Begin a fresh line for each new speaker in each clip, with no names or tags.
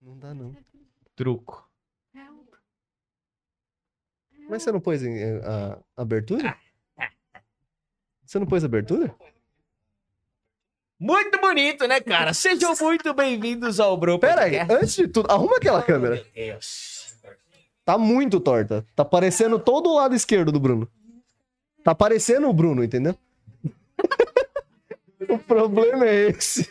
Não dá, não.
Truco.
Mas você não pôs em- eh, a a abertura? Você não pôs a abertura?
Muito bonito, né, cara? Sejam muito bem-vindos ao Bro.
Pera aí,
Podcast.
antes de tudo, arruma aquela câmera.
Meu Deus.
Tá muito torta. Tá parecendo todo o lado esquerdo do Bruno. Tá parecendo o Bruno, entendeu? o problema é esse.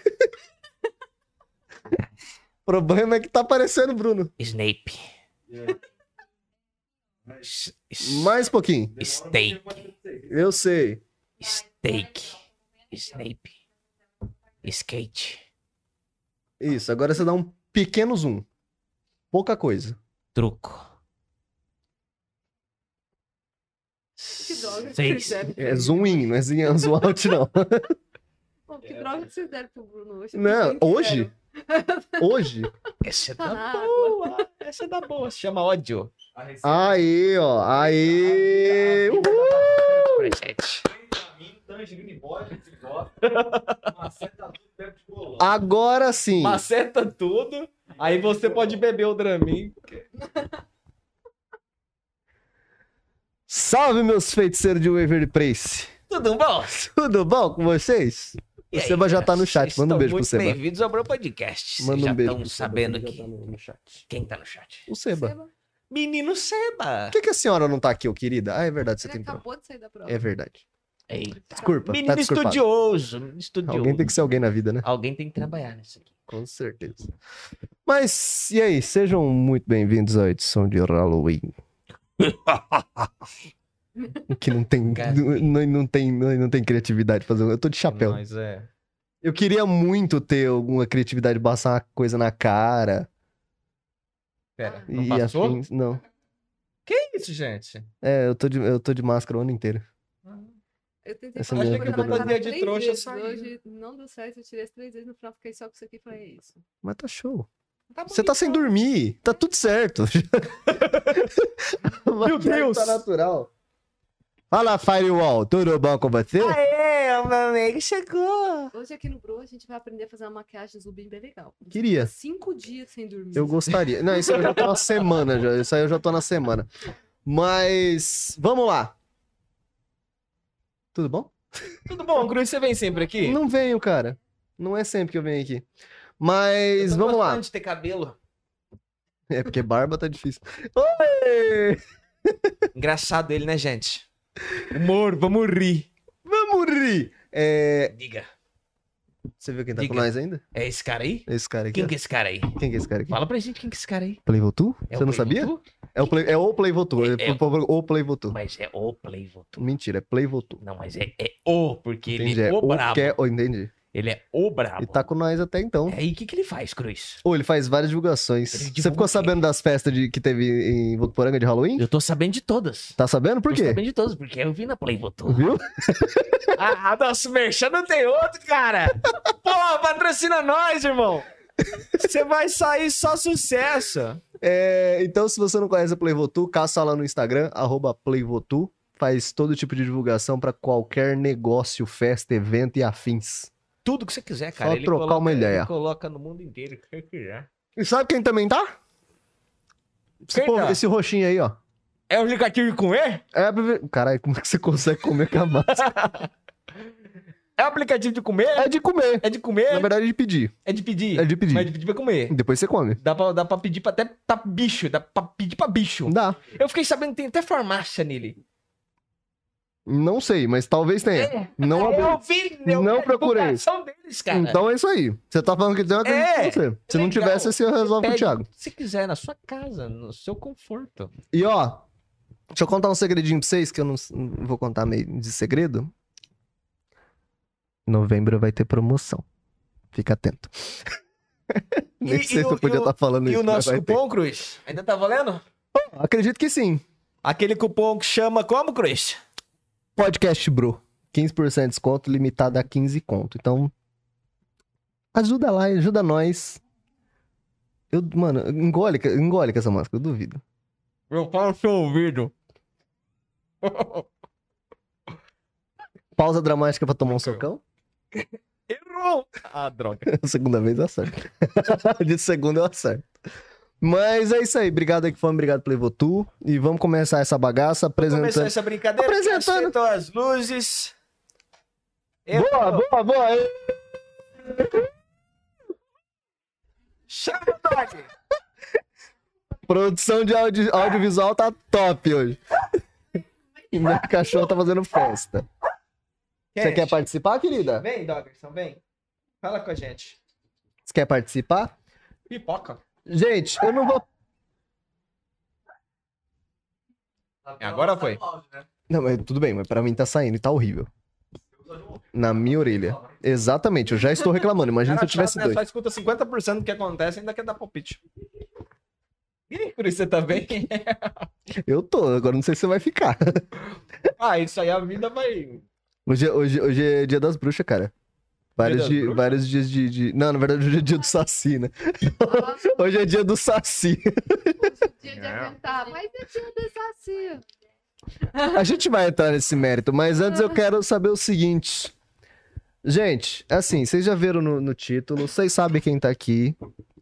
o problema é que tá parecendo o Bruno.
Snape.
Mais pouquinho.
Steak.
Eu sei.
Steak. Snape. Skate.
Isso, agora você dá um pequeno zoom. Pouca coisa.
Truco.
Que droga que
Seis.
vocês deram.
É zoom in, não é zoom in, zoom out, não.
Pô,
É.
que droga que vocês deram pro Bruno hoje.
Não, hoje? Hoje?
Essa é
Tá
da
na
boa. Essa é da boa. Se chama ódio.
Aí, ó. Aí. Uhul.
Presente.
Agora sim.
Maceta tudo. Aí você pode beber o Dramin.
Salve, meus feiticeiros de Waverly Place.
Tudo bom?
Tudo bom com vocês?
E
O Seba já
cara?
tá no chat,
Vocês
manda um
estão
beijo pro
muito
Seba.
Bem-vindos ao Bro Podcast. Vocês
Manda
já
um beijo.
estão
pro Seba,
sabendo
que já
que...
tá no- no chat.
Quem tá no chat?
O Seba.
Menino Seba.
Por que, que a senhora não tá aqui, ô querida? Ah, é verdade, você
Ele
tem prova.
acabou de sair da prova.
É verdade.
Eita.
Desculpa,
Menino
tá desculpado.
estudioso. menino estudioso.
Alguém tem que ser alguém na vida, né?
Alguém tem que trabalhar nisso aqui.
Com certeza. Mas, e aí? Sejam muito bem-vindos à edição de Halloween. que não tem,
Cara.
não, não tem, não, não tem criatividade pra fazer. um- Eu tô de chapéu.
Mas é.
Eu queria muito ter alguma criatividade, passar uma coisa na cara.
Pera,
e afins. Não.
Que isso, gente?
É, eu tô de, eu tô de máscara o ano inteiro.
Eu tentei
Essa
fazer
mesmo.
coisa
Achei que eu
na cara
fazia de
três
trouxa,
vezes
saiu.
Hoje não deu certo, eu tirei as três vezes no final, fiquei só com isso aqui e falei, é isso.
Mas tá show. Você tá sem dormir. Tá tudo certo. Meu
Deus.
Tá natural. Fala, Firewall. Tudo bom com você?
Aê, o meu amigo chegou.
Hoje aqui no Bro a gente vai aprender a fazer uma maquiagem zumbi bem legal.
Queria.
Cinco dias sem dormir.
Eu gostaria. Não, isso aí eu já tô na semana já. Isso aí eu já tô na semana. Mas vamos lá. Tudo bom?
Tudo bom, Cruz? Você vem sempre aqui?
Não venho, cara. Não é sempre que eu venho aqui. Mas
Eu tô
vamos lá.
gostando de ter cabelo.
É porque barba tá difícil. Oi!
Engraçado ele, né, gente? Humor, vamos rir.
Vamos rir! É,
Diga,
Você viu quem tá com
Diga.
nós ainda?
é esse cara aí?
Esse cara aqui.
Quem
ó.
que é esse cara aí?
Quem que é esse cara aqui?
Fala pra gente quem que é esse cara aí.
Playvotu?
É
Você
o
não sabia?
Playvotu?
É o, play... é o Playvotu. É,
É- é-
por favor, o Playvotu.
Mas é o Playvotu.
Mentira, é Playvotu.
Não, mas é, é o, porque
Entendi.
ele é
É
o,
o
brabo.
que é... oh, entendi.
Ele é o brabo.
Ele tá com nós até então.
É, E aí, o que, que ele faz, Cruz?
Ou ele faz várias divulgações.
Ele divulga
Você ficou
o quê?
sabendo das festas de- que teve em Votuporanga de Halloween?
Eu tô sabendo de todas.
Tá sabendo? Por
Tô
quê?
sabendo de todas, porque eu vi na Playvotu.
Viu?
Ah, ah, nosso merchan não tem outro, cara. Pô, patrocina nós, irmão. Você vai sair só sucesso.
É, então, se você não conhece a Playvotu, caça lá no Instagram, arroba Playvotu. Faz todo tipo de divulgação pra qualquer negócio, festa, evento e afins.
Tudo que você quiser, cara.
Só trocar uma ideia.
Ele coloca no mundo inteiro o que você quiser.
E sabe quem também tá? Esse,
Quem
povo-
tá?
esse roxinho aí, ó.
É o aplicativo de comer?
É, pra ver- caralho, como é que você consegue comer com a massa?
É o aplicativo de comer?
É de comer.
É de
Na
comer?
verdade, é de pedir.
É de pedir?
É de pedir.
Mas de pedir pra comer.
Depois você come.
Dá pra, dá pra pedir pra até pra bicho. Dá pra pedir pra bicho.
Dá.
Eu fiquei sabendo que tem até farmácia nele.
Não sei, mas talvez tenha.
É.
Não
eu
abriu.
ouvi
Não
vi a
procurei.
divulgação deles, cara.
Então é isso aí. Você tá falando que tem uma coisa
É,
com você. Se não
legal.
tivesse, você resolve com o
Pede
Thiago.
o que você quiser, na sua casa, no seu conforto.
E ó, deixa eu contar um segredinho pra vocês, que eu não, não vou contar meio de segredo. Novembro vai ter promoção. Fica atento. Nem
E-
sei
e
se
o-
eu podia
e o-
estar falando
E
isso.
o
mas
nosso
vai ter.
cupom, Cruz? Ainda tá valendo?
Acredito que sim.
Aquele cupom que chama como, Cruz?
Podcast Bro. 15% de desconto, limitado a 15 conto. Então, ajuda lá, ajuda nós. Eu, mano, engole, engole com essa máscara, eu duvido.
Eu falo seu ouvido.
Pausa dramática pra tomar um socão.
Errou! Ah, droga.
Segunda vez eu acerto. de segunda eu acerto. Mas é isso aí. Obrigado, Equifome. Obrigado, Plevotu. E vamos começar essa bagaça
Começou
apresentando.
essa brincadeira.
Apresentando.
Apresentou as luzes. Eu-
Boa, boa, boa.
Chama o Dog.
Produção de audi- audiovisual tá top hoje. E meu cachorro tá fazendo festa.
é?
Você quer participar, querida?
Vem, Doggerson, vem. Fala com a gente.
Você quer participar?
Pipoca.
Gente, eu não vou.
Agora foi.
Não, mas tudo bem, mas pra mim tá saindo e tá horrível. Na minha orelha. Exatamente, eu já estou reclamando. Imagina se eu tivesse
chato, né?
dois.
Só escuta 50% do que acontece e ainda quer dar palpite. E aí, Cris, você tá bem?
Eu tô, agora não sei se você vai ficar.
ah, isso aí a vida vai.
Hoje, é- hoje, hoje é dia das bruxas, cara. Vários,
das
di-
bruxas?
vários dias de, de- Não, na verdade, hoje é dia do Saci, né? Hoje é dia do Saci.
Dia de
É.
aguentar, mas é dia do saci.
A gente vai entrar nesse mérito, mas antes eu quero saber o seguinte. Gente, assim, vocês já viram no, no título, vocês sabem quem tá aqui,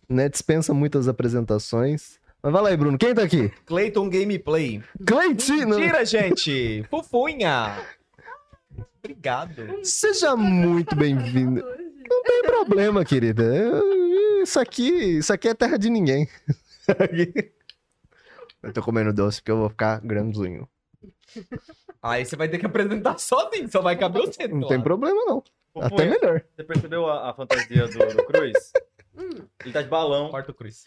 né? Dispensa muitas apresentações. Mas vai lá aí, Bruno, quem tá aqui?
Clayton Gameplay.
Cleitinho!
Tira, gente! Fofunha! Obrigado.
Seja muito bem-vindo.
Hoje.
Não tem problema, querida. Eu- Isso aqui, isso aqui é terra de ninguém. eu tô comendo doce porque eu vou ficar grandinho.
Aí você vai ter que apresentar sozinho, só vai caber você.
Não tem problema, não. Até
Fofinho,
melhor.
Você percebeu a, a fantasia do, do Cruz?
Hum,
Ele tá de balão.
Corta o Cris.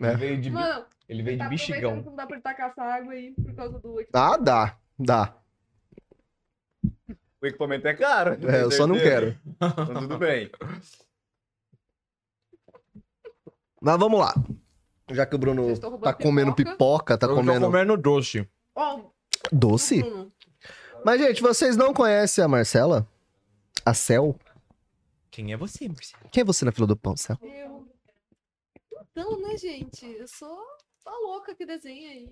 É.
veio de,
Mano,
ele veio
tá aproveitando que não dá pra ele tacar essa água aí por causa do...
Ah, dá. Dá.
O equipamento é caro.
É, eu só não quero.
Então tudo bem.
Mas vamos lá. Já que o Bruno
Vocês estão roubando
tá comendo pipoca, tá
Eu tô
comendo
comendo doce.
Ó,
doce.
Bruno,
Mas, gente, vocês não conhecem a Marcela? A Cel?
Quem é você, Marcelo?
Quem é você na fila do pão, Cel?
eu... Então, né, gente? Eu sou a louca que desenha aí.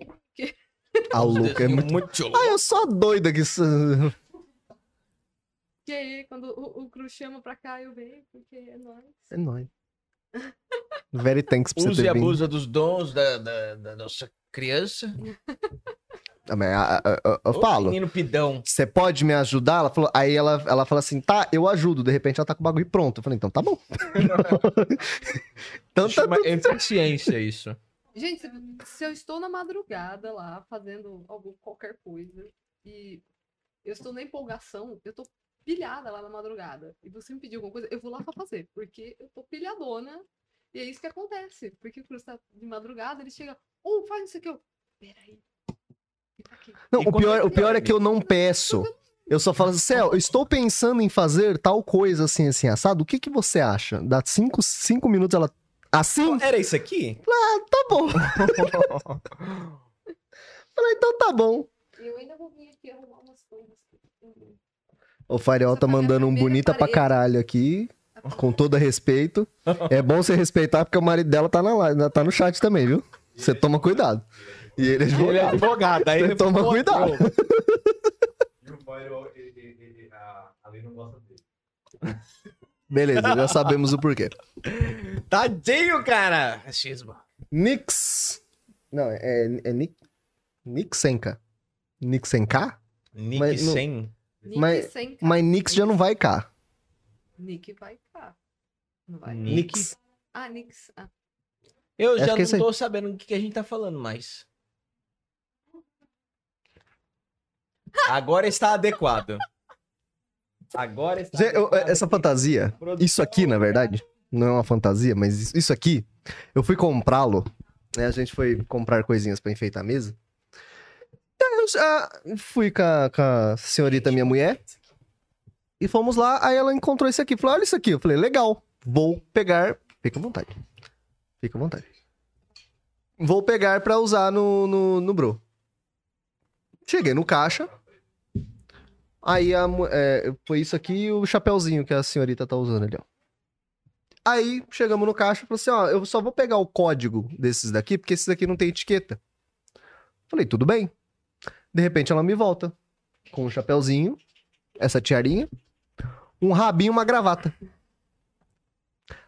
A louca é muito...
louco.
Ah, eu sou a doida que... isso-
E aí, quando o, o Cru chama pra cá, eu venho, porque é nóis.
É nóis. Very thanks pra você
Use e
é
ter vindo.
abusa dos dons da, da, da nossa criança.
Ah, mas, ah, ah, ah, Eu falo.
Menino pidão.
você pode me ajudar? Ela falou, aí ela, ela fala assim, tá, eu ajudo. De repente ela tá com o bagulho pronto. Eu falei, então tá bom. então tá
Chama é eficiência isso.
Gente, se, se eu estou na madrugada lá fazendo algum, qualquer coisa e eu estou na empolgação, eu estou pilhada lá na madrugada e você me pediu alguma coisa, eu vou lá pra fazer, porque eu tô pilhadona e é isso que acontece. Porque o Cruz tá de madrugada, ele chega, ô, faz isso aqui, eu, peraí. fica aqui."
Não,
E
o
quando
pior,
é
o pior é
leve?
que eu não peço. Eu só falo assim, Céu, eu estou pensando em fazer tal coisa assim, assim, assado. O que, que você acha? Dá cinco, cinco minutos ela. Assim?
Era isso aqui?
Tá bom. Falei, então tá bom.
E eu ainda vou vir aqui arrumar umas coisas.
O Fariol
Você
tá
pega a
mandando um
primeira
bonita pra
parede.
caralho aqui. Com todo respeito. É bom você respeitar, porque o marido dela tá, na, live- tá no chat também, viu? Você toma cuidado. E ele é
Ele é
advogado.
advogado. Aí
Você
ele
toma
falou,
cuidado.
"Meu,
E o Byron, ele, a, lei não gosta dele.
Beleza, já sabemos o porquê.
Tadinho, cara.
Racismo.
Nix. Não, é, é Nick. Nixenka. Nixenka?
Nick
Mas não-
Sen.
Nick
Mas-
sem cá.
Mas Nix já não vai cá.
Nick vai cá. Não vai?
Nick.
Nix.
Ah, Nick. Ah,
Eu
Acho
já
que isso
não
aí-
tô sabendo o que, que a gente tá falando mais.
Agora está adequado. Agora está
Gente, eu-
adequado.
essa fantasia, isso aqui, na verdade, não é uma fantasia, mas isso- isso aqui, eu fui comprá-lo, né? A gente foi comprar coisinhas pra enfeitar a mesa. Aí Eu já fui com a, com a senhorita, minha mulher, e fomos lá, aí ela encontrou isso aqui. Falou, olha isso aqui. Eu falei, legal, vou pegar... Fica à vontade. Fica à vontade. Vou pegar pra usar no, no, no bro. Cheguei no caixa. Aí a, mu- é, foi isso aqui e o chapéuzinho que a senhorita tá usando ali, ó. Aí chegamos no caixa e falou assim: ó, eu só vou pegar o código desses daqui, porque esses daqui não tem etiqueta. Falei, tudo bem. De repente ela me volta com um chapéuzinho, essa tiarinha, um rabinho e uma gravata.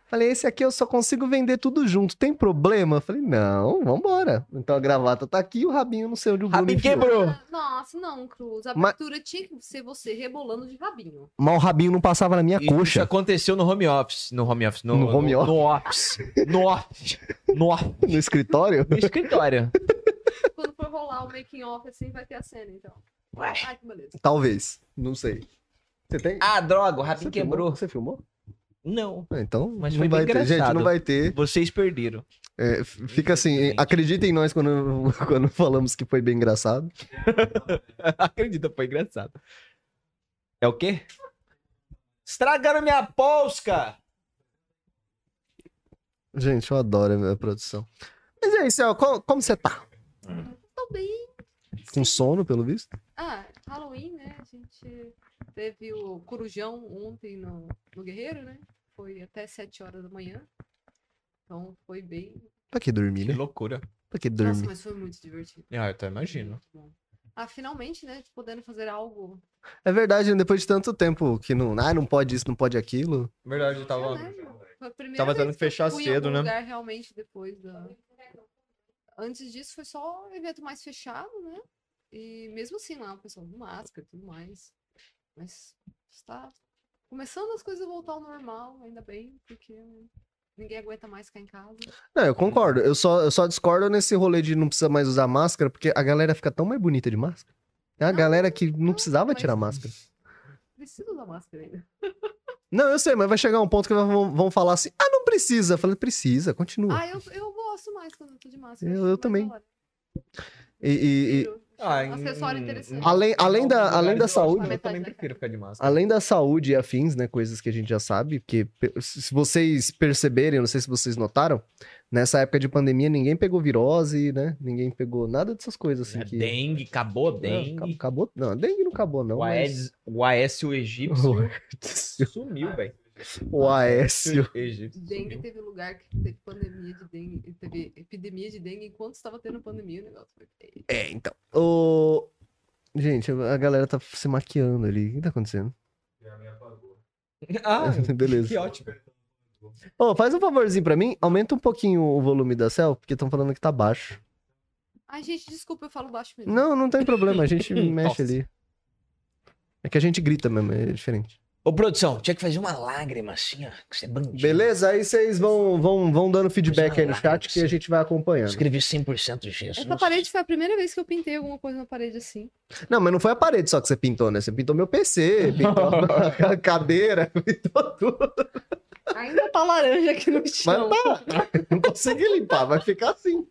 Falei, esse aqui eu só consigo vender tudo junto. Tem problema? Falei, não, vambora. Então a gravata tá aqui e o rabinho não sei onde o Bruno
Rabinho
enfiou.
quebrou.
ah, Nossa, não, Cruz. A
Mas-
abertura tinha que ser você rebolando de rabinho.
Mas o rabinho não passava na minha
Isso
coxa.
aconteceu no home office. No home office. No,
No home
no, no office. No office. No office.
No escritório?
No escritório.
Quando for rolar o making off, assim, vai ter a cena, então. Ai, que beleza.
Talvez. Não sei. Você tem?
Ah, droga, o rabinho
Você filmou?
quebrou.
Você filmou?
Não.
Ah, Então,
Mas
não
foi bem
vai ter. Gente,
engraçado.
não vai ter.
Vocês perderam.
É, f- fica assim,
Infelizmente.
acredita em nós quando, quando falamos que foi bem engraçado.
Acredita, foi engraçado. É o quê? Estragaram minha polska!
Gente, eu adoro a minha produção. Mas é isso, ó, co- como você tá?
Tô bem.
Com sono, pelo visto?
Ah, Halloween, né? A gente teve o Corujão ontem no, no Guerreiro, né? Foi até 7 horas da manhã. Então foi bem.
Pra que dormir,
Que
né?
loucura.
Pra que
Nossa,
dormir?
mas foi muito divertido.
Ah, eu até imagino.
Muito bom. Ah, finalmente, né? Podendo fazer algo.
É verdade, né? depois de tanto tempo que não. Ah, não pode isso, não pode aquilo.
Verdade, eu
Eu
tava.
lembro. Foi a primeira
Tava
vez
tendo que
eu
fechar
fui em
cedo,
algum
né?
lugar realmente depois da. Antes disso foi só evento mais fechado, né? E mesmo assim lá, o pessoal com máscara e tudo mais. Mas está começando as coisas a voltar ao normal, ainda bem, porque ninguém aguenta mais ficar em casa.
Não, eu concordo. Eu só, eu só discordo nesse rolê de não precisa mais usar máscara, porque a galera fica tão mais bonita de máscara. É a
Não,
galera que não
Ah, não,
precisava
mas-
tirar máscara.
Preciso da máscara ainda.
Não, eu sei, mas vai chegar um ponto que vão, vão falar assim: ah, não precisa. Eu falei, precisa, continua.
Ah, eu, eu gosto mais quando eu tô de máscara.
Eu-
acho
eu
mais
também.
da hora.
E- e- e,
Prefiro.
Ah,
Um acessório
em-
interessante.
Além, além,
Em
da,
alguns
além da
lugares eu acho que
saúde,
Eu também prefiro ficar de máscara.
além da saúde e afins, né? Coisas que a gente já sabe, porque pe- se vocês perceberem, não sei se vocês notaram, nessa época de pandemia ninguém pegou virose, né? Ninguém pegou nada dessas coisas assim.
É,
Que,
Dengue, acabou a
Não,
dengue.
acab- acabou. Não, dengue não acabou, não.
o,
mas-
Aedes, o Aécio egípcio sumiu, velho.
O Aécio.
egípcio
Dengue
sumiu.
teve lugar que teve pandemia de dengue, teve epidemia de dengue enquanto estava tendo pandemia, o negócio foi feio.
É, então. O... Gente, a galera tá se maquiando ali. O que tá acontecendo?
E a minha apagou.
Ah,
Beleza.
que ótimo.
Ô, faz um favorzinho pra mim. Aumenta um pouquinho o volume da Cel, porque estão falando que tá baixo.
Ai, gente, desculpa, eu falo baixo mesmo.
Não, não tem problema, a gente mexe
Nossa.
ali. É que a gente grita mesmo, é diferente.
Ô, produção, tinha que fazer uma lágrima assim, ó. Que você é bandido.
Beleza? Aí vocês vão, vão, vão dando feedback aí no chat que a gente vai acompanhando.
Escrevi 100% de Jesus.
Essa parede foi a primeira vez que eu pintei alguma coisa na parede assim.
Não, mas não foi a parede só que você pintou, né? Você pintou meu PC, pintou a cadeira, pintou tudo.
Ainda tá laranja aqui no
Mas
chão.
tá, não consegui limpar, vai ficar assim.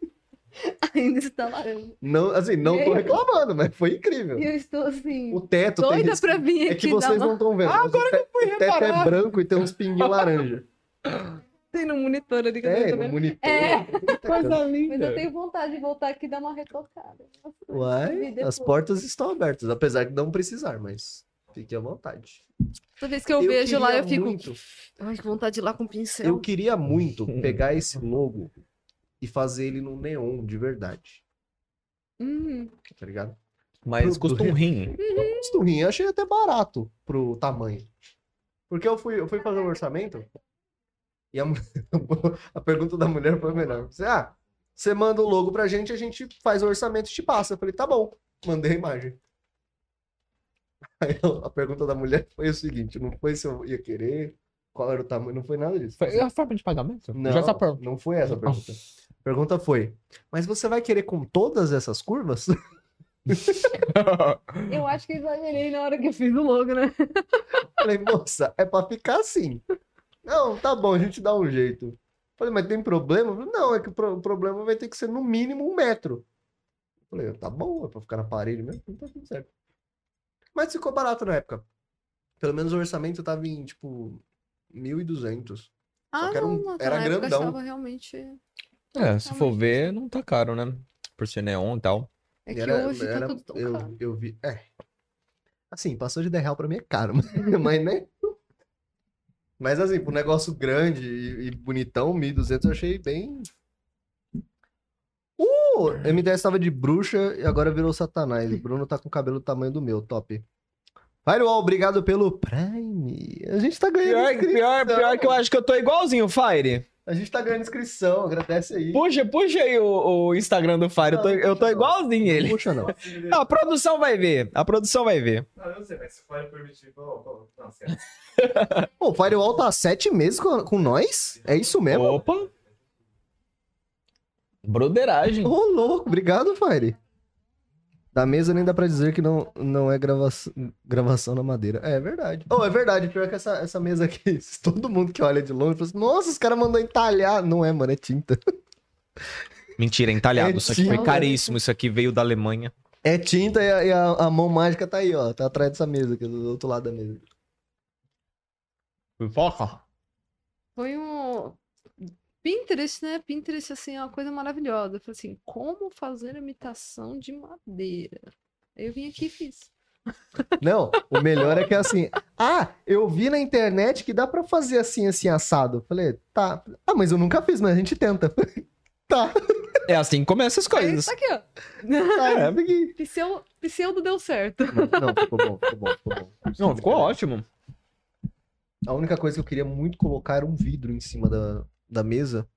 Ainda está laranja.
Não, assim, não tô reclamando, mas foi incrível.
É. E eu estou assim,
O teto tem
doida
risco.
pra vir aqui
É que
dar
vocês
uma...
não estão vendo.
Ah,
mas o teto, o teto é
reparar.
branco e tem uns pinguinhos laranja.
Tem no monitor ali que Ah, eu
É,
tô
no
vendo.
monitor.
É.
Coisa
Mas eu
linda.
tenho vontade de voltar aqui e dar uma retocada.
Uai,
um
as portas estão abertas, apesar de não precisar, mas fique à vontade.
Toda vez que eu, vejo
queria
lá, eu fico.
muito-
Ai, que vontade de ir lá com o pincel.
eu queria muito pegar esse logo e fazer ele no neon de verdade,
Hum,
tá ligado?
Mas custa um rim.
Custa um rim, eu achei até barato pro tamanho. Porque eu fui, eu fui fazer o orçamento e a, mu- a pergunta da mulher foi melhor. Você, ah, você manda o logo pra gente, a gente faz o orçamento e te passa. Eu falei, tá bom, mandei a imagem. Aí eu- a pergunta da mulher foi o seguinte: não foi se eu ia querer, qual era o tamanho, não foi nada disso.
a é forma de pagamento?
Não,
Já tá
é.
pronto.
não foi essa a pergunta. A pergunta foi: mas você vai querer com todas essas curvas?
eu acho que eu exagerei na hora que eu fiz o logo, né?
Falei, moça, é pra ficar assim. Não, tá bom, a gente dá um jeito. Falei, mas tem problema? Falei, não, é que o pro- o problema vai ter que ser no mínimo um metro. Falei, tá bom, é pra ficar na parede mesmo, então tá tudo certo. Mas ficou barato na época. Pelo menos o orçamento tava em, tipo, 1.200.
Ah,
que era um-
não, naquela
era
época eu
grandão.
achava realmente.
É, se for ver, não tá caro, né? Por ser neon e tal.
É
E
que hoje tá tudo tão
eu,
caro.
eu vi, é. Assim, passou de 10 real pra mim é caro, mas né? Mas assim, pro negócio grande e, e bonitão, 1.200 eu achei bem... Uh! MDS tava de bruxa e agora virou satanás. O Bruno tá com o cabelo do tamanho do meu, top. Firewall, obrigado pelo Prime. A gente tá ganhando
Pior,
inscrição.
pior, pior que eu acho que eu tô igualzinho o Fire.
A gente tá ganhando inscrição, agradece aí.
Puxa, puxa aí o, o Instagram do Fire. Eu tô, eu tô igualzinho ele.
Puxa, não.
Não, a produção vai ver. A produção vai ver.
Não, eu não sei, mas se for permitir, vou- vou- não, certo.
Pô, o Firewall tá há sete meses com, com nós? É isso mesmo? Ô,
Opa! Broderagem.
louco, obrigado, Fire. Da mesa nem dá pra dizer que não, não é grava gravação na madeira. É, é verdade. Oh, é verdade, pior que essa, essa mesa aqui, todo mundo que olha de longe fala assim, nossa, os caras mandou entalhar. Não é, mano, é tinta.
Mentira, entalhado.
É
isso aqui foi
tinta.
caríssimo. Isso aqui veio da Alemanha.
É tinta e a, e a- a mão mágica tá aí, ó. Tá atrás dessa mesa aqui, do outro lado da mesa.
Pipoca.
Foi um. Pinterest, né? Pinterest, assim, é uma coisa maravilhosa. Eu falei assim, como fazer imitação de madeira? Aí eu vim aqui e fiz.
Não, o melhor é que é assim. Ah, eu vi na internet que dá pra fazer assim, assim, assado. Falei, tá. Ah, mas eu nunca fiz, mas a gente tenta. tá,
É assim que começa as
Aí,
coisas.
É,
tá aqui, ó.
tá, é. isso aqui.
Pseu- pseudo deu certo.
Não, não, ficou bom, ficou bom, ficou bom.
Não, ficou ótimo.
A única coisa que eu queria muito colocar era um vidro em cima da, da mesa.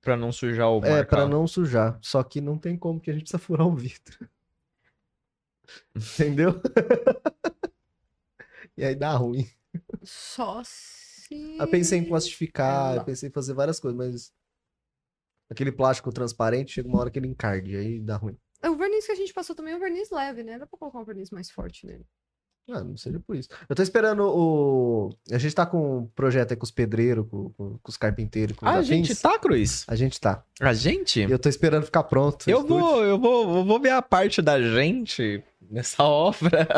Pra não sujar o
É,
marcado.
pra não sujar. Só que não tem como, que a gente precisa furar o vidro. Entendeu? e aí dá ruim.
Só se.
Eu pensei em plastificar, eu
Ela.
pensei em fazer várias coisas, mas. Aquele plástico transparente, chega uma hora que ele encarde, aí dá ruim.
O verniz que a gente passou também é um verniz leve, né? Dá pra colocar um verniz mais forte nele.
Ah, não seja por isso. Eu tô esperando o. A gente tá com um projeto aí com os pedreiros, com, com- com os carpinteiros, com os
A
afins.
gente tá, Cruz?
A gente tá.
A gente?
E Eu tô esperando ficar pronto. o
Eu
estúdio,
vou, eu vou, eu vou ver a parte da gente nessa obra.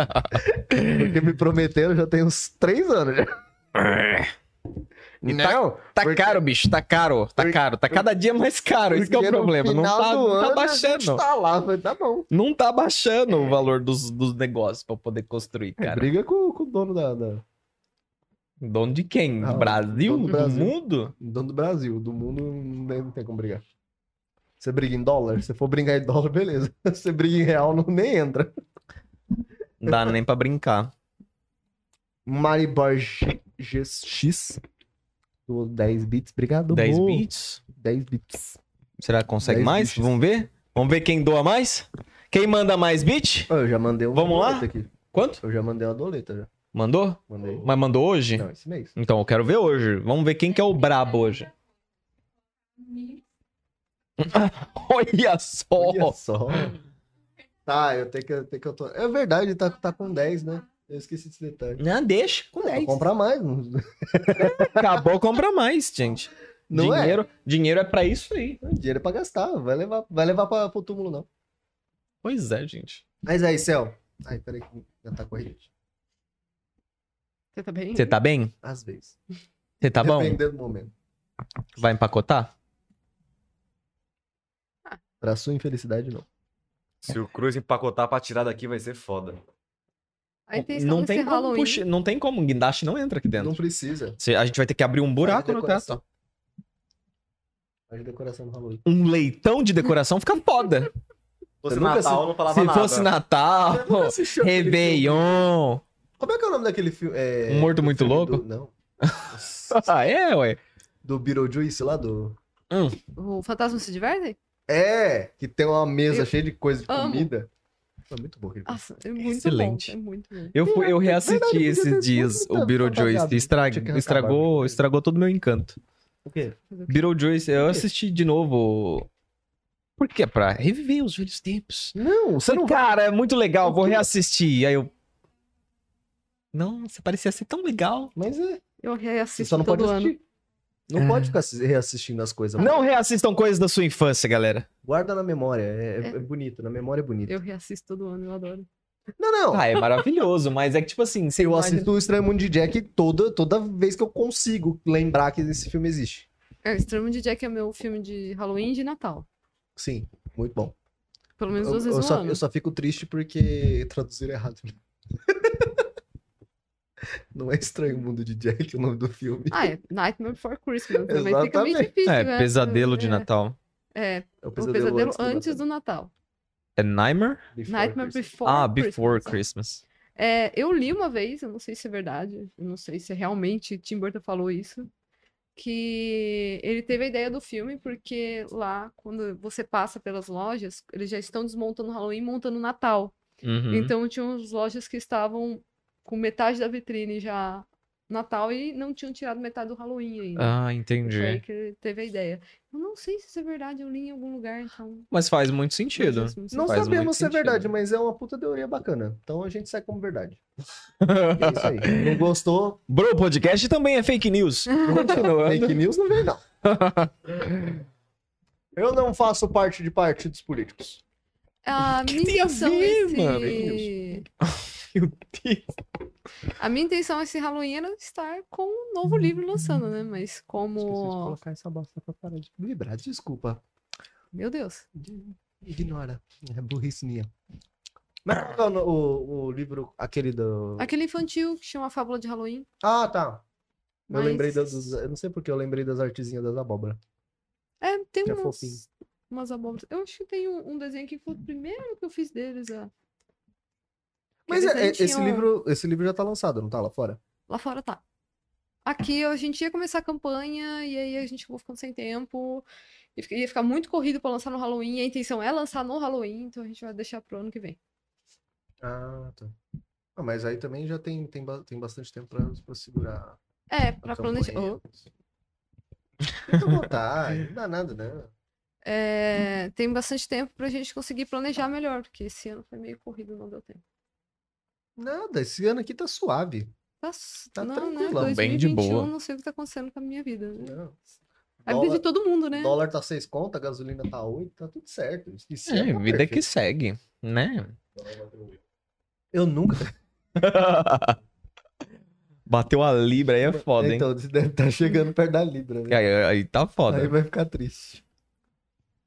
Porque me prometeram já tem uns três anos já. Então,
Tá
Porque-
caro, bicho, tá caro, tá caro, tá cada dia mais caro, esse que é o
porque no
problema, não
final
tá,
do
não tá
ano a gente
baixando,
tá lá, falei, tá bom.
não tá baixando o valor dos, dos negócios pra poder
É
construir, cara.
Briga com, com o dono da, da-
Dono de quem?
Ah,
Do Brasil?
dono do
Do
Brasil.
mundo?
dono do Brasil, do mundo não tem, não tem como brigar. Você briga em dólar? Se for brigar em dólar, beleza. Você briga em real, não nem entra.
Não dá nem pra brincar.
Maribar G- GX. Do 10 bits, obrigado.
10
amor.
bits?
10 bits.
Será que consegue
10
mais?
bits.
Vamos ver? Vamos ver quem doa mais? Quem manda mais bit?
Ó, Eu já mandei uma
Vamos lá?
doleta aqui.
Quanto?
Eu já mandei uma doleta já.
Mandou?
Mandei.
Mas mandou hoje?
Não, esse mês.
Então, eu quero ver hoje. Vamos ver quem que é o brabo hoje. Olha só!
Olha só. Tá, eu tenho que, eu tenho que eu tô... É verdade, tá, tá com 10, né? Eu esqueci desse detalhe.
Não, deixa com 10.
Comprar mais. Não,
Acabou, compra mais, gente.
não é?
dinheiro, dinheiro é pra isso aí.
Dinheiro é pra gastar. Vai levar, vai levar pra, pro túmulo, não.
Pois é, gente.
Mas aí, Céu. Ai, peraí que já tá corrigido.
Você tá bem?
Você tá bem?
Às vezes.
Você tá bom?
Dependendo do momento.
Vai empacotar?
Pra sua infelicidade, não.
Se o Cruz empacotar pra tirar daqui vai ser foda.
A intenção
Não
desse
tem, como
Halloween-
puxar, não tem como, o guindaste não entra aqui dentro.
Não precisa.
Cê- A gente vai ter que abrir um buraco
Faz
no
decoração.
teto.
Faz decoração no Halloween.
Um leitão de decoração fica foda.
Se
Eu
fosse
nunca
Natal, não falava
Se
nada.
fosse Natal,
Eu nunca assisti aquele
Réveillon.
filme. Como é que é o nome daquele filme? É...
Um Morto
do
Muito
filme
Louco?
do- Não.
Ah, é, ué.
Do Beetlejuice lá do...
O fantasma se diverte?
É, que tem uma mesa
Eu
cheia de coisa de
amo.
comida. É muito bom aquele filme.
Nossa, é muito
Excelente.
bom. É muito bom.
Eu, fui, eu reassisti
podia ter
esses dias
sido
o Beetlejuice.
fantasiado.
Estrag,
Tinha que acabar.
estragou, estragou todo o meu encanto.
O quê?
Fazer o quê?
Beetlejuice, eu
quê?
assisti de novo. Por quê? Pra reviver os velhos tempos.
Não, você não
Cara, é muito legal,
Por
vou
quê?
reassistir. Aí eu. Nossa, parecia ser tão legal.
Mas é.
Eu
Você
reassisto
só não pode
todo ano. Ah.
assistir. Não
É.
pode ficar assi- reassistindo as coisas.
Não reassistam coisas da sua infância, galera.
Guarda na memória. É, é-
É.
é bonito. Na memória é bonito.
Eu reassisto todo ano, eu adoro.
Não, não.
Ah, é maravilhoso, mas é que, tipo assim, você
eu
imagina-
assisto o Estranho Mundo de Jack toda, toda vez que eu consigo lembrar que esse filme existe.
É, Extremo de Jack é meu filme de Halloween e de Natal.
Sim, muito bom.
Pelo menos
Eu,
duas vezes
eu
no
só,
ano.
eu só fico triste porque traduziram errado. não é Estranho Mundo de Jack o nome do filme.
Ah, é Nightmare Before Christmas. Também fica meio
Exatamente.
difícil,
É,
né?
pesadelo de
É,
Natal.
É,
É o
o pesadelo antes do Natal.
É Nightmare?
Before
Nightmare
Christmas.
Before
ah, Before
Christmas.
Christmas.
É, eu li uma vez, eu não sei se é verdade, eu não sei se realmente Tim Burton falou isso, que ele teve a ideia do filme porque lá, quando você passa pelas lojas, eles já estão desmontando o Halloween e montando o Natal.
Uhum.
Então tinha umas lojas que estavam com metade da vitrine já Natal e não tinham tirado metade do Halloween ainda.
Ah,
Foi aí
entendi.
que ele teve a ideia. Eu não sei se isso é verdade, eu li em algum lugar, então.
Mas faz muito sentido.
Mas isso sei.
Não
Faz muito
sabemos se é
sentido.
verdade, mas é uma puta teoria bacana. Então a gente sai como verdade. E é isso aí. Não gostou?
Bro, podcast também é fake news. Continuando.
Fake news não vem, não. Eu não faço parte de partidos políticos.
A minha
tem a
intenção é
ver,
esse...
é
mano? Meu Deus.
A minha intenção é esse Halloween era estar com um novo
Uhum.
livro lançando, né? Mas como.
colocar essa bosta pra parar de vibrar. Desculpa.
Meu Deus.
Ignora. É burrice minha. Mas qual é o, o- o livro, aquele do.
Aquele infantil que chama Fábula de Halloween.
Ah, tá. Eu
mas-
lembrei das. Eu não sei porque eu lembrei das artezinhas das abóbora.
É, tem
Que é
umas,
fofinho.
umas abóboras. Eu acho que tem um, um desenho que foi o primeiro que eu fiz deles. ó. Que
Mas
eles
é-
nem
é- esse,
tinham-
livro, esse livro já tá lançado, não tá lá fora?
Lá fora tá. Aqui a gente ia começar a campanha e aí a gente ficou ficando sem tempo. E fica- ia ficar muito corrido pra lançar no Halloween. E a intenção é lançar no Halloween, então a gente vai deixar pro ano que vem.
Ah, tá. Ah, mas aí também já tem, tem, ba- tem bastante tempo pra, pra segurar.
É,
a
pra planejar.
campanha.
Oh.
Fica à vontade, não dá nada, né?
É, tem bastante tempo pra gente conseguir planejar melhor, porque esse ano foi meio corrido, não deu tempo.
Nada, esse ano aqui tá suave.
Tá, s-
Tá
não, né?
tranquilão,
bem de
2021,
boa.
não sei o que tá acontecendo com a minha vida. Né?
Não.
A vida
Dólar-
de todo mundo, né?
Dólar tá seis conto, a gasolina tá oito, tá tudo certo. Esse
É,
ano tá
vida que
perfeito.
segue, né?
Eu nunca.
Bateu a Libra aí é foda, hein?
Então, você deve estar chegando perto da Libra, né?
Aí, aí tá
Aí
foda.
vai ficar triste.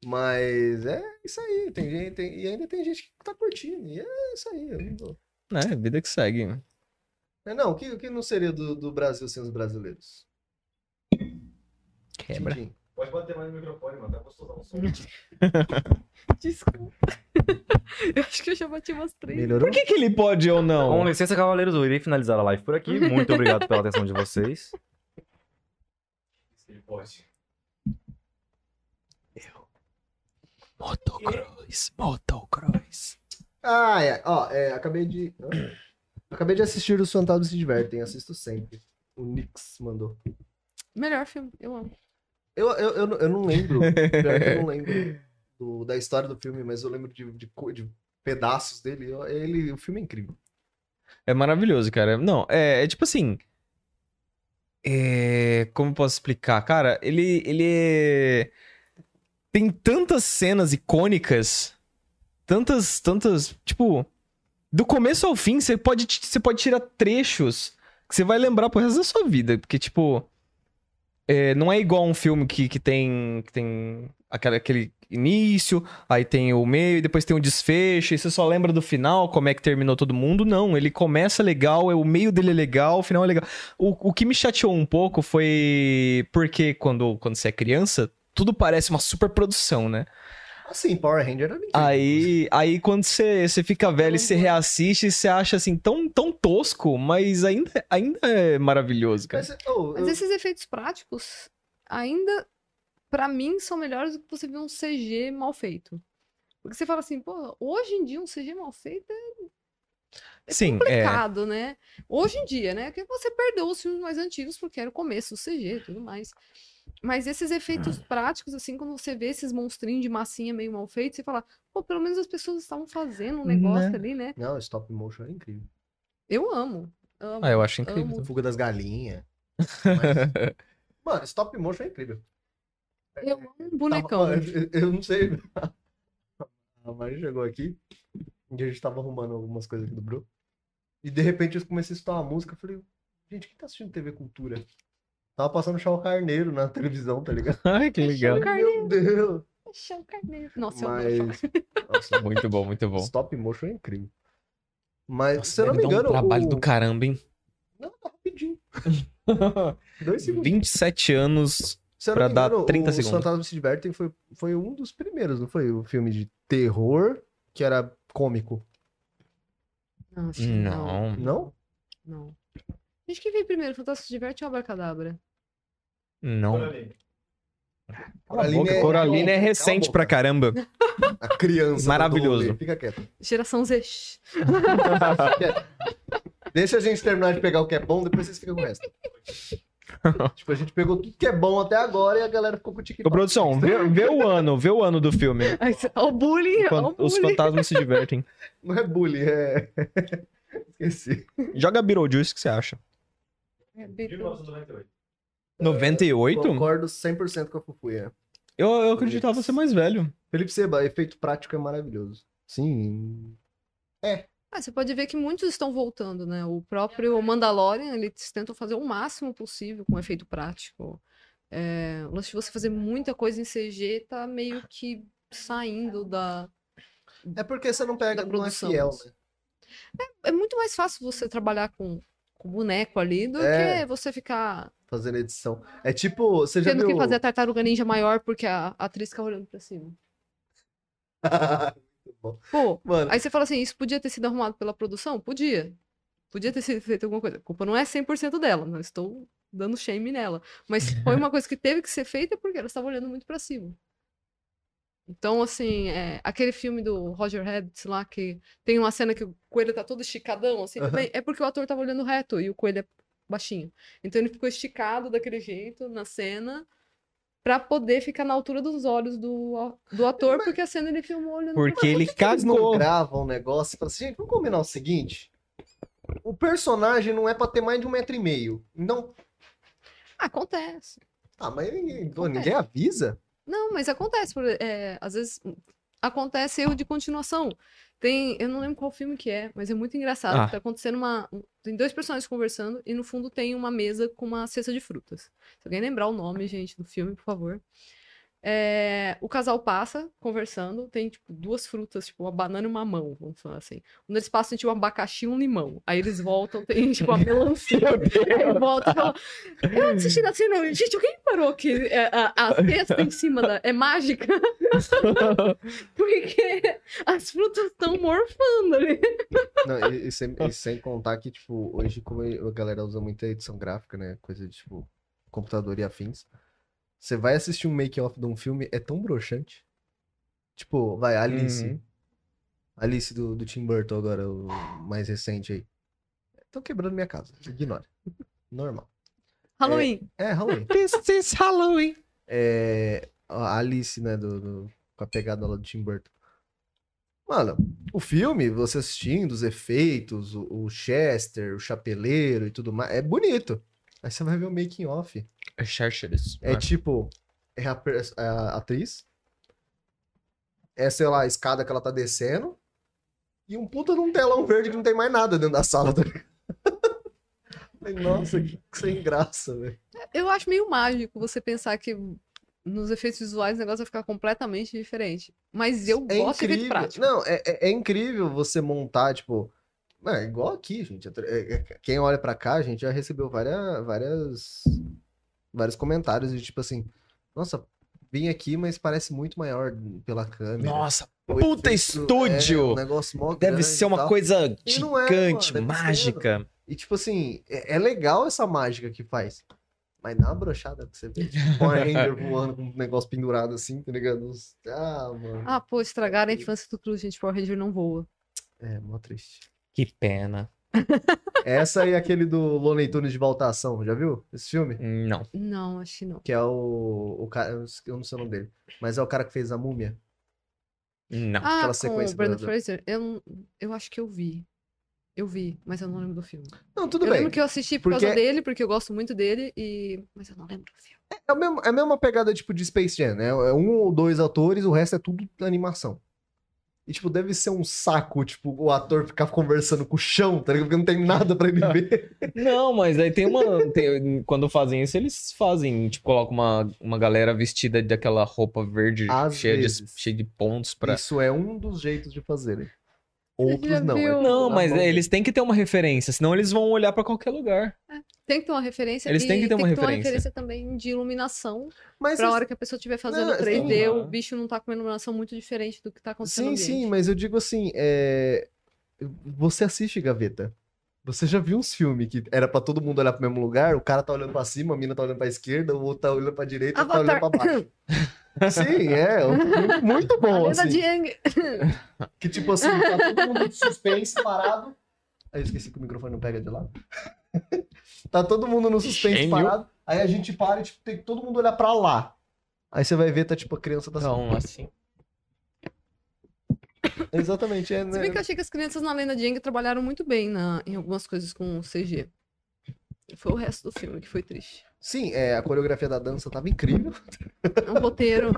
Mas é isso aí. Tem gente, tem- e ainda tem gente que tá curtindo. E é isso aí. eu não dou.
É, vida que segue.
É, não, o que, o que não seria do, do Brasil sem os brasileiros?
Quebra.
Tintim.
Pode bater mais no microfone, mano. Tá gostosão o som.
Desculpa. eu acho que eu já bati umas três.
Melhorou?
Por que, que ele pode ou
Com
não?
licença, cavaleiros, eu irei finalizar a live por aqui. Muito obrigado pela atenção de vocês.
Ele pode.
Motocross, motocross.
Ah, é. Ó, é, acabei de. Hã? acabei de assistir Os Fantasmas Se Divertem. Assisto sempre. O Nix mandou.
Melhor filme, eu amo.
Eu, eu, eu, não- eu não lembro. Pior que eu não lembro do- da história do filme, mas eu lembro de, de, co- de pedaços dele. Eu- Ele, o filme é incrível.
É maravilhoso, cara. Não, é, é tipo assim. É, como eu posso explicar? Cara, ele, ele é- tem tantas cenas icônicas, tantas, tantas, tipo, do começo ao fim, você pode, ti- você pode tirar trechos que você vai lembrar pro resto da sua vida, porque, tipo, é, não é igual um filme que, que tem, que tem aquela- aquele início, aí tem o meio, e depois tem o desfecho, e você só lembra do final, como é que terminou todo mundo. Não, ele começa legal, é o meio dele é legal, o final é legal. O, o que me chateou um pouco foi porque quando, quando você é criança, tudo parece uma super produção, né?
Assim, Power Ranger era incrível.
Aí, aí quando você, você fica velho e você reassiste, você acha assim tão, tão tosco, mas ainda, ainda é maravilhoso, cara.
Mas, oh,
Mas
eu-
esses efeitos práticos ainda, pra mim, são melhores do que você ver um CG mal feito. Porque você fala assim, pô, hoje em dia um CG mal feito é
Sim, é.
complicado, né? Hoje em dia, né? Porque você perdeu os filmes mais antigos porque era o começo, o CG e tudo mais. Mas esses efeitos práticos, assim, quando você vê esses monstrinhos de massinha meio mal feito, você fala, pô, pelo menos as pessoas estavam fazendo um negócio
Né?
ali, né?
Não, stop motion é incrível.
Eu amo. Amo.
Ah, eu acho incrível.
Amo.
Fuga das galinhas. Mas- Mano, stop motion é incrível.
Eu amo um
Tava-
bonecão.
ó, eu, eu não sei. A Mari chegou aqui. E a gente tava arrumando algumas coisas aqui do Bru. E de repente eu comecei a escutar uma música. Eu falei, gente, quem tá assistindo TV Cultura? Tava passando Chau Carneiro na televisão, tá ligado?
Ai, que legal.
Eu falei, Meu Deus!
Chão carneiro. é Nossa, eu amo
Mas. Nossa,
Muito bom, muito bom.
stop motion é incrível. Mas, se eu não
Deve
me
dar um
engano.
trabalho
o-
do caramba, hein?
Não, tá rapidinho. Dois segundos.
27 anos.
Se eu
pra
não me
dar
engano,
30
Os
segundos.
Fantasmas Se Divertem foi, foi um dos primeiros, não foi? O filme de terror que era cômico.
Não, acho que não.
Uhum.
Não.
Não?
Não. Gente, quem veio primeiro? Fantástico Diverte ou Abracadabra?
Não.
Cala a boca,
Coraline, Coraline é
Cala a
recente
boca.
pra caramba.
A criança.
Maravilhoso.
do rolê. Fica quieto.
Geração Z. shh.
Deixa a gente terminar de pegar o que é bom, depois vocês ficam com o resto. tipo, a gente pegou tudo que é bom até agora e a galera ficou com o
Ô,
TikTok.
produção, vê, vê o ano, vê o ano do filme.
Ai, cê- Ó o bullying, ó o
Fan- Os
bullying.
fantasmas se divertem.
Não é bullying, é. Esqueci.
Joga Beetlejuice, o que você acha?
É, Beethoven.
1998.
98?
Concordo 100% com a Fufuia.
Eu, eu acreditava ser mais velho.
Felipe Seba, efeito prático é maravilhoso. Sim.
Ah, você pode ver que muitos estão voltando, né? O próprio Mandalorian, eles tentam fazer o máximo possível com efeito prático. É, o lance de você fazer muita coisa em CG tá meio que saindo da.
É porque você não pega,
Da
não é
produção,
fiel,
isso.
né?
É muito mais fácil você trabalhar com, com boneco ali do
É.
que você ficar
Fazendo edição. É tipo, você já
tendo
viu...
que fazer a tartaruga ninja maior porque a, a atriz fica olhando pra cima. Pô,
Mano,
aí você fala assim: isso podia ter sido arrumado pela produção? Podia. Podia ter sido feito alguma coisa. A culpa não é 100% dela, não estou dando shame nela. Mas foi uma coisa que teve que ser feita porque ela estava olhando muito pra cima. Então, assim, é, aquele filme do Roger Rabbit lá, que tem uma cena que o coelho tá todo esticadão, assim, também, é porque o ator tava olhando reto e o coelho é baixinho. Então ele ficou esticado daquele jeito na cena pra poder ficar na altura dos olhos do, do ator, porque a cena ele filmou olhando pra
Porque ele
eles não
cagou.
gravam um negócio e falam assim, gente, vamos combinar o seguinte? O personagem não é pra ter mais de um metro e meio. Então,
Ah, Acontece.
tá, mas ninguém, pô, ninguém avisa?
Não, mas acontece. por- é, às vezes hum, acontece erro de continuação. Tem, eu não lembro qual filme que é, mas é muito engraçado.
Ah.
Tá acontecendo uma. um- Tem dois personagens conversando e no fundo tem uma mesa com uma cesta de frutas. Se alguém lembrar o nome, gente, do filme, por favor. É, o casal passa conversando, tem tipo duas frutas, tipo uma banana e uma mamão, vamos falar assim. Quando eles passam, tem, tipo um abacaxi e um limão. Aí eles voltam, tem tipo uma melancia. Aí volta e fala: Eu não assisti na cena, gente, alguém parou que é, a, a cesta em cima da. é mágica? Porque as frutas estão morfando ali.
Não, e, e sem, e sem contar que, tipo, hoje, como a galera usa muita edição gráfica, né? Coisa de, tipo, computador e afins. Você vai assistir um make-off de um filme, é tão broxante. Tipo, vai, Alice.
Uhum.
Alice do, do Tim Burton agora, o mais recente aí. Estão quebrando minha casa, ignora. Normal.
Halloween.
É, Halloween.
This is Halloween.
É, a Alice, né, do, do- com a pegada lá do Tim Burton. Mano, o filme, você assistindo, os efeitos, o, o Chester, o chapeleiro e tudo mais, é bonito. Aí você vai ver o making off.
Charchers.
É tipo, é a, pers- é a atriz, é, sei lá, a escada que ela tá descendo, e um puta num telão verde que não tem mais nada dentro da sala. Tá ligado? Falei, Nossa, que que sem graça, velho.
Eu acho meio mágico você pensar que nos efeitos visuais o negócio vai ficar completamente diferente. Mas eu
É
gosto de efeito
incrível.
prático.
Não, é, é- é incrível você montar, tipo. É igual aqui, gente. É- é- Quem olha pra cá, a gente já recebeu várias, várias, vários comentários de tipo assim: Nossa, vim aqui, mas parece muito maior pela câmera.
Nossa,
O efeito
puta
é
estúdio!
um negócio mó
deve
grande
ser
e
uma
tal."
coisa
E não é,
gigante,
mano, deve ser,
mágica.
E tipo assim, é, é legal essa mágica que faz. Mas dá uma brochada que você vê. Tipo, uma Ranger voando com um negócio pendurado assim, tá ligado? Ah, mano.
Ah, pô, estragaram a infância do Cruz, gente. Power Ranger não voa.
É, mó triste.
Que pena.
Essa e aquele do Looney Tunes de Valtação, já viu esse filme?
Não.
Não, acho que não.
Que é o, o cara, eu esque- eu não sei o nome dele, mas é o cara que fez a múmia.
Não.
Ah,
aquela
com
sequência
o Brandon
do-
Fraser? Eu, não- eu acho que eu vi. Eu vi, mas eu não lembro do filme.
Não, tudo
eu
bem.
lembro que eu assisti por causa
porque-
dele, porque eu gosto muito dele, e... mas eu não lembro do filme.
É, o mesmo- é a mesma pegada tipo de Space Jam, né? É um ou dois atores, o resto é tudo animação. E tipo, deve ser um saco, tipo, o ator ficar conversando com o chão, tá ligado? Porque não tem nada pra ele
Ah,
ver.
Não, mas aí tem uma. tem- quando fazem isso, eles fazem. Tipo, colocam uma, uma galera vestida daquela roupa verde
Às
cheia de,
vezes.
cheia de pontos pra.
Isso é um dos jeitos de fazerem. Outros
já
não.
viu?
é tudo
Não,
na
mas
mão
é, eles têm que ter uma referência, senão eles vão olhar pra qualquer lugar.
Tem que ter uma referência.
Eles
e
têm que ter uma referência.
também de iluminação.
Mas assim,
Pra
esse-
hora que a pessoa estiver fazendo
Não, é assim,
3D,
sim.
o bicho não tá com uma iluminação muito diferente do que tá acontecendo.
Sim,
no
sim,
ambiente.
mas eu digo assim, é, Você assiste Gaveta. Você já viu uns filmes que era pra todo mundo olhar pro mesmo lugar, o cara tá olhando pra cima, a mina tá olhando pra esquerda, o outro tá olhando pra direita, o outro tá olhando pra baixo. Sim, é. Um filme muito
A
bom,
lenda
assim.
de Yang.
Que tipo assim, tá todo mundo de suspense, parado. Aí eu esqueci que o microfone não pega de lado. tá todo mundo no suspense,
Gênio.
parado. Aí a gente para e tipo, tem que todo mundo olhar pra lá. Aí você vai ver, tá tipo, a criança tá assim.
Então, assim.
Exatamente, é,
Se bem que eu
né?
achei que as crianças na lenda de Yang trabalharam muito bem na, em algumas coisas com CG. Foi o resto do filme que foi triste.
Sim, é, a coreografia da dança tava incrível.
É um roteiro.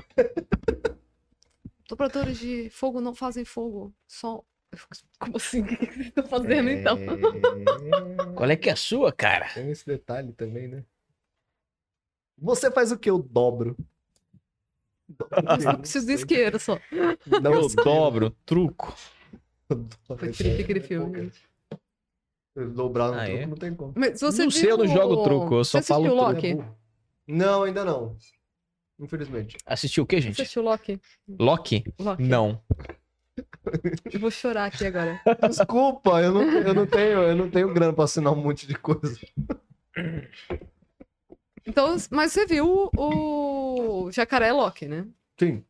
Dobradores de fogo não fazem fogo. Só. Eu fico, Como assim? O que que vocês estão fazendo então?
É...
Qual é que é a sua, cara?
Tem esse detalhe também, né? Você faz o que? Eu dobro.
Eu preciso de isqueiro só.
Não,
eu
esquerda.
dobro, truco.
Eu dobro.
Foi triste aquele
é
filme.
Eu Dobrar no
Ah,
truco
é?
não tem como. é
Mas você
Não sei, eu não
viu-
jogo truco, eu só
você assistiu
falo truco.
Loki?
Não, ainda não. Infelizmente.
Assistiu o quê,
Você
gente?
assistiu Loki?
Loki?
Loki?
Não.
Eu vou chorar aqui agora.
Desculpa, eu não, eu não tenho, eu não tenho grana pra assinar um monte de coisa.
Então, mas você viu o, o Jacaré Loki, né?
Sim.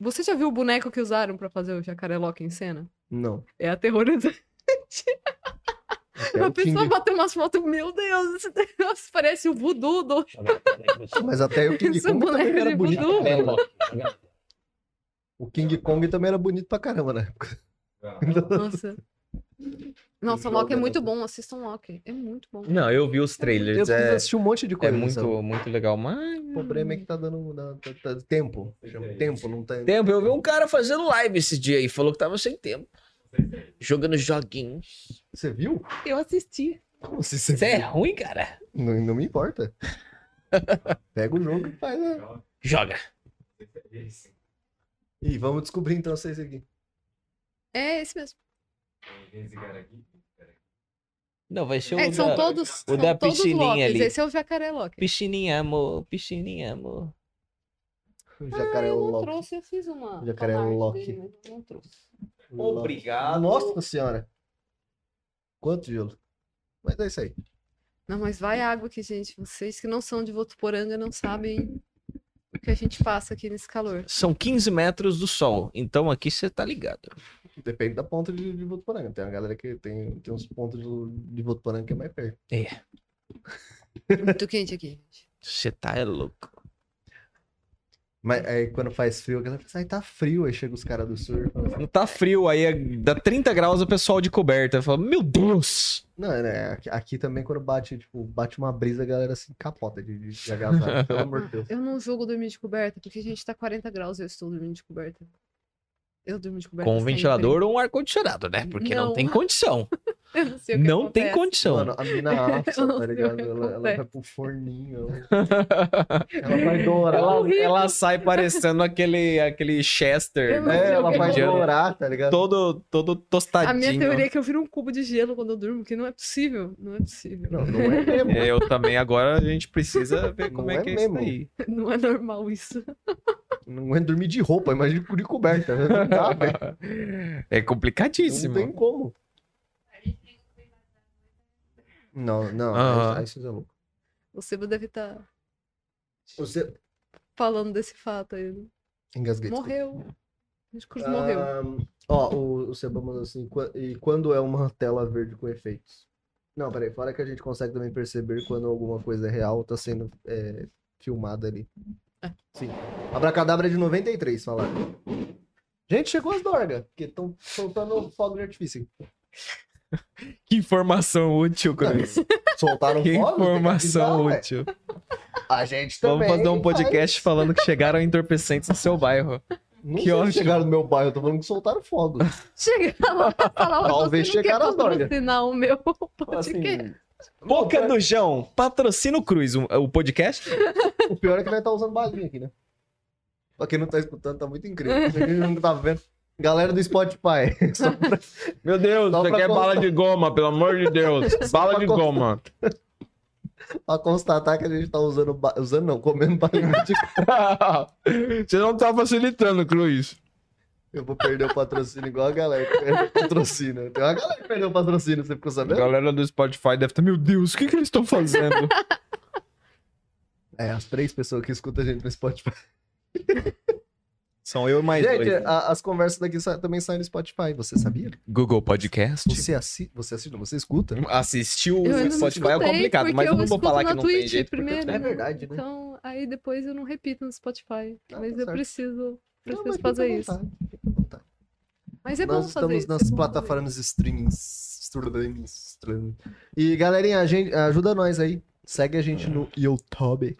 Você já viu o boneco que usaram pra fazer o Jacaré Loki em cena?
Não.
É aterrorizante.
Até
a
É o
pessoa
King-
bateu umas fotos, meu Deus, esse negócio parece o voodoo do...
Mas até o King
Esse
Kong
boneco
também
de
era bonito.
voodoo.
pra
É,
caramba. O King Kong também era bonito pra caramba, né?
É.
Nossa. Nossa,
Joga,
Loki é
né?
muito bom, assistam Loki. É muito bom.
Não, eu vi os
Eu
trailers.
preciso
É,
assistir um monte de
é
coisa. sabe?
muito, muito legal, mas.
O problema é que tá dando dá- tá- tá- tempo. Chama- Tempo, não tá- tem.
Tempo, eu vi um cara fazendo live esse dia aí, falou que tava sem tempo. Jogando joguinhos.
Você viu?
Eu assisti.
Como assim você
Isso é
viu?
ruim, cara.
Não, não me importa. Pega o jogo e faz. Né?
É,
Joga.
E vamos descobrir então vocês aqui.
É esse mesmo.
Não, vai ser o
um
É, são
da...
todos,
o
são
da
todos
piscininha
Lokis.
ali.
Esse é o Jacaré Loki.
Piscininha, amor. Piscininha, amor.
O jacaré é o
Ah, Eu não
Loki.
trouxe, eu fiz uma.
Jacaré
fanart
Loki.
dele, mas Não trouxe.
Obrigado. Nossa senhora. Quanto gelo? Mas é isso aí.
Não, mas vai água aqui, gente. Vocês que não são de Votuporanga não sabem o que a gente passa aqui nesse calor.
São 15 metros do sol, então aqui você tá ligado.
Depende da ponta de, de Votuporanga. Tem uma galera que tem, tem uns pontos de, de Votuporanga que é mais perto.
É Muito quente aqui, gente.
Você tá é louco.
Mas aí quando faz frio, a galera fala, ai, tá frio. Aí chega os caras do sul e fala assim,
Não tá frio, aí é- dá 30 graus o pessoal de coberta. Fala, meu Deus!
Não, né? Aqui, aqui também quando bate, tipo, bate uma brisa, a galera se capota de, de, de agasalho. Pelo amor de Deus.
Ah, Eu não jogo dormir de coberta, porque a gente tá 40 graus e eu estou dormindo de coberta. Eu durmo de coberta.
Com um
sempre.
ventilador ou um ar-condicionado, né? Porque não,
Não.
tem condição.
Eu não sei o que
não tem
acontece.
condição.
Então.
Mano, a mina afsa,
Eu não
tá
sei o
ligado?
que
Ela, ela vai
acontece.
pro forninho. Ela, ela vai dourar. é,
Ela,
horrível.
ela sai parecendo aquele, aquele Chester.
Eu não
É,
sei o
ela
que
vai
Indiana.
dourar, tá ligado?
Todo, todo tostadinho.
A minha teoria é que eu viro um cubo de gelo quando eu durmo, que não é possível. Não é possível.
Não, não é mesmo.
É, Eu também, agora a gente precisa ver como
Não
é
é
que
mesmo.
é isso aí.
Não é normal isso.
Não aguento dormir de roupa, imagina de coberta. Não dá, velho.
É
Não
complicadíssimo.
tem como. Não, não,
Aham.
aí, aí vocês é louco.
Você deve estar
Você
falando desse fato aí. né?
engasguei. desculpa.
Morreu. O Cruz morreu.
Ahn, ó, o, o Seba mandou assim, "Qua- e quando é uma tela verde com efeitos? Não, peraí, fora que a gente consegue também perceber quando alguma coisa real tá sendo é, filmada ali. Sim. Abracadabra é de 93, falaram. Gente, chegou as dorgas, porque estão soltando fogo de artifício.
Que informação útil, Cruz.
Soltaram
Que
fogos, tem que avisar,
informação
ué.
útil.
A gente
Vamos
também.
fazer
faz.
um podcast falando que chegaram entorpecentes no seu bairro.
Não
Que
sei se
ótimo.
chegaram no meu bairro, eu tô falando que soltaram fogo.
Chega lá pra falar "Olha,
Talvez
você não quer
chegaram as drogas."
patrocinar o meu podcast.
Assim,
Boca do João, patrocina o Cruz, o, o podcast.
o pior é que nós tá usando balinha aqui, né? Pra quem não tá escutando, tá muito incrível. Pra quem não tá vendo. Galera do Spotify. Só pra-
Meu Deus,
Só
isso
pra
aqui é
constar-
bala de goma, pelo amor de Deus. Bala
pra
de
constar-
goma.
pra constatar que a gente tá usando. ba- Usando não, comendo balinha. de-
Você não tá facilitando, Cruz.
Eu vou perder o patrocínio igual a galera que perdeu o patrocínio. Tem uma galera que perdeu o patrocínio, você ficou
A
sabendo?
galera do Spotify deve estar, meu Deus, o que, que eles estão fazendo?
É, as três pessoas que escutam a gente no Spotify. né?
São eu e mais
gente,
dois.
a- as conversas daqui sa- também saem no Spotify, você sabia?
Google Podcast.
Você, assi você assiste, não, você escuta? né?
Assistiu
Eu
o
ainda não
Spotify é
escutei,
complicado,
porque
mas eu não vou
escuto
falar
na
que não
Twitch
tem jeito. porque-
primeiro,
É verdade, né?
Então, aí depois eu não repito no Spotify.
Ah,
mas
tá
eu
certo.
preciso,
Não,
preciso
mas fica à
fazer isso.
vontade, fica à vontade.
Mas é
Nós
bom fazer
estamos
isso. é
nas
bom fazer
plataformas streamings. streamings, streaming. E galerinha, a gente, ajuda nós aí. Segue a gente no YouTube.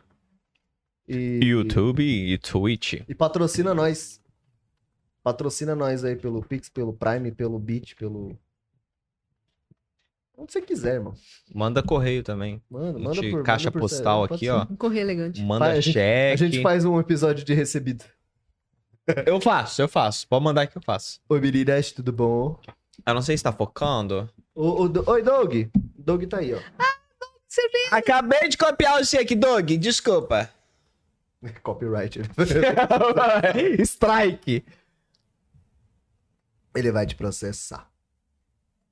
E,
YouTube e Twitch.
E patrocina nós. Patrocina nós aí pelo Pix, pelo Prime, pelo Beat, pelo. Onde você quiser, irmão.
Manda correio também.
Manda,
A
manda
gente
por
caixa
manda por-
postal
pode
aqui,
ser.
ó. É
isso. Um correio elegante.
Manda
Vai, a gente-
cheque.
A gente faz um episódio de recebido.
Eu faço, eu faço. Pode mandar que eu faço.
Oi, meninas, tudo bom?
Eu não sei se tá focando.
O, o, Do- Oi, Doug. Doug tá aí, ó.
Acabei de copiar você aqui, Doug. Desculpa.
Copyright.
Strike.
Ele vai te processar.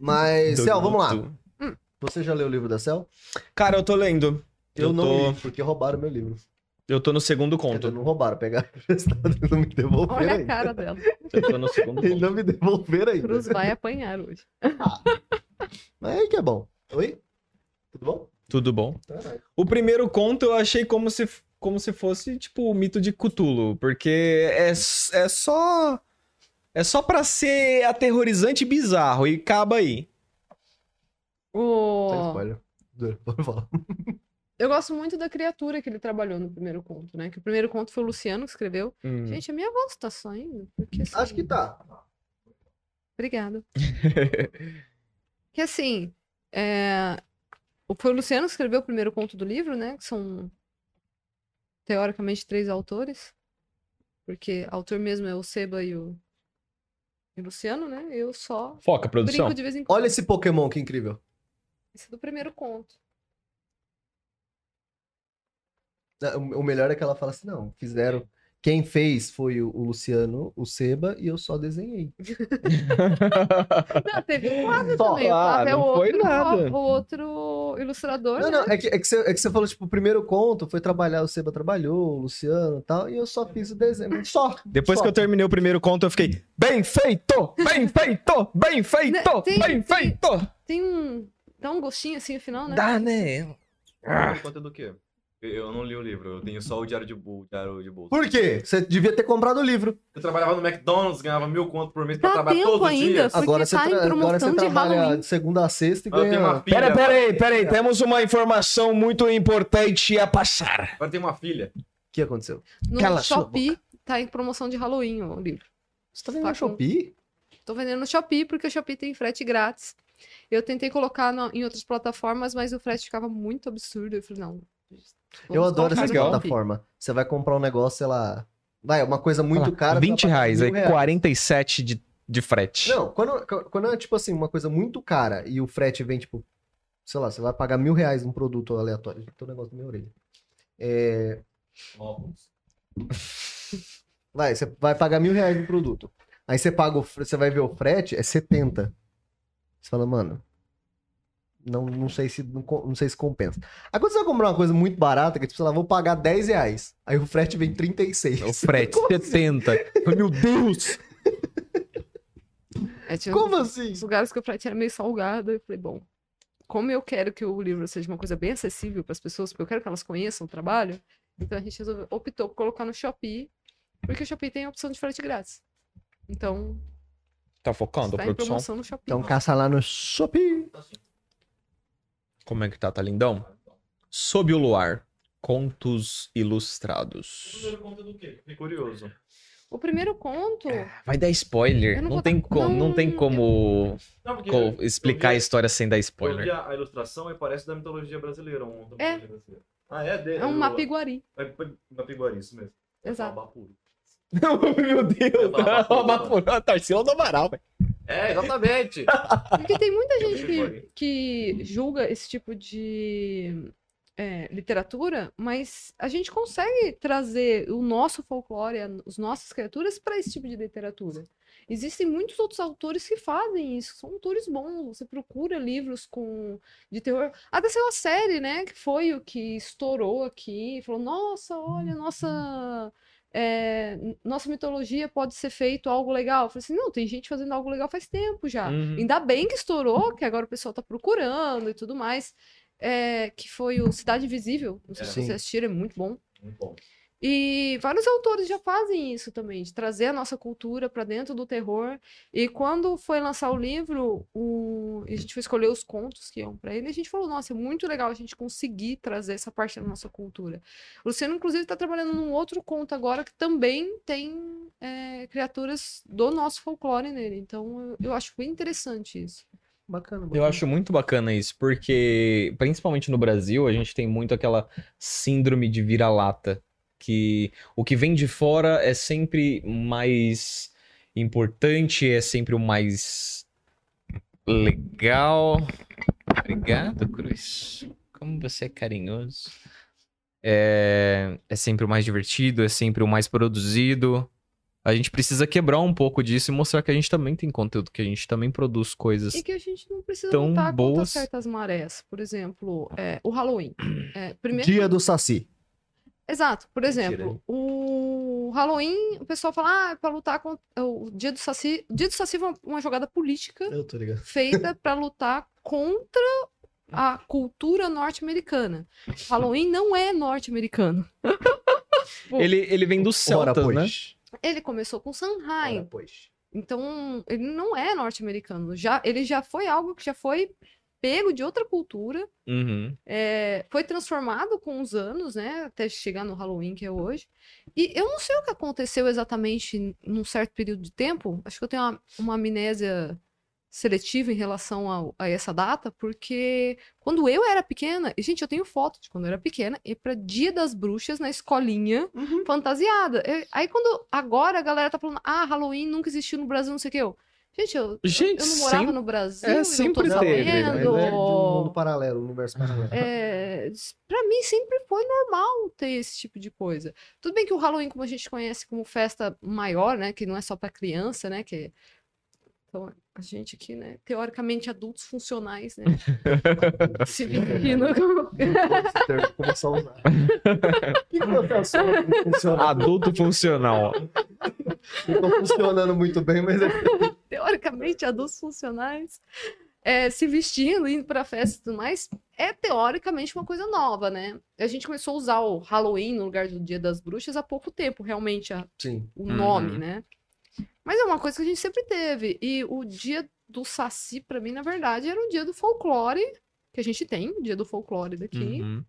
Hum.
Mas, Cel, vamos lá.
Hum.
Você já leu o livro da Cel?
Cara, eu tô lendo. Eu,
não
tô,
li, porque roubaram meu livro.
eu tô no segundo
Quer dizer,
conto.
não roubaram, pegaram emprestado e não me devolveram
Olha a
ainda.
cara dela.
Eu tô no segundo
E
conto.
não me devolveram ainda.
Cruz vai apanhar hoje.
Mas aí que é bom. Oi? Tudo bom?
Tudo bom? O primeiro conto eu achei como se, como se fosse, tipo, o mito de Cthulhu, porque é, s- é só. É só pra ser aterrorizante e bizarro, e acaba aí.
Sem
O...
Tá spoiler. Duro, Vamos falar.
Eu gosto muito da criatura que ele trabalhou no primeiro conto, né? Que o primeiro conto foi o Luciano que escreveu. Gente, a minha voz tá saindo. Porque, assim,
Hum. Acho que tá.
Obrigada. que assim, é, o- foi o Luciano que escreveu o primeiro conto do livro, né? Que são, teoricamente, três autores. Porque autor mesmo é o Seba e o, e o Luciano, né? Eu só
Foca,
brinco
produção.
de vez em quando.
Olha esse Pokémon que incrível.
Esse é do primeiro conto.
Ah, O o melhor é que ela fala assim: não, fizeram. Quem fez foi o o Luciano, o Seba, e eu só desenhei.
Não, teve o Flávio
Só
também. O
lá,
Flávio é o
Ah, não foi
outro,
nada.
o outro ilustrador,
Não,
né?
não, é que, é, que você, é que você falou, tipo, o primeiro conto foi trabalhar, o Seba trabalhou, o Luciano e tal, e eu só fiz o desenho. Só.
Depois
só.
que eu terminei o primeiro conto, eu fiquei. Bem feito! Bem feito! Bem feito!
Né, tem-
bem
tem-
feito!
Tem um... Dá um gostinho assim no final, né?
Dá, né?
Conta é do quê? Eu- Eu não li o livro, eu tenho só o Diário de, Bol Diário de Bolso.
Por quê? Você devia ter comprado o livro.
Eu trabalhava no McDonald's, ganhava mil conto por mês pra
Dá
trabalhar
tempo
todo dia.
ainda. Porque
Agora você,
tá em
tra- agora
promoção
você
de
trabalha
Halloween.
de segunda a sexta e
Agora eu
ganha. Tá.
tenho uma filha.
Pera, pera aí,
agora-
pera aí. Temos uma informação muito importante a passar.
Agora eu tenho uma filha.
O que aconteceu?
No
Cala a sua
Shopee tá em promoção de Halloween o livro.
Você tá vendo
Tá
no Shopee?
Tô vendendo no Shopee porque o Shopee tem frete grátis. Eu tentei colocar na- em outras plataformas, mas o frete ficava muito absurdo. Eu falei, não.
Eu adoro
colocar
essas
legal.
plataformas. Você vai comprar um negócio, sei lá. Vai, uma coisa muito
Ah,
cara.
20
você vai pagar
reais,
mil
aí 47 de, de frete.
Não, quando, quando é tipo assim, uma coisa muito cara e o frete vem, tipo, sei lá, você vai pagar mil reais num produto aleatório. Tem um negócio na minha orelha. É,
Óculos.
vai, você vai pagar mil reais num produto. Aí você paga o fre- você vai ver o frete, é 70. Você fala, mano. Não, não, sei se, não, co- não sei se compensa. Aí quando você vai comprar uma coisa muito barata, que tipo, sei lá, vou pagar 10 reais. Aí o frete vem 36.
É O frete, 70. Ai, Meu Deus!
É, tinha
Como assim?
uns lugares que o frete era meio salgado. Eu falei, bom, como eu quero que o livro seja uma coisa bem acessível para as pessoas, porque eu quero que elas conheçam o trabalho, então a gente resolveu, optou por colocar no Shopee, porque o Shopee tem a opção de frete grátis. Então,
Tá focando,
está em
produção?
promoção no Shopee.
Então caça lá no Shopee.
Como é que tá, tá lindão? Sob o luar. Contos ilustrados.
Primeiro conta do quê? Fiquei curioso.
O primeiro conto,
Vai dar
Eu
spoiler.
não
Não
vou
tem
dar-
como, não
não,
tem
eu-
como
Não, porque
co- explicar a
eu vi-
história sem dar
Eu vi
spoiler.
a, a ilustração e parece da mitologia brasileira. Um, da
É.
mitologia brasileira. Ah, é? De,
é um
do-
mapa iguari.
É p- Mapiguari, isso mesmo. É
Exato.
Babapuru.
Meu Deus,
Vai falar pra tudo,
Tarsila do Amaral, velho.
É, exatamente.
Porque tem muita gente
Iguari.
que, que julga esse tipo de é, literatura, mas a gente consegue trazer o nosso folclore, a- as nossas criaturas para esse tipo de literatura. Existem muitos outros autores que fazem isso, são autores bons. Você procura livros com de terror. Até saiu a série, né? Que foi o que estourou aqui. Falou, nossa, olha, nossa. é, nossa mitologia pode ser feito algo legal. Eu falei assim, não, tem gente fazendo algo legal faz tempo já.
Uhum.
Ainda bem que estourou, que agora o pessoal tá procurando e tudo mais. É, que foi o Cidade Invisível. Não sei
É.
se
Sim.
vocês assistiram, é muito bom.
Muito bom.
E vários autores já fazem isso também, de trazer a nossa cultura para dentro do terror. E quando foi lançar o livro, o... e a gente foi escolher os contos que iam para ele, e a gente falou: nossa, é muito legal a gente conseguir trazer essa parte da nossa cultura. O Luciano, inclusive, está trabalhando num outro conto agora que também tem é, criaturas do nosso folclore nele. Então eu, eu acho bem interessante isso. Bacana,
Eu acho muito bacana isso, porque principalmente no Brasil, a gente tem muito aquela síndrome de vira-lata, que o que vem de fora é sempre mais importante, é sempre o mais legal. Obrigado, Cruz. Como você é carinhoso. É, é sempre o mais divertido, é sempre o mais produzido. A gente precisa quebrar um pouco disso e mostrar que a gente também tem conteúdo, que a gente também produz coisas
E que a gente não precisa
tão
lutar contra
boas.
certas marés. Por exemplo, é, o Halloween. É, primeiro...
Dia do Saci.
Exato. Por
Mentira,
né?
exemplo, o Halloween, o pessoal fala, ah, é pra lutar contra. O Dia do Saci. O Dia do Saci foi um, uma- uma jogada política
Eu tô ligado.
feita pra lutar contra a cultura norte-americana. Halloween não é norte-americano. Pô.
Ele, ele vem dos
Ora,
Celtas,
pois.
né?
Ele começou com Sanheim.
É.
Ora, pois.
Então, ele não é norte-americano. Já, ele já foi algo que já foi pego de outra cultura.
Uhum.
É, foi transformado com os anos, né? Até chegar no Halloween, que é hoje. E eu não sei o que aconteceu exatamente num certo período de tempo. Acho que eu tenho uma, uma amnésia seletiva em relação ao- a, essa data, porque quando eu era pequena, e, gente, eu tenho foto de quando eu era pequena, e pra Dia das Bruxas na escolinha, fantasiada. Eu- aí quando agora a galera tá falando, ah, Halloween nunca existiu no Brasil, não sei o que eu. Gente, eu,
Gente,
eu não morava
sempre-
no Brasil,
é,
eu não tô
sempre teve, né?
Mas é de
sabendo.
um mundo paralelo, um universo paralelo.
É, s- pra mim sempre foi normal ter esse tipo de coisa. Tudo bem que o Halloween, como a gente conhece como festa maior, né, que não é só pra criança, né, que então, a gente aqui, né, teoricamente adultos funcionais, né, se vestindo como-
Esse termo começou a usar. O que que eu faço? Não funciona.
Adulto funcional.
Não tô funcionando muito bem, mas é
teoricamente adultos funcionais, é, se vestindo, indo pra festa e tudo mais, é teoricamente uma coisa nova, né? A gente começou a usar o Halloween no lugar do Dia das Bruxas há pouco tempo, realmente, há
Sim.
o nome,
Uhum.
né? Mas é uma coisa que a gente sempre teve. E o dia do Saci, pra mim, na verdade, era um dia do folclore, que a gente tem, o dia do folclore daqui.
Uhum.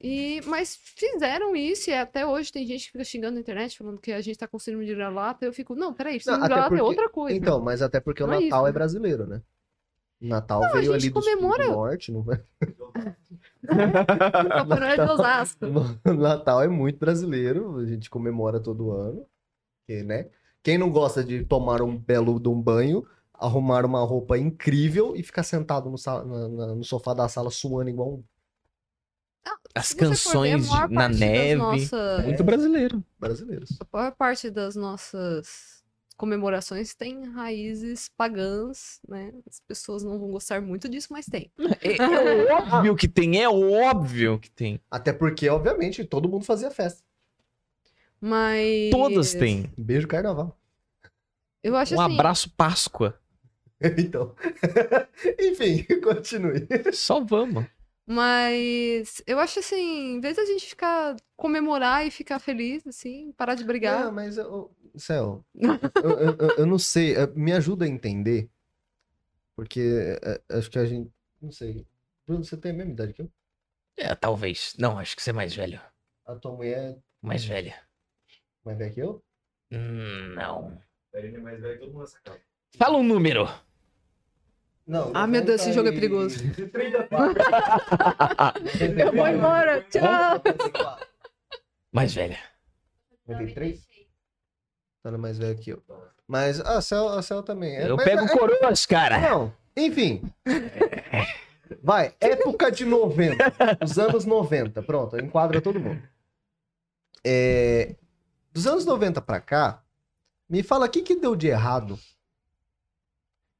E, mas fizeram isso, e até hoje tem gente que fica xingando na internet, falando que a gente tá com síndrome de vira-lata. Eu fico, não, peraí, síndrome de
até
vira-lata é
porque-
outra coisa.
Então, mas até porque
Não
o
é
Natal
isso,
é,
né?
brasileiro, né? Natal
Não, a
veio ali
gente
do, sul,
comemora-
do norte, não é?
Então,
é Papai Noel de Osasco.
Natal é muito brasileiro, a gente comemora todo ano. Porque, né? Quem não gosta de tomar um belo de um banho, arrumar uma roupa incrível e ficar sentado no, sa- na- na- no sofá da sala suando igual um
As
Se você for ver, a
canções de-
maior
na
parte das
neve.
nossas-
Muito brasileiro.
brasileiro.
A maior parte das nossas comemorações tem raízes pagãs, né? As pessoas não vão gostar muito disso, mas tem.
É, é
Ah.
óbvio que tem, é óbvio que tem.
Até porque, obviamente, todo mundo fazia festa.
Mas.
Todas têm.
Beijo carnaval.
Eu acho
Um
assim.
abraço Páscoa.
Então. Enfim, continue.
Só vamos.
Mas eu acho assim, em vez da gente ficar comemorar e ficar feliz, assim, parar de brigar.
Ah, mas eu, Céu, eu, eu- eu- eu não sei, eh, me ajuda a entender, porque eh, acho que a gente, não sei, Bruno, você tem a mesma idade que eu?
É, talvez. Não, acho que você é mais velho.
A tua mulher é
Mais velha.
mais velha que eu?
Hum, não.
Ele é mais velho que todo mundo nessa casa.
Fala um número.
Não,
Ah, meu Deus, esse
90
jogo é
e-
perigoso.
34.
Eu vou embora, tchau!
94,
Mais velha.
93? Tá ela é mais velha que eu. Mas ah, a Céu, a Céu também. é,
Eu
mas
pego um
é-
coroas, cara.
Não, enfim. Vai, época de 90. Os anos 90. Pronto, enquadra todo mundo. É, dos anos 90 pra cá, Me fala, o que que deu de errado?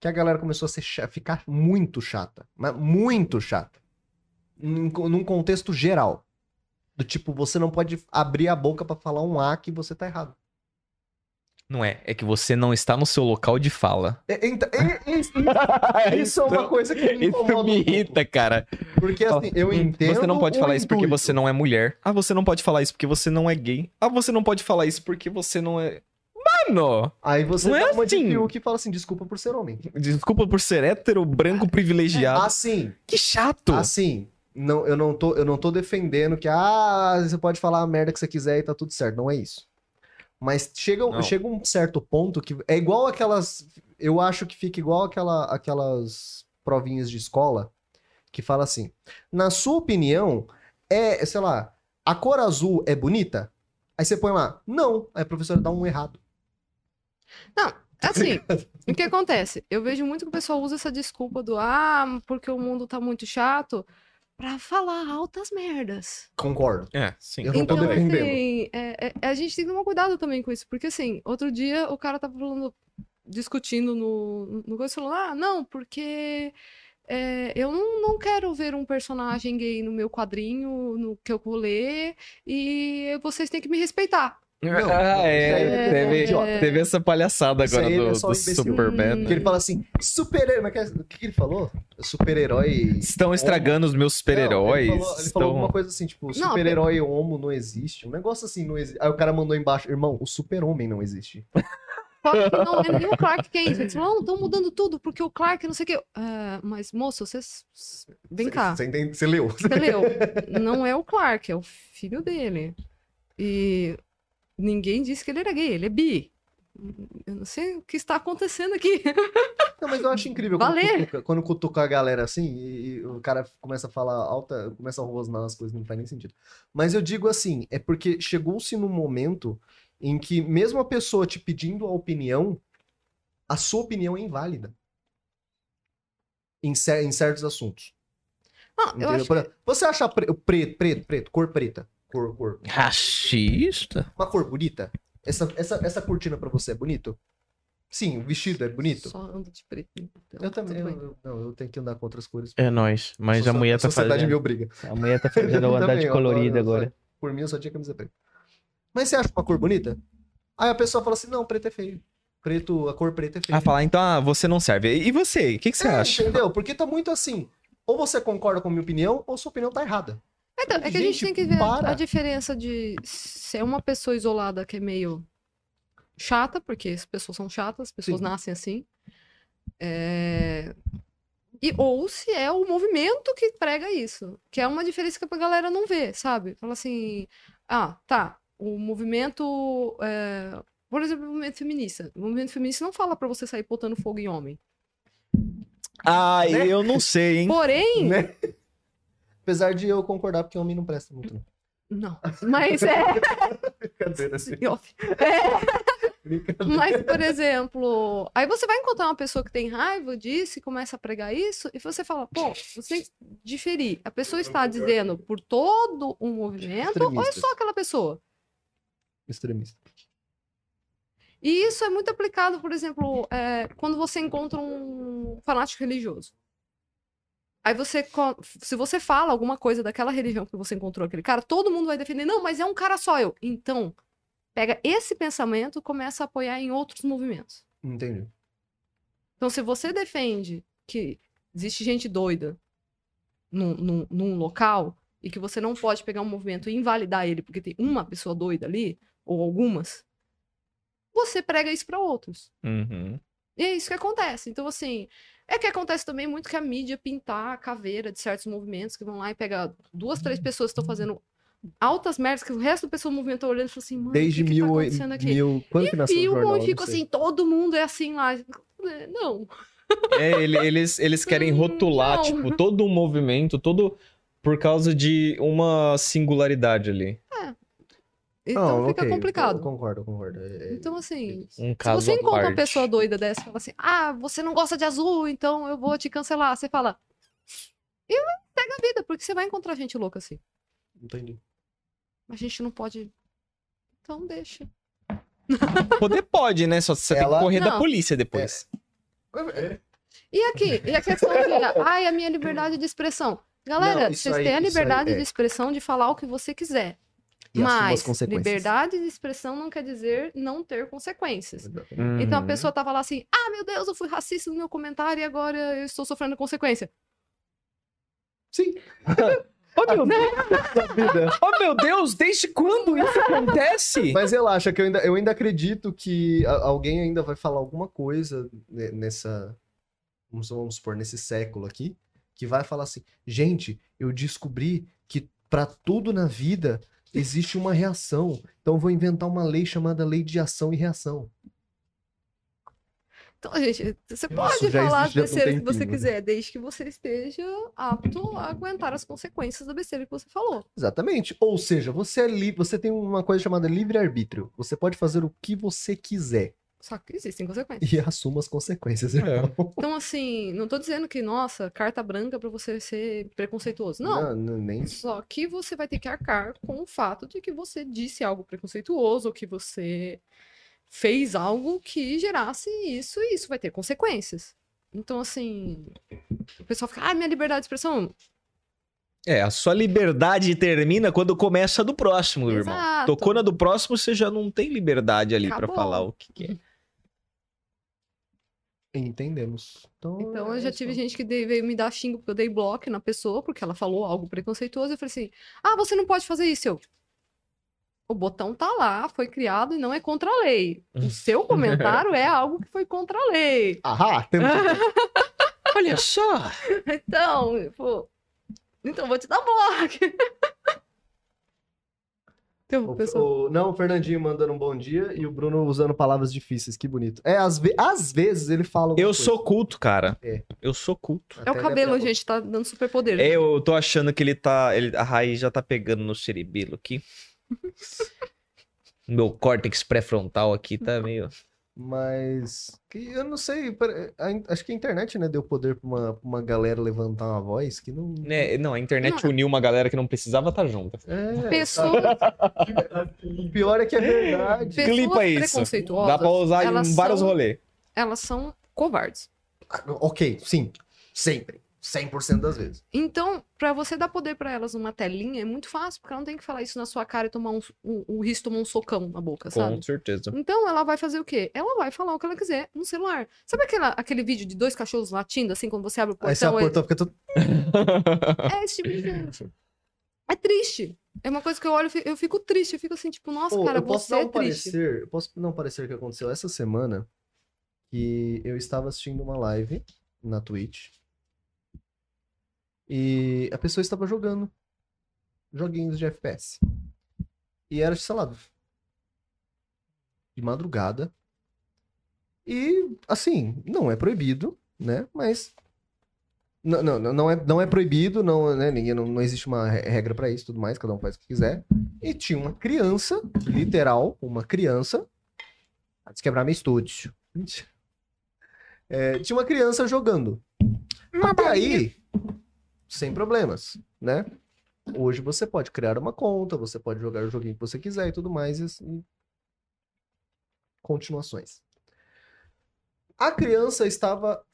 Que a galera começou a ser cha- ficar muito chata. Mas muito chata. Num, co- num contexto geral. Do tipo, você não pode abrir a boca pra falar um A que você tá errado.
Não é, é que você não está no seu local de fala.
É- é- então- é- é- isso- isso é uma coisa que me
Então, Isso
incomoda.
me
um pouco.
irrita, cara.
Porque assim, eu
Hum,
entendo.
Você não pode falar
o
isso porque
intuito.
você não é mulher. Ah, você não pode falar isso porque você não é gay. Ah, você não pode falar isso porque você não é. Mano!
Aí você
Não é
dá uma de
assim.
Fiuk e fala assim, desculpa por ser homem.
Desculpa por ser hétero, branco, privilegiado. Ah,
Assim,
que chato!
assim, não, eu, não tô, eu não tô defendendo que ah, você pode falar a merda que você quiser e tá tudo certo. Não é isso. Mas chega, um-
Não.
chega um certo ponto que é igual aquelas. Eu acho que fica igual aquela, aquelas provinhas de escola que fala assim: na sua opinião, é, sei lá, a cor azul é bonita? Aí você põe lá, não. Aí a professora dá um errado.
Assim, o que acontece? Eu vejo muito que o pessoal usa essa desculpa do ah, porque o mundo tá muito chato, pra falar altas merdas.
Concordo.
É, sim.
Eu não tô
então,
defendendo.
assim, é- é- a gente tem que tomar cuidado também com isso, porque assim, outro dia o cara tava falando, discutindo no, no coisa, falou, ah, não, porque é, eu não, não quero ver um personagem gay no meu quadrinho, no que eu vou ler, e vocês têm que me respeitar.
Não,
ah,
isso
é.
aí
Teve,
idiota.
teve essa palhaçada
Isso
agora
aí, ele
do,
é só
do
um imbecil.
Superman.
Porque ele fala assim, super-herói. mas que- O que que ele falou? Super-herói.
Estão estragando os meus super-heróis.
Não, Ele, falou, ele
estão-
falou alguma coisa assim, tipo,
Não,
super-herói homo não existe. Um negócio assim não existe. Aí o cara mandou embaixo, irmão, o super-homem não existe.
Só que não é nem o Clark Kent. Eles falam, não, estão mudando tudo, porque o Clark, não sei o quê. Ah, mas, moço, você. s- s- Vem cá.
Você entende? Você leu.
Você leu? Não é o Clark, é o filho dele. E ninguém disse que ele era gay, ele é bi. Eu não sei o que está acontecendo aqui.
Não, mas eu acho incrível quando
Valer.
cutuca, quando cutuca a galera assim e, e o cara começa a falar alta, começa a rosnar as coisas, não faz nem sentido. Mas eu digo assim, é porque chegou-se num momento em que mesmo a pessoa te pedindo a opinião, a sua opinião é inválida. Em, cer- em certos assuntos.
Não, Ah, eu
entendeu?
acho
Por exemplo, Você acha pre- preto, preto, preto, cor preta, cor, cor,
Racista?
uma cor bonita? Essa, essa, essa cortina pra você é bonito? Sim, o vestido é bonito?
Só ando de preto. então
Eu
tá
também,
tudo
eu,
bem.
eu- não, eu tenho que andar com outras cores.
É nóis. Mas a
Socie-
mulher tá
sociedade
fazendo.
me obriga.
A mulher tá fazendo
Eu
uma andar
também,
de
eu
colorida
adoro,
agora.
Por mim, eu só tinha camisa preta. Mas você acha uma cor bonita? Aí a pessoa fala assim, não, preto é feio. Preto, a cor preta é feia.
Ah, falar, então, ah, você não serve. E você? O que, que você
É,
acha?
Entendeu? Porque tá muito assim. Ou você concorda com a minha opinião, ou sua opinião tá errada.
Então, é que a gente,
Gente,
tem que ver a-
para.
a diferença de ser uma pessoa isolada que é meio chata, porque as pessoas são chatas, as pessoas
Sim.
nascem assim. É, E, ou se é o movimento que prega isso, que é uma diferença que a galera não vê, sabe? Fala assim, ah, tá, o movimento, é, por exemplo, o movimento feminista. O movimento feminista não fala pra você sair botando fogo em homem.
Ah, eu não sei, hein?
Porém,
Apesar de eu concordar, porque homem não presta muito. Não.
não. Mas é
Brincadeira, assim.
Em off. É. Mas, por exemplo, aí você vai encontrar uma pessoa que tem raiva disso e começa a pregar isso, e você fala, pô, você tem que diferir. A pessoa está dizendo por todo um movimento ou é
Extremista.
só aquela pessoa?
Extremista.
E isso é muito aplicado, por exemplo, é, quando você encontra um fanático religioso. Aí você, co- se você fala alguma coisa daquela religião que você encontrou aquele cara, todo mundo vai defender, não, mas é um cara só eu. Então, pega esse pensamento e começa a apoiar em outros movimentos.
Entendi.
Então, se você defende que existe gente doida num, num- num local e que você não pode pegar um movimento e invalidar ele porque tem uma pessoa doida ali, ou algumas, você prega isso para outros.
Uhum.
E é isso que acontece. Então, assim, é que acontece também muito que a mídia pintar a caveira de certos movimentos que vão lá e pega duas, três
Uhum.
pessoas que estão fazendo altas merdas, que o resto do pessoal do movimento tá olhando e fala assim, mano,
Desde
o que que tá
mil,
acontecendo aqui?
mil... Quando que
e
nasceu o jornal? Eu
filmam e
não
ficam
sei.
assim, todo mundo é assim lá. É, Não.
É, ele- eles, eles querem
Hum,
rotular,
não.
tipo, todo um movimento, todo por causa de uma singularidade ali.
Então
Não,
fica
ok,
complicado.
Eu concordo, eu concordo. É-
Então, assim,
Um
se
caso
você
à
encontra uma
parte.
pessoa doida dessa e fala assim, ah, você não gosta de azul, então eu vou te cancelar. Você fala, e pega a vida, porque você vai encontrar gente louca assim.
Entendi.
A gente não pode. Então deixa.
Poder pode, né? Só você tem
Ela- é
que correr da
Não.
polícia depois.
E aqui, e a questão de, ai, a minha liberdade de expressão. Galera,
Não, isso
vocês
aí-
têm a
isso aí,
liberdade
é.
de expressão de falar o que você quiser.
E assuma as
mas
consequências.
liberdade de expressão não quer dizer não ter consequências.
Uhum.
Então a pessoa tava lá assim, ah, meu Deus, eu fui racista no meu comentário e agora eu estou sofrendo consequência.
Oh, meu,
Da vida.
oh, meu Deus, desde quando isso acontece?
Mas relaxa, que eu ainda, eu ainda acredito que a- alguém ainda vai falar alguma coisa ne- nessa. Vamos, vamos supor, nesse século aqui, que vai falar assim: gente, eu descobri que pra tudo na vida existe uma reação. Então eu vou inventar uma lei chamada lei de ação e reação.
Então, gente,
Nossa,
você pode
já
falar as
existe há um
besteiras que você
tempinho, né?
quiser, desde que você esteja apto a aguentar as consequências da besteira que você falou.
Exatamente. Ou seja, você é li- você tem uma coisa chamada livre-arbítrio. Você pode fazer o que você quiser
Só que existem consequências.
e assuma as
É.
consequências. irmão.
Então, assim, não tô dizendo que, nossa, carta branca pra você ser preconceituoso. Não.
não nem
Só que você vai ter que arcar com o fato de que você disse algo preconceituoso, ou que você fez algo que gerasse isso, e isso vai ter consequências. Então, assim, o pessoal fica, ah, minha liberdade de expressão.
É, a sua liberdade termina quando começa a do próximo, irmão.
Exato.
Tocou na do próximo, você já não tem liberdade ali pra
Acabou.
falar o que que é.
entendemos. Então,
Então, eu
é
já
isso.
tive gente que dei- veio me dar xingo porque eu dei bloco na pessoa, porque ela falou algo preconceituoso. Eu falei assim, ah, você não pode fazer isso. Eu, o botão tá lá, foi criado e não é contra a lei. O seu comentário é algo que foi contra a lei.
Ahá, Ah, temos
Olha só!
Então, pô. Então vou te dar bloco. Então,
O-
pessoal.
o- não, o Fernandinho mandando um bom dia e o Bruno usando palavras difíceis, que bonito. É, às, ve- às vezes ele fala. alguma
Eu
coisa.
sou culto, cara.
É.
Eu sou culto.
Até
É o
ele
cabelo,
abre a
gente, tá dando superpoder.
É, eu tô achando que ele tá. ele- a raiz já tá pegando no cerebelo aqui. Meu córtex pré-frontal aqui tá meio.
boca. Mas. que eu não sei. pare- a in- acho que a internet, né, deu poder pra uma, pra uma galera levantar uma voz que não.
Né, não, a internet
Não.
uniu uma galera que não precisava estar junto.
É,
Pessoas,
O pior é que é verdade.
pessoas
Clipa isso.
preconceituosas,
Dá pra usar
elas
em vários
são,
rolês.
Elas são covardes.
ok, sim. Sempre. 100% das vezes.
Então, pra você dar poder pra elas numa telinha, é muito fácil, porque ela não tem que falar isso na sua cara e tomar um, um, o risco tomar um socão na boca, sabe?
Com certeza.
Então ela vai fazer o quê? Ela vai falar o que ela quiser no celular. Sabe aquela, aquele vídeo de dois cachorros latindo, assim, quando você abre o
Aí você
portão? ele-
aportou, fica tudo.
É esse tipo de gente. É triste. É uma coisa que eu olho e fi- eu fico triste. Eu fico assim, tipo, nossa,
Pô,
cara,
eu posso
você
dar um
é triste.
parecer, eu posso dar um parecer que aconteceu essa semana que eu estava assistindo uma live na Twitch e a pessoa estava jogando joguinhos de FPS. E era, sei lá, de madrugada. E assim, não é proibido, né? Mas não, não, não, não é, não é proibido, não, né? Ninguém não, não existe uma re- regra pra isso, tudo mais, cada um faz o que quiser. E tinha uma criança, literal, uma criança. Vai desquebrar meu estúdio. Mentira. É, tinha uma criança jogando. Até aí, sem problemas, né? Hoje você pode criar uma conta, você pode jogar o joguinho que você quiser e tudo mais. E assim, continuações. A criança estava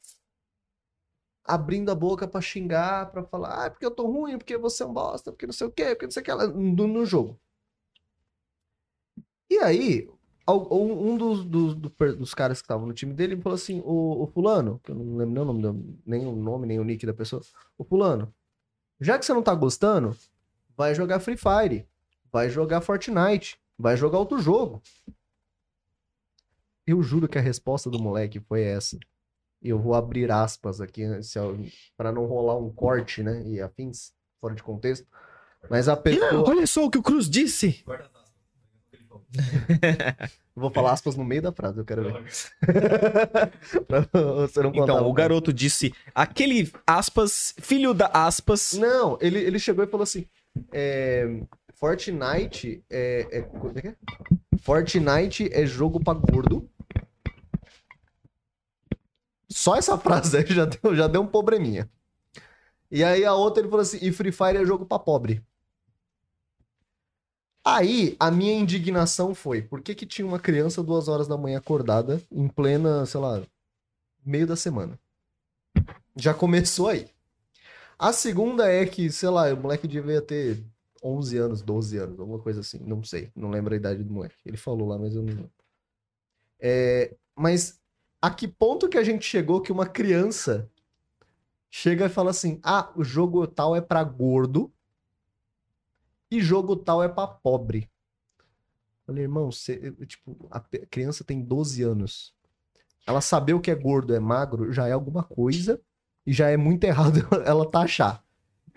abrindo a boca pra xingar, pra falar, ah, porque eu tô ruim, porque você é um bosta, porque não sei o quê, porque não sei o que, lá", no, no jogo. E aí, al- um um dos, dos, do per- dos caras que estavam no time dele falou assim: o, o Fulano, que eu não lembro nem o, nome, do- nem o nome, nem o nick da pessoa, o Fulano, já que você não tá gostando, vai jogar Free Fire, vai jogar Fortnite, vai jogar outro jogo. Eu juro que a resposta do moleque foi essa. Eu vou abrir aspas aqui né, para não rolar um corte, né? E afins, fora de contexto. Mas a pessoa.
Olha só o que o Cruz disse!
Eu Vou falar aspas no meio da frase, eu quero ver. pra você não contar. um
Então, o garoto disse aquele aspas, filho da aspas.
Não, ele, ele chegou e falou assim: é, Fortnite é. é co- como é que é? Fortnite é jogo pra gordo. Só essa frase aí já deu, já deu um probleminha. E aí a outra ele falou assim: e Free Fire é jogo pra pobre. Aí, a minha indignação foi, por que que tinha uma criança duas horas da manhã acordada, em plena, sei lá, meio da semana? Já começou aí. A segunda é que, sei lá, o moleque devia ter 11 anos, 12 anos, alguma coisa assim, não sei, não lembro a idade do moleque. Ele falou lá, mas eu não lembro. É, mas a que ponto que a gente chegou que uma criança chega e fala assim, ah, o jogo tal é pra gordo, e jogo tal é pra pobre. Falei, irmão, você, tipo, a pe- criança tem 12 anos. Ela saber o que é gordo, é magro, já é alguma coisa e já é muito errado ela taxar.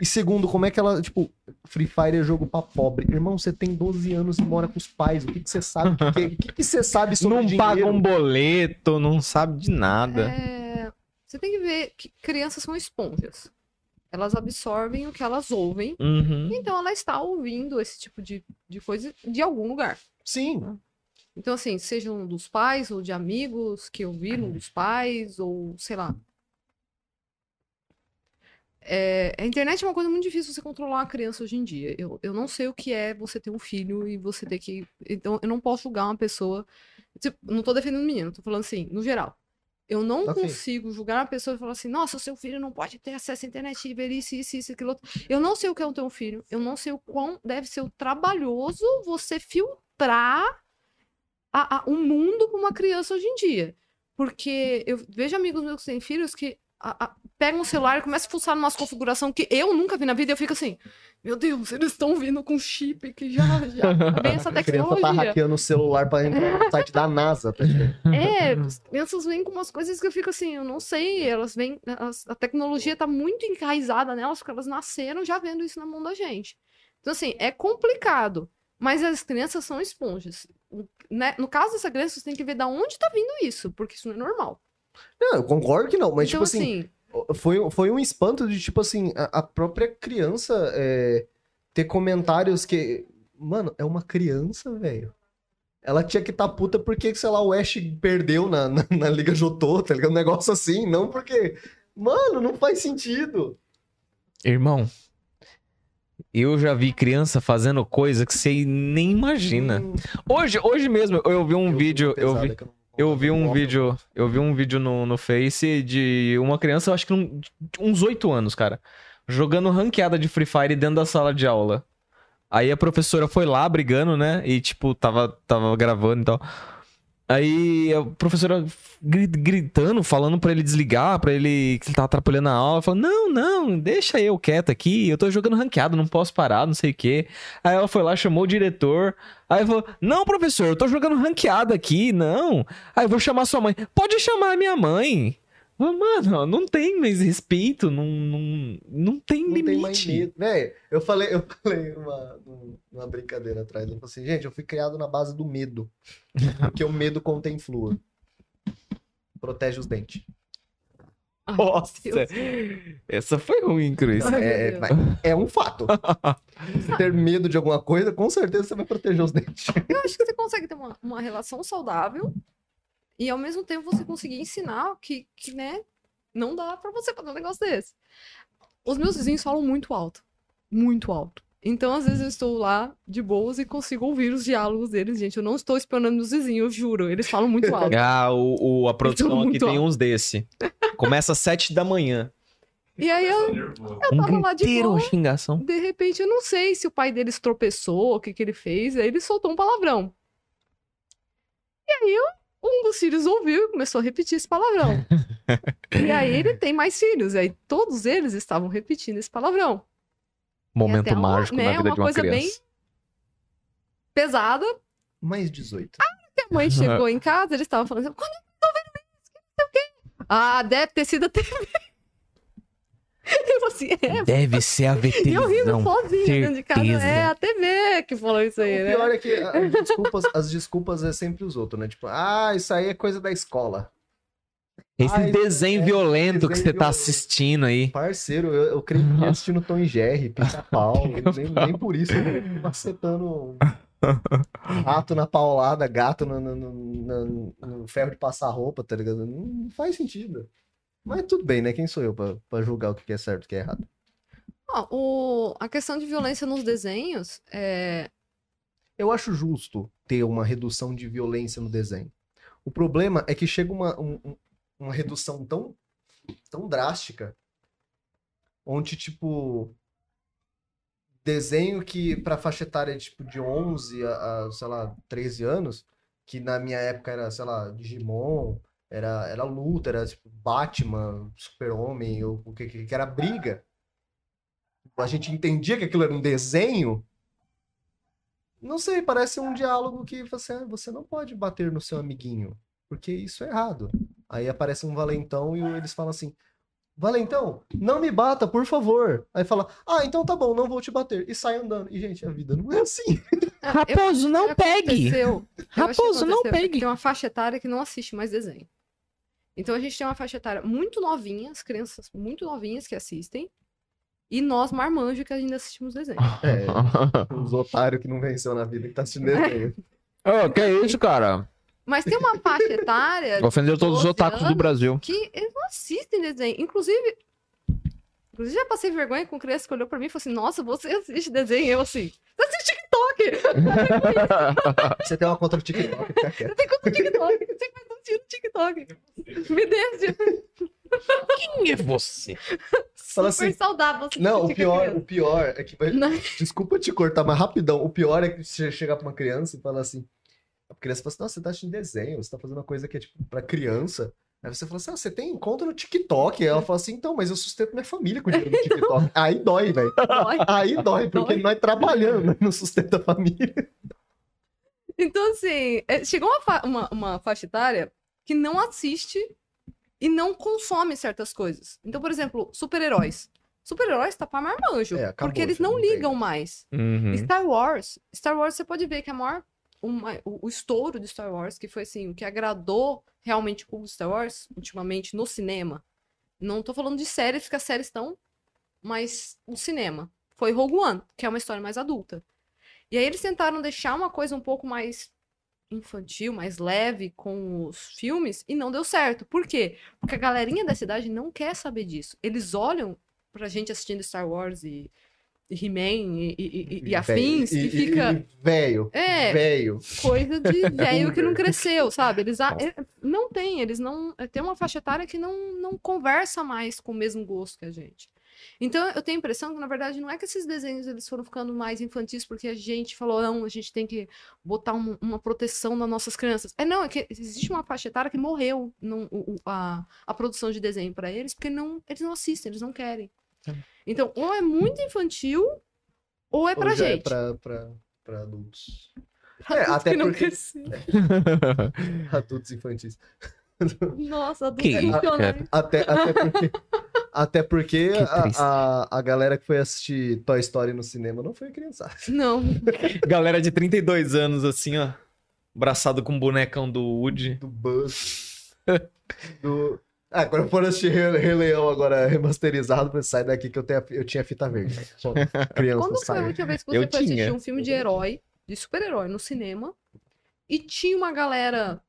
E segundo, como é que ela, tipo, Free Fire é jogo pra pobre? Irmão, você tem 12 anos e mora com os pais. O que que você sabe? O que que- o que que você sabe é sobre
não
dinheiro?
paga um boleto, não sabe de nada.
É, Você tem que ver que crianças são esponjas. Elas absorvem o que elas ouvem.
Uhum.
Então ela está ouvindo esse tipo de, de coisa de algum lugar.
Sim.
Então, assim, seja um dos pais ou de amigos que ouviram dos pais, ou sei lá. É, a internet é uma coisa muito difícil você controlar uma criança hoje em dia. Eu, eu não sei o que é você ter um filho e você ter que. Então, eu não posso julgar uma pessoa. Tipo, não tô defendendo menino, tô falando assim, no geral. Eu não
Ok.
consigo julgar uma pessoa e falar assim, nossa, o seu filho não pode ter acesso à internet e ver isso, isso, isso, aquilo. outro." Eu não sei o que é ter um filho. Eu não sei o quão deve ser o trabalhoso você filtrar a, a- o mundo para uma criança hoje em dia.
Hum.
Porque eu vejo amigos meus que têm filhos que a- a- pegam o celular e começam a fuçar numa configuração que eu nunca vi na vida e eu fico assim, meu Deus, eles estão vindo com chip que já, já vem essa
A criança tá
tecnologia.
hackeando o celular pra entrar no site da NASA. Tá ligado?
É, as crianças vêm com umas coisas que eu fico assim, eu não sei, elas vêm, elas- a tecnologia tá muito enraizada nelas, porque elas nasceram já vendo isso na mão da gente. Então, assim, é complicado, mas as crianças são esponjas. Né? No caso dessa criança, você tem que ver da onde tá vindo isso, porque isso não é normal.
não, eu concordo que não, mas tipo
então,
assim, foi, foi um espanto de, tipo assim, a, a própria criança é, ter comentários que. Mano, é uma criança, velho. Ela tinha que estar tá puta porque, sei lá, o Ash perdeu na, na, na Liga Jotô, tá ligado? Um negócio assim, não porque. Mano, não faz sentido.
Irmão, eu já vi criança fazendo coisa que você nem imagina.
Hum,
Hoje, hoje mesmo eu vi um
eu-
vídeo, eu
pesada
vi,
que não vou
eu vi
contar.
um
Nossa,
vídeo, eu vi um vídeo no, no Face de uma criança, eu acho que um- de uns 8 anos, cara, jogando ranqueada de Free Fire dentro da sala de aula. Aí a professora foi lá brigando, né? E tipo, tava, tava gravando e tal. Aí a professora gri- gritando, falando pra ele desligar, pra ele que ele tava atrapalhando a aula, falando: "Não, não, deixa eu quieto aqui, eu tô jogando ranqueado, não posso parar, não sei o quê". Aí ela foi lá, chamou o diretor. Aí falou: "Não, professor, eu tô jogando ranqueado aqui, não". Aí eu vou chamar sua mãe. Pode chamar a minha mãe. Falei, Mano, não tem mais respeito, não, não, não tem
não
limite.
tem mais medo. Velho, eu falei, eu falei uma, uma brincadeira atrás. Eu falei assim, gente, eu fui criado na base do medo. Porque o medo contém flúor. Protege os dentes.
Ai,
Nossa,
meu Deus.
essa foi ruim, Cruz.
Ai, meu
É,
Deus.
mas é um fato. Ter medo de alguma coisa, com certeza você vai proteger os dentes.
Eu acho que você consegue ter uma, uma relação saudável e ao mesmo tempo você conseguir ensinar que, que né, não dá pra você fazer um negócio desse. Os meus vizinhos falam muito alto. Muito alto. Então, às vezes, eu estou lá de boas e consigo ouvir os diálogos deles, gente. Eu não estou espionando meus vizinhos, eu juro. Eles falam muito alto.
Ah, o, o- a
Então,
produção aqui
muito
tem
alto.
uns desse. Começa às sete da manhã.
E aí eu,
Nervoso.
eu tava lá de boa.
Um xingação.
De repente, eu não sei se o pai deles tropeçou, o que, que ele fez, aí ele soltou um palavrão. E aí eu- um dos filhos ouviu e começou a repetir esse palavrão. e aí ele tem mais filhos, e aí todos eles estavam repetindo esse palavrão.
Momento
até uma-
mágico
né,
na vida
uma
de uma
coisa
criança.
bem- Pesada,
Mais 18.
minha mãe chegou em casa, eles estavam falando assim, quando eu tô vendo isso, que não sei o quê. Ah, deve ter sido a TV. Eu assim, é,
Deve ser a
e eu rindo
veterinária.
sozinha dentro de casa.
certeza.
É, a TV que falou isso aí,
o
né?
pior é que as desculpas, as desculpas é sempre os outros, né? Tipo, ah, isso aí é coisa da escola.
Esse
Ai,
desenho
é,
violento que
desenho
você tá
violento.
assistindo aí.
Parceiro, eu, eu creio que assistindo Tom e Jerry, pica-pau, nem, nem por isso, né? eu macetando um rato na paulada, gato no, no- no- no- no ferro de passar roupa, tá ligado? Não, não faz sentido. Mas tudo bem, né? Quem sou eu pra, pra julgar o que que é certo e o que é errado?
Ó, o- a questão de violência nos desenhos, é,
Eu acho justo ter uma redução de violência no desenho. O problema é que chega uma, um- um- uma redução tão, tão drástica, onde, tipo, desenho que pra faixa etária tipo, de 11 a, a, sei lá, 13 anos, que na minha época era, sei lá, Digimon, era, era luta, era tipo, Batman, Super-Homem, ou o que, que que era briga. A gente entendia que aquilo era um desenho. Não sei, parece um diálogo que você, ah, você não pode bater no seu amiguinho, porque isso é errado. Aí aparece um valentão e o- eles falam assim: Valentão, não me bata, por favor. Aí fala: Ah, então tá bom, não vou te bater. E sai andando. E, gente, a vida não é assim.
Raposo, não pegue. Raposo,
Raposo,
não
não
pegue.
pegue! Tem uma faixa etária que não assiste mais desenho. Então a gente tem uma faixa etária muito novinha, as crianças muito novinhas que assistem, e nós, marmanjo, que ainda assistimos desenho.
É, os otários que não venceu na vida que tá assistindo desenho.
Ô, que isso, cara?
Mas tem uma faixa etária
Ofendeu todos os
12
otakus do
anos?
Brasil.
que eles não assistem desenho. Inclusive, inclusive já passei vergonha com criança que olhou pra mim e falou assim: Nossa, você assiste desenho? Eu assim, você assiste TikTok!
é.
Você tem uma contra o TikTok, fica quieto.
Você tem conta no TikTok? Você faz um tiro no TikTok. Me deixa.
Quem é você?
Fala
Super
assim,
saudável. você
Não, o
critica
pior,
criança.
o pior é que.
Não.
Desculpa te cortar, mas rapidão. O pior é que você chegar pra uma criança e falar assim. A criança fala assim: Nossa, você tá assistindo desenho, você tá fazendo uma coisa que é tipo pra criança. Aí você fala assim: Ah, você tem conta no TikTok? Aí ela fala assim: Então, mas eu sustento minha família com dinheiro no TikTok. Aí dói, velho.
Dói.
Aí dói, porque nós trabalhando, nós não sustenta a família.
Então, assim, é, chegou uma, fa- uma- uma faixa etária que não assiste e não consome certas coisas. Então, por exemplo, super-heróis. Super-heróis tá pra marmanjo,
É, acabou,
porque eles
já
não
não tem.
ligam mais.
Uhum.
Star Wars, Star Wars você pode ver que é a maior, o, ma- o- o estouro de Star Wars, que foi assim, o que agradou realmente o público de Star Wars ultimamente no cinema. Não tô falando de séries, que as séries estão, mas no cinema. Foi Rogue One, que é uma história mais adulta. E aí eles tentaram deixar uma coisa um pouco mais infantil, mais leve com os filmes e não deu certo. Por quê? Porque a galerinha da cidade não quer saber disso. Eles olham pra gente assistindo Star Wars e, e He-Man e, e- e- e afins e, fica.
Velho.
É.
Velho.
Coisa
É
de
um
velho que não cresceu, sabe? Eles a- é- não tem, eles não. é, Tem uma faixa etária que não, não conversa mais com o mesmo gosto que a gente. Então eu tenho a impressão que, na verdade, não é que esses desenhos eles foram ficando mais infantis porque a gente falou, não, a gente tem que botar um- uma proteção nas nossas crianças. É não, é que existe uma faixa etária que morreu não- o- o- a, a produção de desenho para eles, porque não, eles não assistem, eles não querem. Então, ou é muito infantil, ou é pra
Ou já
gente.
pra, pra, pra adultos.
Pra
É,
adulto
até
que não
porque-
cresceu. É.
Adultos infantis.
Nossa, adulto
Que
é
isso,
funcionário.
Até, até porque, até porque
Que
a-
triste.
a, a, galera que foi assistir Toy Story no cinema não foi criança.
Não,
Galera de 32 anos, assim, ó. Abraçado com o bonecão do Woody.
Do Buzz. do... Ah, agora foram assistir Rei, Rei Leão agora remasterizado, pra sai daqui que eu, tenho a- eu tinha fita verde. Só Criança
quando foi a
sai.
última vez que
Eu
você foi
tinha.
assistir um filme de herói, de super-herói no cinema, e tinha uma galera.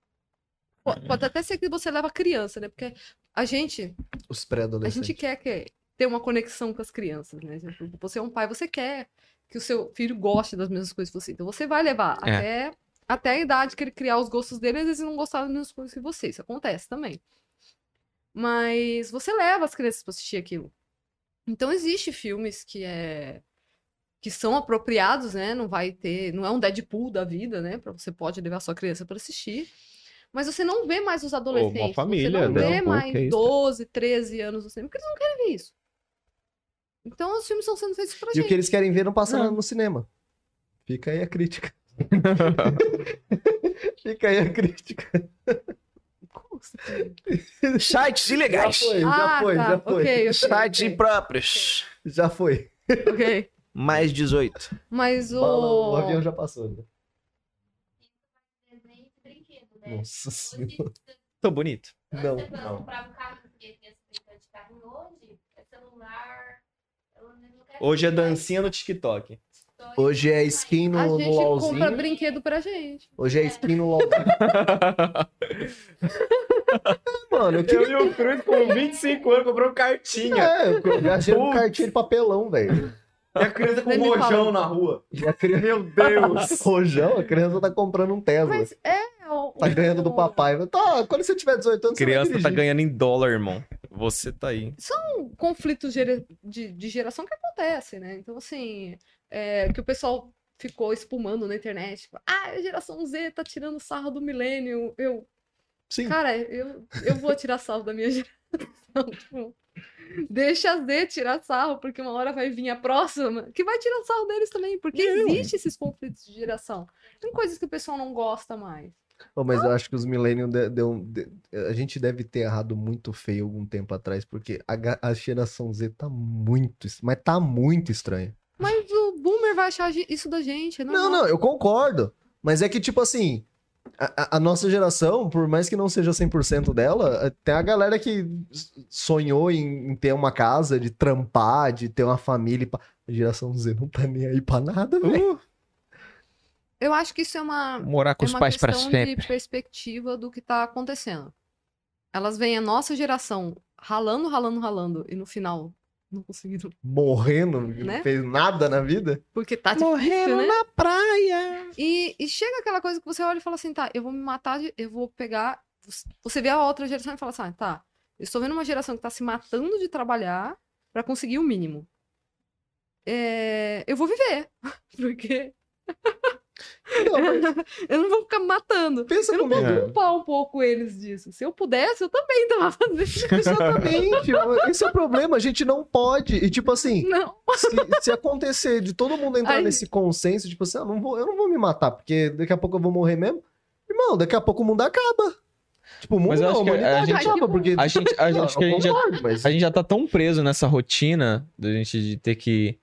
Po-
Hum.
Pode até ser que você leva criança, né? Porque a gente,
Os
a gente
pré-adolescentes.
quer que ter uma conexão com as crianças, né? Tipo, Você é um pai, você quer que o seu filho goste das mesmas coisas que você. Então você vai levar
É.
até, até a idade que ele criar os gostos dele, às vezes não gostar das mesmas coisas que você. Isso acontece também. Mas você leva as crianças pra assistir aquilo. Então existe filmes que é que são apropriados, né? Não vai ter, não é um Deadpool da vida, né? Para você pode levar sua criança pra assistir. Mas você não vê mais os adolescentes,
família,
você
né?
não vê
Um
Deadpool, que é
mais
isso,
12, 13 anos no cinema, porque eles não querem ver isso. Então os filmes estão sendo feitos pra
E o
gente. Ah.
que eles querem ver não passa no cinema. Fica aí a crítica. Fica aí a crítica.
Como você tem?
Sites
Já
ilegais.
foi, já
Ah,
foi,
tá.
já foi.
Ok, ok,
Sites
ok.
impróprios.
Já foi.
Ok.
Mais 18.
Mas o.
Bala, o avião já passou. né?
desenho de brinquedo,
É.
né?
Nossa
Hoje,
senhora.
Tô bonito.
Não,
antes
tá
eu
não.
comprava um carro, porque tinha esse brinquedo de carrinho hoje, é celular. um eu não quero
Hoje é
mais
dancinha no TikTok.
história.
Hoje é skin no,
A
no
gente compra
LOLzinho.
brinquedo pra gente.
Hoje é skin no LOLzinho. Mano, eu
Eu
queria
e o Cruz com 25 anos comprou cartinha.
É, eu gastei um
Putz.
cartinha de papelão, velho.
E a criança com
Ele
um
fala.
rojão na rua.
E a criança...
Meu Deus!
Rojão, a criança tá comprando um Tesla.
Mas é. o-
Tá ganhando do
o-
papai. Tá, quando você tiver 18 anos, você
Criança tá
vai dirigir.
ganhando em dólar, irmão. Você tá aí.
um conflito gera- de, de geração que acontece, né? Então, assim, é, que o pessoal ficou espumando na internet, tipo, ah, a geração Z tá tirando sarro do milênio. Eu,
Sim.
cara, eu, eu vou tirar sarro da minha geração. tipo, deixa a Z tirar sarro, porque uma hora vai vir a próxima, que vai tirar sarro deles também, porque existe esses conflitos de geração. Tem coisas que o pessoal não gosta mais.
Pô, mas eu acho que os millennials de- deu um- de- a gente deve ter errado muito feio algum tempo atrás, porque a, ga- a geração Z tá muito, es- mas tá muito estranha.
Mas o boomer vai achar ge- isso da gente, é
Não,
normal.
não, eu concordo, mas é que tipo assim, a, a- a nossa geração, por mais que não seja 100% dela, eh, tem a galera que s- sonhou em, em ter uma casa, de trampar, de ter uma família. e pá. A geração Z não tá nem aí pra nada, velho.
Eu acho que isso é uma,
Morar com
é
os
uma
pais pra
questão
sempre.
de perspectiva do que tá acontecendo. Elas veem a nossa geração ralando, ralando, ralando e no final não conseguiram.
Morrendo, não
Né?
fez nada na vida.
Porque tá difícil,
Morrendo
né?
na praia.
E, e chega aquela coisa que você olha e fala assim, tá, eu vou me matar, de- eu vou pegar. Você vê a outra geração e fala assim, ah, tá, eu estou vendo uma geração que tá se matando de trabalhar pra conseguir o mínimo. É, eu vou viver, porque
Não, mas
eu não vou ficar me matando.
pensa
Eu não posso
comigo.
culpar um pouco eles disso. Se eu pudesse, eu também tava fazendo isso.
Exatamente. Esse é o problema, a gente não pode. E tipo assim,
Não.
se, se acontecer de todo mundo entrar
Ai.
nesse consenso, tipo assim, ah, não vou, eu não vou me matar, porque daqui a pouco eu vou morrer mesmo. Irmão, daqui a pouco o mundo acaba. Tipo, o mundo
Mas eu
não,
acho
a
que a
humanidade
gente-
Tipo,
acaba, porque...
A gente, a
Não,
gente, que a
eu
gente já
concordo, mas
A gente já tá tão preso nessa rotina da gente de ter que ir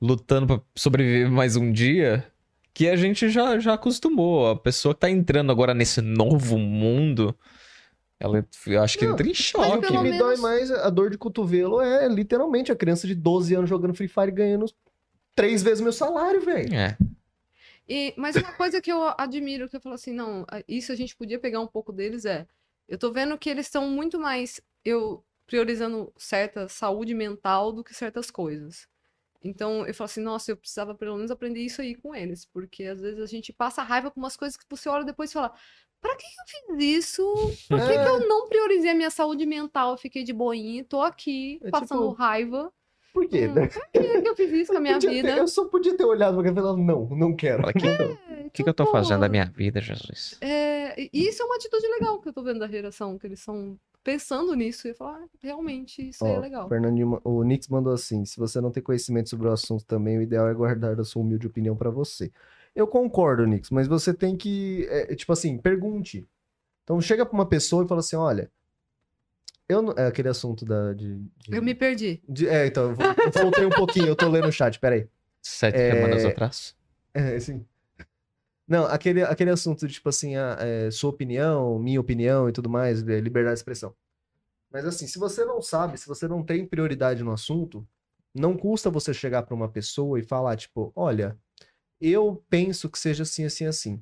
lutando pra sobreviver mais um dia que a gente já, já acostumou. A pessoa que tá entrando agora nesse novo mundo, ela eu acho que
Não,
entra em
o que
choque.
pelo
me
menos-
dói mais a dor de cotovelo é literalmente a criança de 12 anos jogando Free Fire ganhando três vezes meu salário, velho.
É.
E- mas uma coisa que eu admiro, que eu falo assim, não, a- isso a gente podia pegar um pouco deles é. Eu tô vendo que eles estão muito mais eu priorizando certa saúde mental do que certas coisas. Então eu falo assim, nossa, eu precisava pelo menos aprender isso aí com eles, porque às vezes a gente passa raiva com umas coisas que você olha depois e fala, pra que eu fiz isso? Por que,
É,
que eu não priorizei a minha saúde mental? Eu fiquei de boinha, tô aqui,
É
passando
tipo,
raiva.
Por quê?
Hum, pra que que eu fiz isso com a minha
Podia ter-
vida?
eu só podia ter olhado pra ela e falado, não, não quero.
Fala, que-
É,
O que, que eu tô
então,
fazendo
pô,
da minha vida, Jesus?
É, e isso é uma atitude legal que eu tô vendo da geração, que eles estão pensando nisso e falar, ah, realmente, isso aí é
Ó,
legal.
Fernandinho, ma- o Nix mandou assim: se você não tem conhecimento sobre o assunto também, o ideal é guardar a sua humilde opinião pra você. Eu concordo, Nix, mas você tem que, é, é, tipo assim, pergunte. Então chega pra uma pessoa e fala assim: olha, eu não... é aquele assunto da de, de-
Eu me perdi.
de- é, então eu, vol- eu voltei um pouquinho, eu tô lendo o chat, peraí.
Sete
É.
semanas atrás?
É, assim. Não, aquele, aquele assunto de, tipo assim, a, é, sua opinião, minha opinião e tudo mais, é, liberdade de expressão. Mas assim, se você não sabe, se você não tem prioridade no assunto, não custa você chegar pra uma pessoa e falar, tipo, olha, eu penso que seja assim, assim, assim. O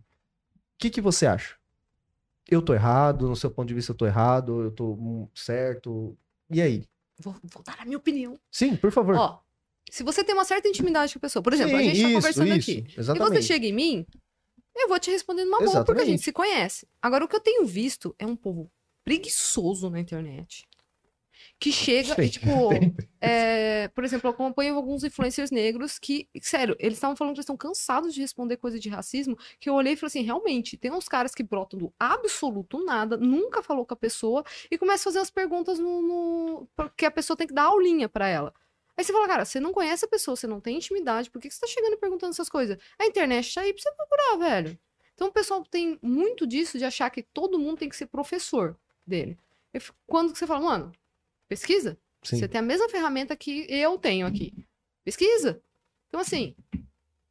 que que você acha? Eu tô errado, no seu ponto de vista eu tô errado, eu tô hum, certo. E aí?
Vou, vou dar a minha opinião.
Sim, por favor.
Ó, se você tem uma certa intimidade com a pessoa, por exemplo, a
Sim,
gente tá conversando
isso,
aqui.
Exatamente.
E você chega em mim, eu vou te responder numa boa, porque a
Exatamente.
gente se conhece. Agora, o que eu tenho visto é um povo preguiçoso na internet. Que chega e,
Tem,
tipo, é, por exemplo, eu acompanho alguns influencers negros que, sério, eles estavam falando que eles estão cansados de responder coisa de racismo, que eu olhei e falei assim, realmente, tem uns caras que brotam do absoluto nada, nunca falou com a pessoa, e começa a fazer as perguntas no, no- porque a pessoa tem que dar aulinha pra ela. Aí você fala, cara, você não conhece a pessoa, você não tem intimidade, por que que você tá chegando e perguntando essas coisas? A internet tá aí pra você procurar, velho. Então o pessoal tem muito disso de achar que todo mundo tem que ser professor dele. Eu fico- Quando que você fala, mano, pesquisa?
Sim.
Você tem a mesma ferramenta que eu tenho aqui. Pesquisa. Então, assim,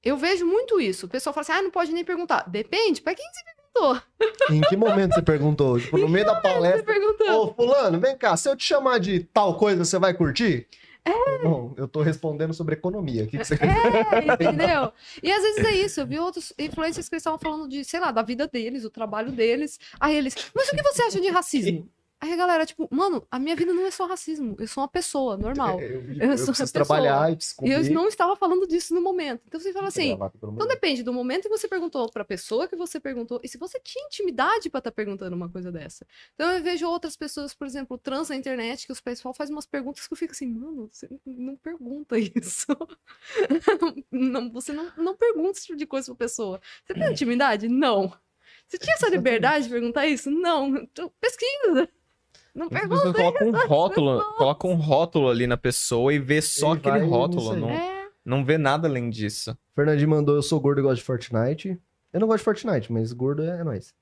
eu vejo muito isso. O pessoal fala assim, ah, não pode nem perguntar. Depende, pra quem você
Em que momento você perguntou? Tipo, no meio da palestra.
tá perguntando.
Ô, fulano, vem cá, se eu te chamar de tal coisa, você vai curtir? É. Não, eu tô respondendo sobre economia. O que, que você quer?
É, entendeu? E às vezes é isso. Eu vi outros influencers que eles estavam falando de, sei lá, da vida deles, o trabalho deles. Aí eles, mas o que você acha de racismo? Aí a galera, tipo, mano, a minha vida não é só racismo. Eu sou uma pessoa normal.
Eu, eu,
sou uma
preciso
pessoa.
trabalhar, eu preciso
E eu
comer,
não estava falando disso no momento. Então você fala assim.
gravar, pelo amor
Então
de
depende do momento que você perguntou pra pessoa que você perguntou e se você tinha intimidade pra estar perguntando uma coisa dessa. Então eu vejo outras pessoas, por exemplo, trans na internet, que os pessoal faz umas perguntas que eu fico assim, mano, você não pergunta isso. Não, você não, não pergunta esse tipo de coisa pra pessoa. Você tem intimidade? Não. Você tinha essa liberdade de perguntar isso? Não. Então, pesquisa. Não
As
pergunta.
pessoas colocam um rótulo, colocam um rótulo ali na pessoa e vê só
E
aquele
vai nisso
rótulo,
aí.
não,
É,
não vê nada além disso.
Fernandinho mandou, eu sou gordo e gosto de Fortnite. Eu não gosto de Fortnite, mas gordo é, é nóis.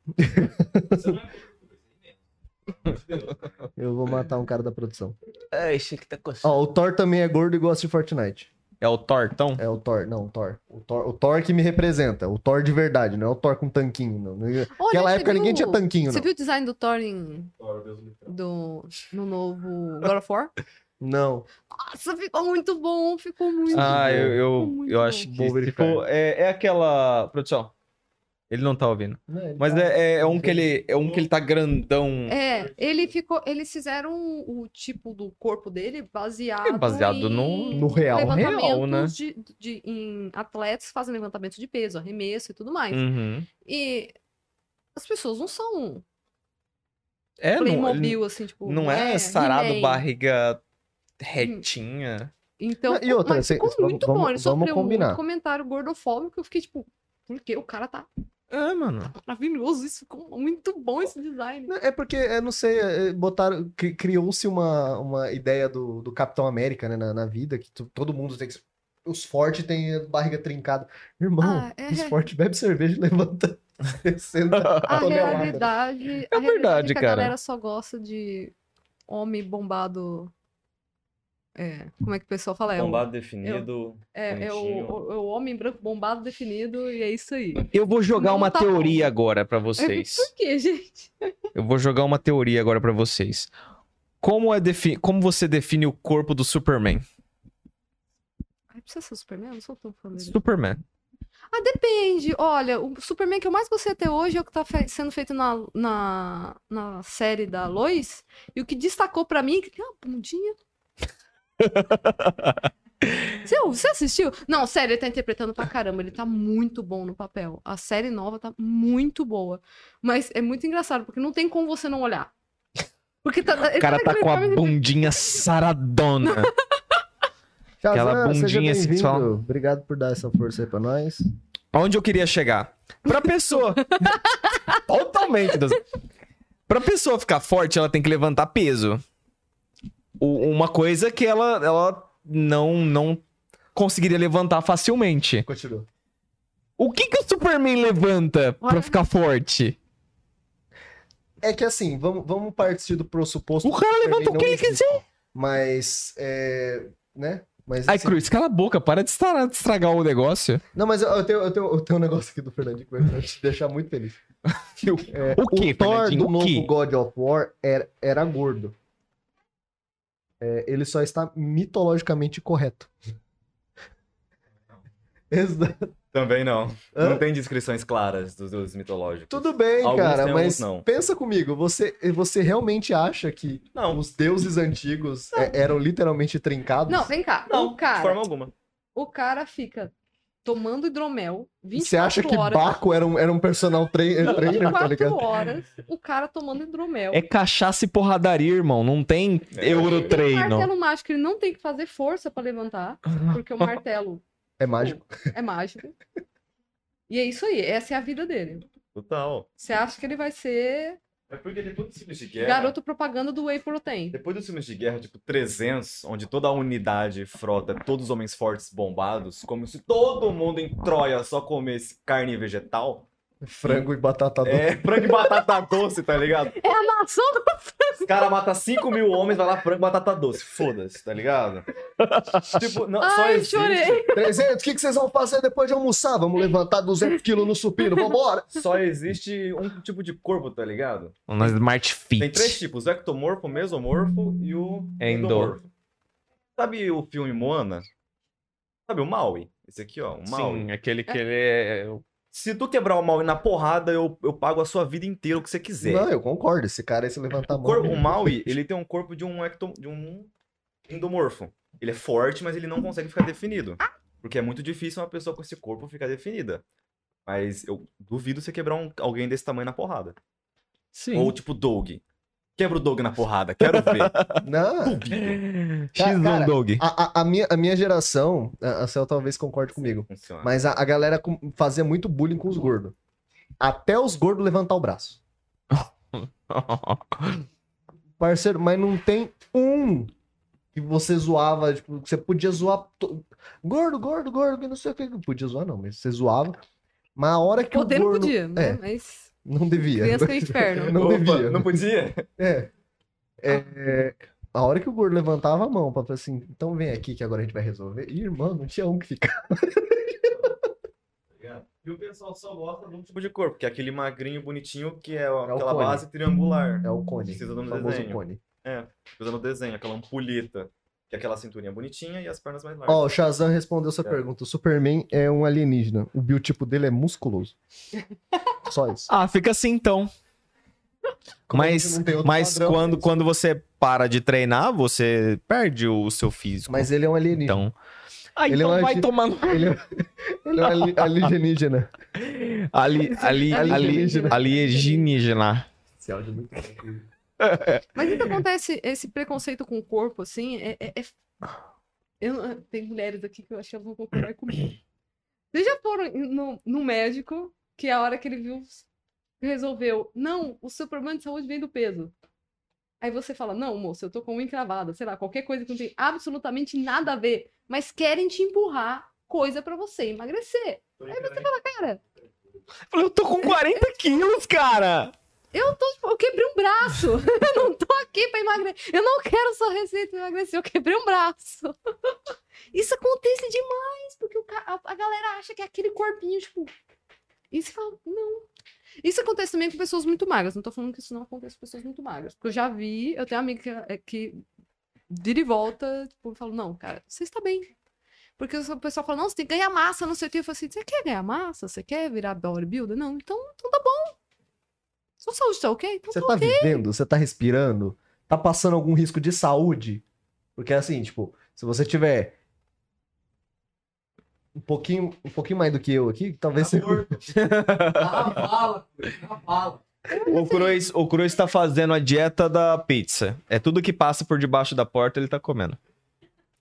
eu vou matar um cara da produção.
É, esse aqui tá coçando.
Ó, o Thor também é gordo e gosta de Fortnite.
É o tortão?
É o Thor, não, o Thor. O Thor, o Thor que me representa. O Thor de verdade, não é o Thor com tanquinho, não.
Olha,
Naquela
você
época ninguém
viu-
tinha tanquinho,
Você
não.
viu o design do Thor em-
Glória a Deus, me traga.
do, no novo God of War?
Não.
Nossa, ficou muito bom, ficou muito bom.
Ah,
É
eu, eu,
Muito
eu
bom.
acho
Vou
que,
verificar.
tipo, é, é aquela... Produção, ele não tá ouvindo.
Não, ele
Mas
tá-
é, é- é um que ele, é um que ele tá grandão,
É, ele ficou. Eles fizeram o tipo do corpo dele baseado.
É baseado no-
em
no real, real,
levantamentos
né?
De, de- em atletas fazem levantamento de peso, arremesso e tudo mais.
Uhum.
E as pessoas não são
É, não, ele
Playmobil, Hum. assim, tipo.
não é, sarado,
He-Man.
barriga retinha.
Então,
E outra,
mas
cê-
ficou
cê-
muito
vamos-
bom. Ele
vamos
sofreu
combinar.
muito comentário gordofóbico. Eu fiquei tipo, por que o cara tá
É, mano.
maravilhoso? Isso ficou muito bom esse design.
Não, É porque, é, não sei, é, botaram, cri- criou-se uma, uma ideia do, do Capitão América, né, na, na vida, que tu- todo mundo tem que... Os fortes têm a barriga trincada. Irmão,
Ah, é.
os fortes bebe cerveja e levanta 60
A
toneladas.
realidade,
É
a realidade
verdade,
é que a
cara.
galera só gosta de homem bombado. É, como é que o pessoal fala? É, o-
Bombado definido.
é, é o,
bonitinho.
o- é o homem branco bombado definido e é isso aí.
Eu vou jogar
Não
uma
tá
teoria
bom. É
agora pra vocês.
Por quê, gente?
Eu vou jogar uma teoria agora pra vocês. Como, é defi- como você define o corpo do Superman?
Ai, precisa ser o Superman? Eu não sou tão fã dele.
Superman.
Ah, depende. Olha, o Superman que eu mais gostei até hoje é o que tá fe- sendo feito na, na, na série da Lois. E o que destacou pra mim é que tem uma bundinha. você, você assistiu? Não, sério, ele tá interpretando pra caramba. Ele tá muito bom no papel. A série nova tá muito boa. Mas é muito engraçado, porque não tem como você não olhar. Porque tá,
O cara tá com a
bunda.
bundinha saradona.
Tchau,
Aquela
Zan, seja
bundinha assim,
bem-vindo.
sexual.
Obrigado por dar essa força aí pra nós.
Aonde eu queria chegar? Pra pessoa. Totalmente. Deus. Pra pessoa ficar forte, ela tem que levantar peso. O- uma coisa que ela, ela não, não conseguiria levantar facilmente.
Continua.
O que, que o Superman levanta pra
Olha.
ficar forte?
É que assim, vamos, vamos partir do pressuposto.
O cara
que
levanta
Superman
o
não
que ele
existe. Mas, é, né? Mas,
Ai,
assim-
Cruz, cala a boca, para de estra- de estragar o negócio.
Não, mas eu, eu tenho, eu, tenho, eu tenho um negócio aqui do Fernandinho que vai te deixar muito feliz. É,
O quê,
Thor
Fernandinho?
do
O
novo
quê?
God of War era, era gordo. É, ele só está mitologicamente correto. Exato.
Também não.
Hã?
Não tem descrições claras dos deuses mitológicos.
Tudo bem,
Alguns
cara,
tem,
mas
alguns não.
pensa comigo, você, você realmente acha que
Não.
os deuses antigos é, eram literalmente trincados?
Não, vem cá.
Não,
o cara,
de forma alguma.
o cara fica tomando hidromel 24
Você acha que
horas.
Baco era um, era um personal tra- trainer, tá ligado?
24 horas, o cara tomando hidromel.
É cachaça e porradaria, irmão. Não tem
É.
O
eurotreino.
martelo mágico, ele não tem que fazer força pra levantar, porque o martelo
É mágico.
é mágico. E é isso aí, essa é a vida dele.
Total.
Você acha que ele vai ser
É porque depois dos filmes de guerra.
garoto propaganda do Whey Protein?
Depois dos filmes de guerra, tipo 300, onde toda a unidade frota todos os homens fortes bombados, como se todo mundo em Troia só comesse carne vegetal.
Frango e batata doce.
É frango e batata doce, tá ligado?
É a nação do...
Os caras matam 5 mil homens, vai lá frango e batata doce. Foda-se, tá ligado? Tipo, não, só
Ai,
existe.
chorei.
300, o que, que vocês vão fazer depois de almoçar? Vamos levantar 200 quilos no supino, vambora!
Só existe um tipo de corpo, tá ligado?
Um Smart Fit.
Tem três tipos: o ectomorfo, o mesomorfo e o
Endo.
endomorfo. Sabe o filme Moana? Sabe o Maui? Esse aqui, ó, o Maui.
Sim, aquele que ele é.
Se tu quebrar o Maui na porrada, eu, eu pago a sua vida inteira o que você quiser.
Não, eu concordo. Esse cara aí se levantar a
O
mão.
corpo, o Maui, ele tem um corpo de um, ecto, de um endomorfo. Ele é forte, mas ele não consegue ficar definido. Porque é muito difícil uma pessoa com esse corpo ficar definida. Mas eu duvido você quebrar um- alguém desse tamanho na porrada.
Sim.
Ou tipo Doug. Quebra o Doug na porrada, quero ver.
Não.
Duvido.
Cara, cara,
X1 Dog.
A, a- a minha, a minha geração, a a Cel talvez concorde comigo.
Funciona.
Mas a, a galera com- fazia muito bullying com os gordos. Até os gordos levantar o braço. Parceiro, mas não tem um que você zoava, tipo, que você podia zoar. to- Gordo, gordo, gordo, que não sei o que. Podia zoar, não, mas você zoava. Mas a hora que
Poder
o
não
gordo.
podia, né?
É.
Mas
Não devia.
criança é o inferno.
Não
Opa,
devia.
Não podia?
É. É, é, a hora que o gordo levantava a mão pra falar assim, então vem aqui que agora a gente vai resolver. Ih, irmão, não tinha um que ficava.
E o pessoal só gosta de um tipo de corpo, que é aquele magrinho bonitinho que é aquela
cone.
base triangular.
É o Cone.
Precisa do
o famoso
desenho.
Cone.
Usa no desenho, aquela ampulheta. Que é aquela cinturinha bonitinha e as pernas mais largas.
Ó, o Shazam respondeu sua
É.
pergunta. O Superman é um alienígena. O biotipo dele é musculoso. Só isso.
Ah, fica assim então. Mas,
não tem outro
mas
padrão,
quando,
né?
quando você para de treinar, você perde o seu físico.
Mas ele é um alienígena.
Então. Ah,
Ele é
então
um
vai
anti-
tomar no.
Ele, é... ele é um ali- alienígena. é um
Ali, ali, ali, é
Alienígena.
alienígena.
Esse áudio é muito
Mas ainda acontece esse preconceito com o corpo, assim, é. é- é- Eu não- tem mulheres aqui que eu acho que elas vão concordar comigo. Vocês já foram em- no, no médico, que a hora que ele viu, resolveu, não, o seu problema de saúde vem do peso. Aí você fala, não, moço, eu tô com a unha encravada, sei lá, qualquer coisa que não tem absolutamente nada a ver, mas querem te empurrar coisa pra você emagrecer. Aí você fala, cara,
Eu falei, Eu tô com 40 quilos, cara!
eu tô, tipo, eu quebrei um braço. Eu não tô aqui pra emagrecer. Eu não quero sua receita pra emagrecer. Eu quebrei um braço. Isso acontece demais, porque o ca- a, a galera acha que é aquele corpinho, tipo. E você fala, não. Isso acontece também com pessoas muito magras. Não tô falando que isso não acontece com pessoas muito magras. Porque eu já vi, eu tenho uma amiga que, é, que vira e volta, tipo, eu falo, não, cara, você está bem. Porque o pessoal fala, não, você tem que ganhar massa, não sei o quê. Eu falo assim, você quer ganhar massa? Você quer virar bodybuilder? Não, então, então tá bom. Sua saúde tá ok? Então
Você
tá
tá vivendo? Você tá respirando? Tá passando algum risco de saúde? Porque assim, tipo, se você tiver um pouquinho, um pouquinho mais do que eu aqui, talvez
Tá
você.
Dá a bala, filho, dá a bala.
O Cruz, o Cruz tá fazendo a dieta da pizza. É tudo que passa por debaixo da porta, ele tá comendo.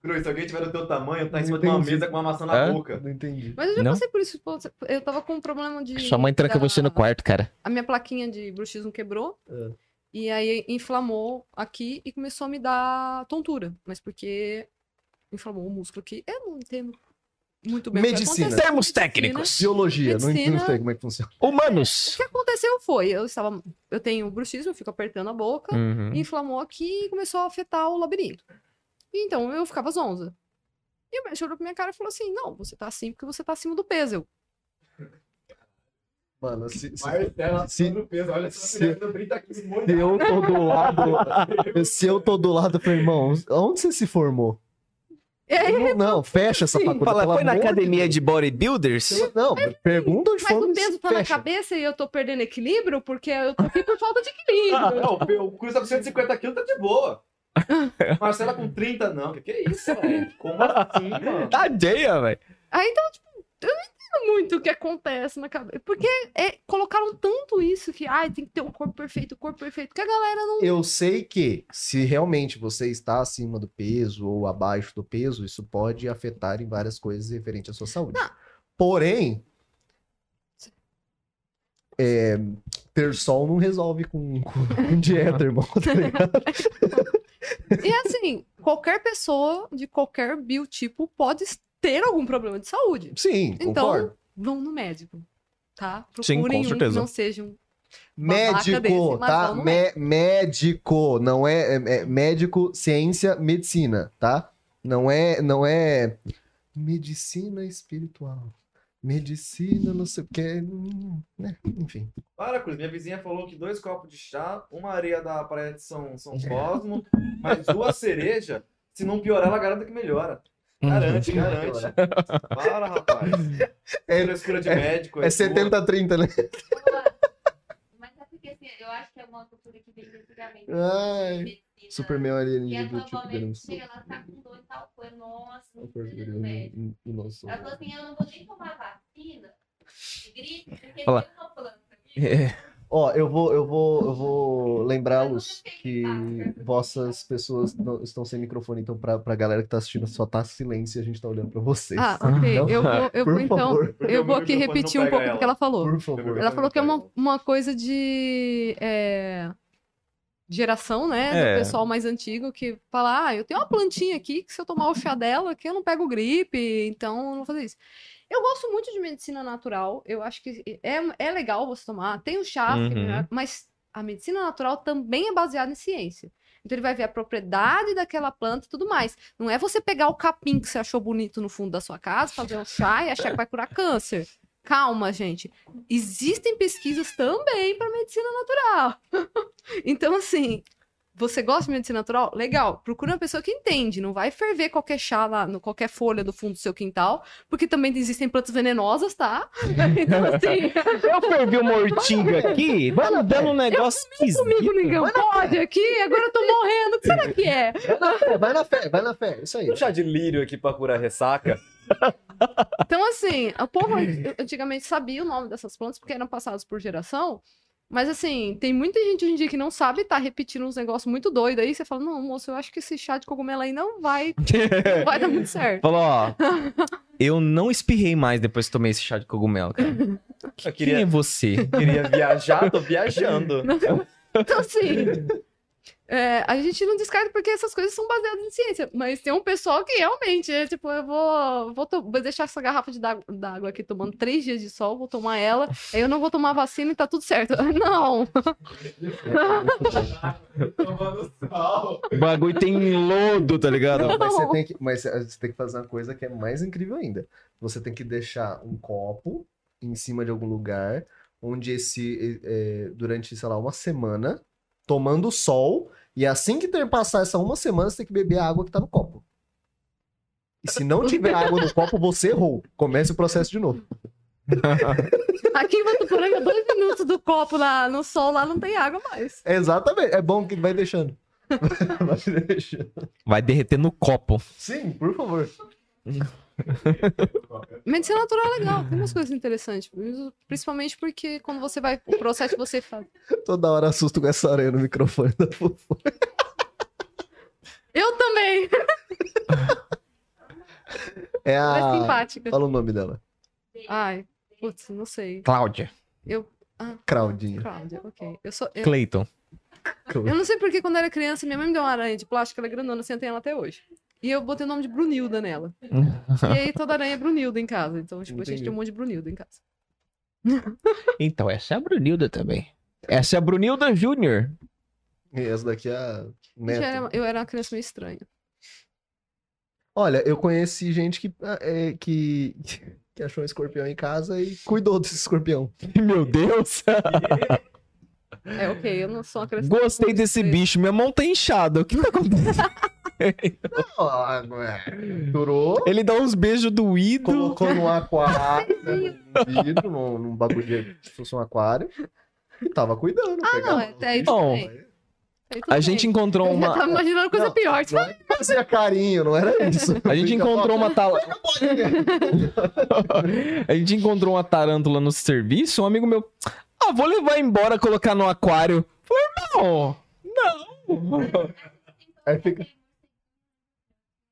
Cruz, se alguém tiver do teu tamanho, tá em cima de uma
Entendi.
mesa com uma maçã na
É?
boca.
Não entendi.
Mas eu já
Não?
passei por isso. pô, Eu tava com um problema de.
Sua mãe tranca
da-
você no quarto, cara.
A minha plaquinha de bruxismo quebrou. E aí inflamou aqui e começou a me dar tontura. Mas porque inflamou o músculo aqui. Eu não entendo muito bem o que
Medicina.
aconteceu.
Termos
Medicina.
técnicos.
Biologia, não,
Medicina-
não sei como é que funciona.
O
Humanos!
que aconteceu foi, eu estava. Eu tenho bruxismo, eu fico apertando a boca.
Uhum.
Uhum.
inflamou aqui e começou a afetar o labirinto. E Então eu ficava zonza. E o médico olhou pra minha cara e falou assim: Não, você tá assim porque você tá acima do peso. Eu,
Mano, se, se-
Marcela,
se-
todo o peso, olha
se-
essa mulher do 30 quilos
se
molhada.
eu tô do lado. se eu tô do lado, meu irmão, onde você se formou?
É,
não, não, fecha essa
Sim,
faculdade.
fala,
pelo
foi na
amor de
academia
Deus."
de bodybuilders?
Não, pergunta onde
Mas
foi.
o peso tá na
fecha.
cabeça e eu tô perdendo equilíbrio porque eu tô aqui por falta de equilíbrio.
Ah, Não, o Cruz tá com 150 quilos, tá de boa. Marcela com 30, não. Que que é isso, velho? Como assim, mano?
Tadinha, velho.
então, tipo, muito o que acontece na cabeça. Porque é, colocaram tanto isso que ai, tem que ter um corpo perfeito, o corpo perfeito. Que a galera não.
Eu sei que se realmente você está acima do peso ou abaixo do peso, isso pode afetar em várias coisas referente à sua saúde. Porém, é, ter sol não resolve com, com- com dieta, irmão. tá ligado?
E assim, qualquer pessoa de qualquer biotipo pode ter algum problema de saúde.
Sim,
Então,
concordo.
vão no médico, tá?
Sim, com
Procurem um
certeza.
que não seja um
Médico,
desse, mas
tá?
vamos
Mé- médico, não é, é- é médico, ciência, medicina, tá? Não é, não é medicina espiritual. Medicina, não sei o que, hum, né? Enfim.
Para, Cruz. Minha vizinha falou que dois copos de chá, uma areia da praia de São, São Cosmo, mais duas cereja. Se não piorar, ela garanta que melhora. Garante,
Uhum.
garante. Para, rapaz. É frescura de médico.
É
sua.
70-30, né?
Mas é porque assim, eu acho que é uma cultura que vem de antigamente. né?
Ai,
medicina,
Superman
né? E
alienígena do tipo
atualmente
Grams.
chega, ela tá com dor e tal coisa. Nossa, não precisa de remédio.
Nossa.
Ela falou assim: eu não vou nem tomar vacina de gripe, porque
Olha lá.
tem uma planta.
É. Ó, eu vou, eu vou, eu vou lembrá-los
tá,
que vossas pessoas não- estão sem microfone, então pra, pra galera que tá assistindo só tá silêncio e a gente tá olhando pra vocês.
Ah, ok.
Então,
Eu vou, eu vou
por
então.
favor,
Porque
Eu
o
vou
meu
aqui
microfone
repetir
não
um
pega
pouco o que ela falou.
por
Meu
favor.
microfone
Ela falou
não
que é
pega.
uma, uma coisa de é, geração, né?
É.
Do pessoal mais antigo que fala: ah, eu tenho uma plantinha aqui que se eu tomar o chá dela, que eu não pego gripe, então eu não vou fazer isso. Eu gosto muito de medicina natural, eu acho que é, é legal você tomar. Tem o chá, que é
Uhum.
melhor, mas a medicina natural também é baseada em ciência. Então ele vai ver a propriedade daquela planta e tudo mais. Não é você pegar o capim que você achou bonito no fundo da sua casa, fazer um chá e achar que vai curar câncer. Calma, gente. Existem pesquisas também para medicina natural. então, assim, você gosta de medicina natural? Legal. Procura uma pessoa que entende. Não vai ferver qualquer chá lá, no, qualquer folha do fundo do seu quintal, porque também existem plantas venenosas, tá? Então, assim,
Eu fervi uma ortiga aqui, tá me dando um negócio
tá comigo ninguém pode aqui, agora eu tô morrendo. O que será que é?
É, vai na fé, vai na fé. Isso aí.
Um chá de lírio aqui pra curar ressaca.
Então, assim, o povo an- antigamente sabia o nome dessas plantas porque eram passadas por geração. Mas, assim, tem muita gente hoje em dia que não sabe e tá repetindo uns negócios muito doidos aí. Você fala, não, moço, eu acho que esse chá de cogumelo aí não vai, não vai dar muito certo.
Falou, ó. Eu não espirrei mais depois que tomei esse chá de cogumelo, cara.
Eu
Quem é
queria,
você?
queria viajar, tô viajando.
Então, assim, é, a gente não descarta porque essas coisas são baseadas em ciência. Mas tem um pessoal que realmente é tipo, eu vou, vou, to- vou deixar essa garrafa de da- d'água aqui tomando três dias de sol, vou tomar ela, aí eu não vou tomar vacina e tá tudo certo. Não!
Tomando sal.
O bagulho tem lodo, tá ligado?
Não, mas você tem que, mas você tem que fazer uma coisa que é mais incrível ainda. Você tem que deixar um copo em cima de algum lugar, onde esse é, é, durante, sei lá, uma semana, tomando sol, e assim que ter passar essa uma semana, você tem que beber a água que tá no copo. E se não tiver água no copo, você errou. Comece o processo de novo.
Aqui em Votuporanga, dois minutos do copo lá no sol, lá não tem água mais.
Exatamente. É bom que vai deixando. Vai deixando.
Vai derreter no copo.
Sim, por favor.
Medicina natural é legal, tem umas coisas interessantes. Principalmente porque quando você vai, o processo que você faz.
Toda hora assusto com essa aranha no microfone da Fufu.
Eu também!
É
Ela é
a...
simpática.
Fala o nome dela.
Ai, putz, não sei.
Cláudia.
Claudinha.
Cláudia, ok. Eu, sou, eu,
Cleiton.
eu não sei porque quando eu era criança, minha mãe me deu uma aranha de plástico, ela é grandona, assim, eu tenho ela até hoje. E eu botei o nome de Brunilda nela. E aí toda aranha é Brunilda em casa. Então, tipo, a gente
Entendi.
tem um monte de Brunilda em casa.
Então, essa é a Brunilda também. Essa é a Brunilda Júnior.
E essa daqui é a
Eu,
Neto.
já era, eu era uma criança meio estranha.
Olha, eu conheci gente que, ah, é, que, que achou um escorpião em casa e cuidou desse escorpião.
Meu Deus!
É ok, eu não sou uma criança.
Gostei desse bicho. Minha mão tá inchada. O que tá acontecendo?
Ah, ué, Durou,
Ele dá uns beijos doído.
colocou num aquário, né, num vidro, num, num bagulho de se fosse um aquário, e tava cuidando. Ah,
Não, é, até aí tudo
Bom,
bem. Até aí tudo
A
bem.
gente encontrou
É Eu já
uma.
tava imaginando coisa
Não,
pior. Tipo,
Não é que fazia carinho, não era isso.
A gente
Fica
encontrou uma tala... A gente encontrou uma tarântula no serviço, um amigo meu. Ah, vou levar embora, colocar no aquário. Falei, não, não.
Então,
Aí fica-
assim,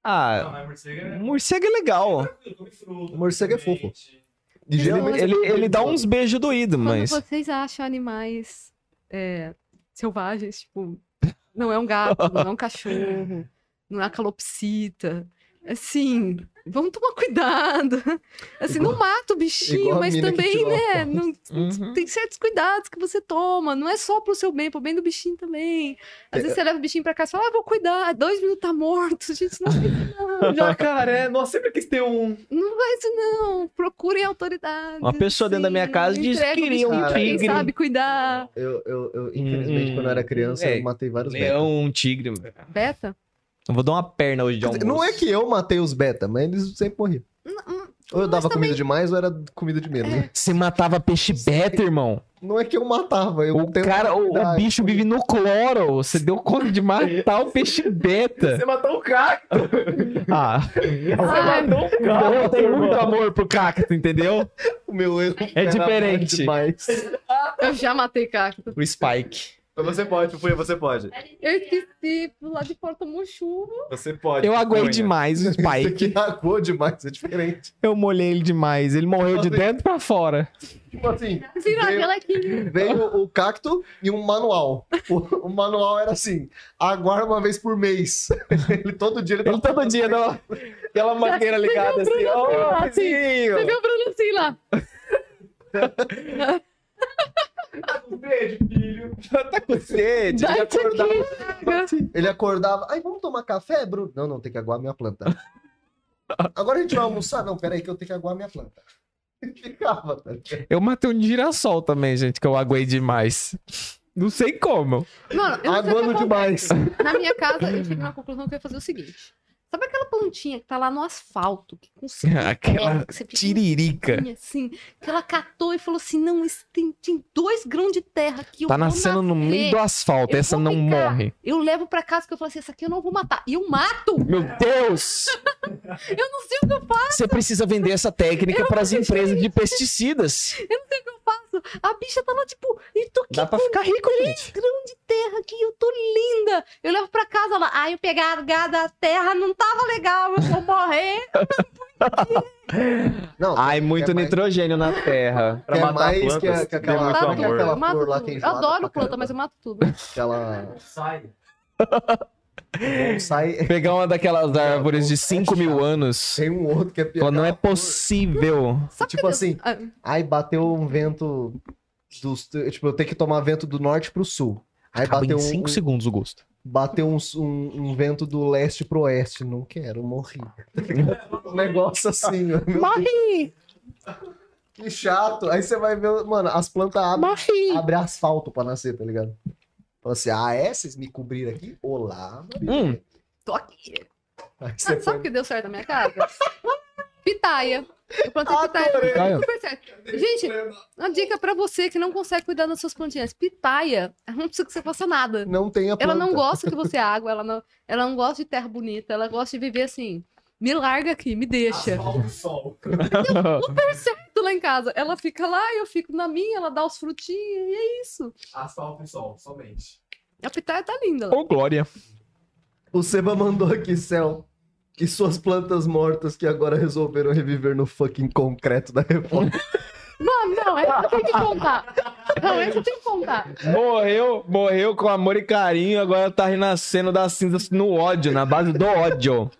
Ah,
Não, é morcego é
morcego é legal.
tranquilo, come fruta.
Morcego é
come
fofo.
leite.
de
Ele,
gelo.
ele, ele dá uns beijos doídos,
quando
mas.
vocês acham animais é, selvagens, tipo, não é um gato, não é um cachorro, não é uma calopsita. Assim, vamos tomar cuidado. Assim, não mata o bichinho,
igual a
mas
mina que
também,
tirou a
né?
foto.
não-
Uhum.
Tem certos cuidados que você toma. Não é só pro seu bem, pro bem do bichinho também.
É,
Às vezes você leva o bichinho pra casa e fala, ah, vou cuidar. Dois minutos tá morto, gente, não
Jacaré, nossa, sempre quis ter um.
Não vai isso, não. Procurem autoridades. assim,
Uma pessoa dentro da minha casa disse que
Entrega o
queria um
bichinho pra quem
tigre.
sabe cuidar.
Eu, eu, eu, infelizmente,
Hum,
quando eu era criança,
é,
eu matei vários betas.
Leão, um tigre.
Beta?
Eu vou dar uma perna hoje de
Quer dizer,
almoço.
Não é que eu matei os beta, mas eles sempre morriam. Ou eu
mas
dava
também- É.
comida demais ou era comida de menos. né?
Você matava peixe beta, irmão.
Não é que eu matava, eu
O
tentava
cara, o, o
cuidar.
bicho vive no cloro. Você deu conta de matar o peixe
É.
beta.
Você matou um o cacto!
Ah,
Ai,
um
Então, eu tenho muito amor pro cacto, entendeu?
O meu erro
É
era
diferente.
demais.
eu já matei cacto.
O Spike.
Mas Você pode, Pupunha, você pode.
Eu esqueci, lá de fora tomou chuva.
Você pode.
Eu aguei
Pupunha.
demais o
Isso
Spike.
aqui aguou demais, é diferente.
Eu molhei ele demais. Ele morreu de dentro pra fora.
Tipo assim,
Virar
veio-
aquela aqui.
veio o cacto e um manual. O, o manual era assim: aguarda uma vez por mês. Ele todo dia ele
Ele
tava
todo dia dava aquela mangueira ligada assim. Ó,
Bruno, assim,
vizinho.
Você viu o Bruno assim lá?
Um beijo, filho.
Tá com sede.
Dá
já
isso
acordava. assim.
aqui.
Ele acordava, ai, vamos tomar café, Bruno? Não, não, tem que aguar minha planta. Agora a gente vai almoçar? Não, peraí, que eu tenho que aguar minha planta. Ele Ficava, tá ligado?
Eu matei um girassol também, gente, que eu aguei demais. Não sei como.
Mano,
Ah,
eu não sei o que
Aguando
acontece.
demais.
Na minha casa, eu cheguei na conclusão que eu ia fazer o seguinte. Sabe aquela plantinha que tá lá no asfalto, que com é,
Aquela
que você fica
tiririca.
Tinha, assim, que ela catou e falou assim: não, isso tem, tem dois grãos de terra que eu
Tá
vou
nascendo no
nascer.
meio do asfalto.
Eu
Essa
vou
não
ficar.
morre.
Eu levo pra casa que eu falo assim: essa aqui eu não vou matar. E eu mato!
Meu Deus!
Eu não sei o que eu faço,
Você precisa vender essa técnica para as empresas de pesticidas.
eu não sei o que eu faço. A bicha tá lá, tipo, e tô aqui
Dá pra
com
ficar rico, gente.
grão de terra aqui, eu tô linda. Eu levo pra casa lá, ai, eu pegar a terra, não tava legal, eu vou morrer.
Não,
Ai,
quer
muito
mais-
nitrogênio na terra.
Pra
quer
matar
mais
plantas,
que a- que
tem
aquela-
muito
Mato
Como é que é
amor.
aquela
eu mato
flor lá que
tudo. Eu
enjoada pra
adoro planta,
caramba?
mas eu mato tudo.
Aquela
Sai.
bonsai.
Pegar uma daquelas
um
árvores de 5 mil anos.
Tem um outro que é pior.
Ela não é
Aquela flor.
possível.
Sabe
Tipo
que eu-
assim,
Ah,
Aí bateu um vento dos. Tipo, eu tenho que tomar vento do norte pro sul. Aí
Acaba
bateu
em
um,
5 segundos o gosto.
bateu um, um- um vento do leste pro oeste. Não quero, morri. um negócio assim, ó. Meu
Morri!
Que chato. Aí você vai ver, mano, as plantas abrem
Morri!
abre asfalto pra nascer, tá ligado? Fala assim, ah, é? Vocês me cobriram aqui? Olá.
Hum,
tô aqui.
Aí
Ah,
você
sabe o que deu certo na minha casa? Pitaia. Eu plantei pitaia.
Pitaia.
Super certo. Gente, uma dica pra você que não consegue cuidar das suas plantinhas. Pitaia, ela não precisa que você faça nada.
não tem a planta.
Ela não gosta que você água, ela não, ela não gosta de terra bonita, ela gosta de viver assim. Me larga aqui, me deixa.
Asfalto, sol.
Tudo lá em casa. Ela fica lá, eu fico na minha, ela dá os frutinhos e é isso.
Asfalto e sol, somente.
A pitaia tá linda. lá.
ô glória.
O Seba mandou aqui, Céu. E suas plantas mortas que agora resolveram reviver no fucking concreto da reforma.
Mano, não, essa eu tenho que contar. Não, essa eu tenho que contar.
Morreu, morreu com amor e carinho, agora tá renascendo das cinzas no ódio, na base do ódio.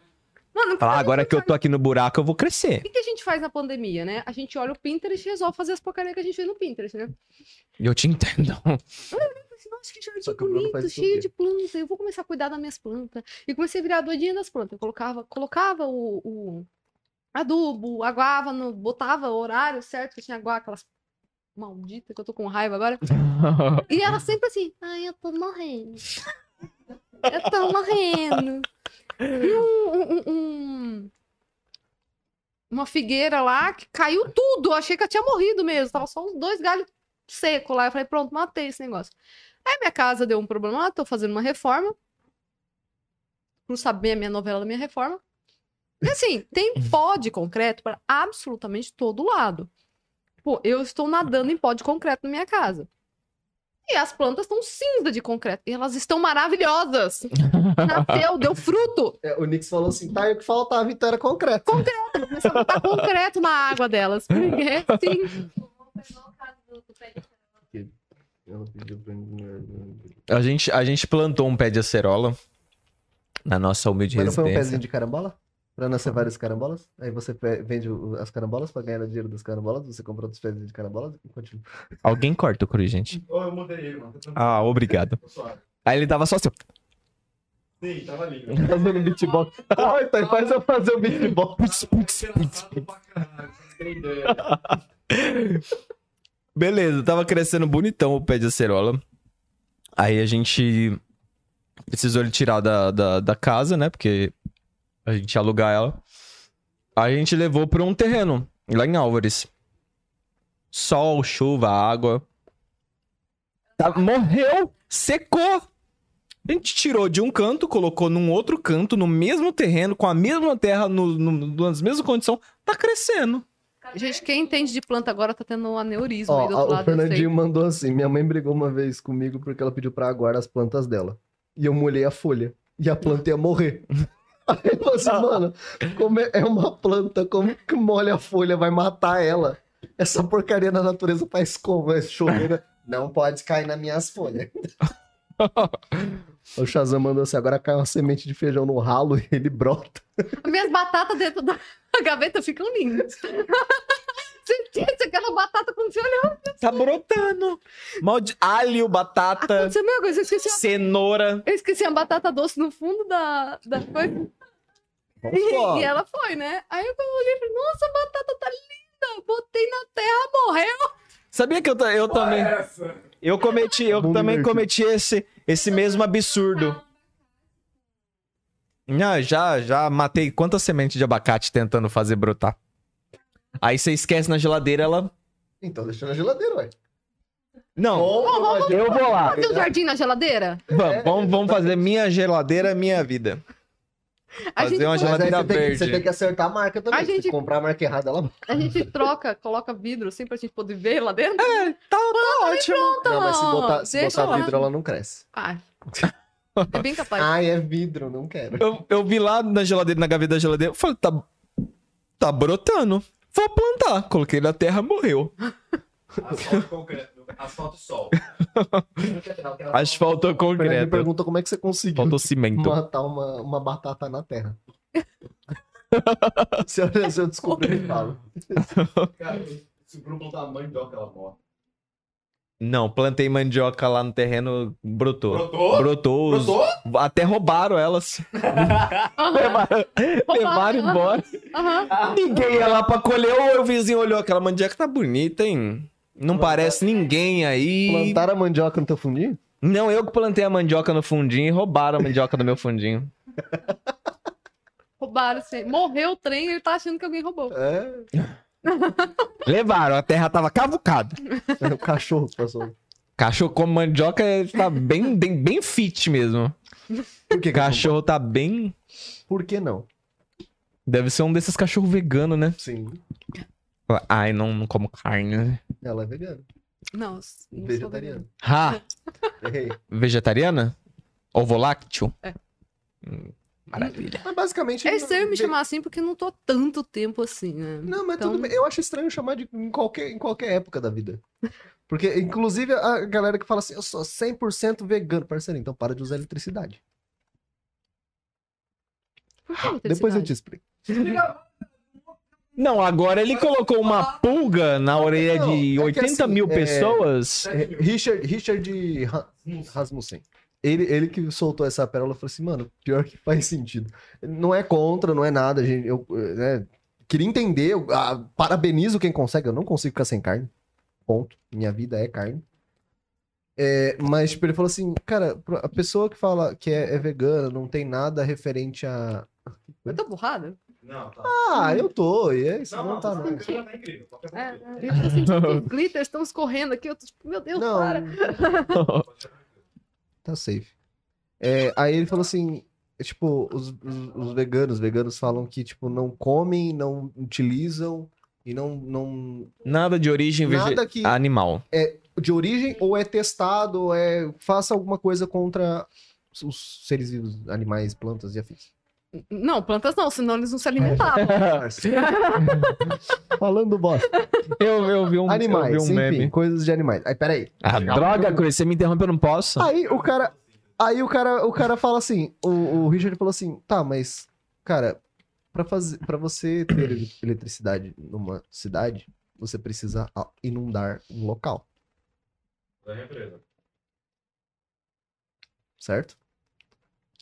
Mano,
Falar, agora que eu tô aqui no buraco, eu vou crescer.
O que, que a gente faz na pandemia, né? A gente olha o Pinterest e resolve fazer as porcarias que a gente fez no Pinterest, né?
E Eu te entendo.
Falei assim, Nossa, que
Só
jardim
que o Bruno
bonito,
faz isso
cheio
todo
de planta. Eu vou começar a cuidar das minhas plantas. E comecei a virar a doidinha das plantas. Eu colocava, colocava o, o adubo, aguava, no, botava o horário certo que tinha aguar aquelas malditas que eu tô com raiva agora. E ela sempre assim, ai, eu tô morrendo. Eu tô morrendo. E um, um- um- um- uma figueira lá que caiu tudo. Eu achei que ela tinha morrido mesmo. Tava só uns dois galhos secos lá. Eu falei, pronto, matei esse negócio. Aí minha casa deu um problema lá, tô fazendo uma reforma. Por saber a minha novela da minha reforma. E assim, tem pó de concreto para absolutamente todo lado. Pô, eu estou nadando em pó de concreto na minha casa. E as plantas estão cinza de concreto. E elas estão maravilhosas. Nasceu, deu fruto.
É, o Nix falou assim, tá, e o que faltava então era concreto.
Ela Começou a botar concreto na água delas. Porque, é assim. sim.
Ela pediu pra mim-
A gente, a gente plantou um pé de acerola na nossa humilde
Mas não foi um
residência.
pezinho de carambola? Pra nascer várias carambolas? Aí você pe- vende o- as carambolas pra ganhar dinheiro das carambolas, você comprou dos pezinhos de carambolas e continua.
Alguém corta o cru, gente.
Ô, eu mudei ele, mano. Tá
Ah, obrigado.
suave.
Aí ele tava só assim.
Sim, tava lindo.
Tá Fazendo beatbox. Ai, tá, faz eu fazer o beatbox.
Putz, putz, putz.
Engraçado pra caralho, vocês têm ideia.
Beleza, tava crescendo bonitão o pé de acerola. Aí a gente Precisou ele tirar da, da, da casa, né? Porque a gente ia alugar ela. A gente levou pra um terreno, lá em Álvares. Sol, chuva, água. Tá- morreu, secou. A gente tirou de um canto, colocou num outro canto, no mesmo terreno, com a mesma terra, no, no, nas mesmas condições. Tá crescendo.
Gente, quem
né?
entende de planta agora tá tendo um aneurisma aí do outro
Ó, o
lado. eu sei.
Fernandinho mandou assim: minha mãe brigou uma vez comigo porque ela pediu pra aguar as plantas dela. E eu molhei a folha. E a planta ia morrer. Aí eu falei
Ah.
assim, mano, como é é uma planta, como que molha a folha? Vai matar ela. Essa porcaria da natureza faz como? É chuveira. Não pode cair nas minhas folhas. o Shazam mandou assim: agora cai uma semente de feijão no ralo e ele brota.
Minhas batatas dentro da gaveta ficam lindas. Gente, aquela batata quando você olha,
Tá brotando. Maldi... Alho,
É.
batata,
aconteceu a mesma coisa. Eu esqueci, a-
cenoura.
eu esqueci a batata doce no fundo da, da coisa.
Vamos
E,
lá.
e ela foi, né? Aí eu olhei e falei, nossa, a batata tá linda. Botei na terra, morreu.
Sabia que eu, ta- eu também. Eu cometi, eu
Bom
também
divertido.
cometi esse, esse mesmo absurdo. Ah, já, já matei quantas sementes de abacate tentando fazer brotar. Aí você esquece na geladeira, ela.
Então deixa na geladeira, ué.
Não, eu vou lá.
Fazer um jardim na geladeira?
Vamos, vamos, vamos fazer minha geladeira, minha vida.
A
Fazer
gente
uma
Mas aí
geladeira
você tem, que,
verde.
você tem que acertar a marca também.
A
Se
gente-
comprar a marca errada, ela
A gente troca, coloca vidro assim pra gente poder ver lá dentro.
Tá, tá ótimo.
Não, mas É, se
Não,
botar, se
deixa
botar
lá.
vidro, ela não cresce.
Ah, é bem capaz.
Ai, é vidro, não quero.
Eu, eu vi lá na geladeira, na gaveta da geladeira, eu falei, tá, tá brotando. Vou plantar. Coloquei na terra, morreu.
Asfalto concreto. Asfalto sol.
O Fernando
Asfalto
me
concreto.
perguntou como é que você conseguiu
Faltou cimento.
matar uma, uma batata na terra. se, eu, se eu descobrir, eu falo.
Cara, se o Bruno botar a mandioca, ela morre.
Não, plantei mandioca lá no terreno, brotou.
Brotou?
Brotou. os-
Brotou?
Até roubaram elas.
Ah,
Aham,
Levaram, levaram embora.
aham.
Ninguém ia lá pra colher. Ou o vizinho olhou aquela mandioca, tá bonita, hein? Não parece ninguém aí.
Plantaram a mandioca no teu fundinho?
Não, eu que plantei a mandioca no fundinho e roubaram a mandioca do meu fundinho.
Roubaram, assim. Morreu o trem e ele tá achando que alguém roubou.
É.
Levaram, a terra tava cavucada.
É O cachorro passou.
Cachorro com mandioca ele tá bem, bem, bem fit mesmo.
Por que, que
Cachorro tá bem.
não- Por que não?
Deve ser um desses cachorros vegano, né?
Sim,
Ai, não, não como carne. né?
ela é vegana.
Não, s- não sou vegana.
Vegetariana.
Ah!
Errei.
Vegetariana? Ovo lácteo?
É.
Hum, Maravilha.
Mas basicamente.
É estranho me
ve-
chamar assim porque eu não tô tanto tempo assim, né?
Não, mas
Então-
tudo bem. Eu acho estranho chamar de em qualquer, em qualquer época da vida. Porque, inclusive, a galera que fala assim, eu sou 100% vegano, parceiro, então para de usar eletricidade.
Por que é
Depois eu
eletricidade?
te explico.
Não, agora ele colocou uma pulga na orelha
Não, é
de
que
80 mil
assim, é-
pessoas.
É, Richard, Richard Ra- Rasmussen. Ele, ele que soltou essa pérola falou assim, mano, pior que faz sentido. Não é contra, não é nada, gente. Eu eh, né, queria entender, eu, ah, parabenizo quem consegue, eu não consigo ficar sem carne. Ponto. Minha vida é carne. É, mas, tipo, ele falou assim, cara, pra- a pessoa que fala que é, é vegana não tem nada referente a.
Eu tô burrada?
Não, tá.
Ah, eu tô, e é isso,
Não,
não, tá
tá
nada.
incrível, tá incrível. Qualquer
É,
coisa.
eu tô sentindo os glitters estão escorrendo aqui. Eu tô tipo, meu Deus,
Não,
para.
Tá safe. É, aí ele falou assim, tipo, os, os, os veganos, veganos falam que, tipo, não comem, não utilizam e não, não...
Nada de origem vege...
Nada que
animal.
de origem ou é testado ou é... Faça alguma coisa contra os seres vivos, animais, plantas e afins.
Não, plantas não, senão eles não se alimentavam.
Falando bosta.
Eu, eu vi um,
Animais,
eu vi um
enfim,
meme.
coisas de animais. Aí, peraí.
Ah, droga, Chris, você me interrompe, eu não posso.
Tá.
Aí o cara, aí o cara, o cara fala assim, o, o Richard falou assim, tá, mas cara, pra fazer, para você ter ele- eletricidade numa cidade, você precisa a- inundar um local,
Da represa.
certo?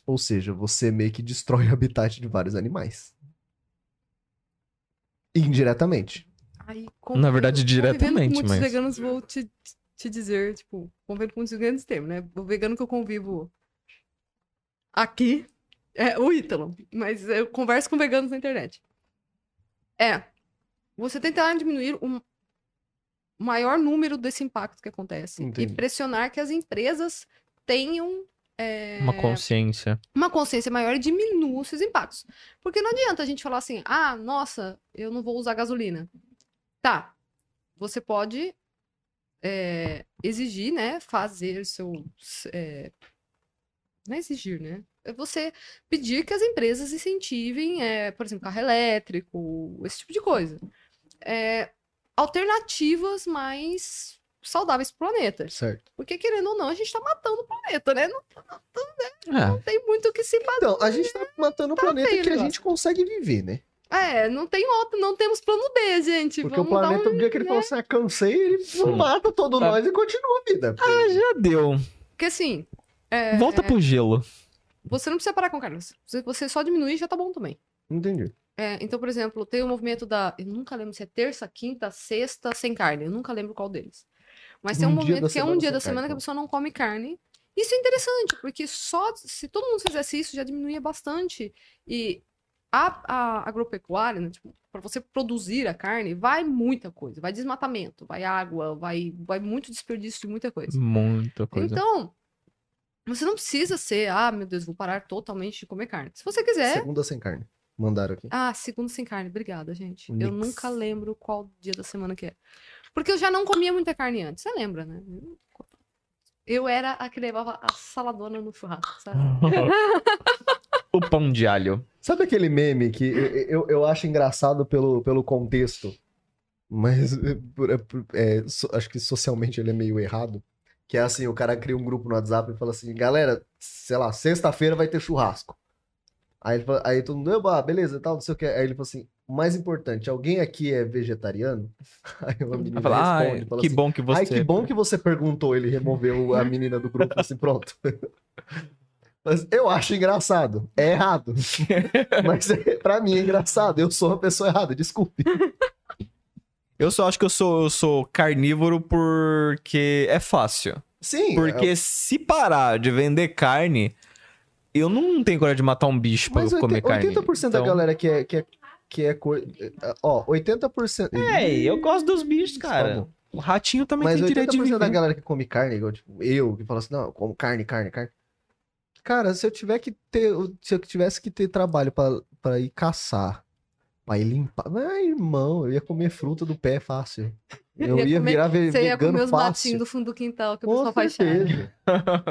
Ou seja, você meio que destrói o habitat de vários animais. Indiretamente.
Ai,
Na verdade,
convivendo- convivendo
diretamente,
com muitos
mas-
veganos, vou te, te- te dizer, tipo, convivendo com muitos veganos tem, né? O vegano que eu convivo aqui é o Ítalo, mas eu converso com veganos na internet. É, você tentar diminuir o maior número desse impacto que acontece
Entendi.
e pressionar que as empresas tenham é,
Uma consciência.
uma consciência maior e diminua os seus impactos. Porque não adianta a gente falar assim, ah, nossa, eu não vou usar gasolina. Tá, você pode é, exigir, né, fazer seu... é, não é exigir, né? É Você pedir que as empresas incentivem, é, por exemplo, carro elétrico, esse tipo de coisa. É, alternativas mais saudáveis para o planeta.
Certo.
Porque, querendo ou não, a gente está matando o planeta, né? Não,
É.
não tem muito o que se fazer.
Então, a gente tá matando o
Tá
planeta
feio o
que a
negócio.
gente consegue viver, né?
É, não tem outro, não temos plano B, gente.
Porque
Vamos
o planeta,
dar
o
um...
dia que ele falou assim, ah, cansei, ele
Sim.
mata todo
Tá.
nós e continua a vida.
Ah, já deu.
Porque assim, é,
Volta pro gelo.
você não precisa parar com carnes. Você- Você só diminuir já tá bom também.
Entendi.
É, então, por exemplo, tem o movimento da. Eu nunca lembro se é terça, quinta, sexta, sem carne. Eu nunca lembro qual deles. Mas tem um,
Um dia da
movimento que é um
semana
dia
sem
da
carne,
semana que a
então.
pessoa não come carne. Isso é interessante, porque só se todo mundo fizesse isso já diminuía bastante. E a, a agropecuária, né, tipo, para você produzir a carne, vai muita coisa. Vai desmatamento, vai água, vai, vai muito desperdício de muita coisa.
Muita coisa.
Então, você não precisa ser, ah, meu Deus, vou parar totalmente de comer carne. Se você quiser.
Segunda sem carne. Mandaram aqui.
Ah, segundo sem carne, obrigada, gente. Eu
Mix.
nunca lembro qual dia da semana que é. Porque eu já não comia muita carne antes, você lembra, né? Eu era a que levava a saladona no churrasco,
Então
sabe?
o pão de alho.
Sabe aquele meme que eu, eu, eu acho engraçado pelo, pelo contexto, mas é, por- é, por- é, so- acho que socialmente ele é meio errado? Que é assim, o cara cria um grupo no WhatsApp e fala assim, galera, sei lá, sexta-feira vai ter churrasco. Aí, ele fala- aí todo mundo, "Eba, beleza, tal, não sei o que. Aí ele fala assim, o mais importante, alguém aqui é vegetariano? Aí uma menina
Vai falar, ah,
responde, fala
que
assim,
bom que você...
Ai, que bom que você perguntou. Ele removeu a menina do grupo assim, pronto. Mas eu acho engraçado. É errado. Mas é, pra mim é engraçado. Eu sou uma pessoa errada, desculpe.
Eu só acho que eu sou, eu sou carnívoro porque é fácil.
Sim. é,
Porque se parar de vender carne, eu não tenho coragem de matar um bicho pra
mas
eu comer
80%,
carne.
80% da
Então-
galera que é. Que é, que é co- é, Ó, 80%.
É, eu gosto dos bichos, cara. O ratinho também
Tá Mas
tem direito de
80%
viver.
da galera que come carne, igual, tipo, eu, que fala assim, não, eu como carne, carne, carne. Cara, se eu tiver que ter, se eu tivesse que ter trabalho pra, pra ir caçar, pra ir limpar, ah, irmão, eu ia comer fruta do pé fácil. Eu ia,
Ia comer-
virar ve
Você ia
vegano
comer os matinhos
fácil.
do fundo do quintal que a
Com
pessoa faz chá.
certeza.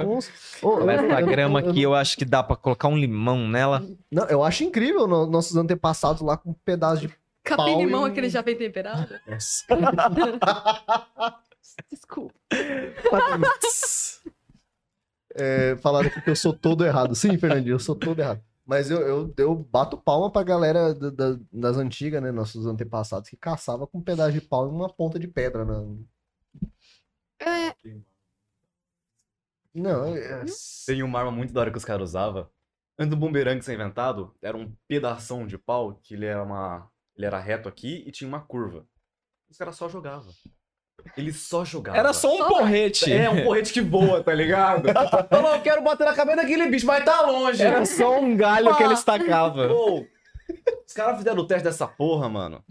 Com c- Ô, eu-
Essa
eu-
grama
eu- eu-
aqui eu acho que dá pra colocar um limão nela.
Não, eu acho incrível no- nossos antepassados lá com um pedaço de
Capim
Pau e
limão,
um-
aquele já vem temperado. Desculpa.
É, falaram aqui que eu sou todo errado. Sim, Fernandinho, eu sou todo errado. Mas eu, eu, eu bato palma pra galera da- da- das antigas, né? Nossos antepassados, que caçava com um pedaço de pau e uma ponta de pedra. né? Na...
É,
Não, é-
Tem uma arma muito da hora que os caras usavam. Antes do bumerangue ser inventado, era um pedação de pau que ele era uma. Ele era reto aqui e tinha uma curva. Os caras só jogavam. Eles só jogavam.
Era só um porrete.
É, um porrete que voa, tá ligado?
Falou, eu quero bater na cabeça daquele bicho, mas tá longe.
Era só um galho que ele estacavam.
Pô, os caras fizeram o teste dessa porra, mano.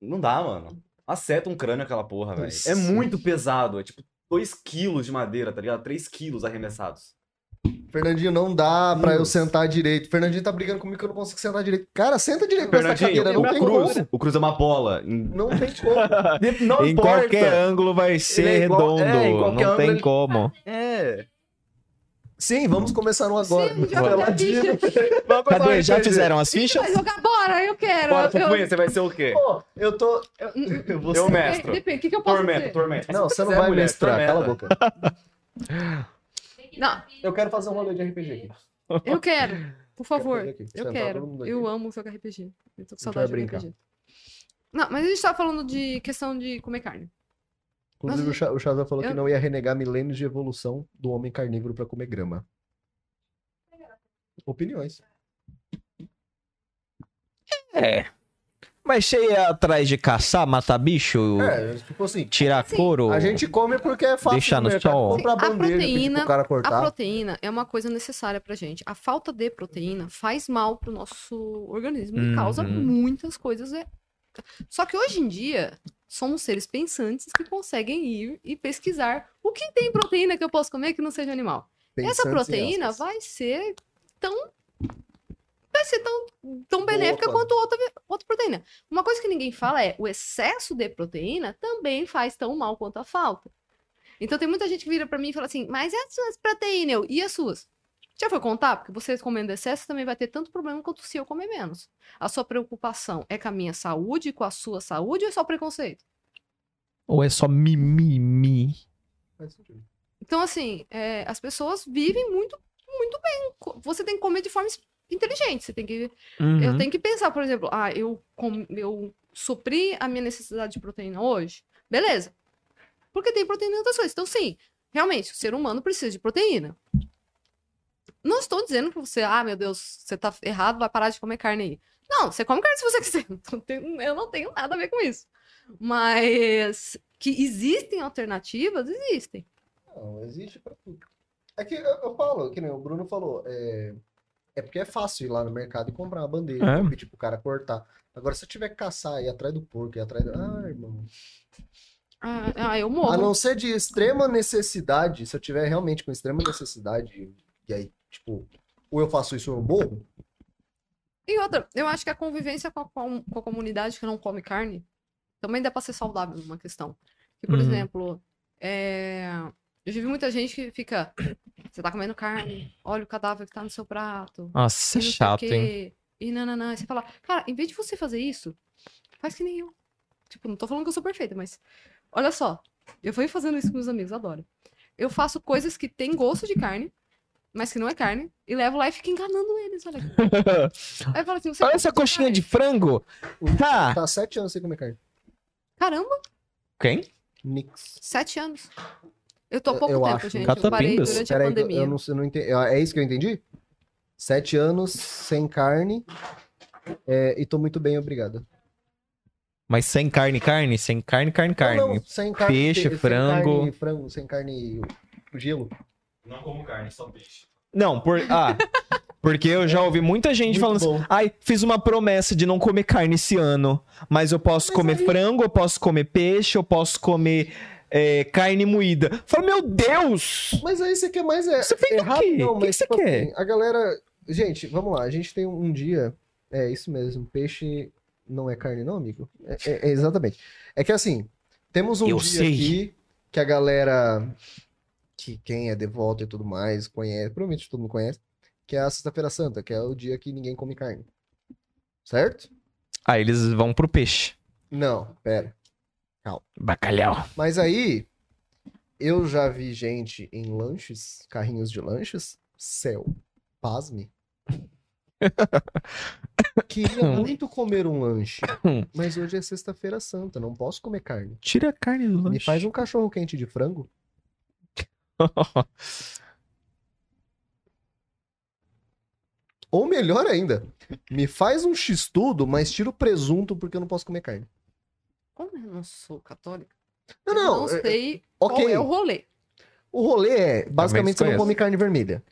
Não dá, mano. Acerta um crânio aquela porra, velho. É
Nossa.
muito pesado. É tipo 2 quilos de madeira, tá ligado? 3 quilos arremessados.
Fernandinho, não dá pra eu
Deus.
sentar direito. Fernandinho tá brigando comigo que eu não consigo sentar direito. Cara, senta direito nessa
Fernandinho,
cadeira. Não
o
tem
cruz.
como.
O cruz é uma bola. Em-
Não tem como.
Não
em
importa.
qualquer ângulo vai ser
Ele é igual-
redondo.
é, em qualquer
não tem
ângulo ele-
como.
É.
Sim, vamos começar um agora.
sim, já, tá já,
Peladinho.
fiz-
Cadê? Já fizeram as fichas?
vai jogar bora, eu quero.
Bora,
eu,
Tupunha, você vai ser o quê?
Pô, eu tô.
eu, é,
Eu vou
Eu
ser-
mestro.
Depende, o que, que eu posso
Tormenta,
fazer?
tormenta.
Não, você não
Zé
vai
Mulher, é
mestrar,
tormenta.
cala a boca.
Não,
Eu quero fazer um rolê de RPG aqui.
eu quero. Por favor.
fazer aqui.
Eu
Sentar todo
quero.
mundo
Eu
aqui.
amo jogar RPG. Eu
A gente
tô com
vai
saudade de jogar
brincar.
RPG. Não, mas a gente tava falando de questão de comer carne.
Inclusive,
Nossa,
o Cha- o Chazan falou
eu-
que não ia renegar milênios de evolução do homem carnívoro pra comer grama. Opiniões.
É. Mas você ia atrás de caçar, matar bicho,
É, tipo assim,
tirar
Assim,
couro?
a gente come porque é fácil
Deixar no sol.
comprar
Sim, a
bandeja, pedir
proteína-
pro cara
A
cortar.
proteína é uma coisa necessária pra gente. A falta de proteína faz mal pro nosso organismo
Uhum.
e causa muitas coisas. é. Só que hoje em dia, somos seres pensantes que conseguem ir e pesquisar o que tem proteína que eu posso comer que não seja animal. Essa
Pensando em
proteína
aspas.
vai ser tão. Vai ser tão, tão benéfica
Boa.
quanto outra, outra proteína. Uma coisa que ninguém fala é o excesso de proteína também faz tão mal quanto a falta. Então tem muita gente que vira pra mim e fala assim, mas e as suas proteínas? Eu, E as suas? Já foi contar? Porque você comendo excesso também vai ter tanto problema quanto se eu comer menos. A sua preocupação é com a minha saúde, com a sua saúde ou é só preconceito?
Ou é só mimimi?
Então, assim, é, as pessoas vivem muito, muito bem. Co- Você tem que comer de forma es- inteligente. Você tem que, Uhum.
Uhum.
Eu tenho que pensar, por exemplo, ah, eu, com, eu supri a minha necessidade de proteína hoje? Beleza. Porque tem proteína em outras coisas. Então, sim, realmente, o ser humano precisa de proteína. Não estou dizendo pra você, ah, meu Deus, você tá errado, vai parar de comer carne aí. Não, você come carne se você quiser. Não tem- Eu não tenho nada a ver com isso. Mas que existem alternativas, existem.
Não, existe pra tudo. É que eu, eu falo, que nem o Bruno falou, é, é porque é fácil ir lá no mercado e comprar uma bandeja,
É.
pedir pro cara cortar. Agora, se eu tiver que caçar e atrás do porco, e atrás do. Ah, irmão.
Ah, ah, eu
A
morro.
não ser de extrema necessidade, se eu tiver realmente com extrema necessidade, e aí, tipo, ou eu faço isso ou eu morro,
E outra, eu acho que a convivência com a, com com a comunidade que não come carne também dá pra ser saudável numa questão. Que, por
Uhum.
exemplo, é, eu já vi muita gente que fica. Você tá comendo carne, olha o cadáver que tá no seu prato. e
Nossa, isso é
não sei o
chato, hein?
quê, E nananã. E você fala, cara, em vez de você fazer isso, faz que nem eu. Tipo, não tô falando que eu sou perfeita, mas. Olha só, eu venho fazendo isso com meus amigos, adoro. Eu faço coisas que tem gosto de carne, mas que não é carne, e levo lá e fico enganando eles, olha. Aí eu falo assim, você
Olha
gosta
essa coxinha
carne?
de frango! Ah,
tá sete anos sem comer carne.
Caramba,
quem?
Nix.
sete anos. Eu tô há
Eu-
pouco
eu
tempo,
acho.
gente. Eu parei
Catapimbas.
durante a
Peraí, que eu,
pandemia.
eu não, eu não entendi. É isso que eu entendi? Sete anos sem carne é, e tô muito bem, obrigado.
Mas sem carne, carne? Sem carne, carne, carne.
Não, não, sem carne
Peixe,
sem
frango.
carne, frango, sem carne gelo.
Não como carne, só peixe.
Não, por. Ah, porque eu já ouvi muita
Muito
gente falando assim.
bom.
Ai, fiz uma promessa de não comer carne esse ano. Mas eu posso comer frango, eu posso comer peixe, eu posso comer é, carne moída. Eu Falo, meu Deus!
Mas aí você quer mais é,
Você fica
errado,
aqui.
não,
O que
mas
que você
tipo
quer?
assim, a galera, gente, vamos lá, a gente tem um dia, é isso mesmo, peixe não é carne não, amigo? É, é- é exatamente. É que assim, temos um
Eu
dia
sei.
aqui que a galera que quem é devoto e tudo mais conhece, provavelmente todo mundo conhece, que é a Sexta-feira Santa, que é o dia que ninguém come carne. Certo?
Aí eles vão pro peixe.
Não, pera.
Bacalhau.
Mas aí, eu já vi gente em lanches, carrinhos de lanches, céu, pasme. Queria muito comer um lanche, mas hoje é sexta-feira santa, não posso comer carne.
Tira a carne do
Me
lanche.
faz um cachorro quente de frango? Ou melhor ainda, me faz um x-tudo, mas tira o presunto porque eu não posso comer carne.
Como eu não sou católica,
Não,
eu
não,
não
é-
sei
ok.
qual é o rolê.
O rolê é, basicamente, você não
desconheço.
come carne vermelha.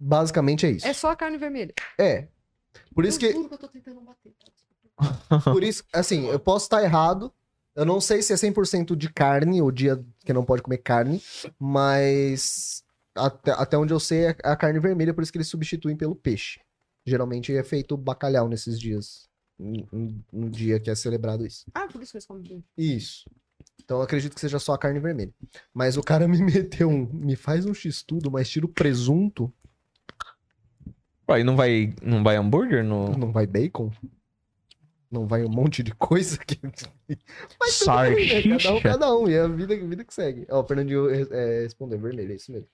Basicamente é isso.
É só a carne vermelha.
É. Por isso
eu
que,
juro que eu tô tentando bater. tá?
por isso, assim, eu posso estar errado. Eu não sei se é 100% de carne, o dia que não pode comer carne, mas até, até onde eu sei é a carne vermelha, por isso que eles substituem pelo peixe. Geralmente é feito bacalhau nesses dias, no- no no dia que é celebrado isso.
Ah, por isso que eles comem bem.
Isso. Então eu acredito que seja só a carne vermelha. Mas o cara me meteu um, me faz um x-tudo, mas tira o presunto,
Aí não vai, não vai hambúrguer no.
não vai bacon? Não vai um monte de coisa que Mas tudo bem, né? Cada um,
Sarchicha.
cada um. E é a vida, vida que segue. Ó, o Fernandinho é, respondeu vermelho, é isso mesmo.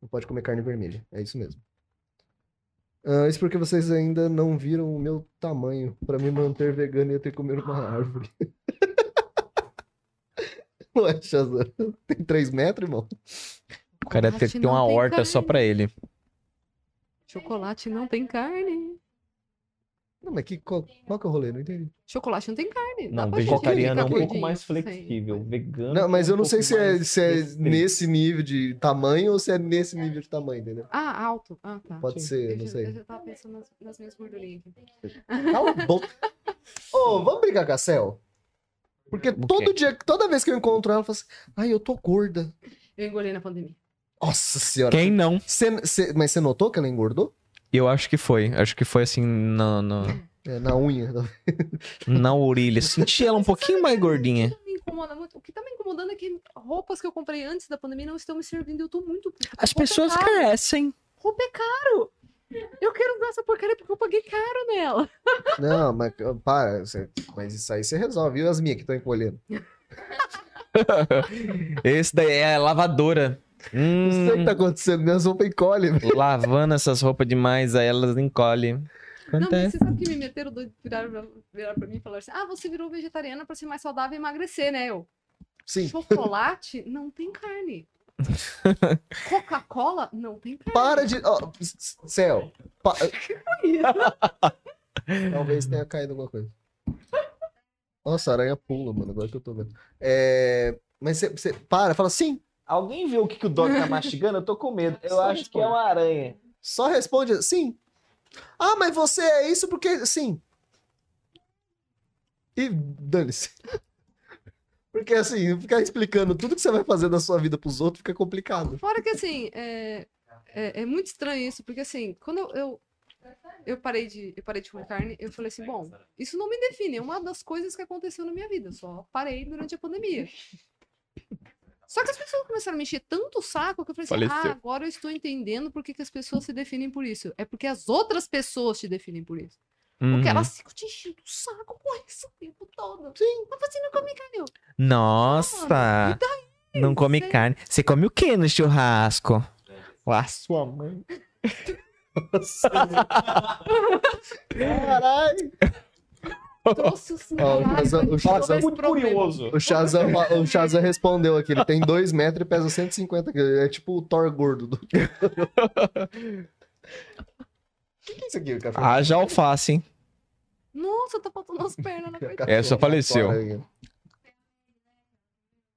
Não pode comer carne vermelha, é isso mesmo. Ah, isso porque vocês ainda não viram o meu tamanho. Pra me manter vegano, ia ter que comer uma árvore. Ué, Shazam, tem 3 metros, irmão?
O cara tem que ter
Chocolate
uma
não tem
horta só
carne.
pra ele.
Chocolate não tem carne.
Não, mas que, qual, qual que é o rolê? Não entendi.
Chocolate não tem carne. dá
Não,
pra gente
vegetariano é um
ficar
pouco
gordinho
mais
sem.
flexível. Vegano.
Não, mas
é um
eu não sei
pouco
se é,
mais
se é
restrito.
nesse nível de tamanho ou se é nesse nível de tamanho, entendeu?
Ah, alto. Ah, tá.
Pode ser,
Eu
não
já,
sei.
eu já tava pensando nas, nas minhas gordurinhas aqui.
Cala a boca. Tá um Ô, vamos brigar com a Cel? Porque todo dia, toda vez que eu encontro ela, eu falo assim, ai, eu tô gorda.
Eu engolei na pandemia.
Nossa senhora.
Quem não?
Cê- cê- mas você notou que ela engordou?
Eu acho que foi. Acho que foi assim na, na,
É, na unha.
na orelha. Senti ela um pouquinho mais gordinha.
Me incomoda muito. O que tá me incomodando é que roupas que eu comprei antes da pandemia não estão me servindo. Eu tô muito. puta.
As
Roupa é
pessoas
cara.
carecem.
Roupa é caro. Eu quero usar essa porcaria porque eu paguei caro nela.
Não, mas ó, para. cê- mas isso aí você resolve. Viu as minhas que estão encolhendo?
Esse daí é a lavadora. tá-
Não sei o que
Hum,
tá acontecendo. Minhas roupas encolhem. velho.
lavando essas roupas demais, aí elas encolhem.
Não, mas
Acontece.
você sabe que me meteram doido, viraram pra, viraram pra mim e falaram assim: ah, você virou vegetariana pra ser mais saudável e emagrecer, né? Eu.
Sim.
Chocolate não tem carne. Coca-Cola não tem carne.
Para de. ó, s- s- Cel. pa- Talvez tenha caído alguma coisa. Nossa, a aranha pula, mano. Agora que eu tô vendo. É, Mas você para, fala sim.
Alguém viu o que, que o Doc tá mastigando? Eu tô com medo. Eu acho que é uma aranha.
Só responde sim. Ah, mas você é isso porque. Sim. E dane-se. Porque assim, ficar explicando tudo que você vai fazer da sua vida pros outros fica complicado.
Fora que assim, é, é, é muito estranho isso, porque assim, quando eu, eu, eu parei de eu parei de comer carne, eu falei assim, bom, isso não me define, é uma das coisas que aconteceu na minha vida, eu só parei durante a pandemia. Só que as pessoas começaram a me encher tanto o saco que eu falei assim, ah, agora eu estou entendendo por que, que as pessoas se definem por isso. É porque as outras pessoas te definem por isso. Porque
Uhum.
elas ficam te enchendo o saco com isso o tempo todo. Sim. Mas você não come carne. Eu,
Nossa!
Mano, Ah, e
não come
Você-
carne. Você come o que no churrasco?
A sua mãe. Caralho!
Trouxe os
Ó, o Shazam- o Shazam-
é muito curioso.
O Shazam, o Shazam respondeu aqui. Ele tem 2 metros e pesa 150 quilos. É tipo o Thor gordo. Do... o que que é isso aqui, café?
Haja Ah, alface, hein?
Nossa, tá faltando as pernas na coitada.
Essa faleceu.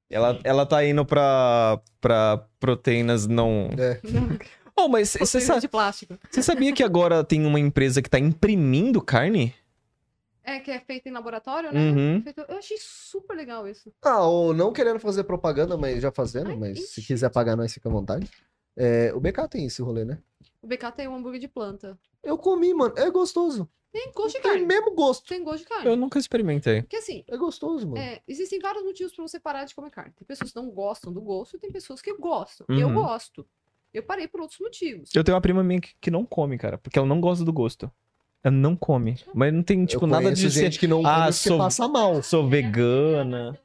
Ela, ela tá indo pra, pra proteínas não. Oh, mas você
Você
sa-
de plástico.
você sabia que agora tem uma empresa que tá imprimindo carne?
É, que é feito em laboratório, né?
Uhum.
Feito- Eu achei super legal isso.
Ah, ou não querendo fazer propaganda, mas já fazendo,
Ai,
mas se
ixi.
quiser pagar nós, fica à vontade. É, o BK tem esse rolê, né?
O BK tem um hambúrguer de planta.
Eu comi, mano. É gostoso.
Tem gosto de
Tem
carne.
mesmo gosto.
Tem gosto de
Eu
carne.
nunca experimentei.
Porque assim,
É gostoso, mano.
é, existem vários motivos pra você parar de comer carne. Tem pessoas que não gostam do gosto e tem pessoas que gostam. Eu
Uhum.
gosto. Eu parei por outros motivos.
Eu tenho uma prima minha que, que não come, cara, porque ela não gosta do gosto. Ela não come. Mas não tem, tipo,
Eu
nada
conheço
de
gente
ser.
que não
Ah,
come porque
sou-
passa mal.
Sou vegana.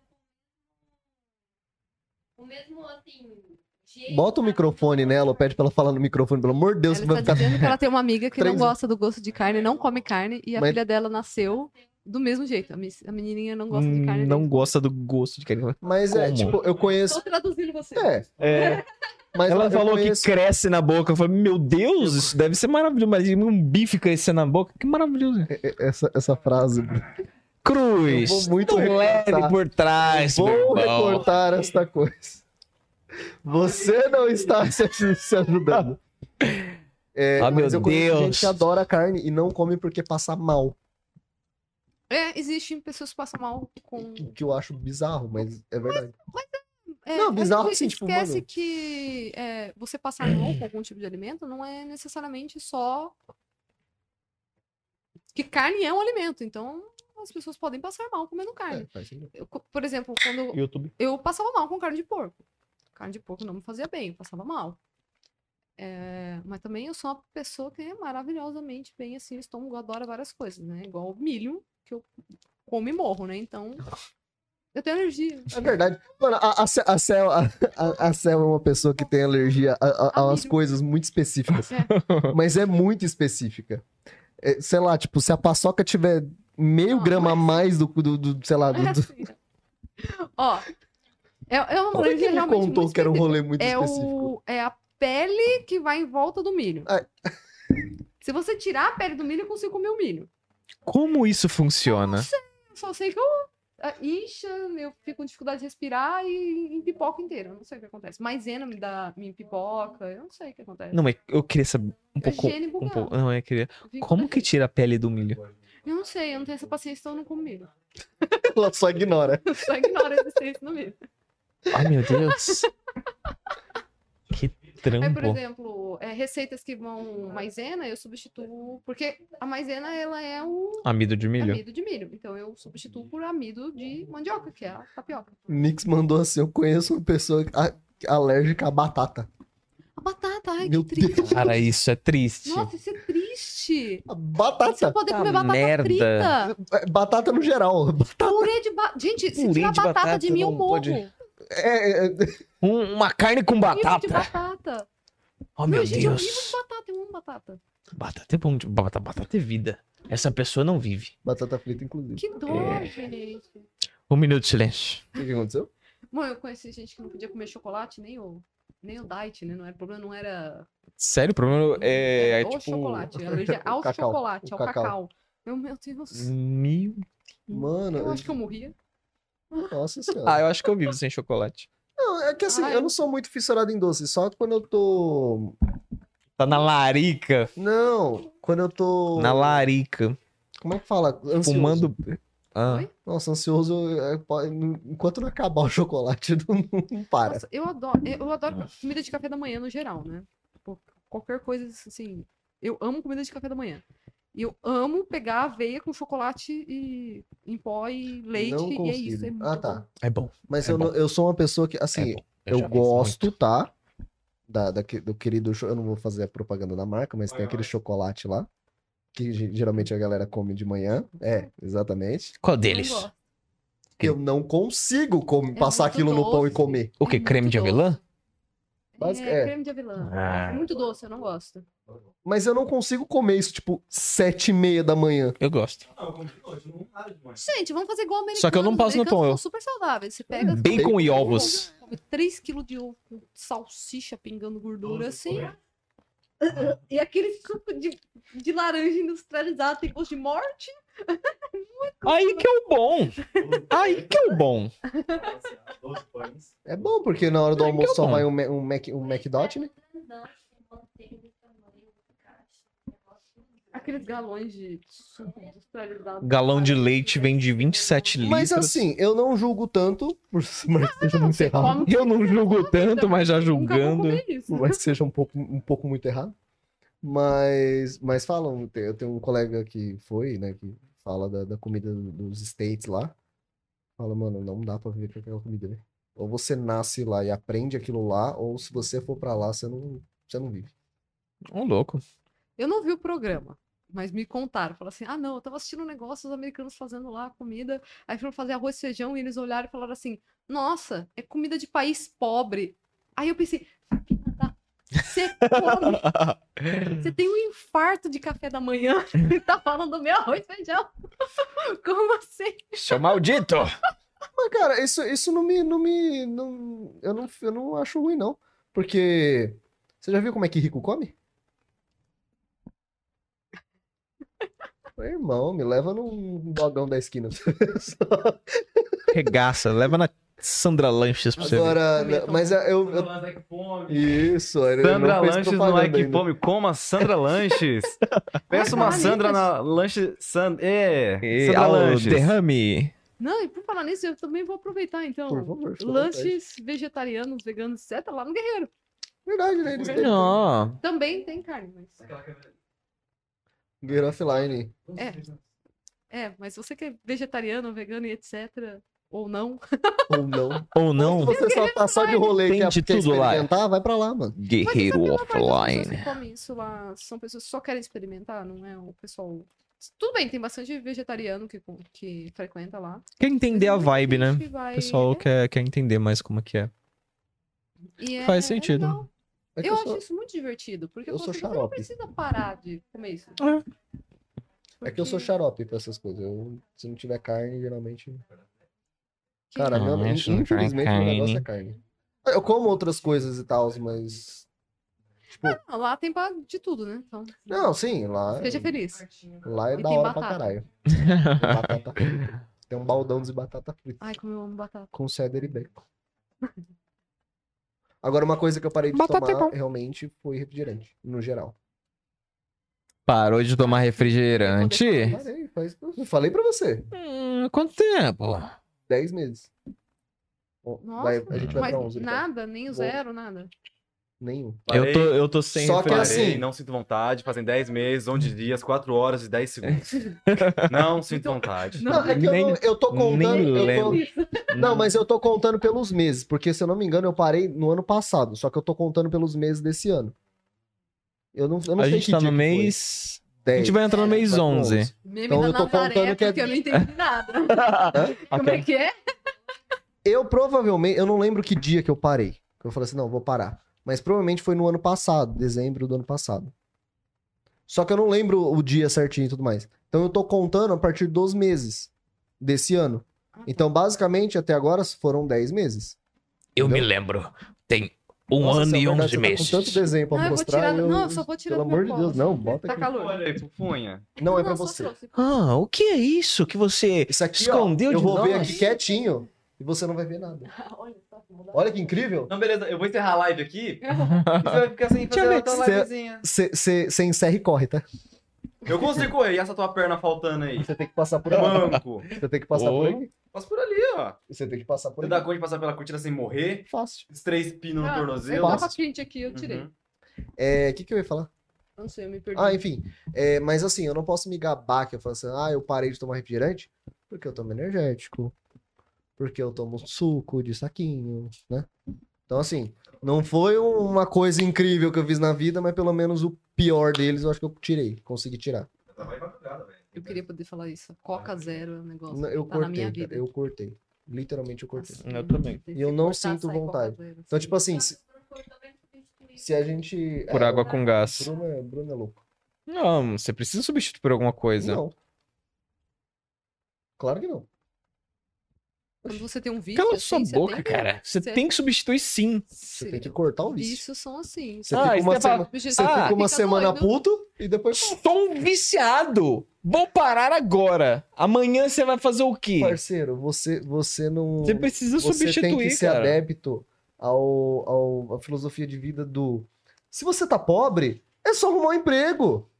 O mesmo assim. jeito,
Bota o
sabe?
microfone nela ou pede pra ela falar no microfone, pelo amor de Deus, que
ela
vai
está
ficar.
dizendo que ela tem uma amiga que não
Três-
gosta do gosto de carne, não come carne, e a
Mas-
filha dela nasceu do mesmo jeito. A meni- a menininha
um
não gosta de carne.
Hum, Não
nem-
gosta do gosto de carne.
Mas é,
Como?
tipo, eu conheço.
Estou traduzindo você.
É,
É.
mas
Ela
eu
falou
conheço...
que cresce na boca. Eu falei, meu Deus, isso deve ser maravilhoso. Mas um bife crescendo na boca, que maravilhoso.
Essa, essa frase.
Cruz,
Eu vou muito
tão
recortar.
leve por trás, Ah, meu
Vou
irmão.
recortar esta coisa. Você não está se, se ajudando. É,
Ah, meu
mas eu conheço
Deus.
gente que adora carne e não come porque passa mal.
É, existem pessoas que passam mal com.
O que eu acho bizarro, mas é verdade.
É,
Não,
a
bizarro
gente
assim, tipo,
esquece
mano-
que é, você passar mal com algum tipo de alimento não é necessariamente só. Que carne é um alimento, então as pessoas podem passar mal comendo
É,
carne.
faz sentido.
Eu co- por exemplo, quando
YouTube.
eu passava mal com carne de porco. Carne de porco não me fazia bem, eu passava mal. É, mas também eu sou uma pessoa que é maravilhosamente bem assim, o estômago adora várias coisas, né? Igual milho, que eu como e morro, né? Então. Eu tenho energia.
É verdade. Mano, a, a, Ce- a, Cel, a, a- a Cel é uma pessoa que tem alergia a, a- a umas
Amigo.
coisas muito específicas. Mas é muito específica. É, sei lá, tipo, se a paçoca tiver meio
Não,
grama a mais do, do, do- sei lá, do,
Ah, É
do,
assim. Ó. É, é
Como
uma
é que
alergia
ele
realmente
contou
muito
que era um
específica.
rolê muito
é
específico?
o É a pele que vai em volta do milho.
Ai.
Se você tirar a pele do milho, eu consigo comer o milho.
Como isso funciona?
Eu só sei que eu ah, incha, eu fico com dificuldade de respirar e em pipoca inteira. Eu não sei o que acontece. Maisena me dá me pipoca, eu não sei o que acontece.
Não, mas eu queria saber um pouco.
higiene
Um
bucal.
pouco. Não, eu queria.
Eu fico
Como que
perfeita.
tira a pele do milho?
Eu não sei, eu não tenho essa paciência, então eu não como milho.
Ela só ignora.
Eu só ignoro a existência do milho.
Ai, meu Deus. que
Aí, por
trampo.
exemplo, é, receitas que vão maisena, eu substituo. Porque a maisena, ela é o
Amido de milho?
amido de milho. Então eu substituo por amido de mandioca, que é a tapioca.
Nix mandou assim: eu conheço uma pessoa a- alérgica à batata.
A batata, ai,
Meu
que triste.
Cara, isso é triste.
Nossa, isso é triste.
A
Você não
Batata.
poder
Tá
comer batata
merda.
frita.
É, Batata no geral.
Purê de batata. Gente, se
Purê
tirar
de
batata,
batata
de mim, eu
não
morro.
pode-
Purê
É, é,
Um- uma carne com
de
batata.
batata.
Oh, meu
não, gente, eu vivo
Deus.
de batata, eu amo batata.
Batata é bom. de- Batata, batata é vida. Essa pessoa não vive.
batata frita, inclusive.
É.
Que dó, gente.
Um minuto de silêncio.
O que, que aconteceu?
Mano, eu conheci gente que não podia comer chocolate, nem o, nem o diet, né? Não era, o problema não era
Sério, o problema é, é,
Hum, o
tipo.
chocolate, era alergia ao
cacau,
chocolate,
o
ao
cacau.
cacau. Eu, meu Deus,
Mil...
Mano,
eu acho que eu morria.
É. nossa senhora.
Ah, eu acho que eu vivo sem chocolate.
Não, é que assim,
Ai.
eu não sou muito fissurado em doce, só quando eu tô.
Tá na larica.
Não, quando eu tô.
Na larica.
Como é que fala? Ansioso.
Fumando. Ah.
Oi?
Nossa, ansioso. é, po- Enquanto não acabar o chocolate, não, não para.
Nossa, eu adoro, eu adoro comida de café da manhã no geral, né? Tipo, qualquer coisa assim. Eu amo comida de café da manhã. E eu amo pegar aveia com chocolate e em pó e leite.
não
e é isso. É
consigo.
muito
ah, tá.
bom.
É bom.
Mas
É
eu,
bom.
não- eu sou uma pessoa que, assim,
é bom.
eu,
já fiz
gosto, tá? Da, da, que- do querido. cho- Eu não vou fazer a propaganda da marca, mas tem aquele chocolate lá. Que ge- geralmente a galera come de manhã.
Uhum.
É, exatamente.
muito. Qual
Eu
deles?
gosto.
Que eu não consigo com- passar
É muito
aquilo no pão e
doce.
comer.
O que?
É muito
creme de
doce.
avelã?
Basic-
É,
é.
creme de avelã.
Ah.
É muito doce, eu não gosto.
Mas eu não consigo comer isso, tipo, sete e meia da manhã.
Eu gosto.
Gente, vamos fazer igual americano.
Só que eu não passo no pão, eu-
São super saudáveis. Você pega
Bacon e ovos.
3kg de ovo com salsicha pingando gordura assim. E aquele suco de, de laranja industrializado tem gosto de morte.
Aí que é o bom. Aí que é o bom.
Dois pães.
É bom, porque na hora do
É que
almoço
é
só
bom.
vai um, Mac- um, Mac,
tá
um McDot, né?
Aqueles
um
galões de suco industrializado.
Galão de leite vem de 27 litros.
Mas assim, eu não julgo tanto, por mais que seja muito
você
errado.
come
Eu não julgo tanto, mas já
Nunca vou
julgando.
comer isso.
Por mais que seja um pouco, um pouco muito errado. Mas, mas falam, eu tenho um colega que foi, né, que fala da, da comida dos States lá. Fala, mano, não dá pra viver com aquela comida, né? Ou você nasce lá e aprende aquilo lá, ou se você for pra lá, você não, você não vive.
Ô, louco.
Eu não vi o programa, mas me contaram. Falaram assim: ah, não, eu tava assistindo um negócio, os americanos fazendo lá a comida. Aí foram fazer arroz e feijão e eles olharam e falaram assim: nossa, é comida de país pobre. Aí eu pensei: "Filha da- você come, você tem um infarto de café da manhã e tá falando do meu arroz e feijão. Como assim?
Seu maldito!
Mas, cara, isso, isso não me. Não me não, eu, não, eu não acho ruim, não. Porque. Você já viu como é que rico come? Meu irmão, me leva num dogão da esquina.
Regaça, leva na Sandra Lanches pra você ver.
Agora,
Também
não,
tô-
mas eu. eu- eu- Isso, ele não
Sandra
fez
Lanches no
propaganda
Like
ainda.
Fome. Coma Sandra Lanches. Ah, Peça uma
Vai,
Sandra
Lanches.
na lanche. San... É,
E
Sandra
ao
Lanches.
derrame.
Não, e por falar nisso, eu também vou aproveitar então.
Por favor, fica à vontade.
Lanches vegetarianos, veganos, etc., lá no Guerreiro.
Verdade, né? Eles têm
Não.
Também tem carne, mas.
Get offline.
É, mas se você que é vegetariano, vegano e etc. Ou não.
Ou não.
Ou
Se
não,
você só tá só de rolê e
Tem
quer,
de
quer
tudo lá.
experimentar, vai pra lá, mano.
Mas essa é a
guerreiro
maior parte das pessoas
offline.
que comem isso lá são pessoas que só querem experimentar, não é o pessoal. Tudo bem, tem bastante vegetariano que, com- que frequenta lá.
Quer entender a vibe, né? O pessoal
que
quer, quer entender mais como que é.
é, E
faz sentido.
legal.
É que
eu
eu
acho
sou-
isso muito divertido, porque
eu
eu
sou
você não
xarope.
precisa parar de comer isso.
É que eu sou
Porque-
xarope pra essas coisas. Eu- se não tiver carne, geralmente.
Que-
Cara, meu,
Ah, isso não
infelizmente
é
meu negócio é carne. Eu como outras coisas e tal, mas. Tipo,
Ah, lá tem pra de tudo, né? Então,
não, é. sim, lá,
seja feliz.
lá é
E
da
tem
hora pra
batata.
caralho. Tem batata frita. Tem um baldão de batata frita
Ai, como eu amo batata.
com cheddar e bacon. Agora, uma coisa que eu parei de
Batata é
tomar realmente foi refrigerante, no geral.
Parou de tomar
refrigerante?
refrigerante?
Parei, faz... eu Falei pra você,
Hum, quanto tempo?
10 meses. Bom,
Nossa,
vai- a gente vai
mas
pra 11. então.
nada, nem
Vou-
o zero, nada.
Nenhum.
Eu
Parei,
tô, eu tô sem
Só que
parei,
refrigerante.
assim-
não sinto vontade, fazem 10 meses,
Hum.
11 dias, 4 horas e 10 segundos. não sinto vontade.
Não, é que eu
nem-
não- eu tô
nem
contando. eu tô-
lembro.
Não, mas eu tô contando pelos meses, porque se eu não me engano, eu parei no ano passado, só que eu tô contando pelos meses desse ano. Eu não, eu não
A
sei
gente
que
tá
dia
no
que foi. É. tá
mês. A
10,
gente vai entrar no mês
vai pro
11.
Meme
Então
da
eu tô
Nazaré,
contando que é-
porque eu não entendi nada. Como é que é?
Eu provavelmente, eu não lembro que dia que eu parei. que Eu falei assim, não, vou parar. Mas provavelmente foi no ano passado, dezembro do ano passado. Só que eu não lembro o dia certinho e tudo mais. Então eu tô contando a partir dos meses desse ano.
Ah, tá.
Então, basicamente, até agora foram 10 meses.
Eu me lembro. Tem um
Nossa,
ano e
seu Bernardo,
onze
você tá
meses.
Com tanto desenho pra
Não, eu vou
mostrar.
tirar.
eu-
Não, eu só vou tirar
Pelo
do meu
amor de
colo,
Deus,
assim,
não,
porque
bota
Tá
aqui.
calor.
Olha aí, pupunha.
Não, é pra
eu só
você.
trouxe.
Ah, o que é isso que você
Isso aqui,
Escondeu
ó, eu
de
vou ver
nós?
aqui quietinho e você não vai ver nada.
Olha tá só que maldade.
Olha que incrível.
Não, beleza, eu vou encerrar a live aqui.
Uhum.
e você vai ficar sem
Deixa eu
fazer
ver
a tua
se-
livezinha.
Você encerra e corre, tá?
Eu consigo correr, e essa tua perna faltando aí?
Você tem que passar por lá.
Manco.
Você tem que passar por aqui.
Passa por ali, ó.
Você tem que passar por
Você dá
aqui.
conta de passar pela cortina sem morrer?
Fácil.
Os três pinos no
Ah,
tornozelo?
Eu tava quente aqui, eu tirei.
Uhum.
É, o que, que eu ia falar?
Eu Não sei, eu me perdi.
Ah, enfim. É, mas assim, eu não posso me gabar que eu falo assim, ah, eu parei de tomar refrigerante porque eu tomo energético. Porque eu tomo suco de saquinho, né? Então, assim, não foi uma coisa incrível que eu fiz na vida, mas pelo menos o pior deles eu acho que eu tirei, consegui tirar.
Vai madrugada, velho.
Eu queria poder falar isso.
Ah,
Coca zero é um negócio.
Não,
que
Eu
tá na
cortei,
minha
cara,
vida.
eu cortei. Literalmente eu cortei.
Nossa,
Eu também.
tem
E
que
eu não
cortar,
sinto
sai Coca
vontade.
Zero,
Então,
assim.
tipo assim, se, se a gente.
Por
é,
água com gás.
Bruno é, Bruno é louco.
Não, você precisa substituir por alguma coisa.
Não. Claro que não.
Quando você tem um vício.
Cala
assim,
sua
você
boca,
tem que-
cara. Você
você-
tem que substituir sim.
Você tem que cortar o vício.
Vícios são assim.
Você
Ah,
fica uma,
isso que eu ia
sema-
falar.
você
Ah,
fica uma
fica
semana
doido.
puto e depois fala,
Estou um viciado! Vou parar agora. Amanhã você vai fazer o quê?
parceiro, você, você não.
Você precisa
você tem que
substituir,
ser
cara.
adepto ao, ao, à filosofia de vida do. Se você tá pobre, é só arrumar um emprego.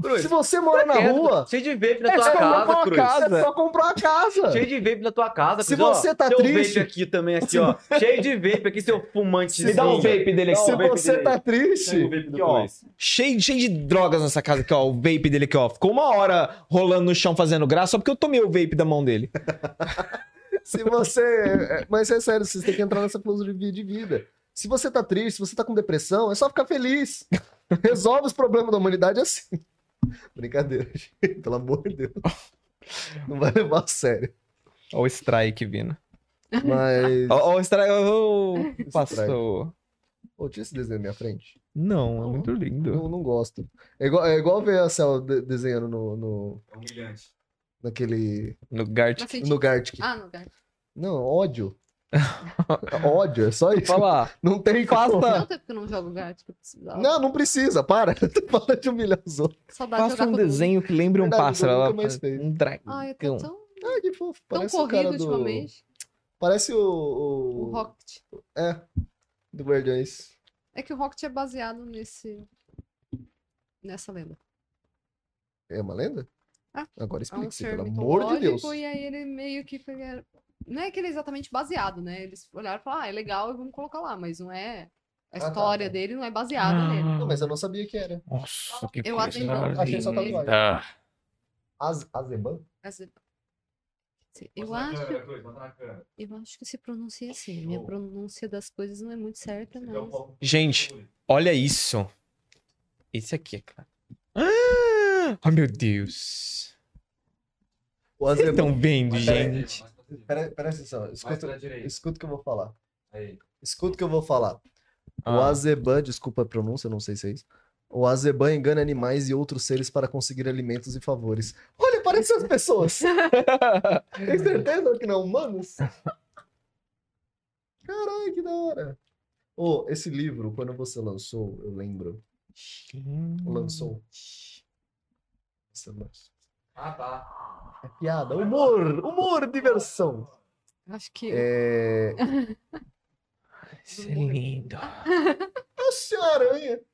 Cruz,
Se você
tá
mora na
quieto,
rua,
Cheio de vape na
É,
tua
você comprou
casa,
uma
Cruz.
casa.
é só comprar uma casa.
Cheio de vape na tua casa,
Se
Cruz, ó.
você tá
seu
triste-
vape aqui também, aqui, ó. Cheio de vape aqui, seu fumante.
Me dá um vape dele aqui.
Se
Não, vape
você
dele
tá
aí.
triste,
Aqui, ó.
Cheio, cheio de drogas nessa casa aqui, ó. O vape dele aqui, ó. Ficou uma hora rolando no chão fazendo graça só porque eu tomei o vape da mão dele.
se você. é, Mas é sério, você tem que entrar nessa filosofia de vida. Se você tá triste, se você tá com depressão, é só ficar feliz. Resolve os problemas da humanidade assim. Brincadeira, gente. Pelo amor de Deus. Não vai levar a sério.
Ó o strike vindo.
Mas.
Ó, ó o strike. ó, ó, passou.
Strike. Pô, tinha esse desenho na minha frente?
Não, é muito lindo.
Eu não gosto. É igual, é igual ver a Cel de- desenhando no, no-
É humilhante.
naquele.
No Gart.
Mas senti-
No Gartic.
Ah, no Gartic.
Não, ódio. ódio, é só isso.
Fala.
Não tem
Faça-
como.
Não tempo que eu não jogo Gartic. eu precisava.
Não, não precisa, para. Tu para de humilhar os outros.
Saudade de
Faça
jogar
um
com o Dudu.
desenho que lembre um
Verdade,
pássaro.
eu
Ela
nunca mais
faz
fez.
um
Ai, eu tô
dragão.
tão,
Ah, que fofo.
tão
Parece o
corrido
cara do...
ultimamente.
Parece o...
O
o...
Rocket.
Do Guardiões.
É que o Rocket é baseado nesse. Nessa lenda.
É uma lenda?
Ah.
Agora
É um
explica-se,
ser
pelo amor de Deus.
mitológico, e aí ele meio que pegaram... Não é que ele é exatamente baseado, né? Eles olharam e falaram, ah, é legal e vamos colocar lá, mas não é... A
Ah, tá,
história
tá.
dele não é baseada nele.
Não, mas eu não sabia que era.
Nossa, que
Eu
coisa
atendo-
linda.
Achei só tatuagem.
Ah,
Az... Azeban?
Mas- é, Eu
Bota na
é.
acho,
câmera, Cruz, bota na câmera.
eu acho que se pronuncia assim. Minha
Show.
pronúncia das coisas não é muito certa,
Você quer um
mas...
pouco-
Gente, olha isso. Esse aqui, cara. Ah, oh, meu Deus.
O
Vocês
Azeban.
estão vendo,
Mas
é.
peraí,
gente?
mais pra direita.
Então, Pera, pera atenção,
Mais
escuta,
pra direita.
escuta o que eu vou falar.
Aí.
Escuta o que eu vou falar. O
Ah,
Azeban, desculpa a pronúncia, não sei se é isso. O Azeban engana animais e outros seres para conseguir alimentos e favores. Olha, parece as pessoas. Tem certeza que não, humanos? Caralho, que da hora. Ô, esse livro, quando você lançou, eu lembro.
Hum.
Lançou. Você lançou.
Ah, tá.
É piada. Humor! Humor, diversão.
Acho que.
É.
Isso é lindo.
Nossa é Aranha!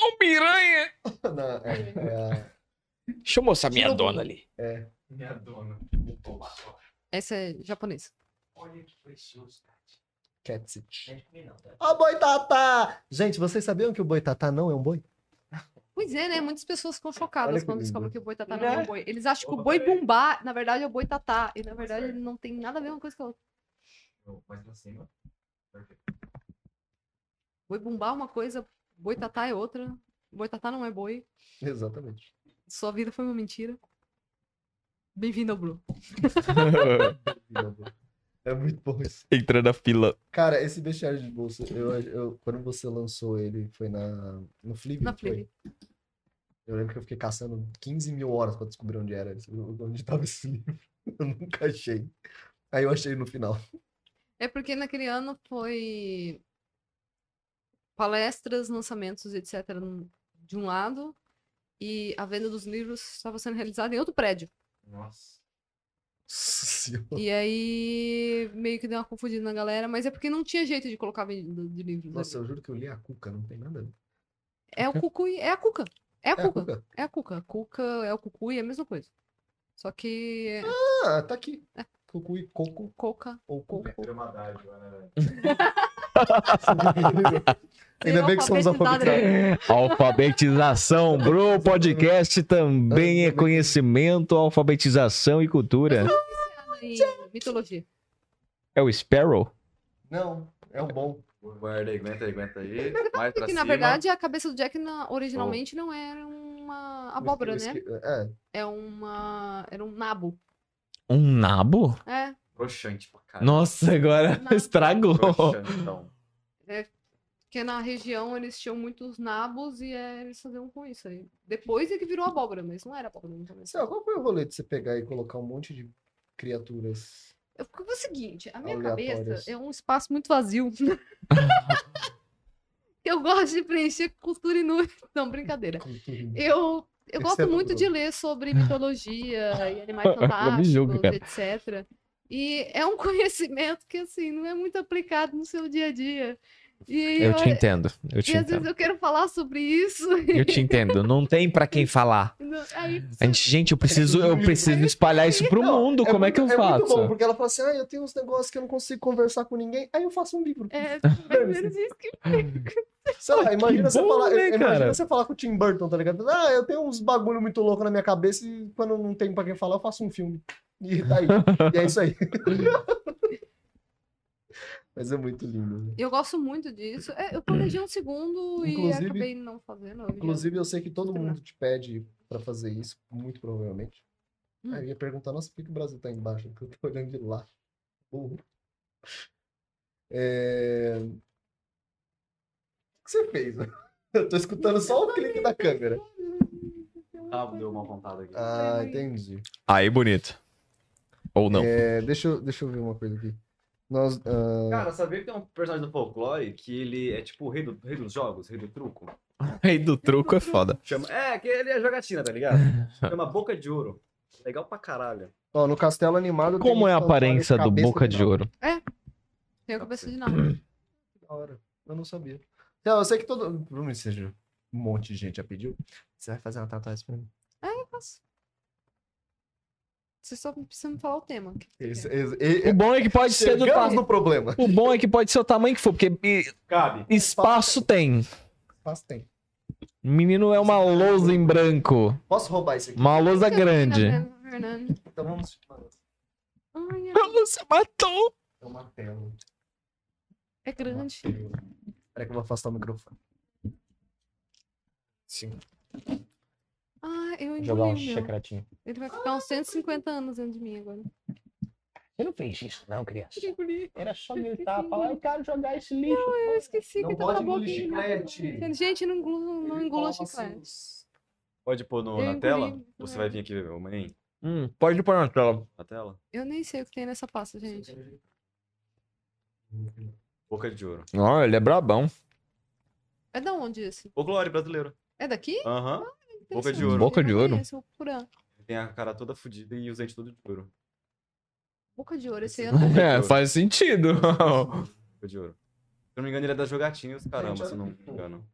Um piranha!
Não, é, é a-
Deixa eu mostrar minha
Tira o-
dona ali.
Minha dona.
Essa é japonesa.
Olha que precioso, Tati.
Catsit.
Não é de mim, não, tá?
A boitatá! Gente, vocês sabiam que o boitatá não é um boi?
Pois é, né? Muitas pessoas ficam
Olha
chocadas
que
quando
lindo.
descobrem que o boi tatá não é
Né?
um boi. Eles acham que o
Opa,
boi
peraí.
bumbá, na verdade, é o boi tatá. E na
Tá
verdade, ele não tem nada a ver uma coisa com a outra.
Eu- Mais pra cima. Perfeito.
Boi bumbá é uma coisa, boi tatá é outra. Boi tatá não é boi.
Exatamente.
Sua vida foi uma mentira. Bem-vindo ao Blue.
É muito bom isso.
Entra na fila.
Cara, esse bestiário de bolsa, eu, eu- quando você lançou ele, foi na, no Flip?
Na Flip.
Eu lembro que eu fiquei caçando 15 mil horas pra descobrir onde era, esse- onde tava esse livro. Eu nunca achei. Aí eu achei no final.
É porque naquele ano foi palestras, lançamentos, etc. num- de um lado, e a venda dos livros estava sendo realizada em outro prédio.
Nossa.
Nossa senhora.
E aí meio que deu uma confundida na galera, mas é porque não tinha jeito de colocar venda de livros.
Nossa,
ali.
eu juro que eu li a Cuca, não tem nada a ver.
É o cucuí, é a cuca. É a
É a
cuca.
Cuca?
É a cuca. Cuca é o cucuí, é a mesma coisa. Só que é
Ah, tá aqui. Cucu e Coco
coca.
ou Cuca.
Era uma dádiva, né, velho?
Ainda bem que somos alfabetizados.
Alfabetização, bro. O Podcast também é conhecimento, alfabetização e cultura.
Em mitologia.
É o Sparrow?
Não, é o bom.
Guarda aí, aguenta aí, aguenta aí. Mais pra
Porque,
cima.
na verdade, a cabeça do Jack na- originalmente não era uma abóbora,
Whisky-
né?
whisky- É,
É uma. Era um nabo.
Um nabo?
É. um
Broxante pra caralho.
Nossa, agora
Nabo.
estragou.
Broxantão.
Porque na região eles tinham muitos nabos e é, eles faziam com isso aí. Depois é que virou abóbora, mas não era abóbora no começo.
Céu, qual foi o rolê de você pegar e colocar um monte de criaturas?
Eu- Porque é o seguinte, a minha
Aleatórias.
cabeça é um espaço muito vazio. Eu gosto de preencher com cultura inútil. Não, brincadeira. Eu, eu
Exceto
é
gosto muito
pro-
de ler sobre mitologia e animais
Não me
fantásticos,
julgue, cara.
etc. E é um conhecimento que, assim, não é muito aplicado no seu dia a dia. E,
Eu
eu-
te entendo. Eu te
e às vezes
entendo.
eu quero falar sobre isso.
Eu te entendo. Não tem pra quem falar.
e não- aí,
A gente, gente, eu preciso, eu preciso espalhar isso pro
Não,
mundo. Como é
muito-
que eu
Muito bom,
faço?
porque ela fala assim: ah, eu tenho uns negócios que eu não consigo conversar com ninguém, aí eu faço um livro.
é mais ou menos isso que
Sei lá, imagina, você,
bom,
falar,
né,
imagina
cara?
você falar com o Tim Burton, tá ligado? Ah, eu tenho uns bagulho muito louco na minha cabeça e quando não tem pra quem falar, eu faço um filme. E tá aí. e é isso aí. Mas é muito lindo. né?
Eu gosto muito disso. É, eu planejei um segundo
Inclusive-
e acabei não fazendo. eu já-
Inclusive, eu sei que todo
Terminar.
mundo te pede pra fazer isso, muito provavelmente.
Hum.
Aí eu ia perguntar, nossa, por que que o Brasil tá embaixo? Porque eu tô olhando de lá. Burro. É... O que você fez? Eu tô escutando só o clique da câmera.
Ah, deu uma pontada aqui.
Ah, entendi.
Aí, bonito. Ou não.
É, deixa, eu, deixa eu ver uma coisa aqui. Nós, ah,
Cara, sabia que tem um personagem do folclore que ele é tipo o rei, do- rei dos jogos, rei do truco?
Aí do truco é foda.
Chama... É, que ele é jogatina, tá ligado? Chama Boca de Ouro. Legal pra caralho.
ó, no Castelo Animado. tem
Como é a
um santuário
aparência do
cabeça
Boca de
nabo.
Ouro?
Tem a cabeça de nada.
Da hora. Eu não sabia. Não, eu sei que todo. Bruno, seja um monte de gente já pediu. Você vai fazer uma tatuagem pra mim?
Você só precisa me falar o tema.
Esse- esse- e-
O bom é que pode ser do
Chegamos
tamanho.
no problema.
O bom é que pode ser o tamanho que for, porque e-
Cabe.
espaço tem.
Faz tempo.
Menino é uma lousa em branco.
Posso roubar isso aqui?
Uma
é
lousa grande.
Ai,
Então vamos chamar.
né? ai,
Você matou.
É uma tela.
É grande.
Peraí que eu vou afastar o microfone.
Ah, eu
Jogar um
engoli o meu.
chacratinho.
Ele vai ficar uns 150 anos dentro de mim agora.
Você não fez isso, não, criança.
Eu engoli.
Era só gritar, falar, eu quero jogar esse lixo.
Eu esqueci
Não
que tava na
pode engolir
boquinha.
chiclete. assim.
Gente, não engulo, não engula
Nossa,
chiclete.
Pode pôr no-
Eu
na
engoli,
tela?
não
Você
é.
vai vir aqui ver, meu maninho?
Hum, pode pôr na tela.
Na tela?
Eu nem sei o que tem nessa pasta, gente.
Boca de ouro.
Ó, ele é brabão.
É da onde esse?
Folclore brasileiro.
É daqui?
Aham. Boca de
Interessante.
ouro.
Boca de
Eu não
ouro.
conheço, vou procurar.
Tem a cara toda fodida e os dentes todos de ouro.
Boca de ouro, esse
Esse
ano.
não.
É, faz sentido.
Boca de ouro. Se eu não me engano, ele é das jogatinhas, caramba, se eu não me engano.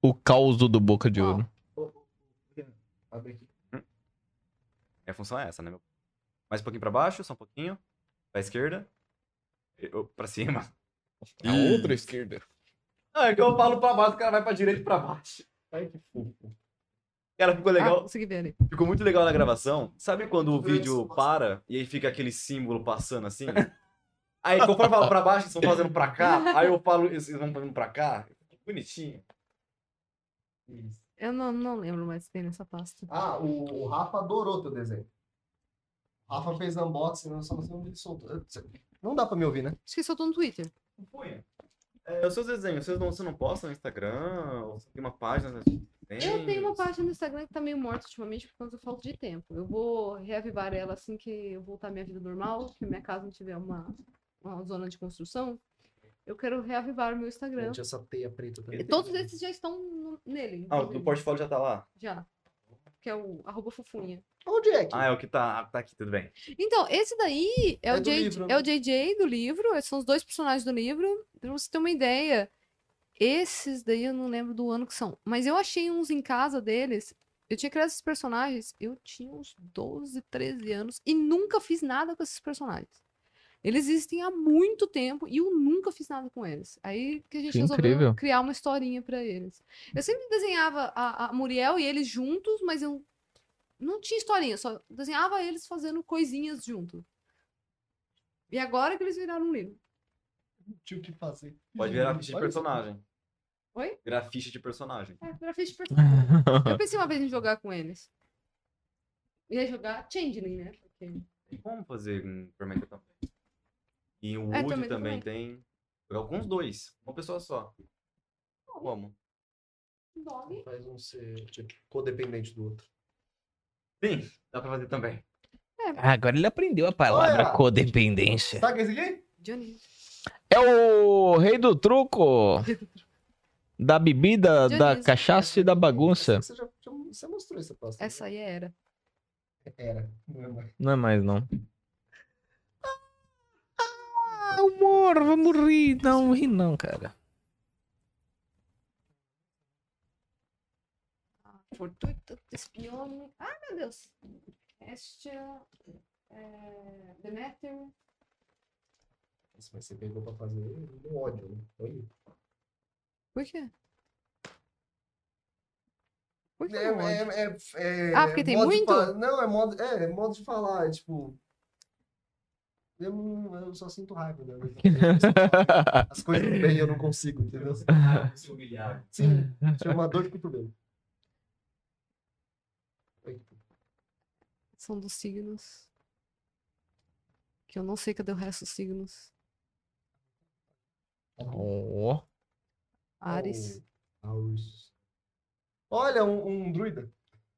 o caos do Boca de Ouro.
Abre aqui.
Minha função é essa, né? meu? Mais um pouquinho pra baixo, só um pouquinho. Pra esquerda. E- ô, Pra cima.
A é outra esquerda.
Ah, é que eu falo pra baixo, o cara vai pra direita e pra baixo. Ai, que fofo. Cara, ficou
Ah,
legal.
consegui ver ali.
Ficou muito legal na gravação. Sabe quando o vídeo para e aí fica aquele símbolo passando assim? Aí, conforme eu falo pra baixo, eles estão fazendo pra cá. Aí eu falo, eles vão fazendo pra cá. Bonitinho.
Eu não, não lembro mais se tem nessa pasta.
Ah, o, o Rafa adorou teu desenho. O Rafa fez unboxing, eu só não sei onde ele soltou. Eu- cê- Não dá pra me ouvir, né?
Acho que soltou no Twitter.
Um Punha. É, os seus desenhos, vocês não, você não posta no Instagram? Ou você tem uma página? né?
Eu tenho uma
Tem.
página no Instagram que tá meio morta ultimamente por causa da falta de tempo. Eu vou reavivar ela assim que eu voltar à minha vida normal, que minha casa não tiver uma, uma zona de construção. Eu quero reavivar o meu Instagram.
Gente, essa teia preta também.
E todos esses já estão no- nele.
Ah, o
inclusive.
do portfólio já tá lá.
Já. Que é o arroba fofunha.
Onde é que?
Ah, é o que tá, ah, tá aqui, tudo bem.
Então, esse daí é,
É
o,
do
J-
livro,
é
né?
o JJ do livro. Esses são os dois personagens do livro. Pra você ter uma ideia, esses daí eu não lembro do ano que são. Mas eu achei uns em casa deles. Eu tinha criado esses personagens. Eu tinha uns 12, 13 anos. E nunca fiz nada com esses personagens. Eles existem há muito tempo e eu nunca fiz nada com eles. Aí que a gente
Que
resolveu
incrível.
criar uma historinha pra eles. Eu sempre desenhava a, a Muriel e eles juntos, mas eu não tinha historinha, só desenhava eles fazendo coisinhas junto. E agora que eles viraram um livro.
Tinha o que fazer.
Pode virar ficha de
Olha isso.
personagem.
Uhum. Oi?
Virar ficha de personagem.
É, virar ficha de personagem. Eu pensei uma vez em jogar com eles. Ia jogar Changeling, né? Porque-
Tem como fazer um fermento também. E o
É,
Wood
Tormenta
também
também.
tem. Jogar com os dois. Uma pessoa só. Como?
Dog.
Faz um ser tipo, codependente do outro.
Sim, dá pra fazer também.
Ah, agora ele aprendeu a palavra
Olha!
codependência.
Sabe esse aqui?
Johnny.
É o rei do truco. Da bebida, da
Dionísio.
cachaça e da bagunça.
Você já, já- você mostrou essa pasta. né?
Essa aí era.
Era. Não é mais.
Não é mais, não. Ah, humor, vamos rir. Não, rir não, cara.
Fortuito, Espione. Ah, meu Deus. Estia. É... Demeter.
Nossa, mas você pegou pra fazer um ódio, né? Olha.
Por quê? Por que
É,
não pode?
é, é, é-
Ah, porque
é
tem
modo de
muito?
fa- Não, é modo, é, é modo de falar, é tipo... Eu, não- eu só sinto raiva, né? As coisas bem eu não consigo, entendeu?
Se humilhar.
Sim, tinha uma dor de cotovelo.
São dos signos. Que eu não sei cadê o resto dos signos.
tá
Ó.
Oh,
Ares.
Auris.
Olha, um, um druida.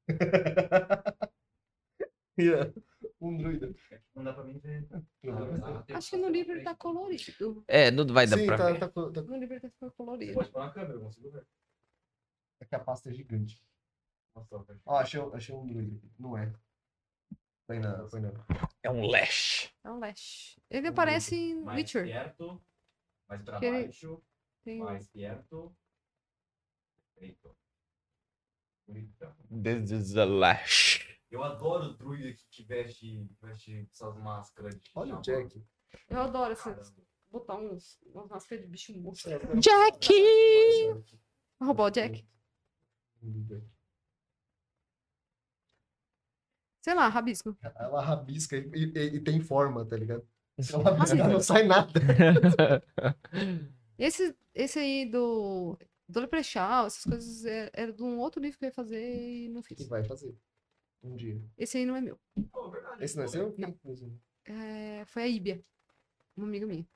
Yeah, Um druida.
é Não dá pra mim ver.
Ah,
Acho que no livro ele tá colorido.
É, não vai dar
Sim,
pra
tá,
ver.
tá co- tá-
No livro ele tá ficando colorido.
Pode pôr na câmera, eu consigo ver.
é que a pasta é gigante.
Nossa, velho.
Ó, achei, um- achei um druida. aqui. Não é. Foi não, foi não.
É um lash.
É um Lash. Ele aparece em
é
Mais
Um Witcher.
perto, mais pra
Que ele-
baixo,
Tem... um-
mais perto. Perfeito. Bonitão.
This is a lash.
Eu adoro o druida que, que veste, veste essas máscaras. de
Olha o
xamã.
Jack.
Eu adoro essas.
Caramba.
Botar uns, umas máscaras de bicho monstro.
Jack!
Vai roubar o
é.
Jack.
Um
Sei lá, rabisco.
Ela rabisca e, e- e tem forma, tá ligado? Se ela rabiscar, não sai nada.
Esse, esse aí do. Do Leprechaun, essas coisas é- era de um outro livro que eu ia fazer e não
E
fiz.
vai fazer. Um dia.
Esse aí não é meu.
Pô, verdade,
Esse não é
pô.
seu?
Não. É, foi a Ibia. Uma amiga minha.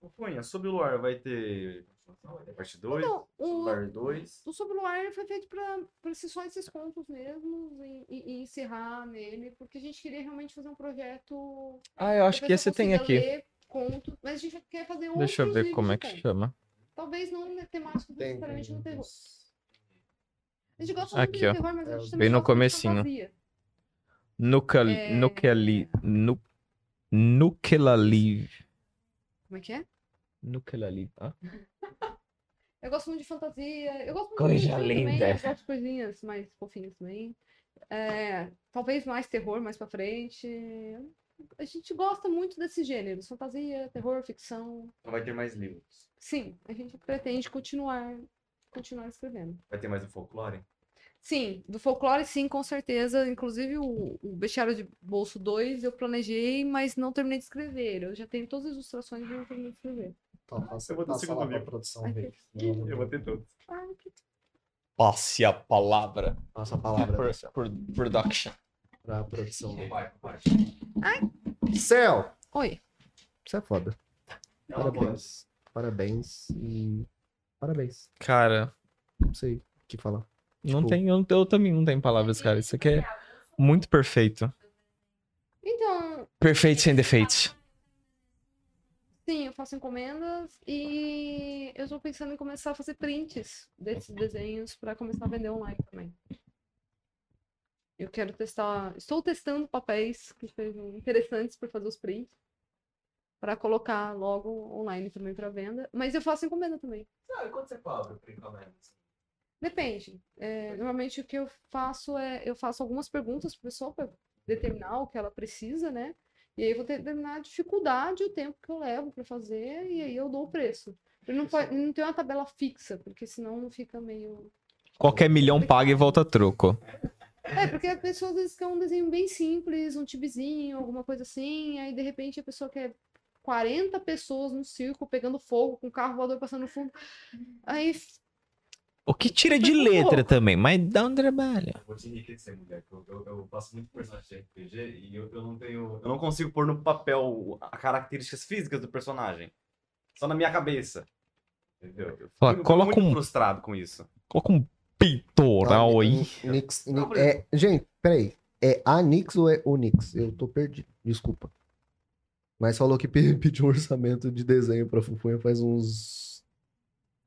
Ô, Cunha, sobre o Luar vai ter parte 2,
Então, o,
Luar 2.
O Sobre o Luar ele foi feito para ser só esses contos mesmo e, e- e encerrar nele, porque a gente queria realmente fazer um projeto.
Ah, eu acho que
talvez
esse
eu
tem
consiga
aqui.
ler conto. Mas a gente quer fazer outros
Deixa eu ver
livros
como
de
é que
conto.
chama.
Talvez não né, temático necessariamente no terror. A gente gosta
Aqui,
muito
ó.
de terror, mas a gente
É,
também
bem no
gosta muito de
comecinho.
fantasia.
Nucali...
É.
Nucali... Nu... Nuclealive.
Como é que é?
Nuclealive. Ah?
Eu gosto muito de fantasia. Eu gosto muito
Coisa
de livro também,
linda.
Eu gosto de coisinhas mais fofinhas também. É, talvez mais terror mais pra frente. A gente gosta muito desses gêneros. Fantasia, terror, ficção.
Não então vai ter mais livros.
Sim, a gente pretende continuar, continuar escrevendo.
Vai ter mais o folclore?
Sim, do folclore, sim, com certeza. Inclusive, o, o Bestiário de Bolso 2 eu planejei, mas não terminei de escrever. Eu já tenho todas as ilustrações e não terminei de escrever.
Tá, passa,
Eu vou ter
passa
segundo
lá pra
livro.
produção
Ai,
ver.
Eu vou ter todos.
Ah, que
Passe a palavra.
Passa a palavra
Pro- pro- Production.
pra produção ver.
Vai, vai.
Céu!
Oi.
Você é foda.
É
Parabéns. Parabéns e. Parabéns.
Cara,
Não sei o que falar.
não
Tipo-
tem... Eu, não- eu também não tenho palavras, cara. Isso aqui é muito perfeito.
Então,
Perfeito sem defeitos.
sim, eu faço encomendas e eu estou pensando em começar a fazer prints desses desenhos para começar a vender online também. Eu quero testar, estou testando papéis que sejam interessantes para fazer os prints, para colocar logo online também para venda, mas eu faço encomenda também.
Sabe, quando você cobra por encomenda? assim?
Depende. É, normalmente o que eu faço é eu faço algumas perguntas para pessoa para determinar o que ela precisa, né? E aí eu vou determinar a dificuldade, e o tempo que eu levo para fazer e aí eu dou o preço. Eu não, fa- não tenho uma tabela fixa, porque senão fica meio.
Qualquer milhão paga e volta troco.
É, porque a pessoa às vezes quer um desenho bem simples, um tibizinho, alguma coisa assim, aí de repente a pessoa quer 40 pessoas no circo pegando fogo, com um carro voador passando no fundo. Aí
O que tira de letra também, mas tá dá um trabalho.
Eu vou te enriquecer, mulher, que eu, eu, eu passo muito personagem de RPG e eu, eu não tenho.
Eu não consigo pôr no papel as características físicas do personagem. Só na minha cabeça.
Entendeu? Eu
Fala,
Eu fico
coloca
muito
um,
frustrado com isso.
coloca um peitoral aí.
Tá,
Tá
Nix, Ni- é, gente, peraí. É a Nix ou é o Nix? Eu tô perdido. Desculpa. Mas falou que pe- pediu um orçamento de desenho pra Fufunha faz uns.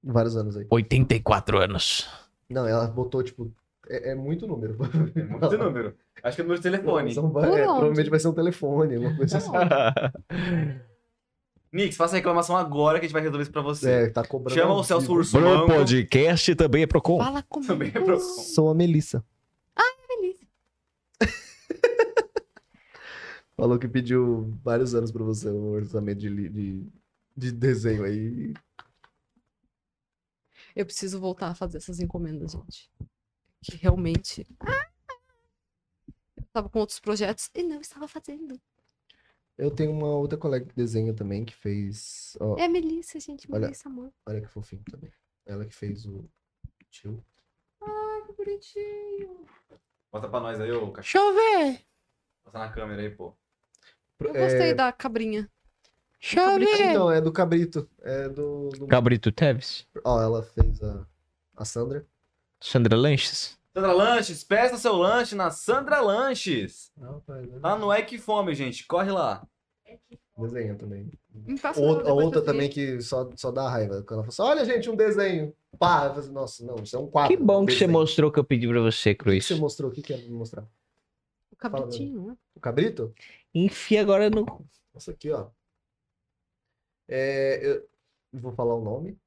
vários anos aí.
84 anos.
Não, ela botou, tipo. É, é muito número.
É muito número. Acho que é o número de telefone.
São va- é,
onde?
provavelmente vai ser um telefone, uma coisa assim.
Tá
Nix, faça a reclamação agora que a gente vai resolver isso pra você.
É, tá cobrando.
Chama
ao
o Celso
vivo.
Urso Manco.
podcast também é Procon.
fala comigo.
Também é pro...
Sou a Melissa.
Ah, é Melissa.
Falou que pediu vários anos pra você um orçamento de, li- de, de desenho aí.
Eu preciso voltar a fazer essas encomendas, gente. Que realmente. Eu tava com outros projetos e não estava fazendo.
Eu tenho uma outra colega que desenha também, que fez. ó,
É a Melissa, gente.
Olha.
Melissa, amor.
Olha que fofinho também. Ela que fez o tio.
Que bonitinho.
Bota pra nós aí, ô cachorro.
Deixa eu ver.
Bota na câmera aí, pô.
Eu gostei
É,
da cabrinha.
Deixa eu
Cabrito.
ver.
Então, é do Cabrito. É do. do-
Gabrito Teves.
Ó, ela fez a, a Sandra.
Sandra Lanches.
Sandra Lanches, peça seu lanche na Sandra Lanches.
Não, pai, né?
Ah,
Lá no É Que Fome, gente. Corre lá.
Desenha Um também.
Me passa
Ou-
ela
a
Ah, depois
outra
eu
também
vi.
que só, só dá raiva. Quando ela fala assim, olha, gente, um desenho. Pá, eu falo assim, nossa, não, isso é um quadro.
Que bom que você
mostrou.
mostrou o que eu pedi pra você,
O que que
Cruz.
você mostrou? O que que era pra me mostrar?
O cabritinho, né?
O cabrito?
Enfia agora no.
Nossa, aqui, ó. É, eu vou falar o nome.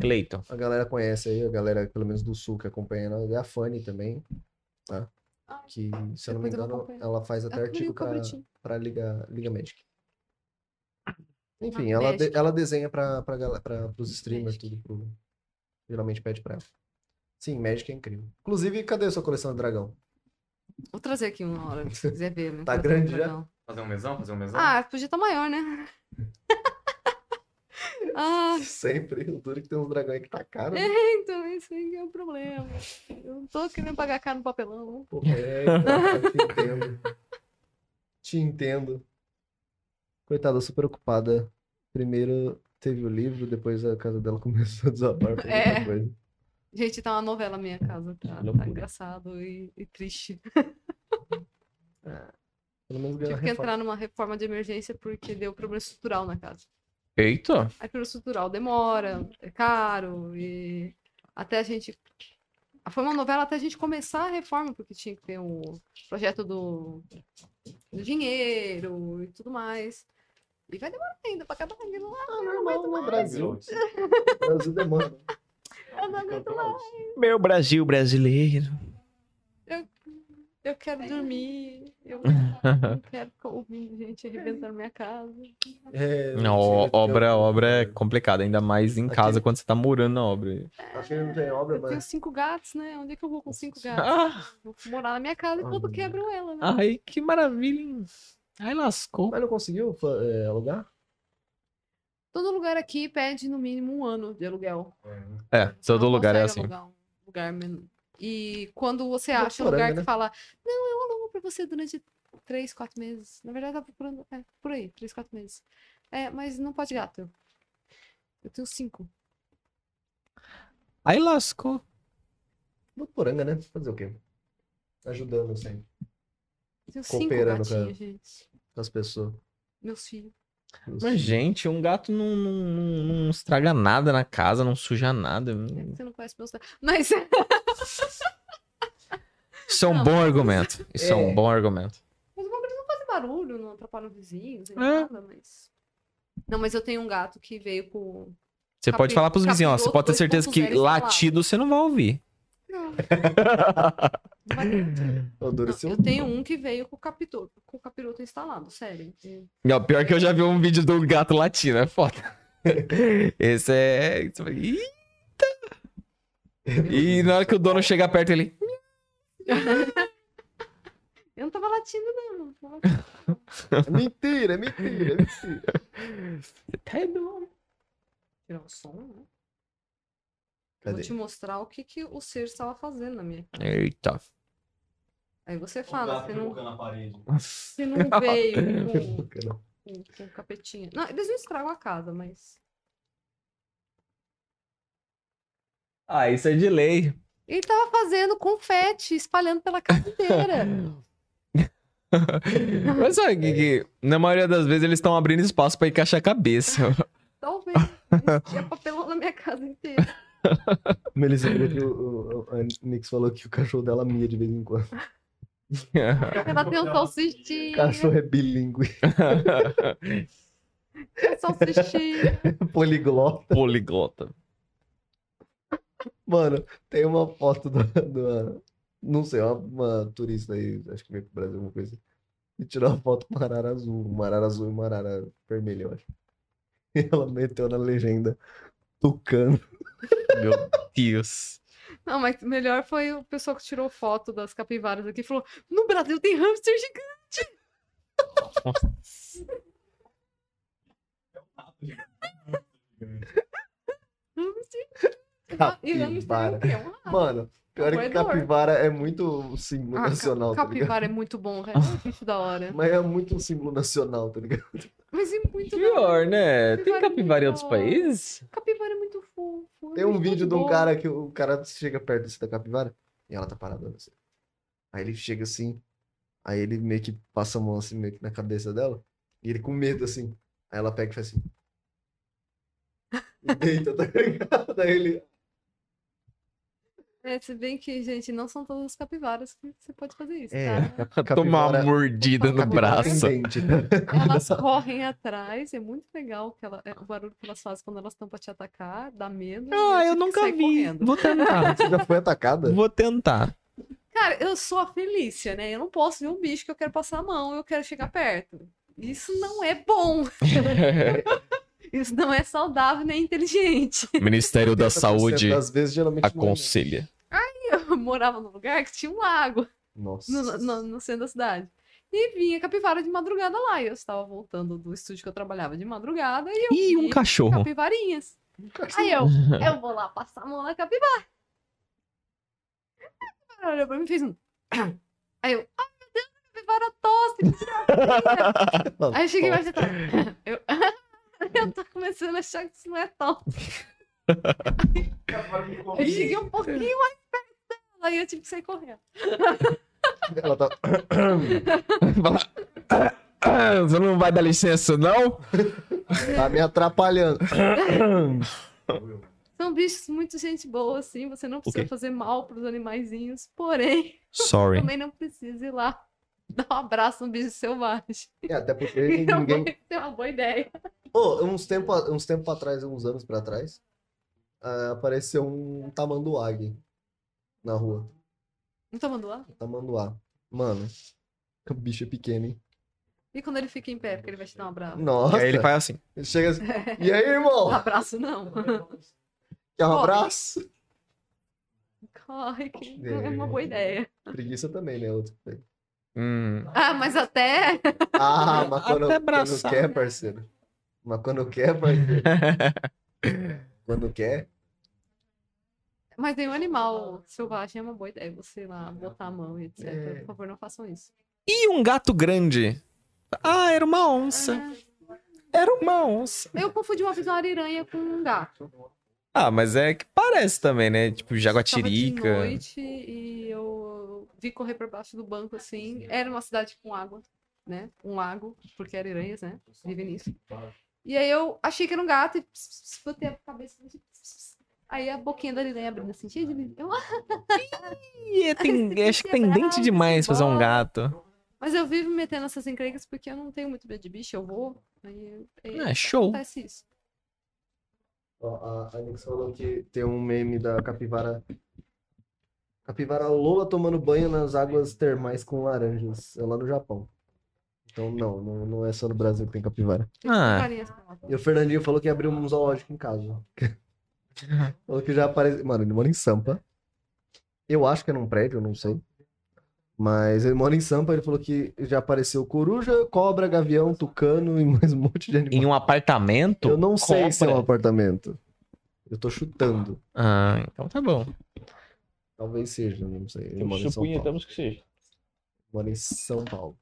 Cleiton.
A galera conhece aí, a galera, pelo menos do sul, que acompanha nós, é a Fanny também, tá?
Ah,
Que, se eu não me
depois eu vou
engano,
acompanhar.
ela faz até
Ah, e
artigo
o
pra,
cabritinho.
pra Liga, Liga Magic. Enfim,
Ah,
ela, de-
Magic.
ela desenha pra, pra, gal- pra, pros streamers,
Magic.
tudo. Pro, geralmente pede pra ela. Sim, Magic é incrível. Inclusive, cadê a sua coleção de dragão?
Vou trazer aqui uma hora, se quiser ver. né?
Tá
Pra ter um
grande já?
dragão.
Fazer um mesão? Fazer um mesão?
Ah, podia estar maior, né? ah,
Sempre, o duro que tem uns dragões que tá caro. né?
então isso aí é o problema. Eu não tô querendo pagar caro no papelão, não.
Pô, é, cara, te entendo. Te entendo. Coitada, super ocupada. Primeiro teve o livro, depois a casa dela começou a desabar por
É.
outra coisa.
Gente, tá uma novela minha casa, tá, tá
loucura.
engraçado e, e triste.
Pelo menos ganhou
Tive
a
que
reforma.
entrar numa reforma de emergência porque deu problema estrutural na casa.
Eita.
Aí problema estrutural demora, é caro e até a gente. Foi uma novela até a gente começar a reforma, porque tinha que ter o projeto do, do dinheiro e tudo mais. E vai demorar ainda pra acabar. Eu não,
Ah, normal no Brasil. Brasil demanda.
eu não
Então tá
aguento mais.
Meu Brasil brasileiro.
Eu quero dormir. Eu não quero ficar ouvindo gente arrebentando minha casa.
É,
Não,
mentira,
ó-
porque
obra,
eu-
obra é complicada, ainda mais em casa
Aquele-
quando você tá morando na obra.
Acho que não tem obra,
Eu tenho
mas.
cinco gatos, né? Onde é que eu vou com cinco gatos?
Ah,
Vou morar na minha casa enquanto quebram ela, né?
ai, que maravilha, hein? Ai, lascou.
Mas não conseguiu fa- é, alugar?
Todo lugar aqui pede no mínimo um ano de aluguel.
É, todo
não
lugar é
consegue
assim.
alugar um lugar men- E quando você
Uma
acha um lugar
floranga,
que
né?
fala, não, eu alugo pra você durante três, quatro meses. Na verdade, tá procurando. É, por aí, três, quatro meses. É, mas não pode gato. Eu tenho cinco.
Ai, lascou.
Botuporanga, né? Fazer o quê? Ajudando assim, sempre
Eu tenho cinco
Cooperando,
gatinhos,
cara.
gente.
as pessoas.
Meus filhos.
Mas, gente, um gato não, não, não- não estraga nada na casa, não suja nada.
É que você não conhece meus gatos. Mas
Isso é um
Não,
bom argumento. Isso é um bom argumento.
Mas o bagulho não faz barulho, não atrapalha o vizinho, não tem
É.
nada, mas. Não, mas eu tenho um gato que veio com.
Você
Capi-
pode falar pros vizinhos, ó, você
capiroto
pode ter certeza que
2.0
latido você não vai ouvir.
Não. Não vai ter motivo.
Eu adoro esse
Não, eu tenho um que veio com o capiroto, com o capiroto instalado, sério.
Não, pior que eu já vi um vídeo do gato latino, é foda. Esse é. você fala, "Ih!" E na hora que o dono chega perto, ele.
Eu não tava latindo, não. Tava-
É mentira, é mentira, é mentira.
Tá é dono.
Tirar o som, né? Eu
Cadê?
Vou te mostrar o que, que o ser estava fazendo na minha casa.
Eita.
Aí você
O
fala,
gato
você não,
colocando na parede.
você não veio com,
Bacana.
com, com capetinha. Não, eles não estragam a casa, mas.
Ah, isso é de lei.
Ele tava fazendo confete, espalhando pela casa inteira.
Mas sabe que, que na maioria das vezes eles estão abrindo espaço pra encaixar a cabeça.
Talvez. Tinha papelão na minha casa inteira.
Melissa falou que o, o- o- a Nix falou que o cachorro dela mia de vez em quando.
Ela tem um
O
salsichinho.
cachorro é bilíngue,
Salsichinho.
poliglota.
Poliglota.
Mano, tem uma foto da- de uma. Não sei, uma, uma turista aí, acho que veio pro Brasil, alguma coisa. E tirou uma foto com uma arara azul. Uma arara azul e uma arara vermelha, eu acho. E ela meteu na legenda tucano.
Meu Deus.
Não, mas o melhor foi o pessoal que tirou foto das capivaras aqui e falou: no Brasil tem hamster gigante. hamster. Ah, E hamster é
Capivara.
o quê? É um rato.
Mano, pior é que
Roedor.
capivara é muito símbolo
Ah,
nacional,
ca-
tá ligado?
capivara é muito bom, velho. É um bicho da hora.
Mas é muito um símbolo nacional, tá ligado?
Mas é muito. da hora.
Pior, né? Tem capivara em outros
Capivara é muito
países?
Capivara é muito fofo. é
Tem um
muito
vídeo de um
bom.
cara que o cara chega perto assim, da capivara e ela tá parada assim. Aí ele chega assim, aí ele meio que passa a mão assim, meio que na cabeça dela, e ele com medo assim. Aí ela pega e faz assim. E deita, tá ligado? Aí ele.
É, se bem que, gente, não são todas as capivaras que você pode fazer isso,
É,
tá?
capivara-
Tomar uma é mordida no
capivara tem
braço.
dente.
Elas correm atrás, é muito legal que ela- é, o barulho que elas fazem quando elas estão pra te atacar, dá medo. e
Ah,
aí
eu
você
nunca
sai
vi.
correndo.
Vou tentar.
Você já foi atacada?
Vou tentar.
Cara, eu sou a Felícia, né? Eu não posso ver um bicho que eu quero passar a mão, eu quero chegar perto. Isso não é bom. Isso não é saudável nem inteligente.
Ministério da
70%
Saúde
das vezes,
tá
geralmente, não é, não.
aconselha.
Eu morava num lugar que tinha um lago.
Nossa.
no, no- no centro da cidade. E vinha capivara de madrugada lá. E eu estava voltando do estúdio que eu trabalhava de madrugada e eu
E um
vi
cachorro.
capivarinhas. Aí eu, eu vou lá passar a mão na capivara. Aí a capivara olhou pra mim e fez um. Aí eu, ai meu Deus, a capivara tosse. que Aí eu cheguei mais atrás. Eu, eu tô começando a achar que isso não é tosse. Eu cheguei um pouquinho mais
tá,
perto dela e eu tive que sair correndo.
Ela tá.
Ah, é você não vai dar licença, não?
Tá me atrapalhando.
São bichos muito gente boa, assim. Você não precisa
Ok.
fazer mal pros animaizinhos. Porém,
Sorry.
também não precisa ir lá dar um abraço no bicho selvagem.
É, até porque
É uma
ninguém.
boa- é uma boa ideia.
Pô, uns tempo, a- uns tempo atrás, uns anos pra trás, ah, apareceu um tamanduá na rua. um
Não tá mandando
Tamanduá. Mano, o bicho é pequeno, hein?
E quando ele fica em pé, porque ele vai te dar um abraço?
Nossa.
Aí ele faz assim.
Ele chega assim. E aí, irmão?
Abraço não.
Quer um
Corre.
abraço?
Corre, que não é uma boa ideia.
Preguiça também, né? Outro.
Hum.
Ah, mas até.
Ah, mas quando,
Até
quando
abraçar.
quer, parceiro. Mas quando quer, parceiro. quando quer.
Mas nenhum animal selvagem é uma boa ideia. Você ir lá botar a mão e etc.
É.
Por favor, não façam isso.
E um gato grande? Ah, era uma onça.
Ah,
Era uma onça.
eu confundi uma vez uma ariranha com um gato.
Ah, mas é que parece também, né? Tipo,
Tava de
jaguatirica.
noite e eu vi correr pra baixo do banco assim. Era uma cidade com água, né? Um lago, porque ariranhas, né? Vivem nisso. E aí eu achei que era um gato e ps, ps, ps, botei a cabeça. assim, ps, ps, ps. Aí a boquinha da ariranha abrindo assim, cheia de brilho. Eu, ah,
Ih, é, tem- acho que tem dente demais pra fazer um gato.
Mas eu vivo metendo essas encrencas porque eu não tenho muito medo de bicho, eu vou. Aí, aí
É, show.
acontece isso.
Ó, a a Nix falou que tem um meme da capivara. Capivara Lola tomando banho nas águas termais com laranjas. É lá no Japão. Então, não, não, não é só no Brasil que tem capivara.
Ah,
Carinhas pra lá.
E o Fernandinho falou que abriu um zoológico em casa. falou que já apareceu. Mano, ele mora em Sampa. Eu acho que é num prédio, eu não sei. Mas ele mora em Sampa, ele falou que já apareceu coruja, cobra, gavião, tucano e mais um monte de animal.
em um apartamento?
Eu não sei se é um
Cobra.
apartamento. Eu tô chutando.
Ah, então tá bom.
Talvez seja, não sei. Ele mora em São Paulo.
Supunhamos que seja.
Mora em São Paulo.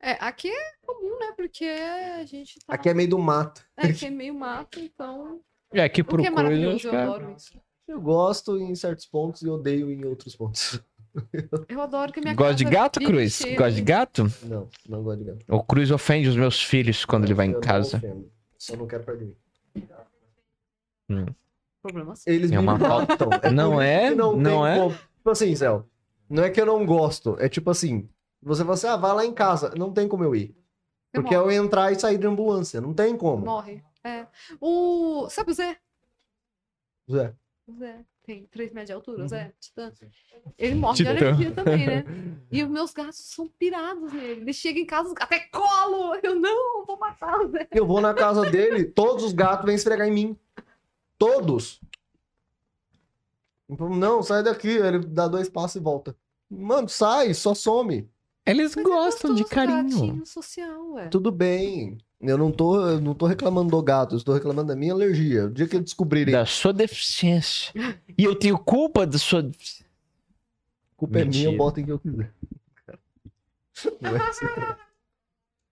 É, aqui é comum, né? Porque a gente tá.
Aqui é meio do mato.
É, aqui é meio mato, então.
É aqui
O
pro
que é
coisa, acho
maravilhoso,
que
eu
é-
adoro isso.
Eu gosto em certos pontos e odeio em outros pontos.
Eu adoro que minha
Gosta de
casa
gato,
fique
Cruz?
cheia
Gosta de gato?
Não, não gosto de gato.
O Cruz ofende os meus filhos quando ele vai
Eu
em
não
casa.
ofendo, Só não quero perder.
Problemas.
Eles
É
me
uma falta.
matam. por
Não
isso
é?
que Não,
Não
tem
é?
como. Tipo assim, Zé. Não é que eu não gosto. É tipo assim. Você fala assim, ah, vai lá em casa. Não tem como eu ir.
Você
Porque é eu entrar e sair de ambulância. Não tem como.
Morre. É. O. Sabe o Zé?
Zé.
O Zé. Tem 3 metros de altura, o Zé. Titã. Ele morre de
Uhum. Titã.
alergia também, né? E os meus gatos são pirados nele. Ele chega em casa, os gatos é colo! Eu não vou matar o Zé.
Eu vou na casa dele, todos os gatos vêm esfregar em mim. Todos. Não, sai daqui. Ele dá dois passos e volta. Mano, sai, só some.
Eles
Mas é
gostam de
gostoso,
carinho.
gatinho social, ué.
Tudo bem. Eu não tô, eu não tô reclamando do gato, eu estou reclamando da minha alergia. O dia que eu descobrirem,
Da sua deficiência. E eu tenho culpa da sua. defici-
a culpa é minha, eu
Mentira.
boto em que eu quiser. Não é assim.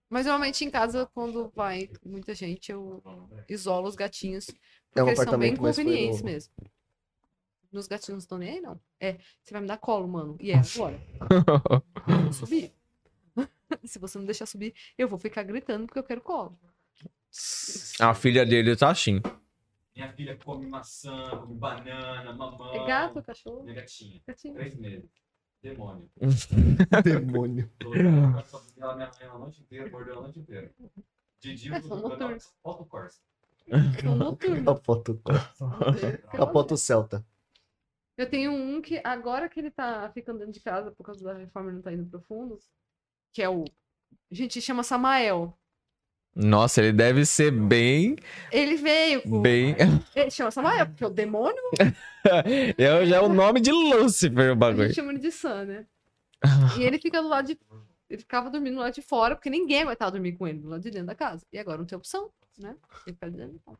Mas normalmente em casa, quando vai muita gente, eu isolo os gatinhos. Porque
É um
eles são bem
apartamento, mas foi
convenientes
no-
mesmo. Nos gatinhos não estão nem aí, não. É, você vai me dar colo, mano. E é agora. Eu vou subir. Se você não deixar subir, eu vou ficar gritando porque eu quero colo.
A filha dele tá assim.
Minha filha come maçã, come banana, mamão.
É gato, cachorro,
Minha gatinha.
gatinho.
Três meses. Demônio.
Demônio.
Ela me arranha a noite inteira, mordeu a noite inteira. Didi,
É, são noturnos.
foto corsa.
São noturnos.
A foto, a foto celta.
Eu tenho um que, agora que ele tá ficando dentro de casa por causa da reforma e não tá indo pro fundo, que é o. A gente chama Samael.
Nossa, ele deve ser bem.
Ele veio com.
Bem.
Ele chama Samael, porque é o demônio.
É, já é o nome de Lúcifer o
A
bagulho.
gente chama ele de Sam, né? E ele fica do lado de. Ele ficava dormindo lá de fora, porque ninguém aguentava dormir com ele do lado de dentro da casa. E agora não tem opção, né? Ele fica dentro de casa.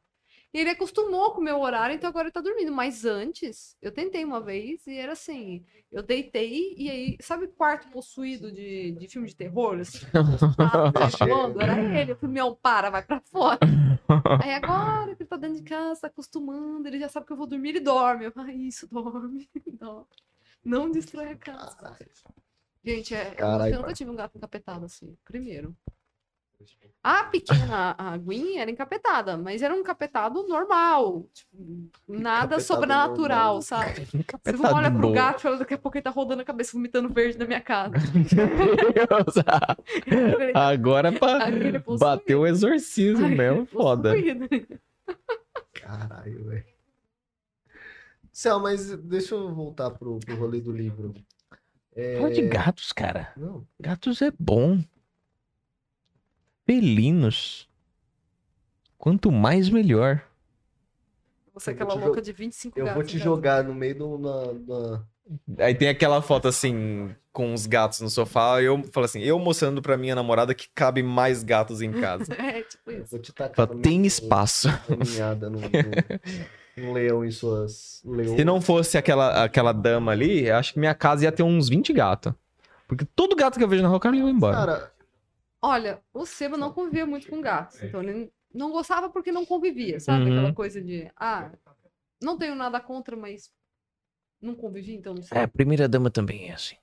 E ele acostumou com o meu horário, então agora ele tá dormindo. Mas antes, eu tentei uma vez e era assim: eu deitei e aí, sabe, quarto possuído de, de filme de terror? Assim, redondo, era ele. Eu falei: meu, para, vai pra fora. Aí agora que ele tá dentro de casa, tá acostumando, ele já sabe que eu vou dormir, ele dorme. Eu falo: "Ah, isso, dorme, dorme. Não destrói a casa. Gente, é, eu-
Caralho,
eu nunca
pai.
tive um gato encapetado assim. Primeiro. A pequena, a aguinha, era encapetada, mas era um encapetado normal. Tipo, nada
Encapetado
sobrenatural,
normal.
sabe? Você
Encapetado
não olha pro
bom.
gato e fala, daqui a pouco ele tá rodando a cabeça, vomitando verde na minha casa. Tipo,
Agora é pra...
Aquele pulso
bateu o exorcismo mesmo, foda.
possuído.
Caralho, velho. Céu, mas deixa eu voltar pro, pro rolê do livro. É,
Fala de gatos, cara.
Não,
Gatos é bom. Felinos. Quanto mais, melhor.
Você é
Eu vou
aquela
te
louca de 25
Eu
gatos. né?
vou te
em casa.
jogar no meio do. Na, na-
Aí tem aquela foto assim, com os gatos no sofá, eu falo assim, eu mostrando pra minha namorada que cabe mais gatos em casa.
É, tipo
eu
isso.
Vou te tacar.
Fala,
no meio
tem
do-
espaço.
Caminhada num, num- num leão em suas. um leão.
Se não fosse aquela, aquela dama ali, eu acho que minha casa ia ter uns 20 gatos. Porque todo gato que eu vejo na rua, o cara ia embora.
Cara,
Olha, o Seba não convivia muito com gatos. Então ele não gostava porque não convivia, sabe?
Uhum.
Aquela coisa de, ah, não tenho nada contra, mas não convivi, então não sei.
É, a primeira dama também é assim.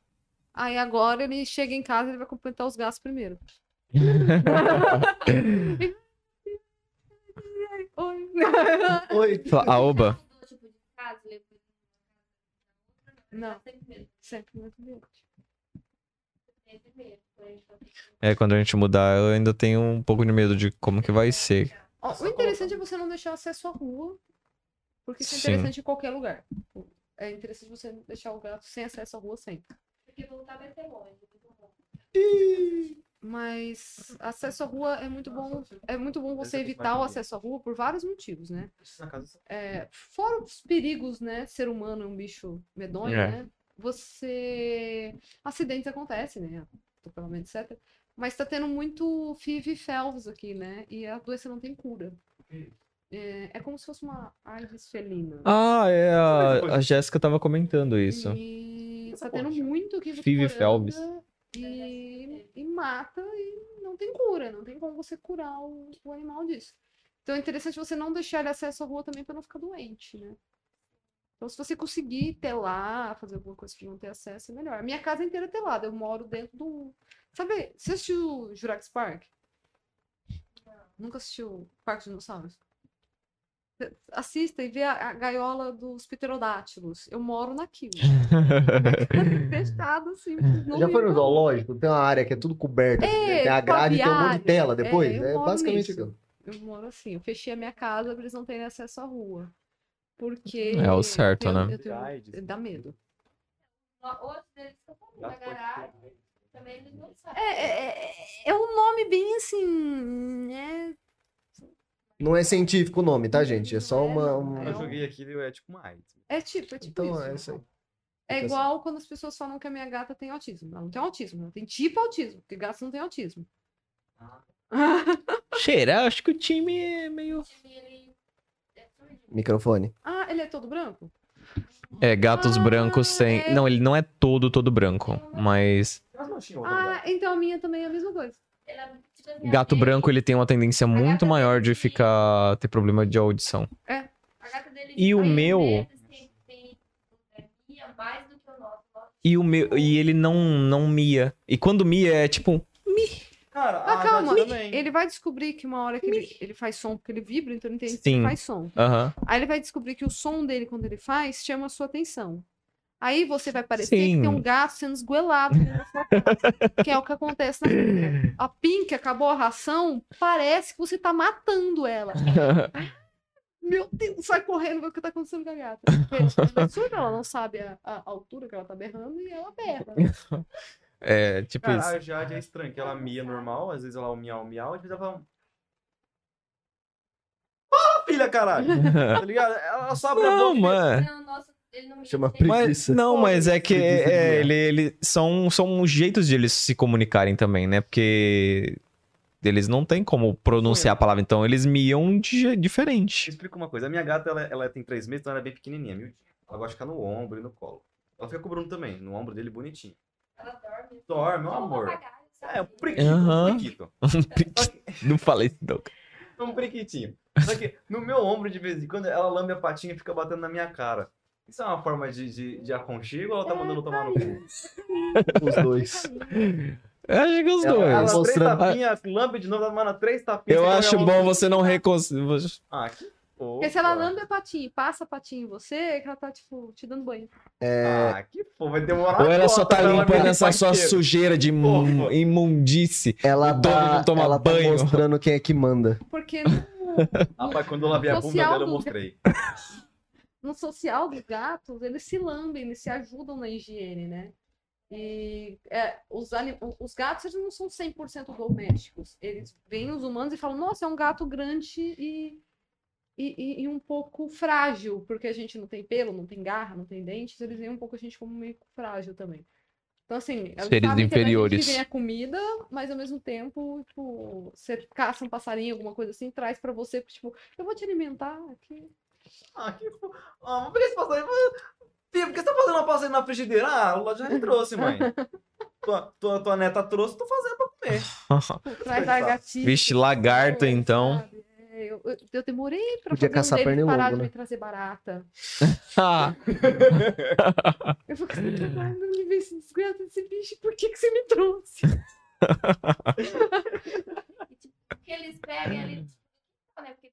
Aí agora ele chega em casa e ele vai completar os gatos primeiro. Oi.
oi.
Fala, Aoba.
mudou, tipo, de casa, levou
Não,
tá sempre mesmo,
sempre muito doente.
sempre mesmo. Foi, então,
É, quando a gente mudar, eu ainda tenho um pouco de medo de como que vai ser.
Ó, o interessante é você não deixar acesso à rua, porque isso é
Sim.
interessante em qualquer lugar. É interessante você deixar o gato sem acesso à rua sempre.
Porque voltar vai ser longe, muito bom.
Mas acesso à rua é muito bom. É muito bom você evitar o acesso à rua por vários motivos, né?
Na casa
É, fora os perigos, né? Ser humano é um bicho medonho,
É.
né? Você. Acidentes acontecem, né? Atropelamento, etc. Mas tá tendo muito FIV e FELVS aqui, né? E a doença não tem cura. É, é como se fosse uma AIDS felina.
Ah, é. A, a Jéssica tava comentando isso.
E tá tendo muito aqui
FIV e FELVS.
E, e mata e não tem cura, não tem como você curar o, o animal disso. Então é interessante você não deixar ele acesso à rua também pra não ficar doente, né? Então se você conseguir telar, fazer alguma coisa que não ter acesso, é melhor. A minha casa inteira é telada, eu moro dentro do... Sabe, você assistiu Jurassic Park? Nunca assistiu Parque de Dinossauros? Assista e vê a, a gaiola dos pterodátilos. Eu moro naquilo. Tá Fechado, assim. não
Já
me-
foi no zoológico? Tem uma área que é tudo coberta. assim, né? Tem a grade, tem um monte de
paviário.
tela depois.
É, eu
É,
moro
basicamente
nisso.
aquilo.
Eu moro assim, eu fechei a minha casa pra eles não terem acesso à rua. Porque.
É o certo,
eu tenho-
né?
eu tenho- Dá medo.
Ó, Outros deles estão na garagem, também eles não sabem.
É, é, é- é um nome bem assim. Né?
Não é científico o nome, tá, gente? É só
Não é,
uma.
não.
um-
É
Eu
um-
joguei aqui, é tipo uma AIDS.
É tipo, é tipo
Então
isso.
é isso aí.
É
Fica assim.
igual quando as pessoas falam que a minha gata tem autismo. Ela não tem autismo, ela tem tipo autismo, porque gato não tem autismo.
Ah.
Cheira, acho que o time é meio.
O time, ele é surdo.
assim. Microfone.
Ah, ele é todo branco?
É, gatos
Ah,
brancos têm.
é.
Não, ele não é todo, todo branco. Mas
Ah, então a minha também é a mesma coisa.
Ela, tipo assim,
gato
a
branco ele tem uma tendência muito
gata
maior de
dele-
ficar. ter problema de audição.
A gata dele
E o
às
meu-
vezes, Tem, tem mia mais do que o nosso. Nosso
E, o meu, e ele não, não mia. E quando mia é tipo.
Cara,
Ah,
a
calma,
Jade também.
Ele vai descobrir que uma hora que ele, ele faz som, porque ele vibra, então ele entende que
Sim.
faz som.
Aham.
Aí ele vai descobrir que o som dele, quando ele faz, chama a sua atenção. Aí você vai parecer
Sim.
que tem um gato sendo esguelado dentro da sua casa, que é o que acontece na Pink. A Pink acabou a ração, parece que você tá matando ela. Meu Deus, sai correndo, ver o que tá acontecendo com a gata. Porque ela é surda, ela não sabe a, a altura que ela tá berrando e ela berra.
É, tipo
Cara,
isso.
a Jade é estranha, que ela mia normal, às vezes ela é um miau, miau, às vezes ela fala um... Ah, filha, caralho! tá ligado? Ela só abre a
Não,
boca.
mano.
não, nosso, ele não me
Chama
entende.
Mas,
Preguiça.
não, mas é que
Preguiça de
é,
miar.
ele, ele- são, são jeitos de eles se comunicarem também, né? Porque eles não têm como pronunciar a palavra, então eles miam de, je-
Te
diferente.
explico uma coisa. A minha gata, ela, ela tem três meses, então ela é bem pequenininha, miudinha. Ela gosta de ficar no ombro e no colo. Ela fica com o Bruno também, no ombro dele, bonitinho.
Ela dorme.
Dorme, meu
Igual um
amor.
papagaio, sabe?
É, um priquito,
Aham.
um priquito.
Não falei isso, não.
Um priquitinho. Só que no meu ombro, de vez em quando, ela lambe a patinha e fica batendo na minha cara. Isso é uma forma de, de, de aconchego ou ela tá mandando tomar no cu?
Os dois.
Eu acho que os
É, Ela, ela
dois.
três
É, Mostrando-
tapinhas, lambe de novo, ela manda três tapinhas.
Ah, Eu
você
acho
joga
bom
ela- é
você não reconciliar.
Ah, que fofo.
Porque se ela lambe a patinha e passa a patinha em você, é que ela tá, tipo, te dando banho.
Ah, que fofo. Vai demorar
É. Ou ela só
cota
tá
pra ela
limpando
virar
essa sua
parceiro.
sujeira de imun-
Porra.
imundice.
Ela
O dono
tá,
não toma
ela tá
banho.
mostrando quem é que manda.
Porque no,
Rapaz, quando eu lavei a bunda
Social
dela, eu
do-
mostrei.
no social dos gatos, eles se lambem, eles se ajudam na higiene, né? E é, os, ani- os gatos eles não são 100% domésticos. Eles veem os humanos e falam: nossa, é um gato grande e, e, e- e um pouco frágil, porque a gente não tem pelo, não tem garra, não tem dentes. Eles veem um pouco a gente como meio frágil também. Então, assim, eles
Seres
sabem que é da gente
inferiores.
Que vem a comida, mas ao mesmo tempo, tipo, você caça um passarinho, alguma coisa assim, traz pra você, porque, tipo, eu vou te alimentar aqui.
Ah, que fofo. Ah, por que você passou aí? Tia, por que você tá fazendo uma passagem na frigideira? Ah, o já me trouxe, mãe. Tua, tua, tua neta trouxe, tô fazendo pra comer.
Traz
Coitado.
lagartixa.
Vixe, lagarto, então.
sabe? É, eu, eu- eu demorei pra
Podia
fazer
caçar
um deles
pernilongo,
parar de
né?
me trazer barata.
Ah,
Eu falei, tá caralho, não me vê esse desgraça desse bicho, por que, que você me trouxe?
Porque eles pegam ali. tipo, né, Porque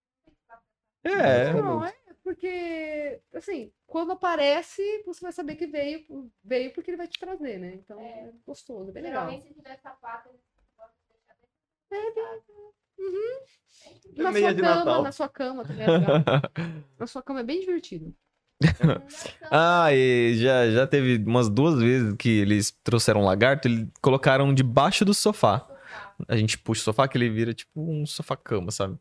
é.
Não, é porque, assim, quando aparece, você vai saber que veio, veio porque ele vai te trazer, né? Então é, gostoso, é bem legal.
geralmente se tiver sapato, eles gostam de deixar dentro.
Na
Meia
sua
de
cama,
Natal.
na sua cama também é legal. na sua cama é bem divertido.
Ah, e já, já teve umas duas vezes que eles trouxeram um lagarto, eles colocaram debaixo do sofá. A gente puxa o sofá que ele vira tipo um sofá-cama, sabe?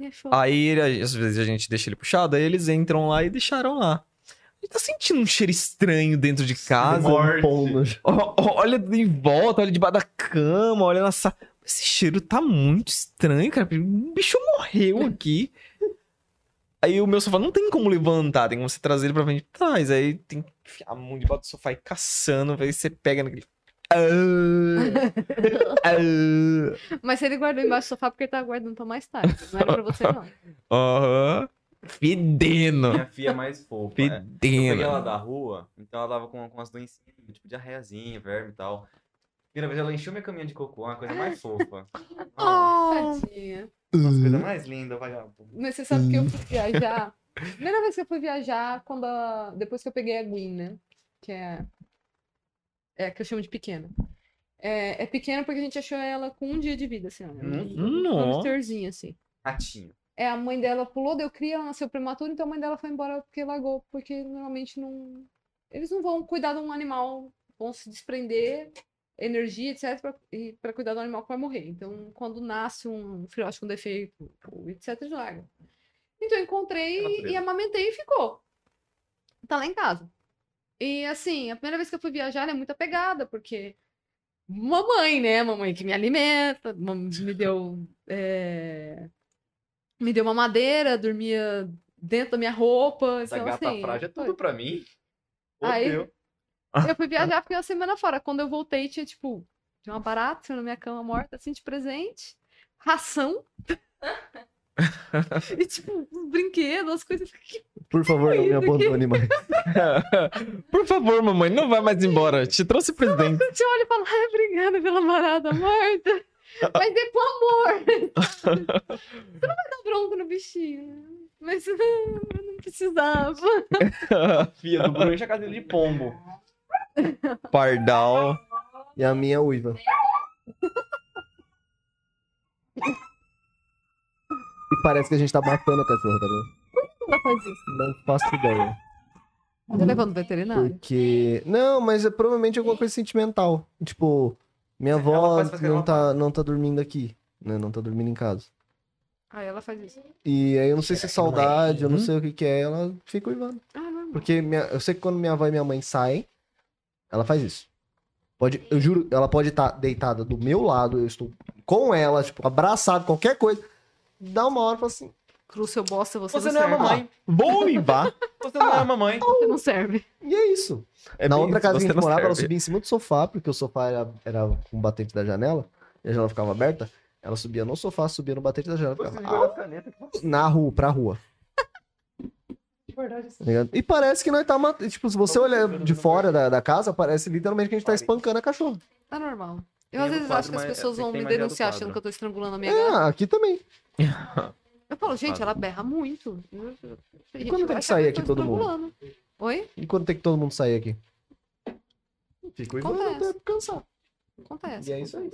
E é show.
Aí, ele- às vezes, a gente deixa ele puxado, aí eles entram lá e deixaram lá. A gente tá sentindo um cheiro estranho dentro de casa. um
Morte.
Ó- ó- Olha em volta, olha debaixo da cama, olha na sala. Esse cheiro tá muito estranho, cara. Um bicho morreu aqui. Aí o meu sofá não tem como levantar, tem como você trazer ele pra frente e trás. Aí tem que enfiar a mão debaixo do sofá e caçando, aí você pega naquele. Ah, ah.
Mas ele guardou embaixo do sofá porque ele tá tava guardando pra mais tarde. Não era pra você, não.
Aham. Fedendo.
Minha filha é mais fofa. é. Eu peguei ela
Fedendo.
da rua, então ela tava com, com as doencinhas, tipo diarreazinha, verme e tal. Primeira vez ela encheu minha caminha de cocô, é uma coisa mais fofa.
Oh,
Ah,
Tadinha.
coisa mais linda, vagabundo.
Mas você sabe que eu fui viajar. Primeira vez que eu fui viajar, quando a- depois que eu peguei a Gwen, né? Que é. É, que eu chamo de pequena. É, é pequena porque a gente achou ela com um dia de vida, assim, ó. Ela era um
Nossa.
hamsterzinho, assim.
Ratinho.
É, a mãe dela pulou, deu cria, ela nasceu prematura, então a mãe dela foi embora porque largou, porque normalmente não. Eles não vão cuidar de um animal, vão se desprender energia, etc., pra, e para cuidar do animal que vai morrer. Então, quando nasce um filhote com defeito, ou etc., eles largam. Então, eu
É
encontrei
natureza.
e amamentei e ficou. Tá lá em casa. E assim, a primeira vez que eu fui viajar, ela é muito apegada, porque mamãe, né? Mamãe que me alimenta, mam- me deu. é, Me deu uma madeira, dormia dentro da minha roupa.
Essa
então,
gata
assim,
frágil é
foi.
tudo pra mim. Ô,
Aí-
Deus.
Eu fui viajar, fiquei uma semana fora. Quando eu voltei, tinha, tipo, tinha uma barata na minha cama morta, assim, de presente. Ração. e, tipo, uns brinquedos, as coisas. assim. Que
Por favor, não me
É Isso aqui.
abandone mais.
Por favor, mamãe, não vai mais embora. Te trouxe presente.
você olha e fala, ai, obrigada pela barata morta. Mas é com amor. sabe? Você não vai dar bronca no bichinho. né? Mas ah, eu não precisava.
Filha do Bruno enche a casa dele de pombo.
Pardal.
E a minha é uiva. E parece que a gente tá matando a cachorra, tá vendo?
Ela faz isso.
Não faço ideia.
Tá levando veterinário?
Porque. Não, mas é provavelmente alguma coisa sentimental. Tipo, minha
Ela
avó
faz- faz
não
ela
tá, não tá dormindo aqui. Né? Não tá dormindo em casa.
Aí Ah, ela faz isso.
E aí eu não sei se é saudade, eu não sei o que, que é, ela fica uivando.
Ah, não.
Porque minha- eu sei que quando minha avó e minha mãe saem, ela faz isso. Pode, eu juro, ela pode estar deitada do meu lado, eu estou com ela, tipo, abraçado, qualquer coisa. Dá uma hora e fala assim.
Cruz seu bosta, você,
Você
não,
não é
serve.
mamãe.
Bom e vá.
Você não é mamãe.
Você não serve.
E é isso.
É
Na
bem
outra
isso,
casa que a
você
gente
não
morava, ela
serve.
subia em cima do sofá, porque o sofá era, era com o batente da janela, e a janela ficava aberta. Ela subia no sofá, subia no batente da janela,
Você
ficava
ligou as canetas.
na rua, pra rua.
verdade. assim.
Tá ligado? E parece que nós tá matando. Tipo, se você olhar de fora da, da casa, parece literalmente que a gente tá espancando a cachorra.
Tá normal. Eu
Tem
às
o
vezes
quadro,
acho que as
mas é,
pessoas
tem
vão
que
me
ter mais
denunciar
do quadro.
achando que eu tô estrangulando a minha
É,
gata.
aqui também.
Eu falo,
Ah.
gente, ela berra muito. E
quando tem que sair aqui todo mundo?
Oi?
E quando tem que todo mundo sair aqui?
Fico
Acontece,
Cansar.
acontece.
E é isso aí.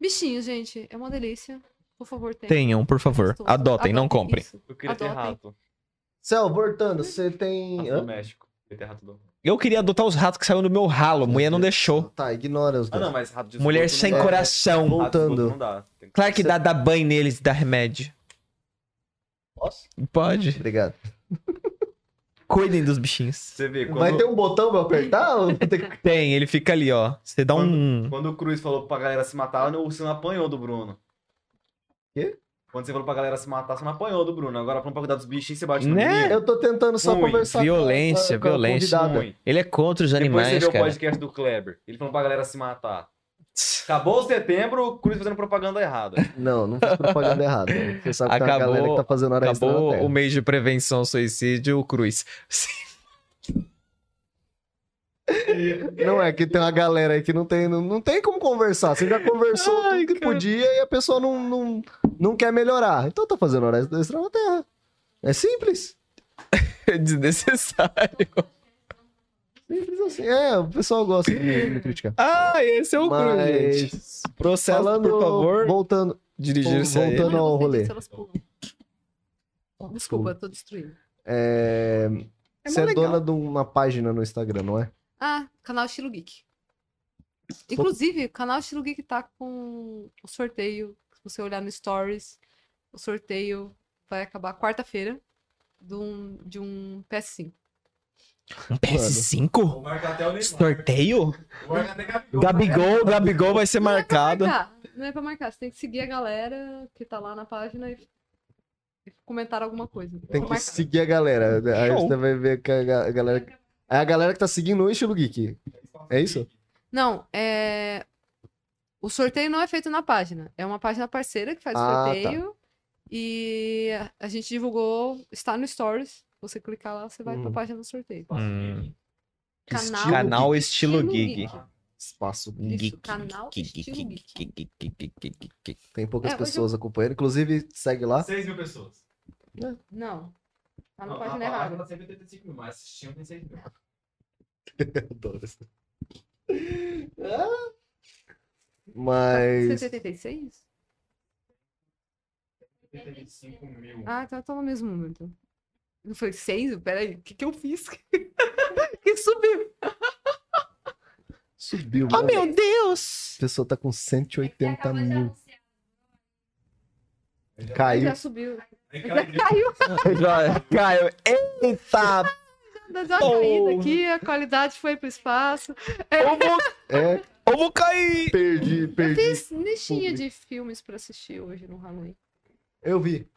Bichinho, gente, é uma delícia. Por favor, tenham.
Tenham, por favor.
Gostoso.
Adotem, não comprem.
isso.
Eu queria ter
Adotem.
rato.
Céu, voltando, você tem.
Rato
Hã?
doméstico. Eu queria ter rato doméstico.
Eu queria adotar os ratos que saíram do meu ralo, a mulher não deixou.
Tá, ignora os
Ah,
dois.
não, mas rato de
Mulher
esgoto
sem
não dá.
coração.
Rato de esgoto
Voltando.
Não dá. Tem que-
Claro que dá, dá banho neles, dá remédio.
Posso?
Pode.
Obrigado.
Cuidem dos bichinhos.
Você vê, quando,
Vai ter um botão pra eu apertar? ou tem que-
Tem, ele fica ali, ó. Você dá um.
quando o Cruz falou pra galera se matar, o Sino apanhou do Bruno.
Quê?
Quando você falou pra galera se matar, você não apanhou do Bruno. Agora, falando pra cuidar dos bichinhos, você bate no
Né?
menino.
Eu tô tentando só
Ui,
conversar. com a-
violência,
com a
violência.
convidada.
Ruim.
Ele é contra os
Depois
animais,
você vê o
cara.
podcast do Kleber. Ele falou pra galera se matar. Acabou o setembro, o Cruz fazendo propaganda errada.
Não, não fiz propaganda errada. Você sabe que tem
Acabou-
uma galera que tá fazendo hora extra na
Acabou
Terra.
o mês de prevenção ao suicídio, o Cruz.
Não é que tem uma galera aí que não tem, não, não tem como conversar. Você já conversou
Ai,
tudo que
cara.
podia e a pessoa não, não, não quer melhorar. Então tá fazendo hora extra na Terra. É simples.
É Desnecessário.
Simples assim. É, o pessoal gosta de me me criticar.
Ah, esse é o Cruz, gente.
Mas,
Processo,
falando,
por favor.
voltando,
Dirigir-se a ele.
voltando ao
Ai, eu não sei
rolê.
disso, elas pulam. Desculpa, eu tô destruindo.
É, você é dona de uma página no Instagram, não é?
Ah, canal Estilo Geek. Inclusive, o canal Estilo Geek tá com o sorteio. Se você olhar no Stories, o sorteio vai acabar quarta-feira de um, de um PS5.
Um PS5?
Vou marcar até o Neymar.
Sorteio?
Vou marcar até Gabigol.
Gabigol, Gabigol vai ser marcado.
Não é pra marcar, não é pra marcar. Você tem que seguir a galera que tá lá na página e, e comentar alguma coisa.
Tem
Vou
que
marcar.
seguir a galera. Aí
Show.
você vai ver que a ga- a galera. É a galera que tá seguindo o estilo geek. É isso?
Não, é. O sorteio não é feito na página. É uma página parceira que faz o
Ah, tá.
sorteio. E a- a gente divulgou, está no Stories. Você clicar lá, você vai pra
Uhum.
página do sorteio.
Hum,
Canal,
canal estilo geek.
Espaço geek.
Isso,
Geek,
canal Estilo Geek.
Tem poucas
É, hoje
pessoas acompanhando. Inclusive, segue lá.
6 mil pessoas.
Não. Tá na
Não,
Ah,
página
a- a-
errada.
Ela tem 85 mil, mas
um
assistiam tem 6 mil.
Adoro isso. Ah. Mas.
176?
85 mil.
Ah, então tá no mesmo número. então. Não foi 6? Peraí, o que, que eu fiz? que subiu?
Subiu.
Oh,
Ah,
mano.
meu Deus!
A pessoa tá com
é
180
Acabou de
mil.
anunciar.
Caiu.
Já subiu.
Aí
Já
caiu.
caiu.
Já caiu. Eita!
Já deu uma caída aqui. A qualidade foi pro espaço.
Eu vou,
É,
eu vou cair!
perdi,
Eu
perdi.
fiz listinha de filmes pra assistir hoje no Halloween.
Eu vi.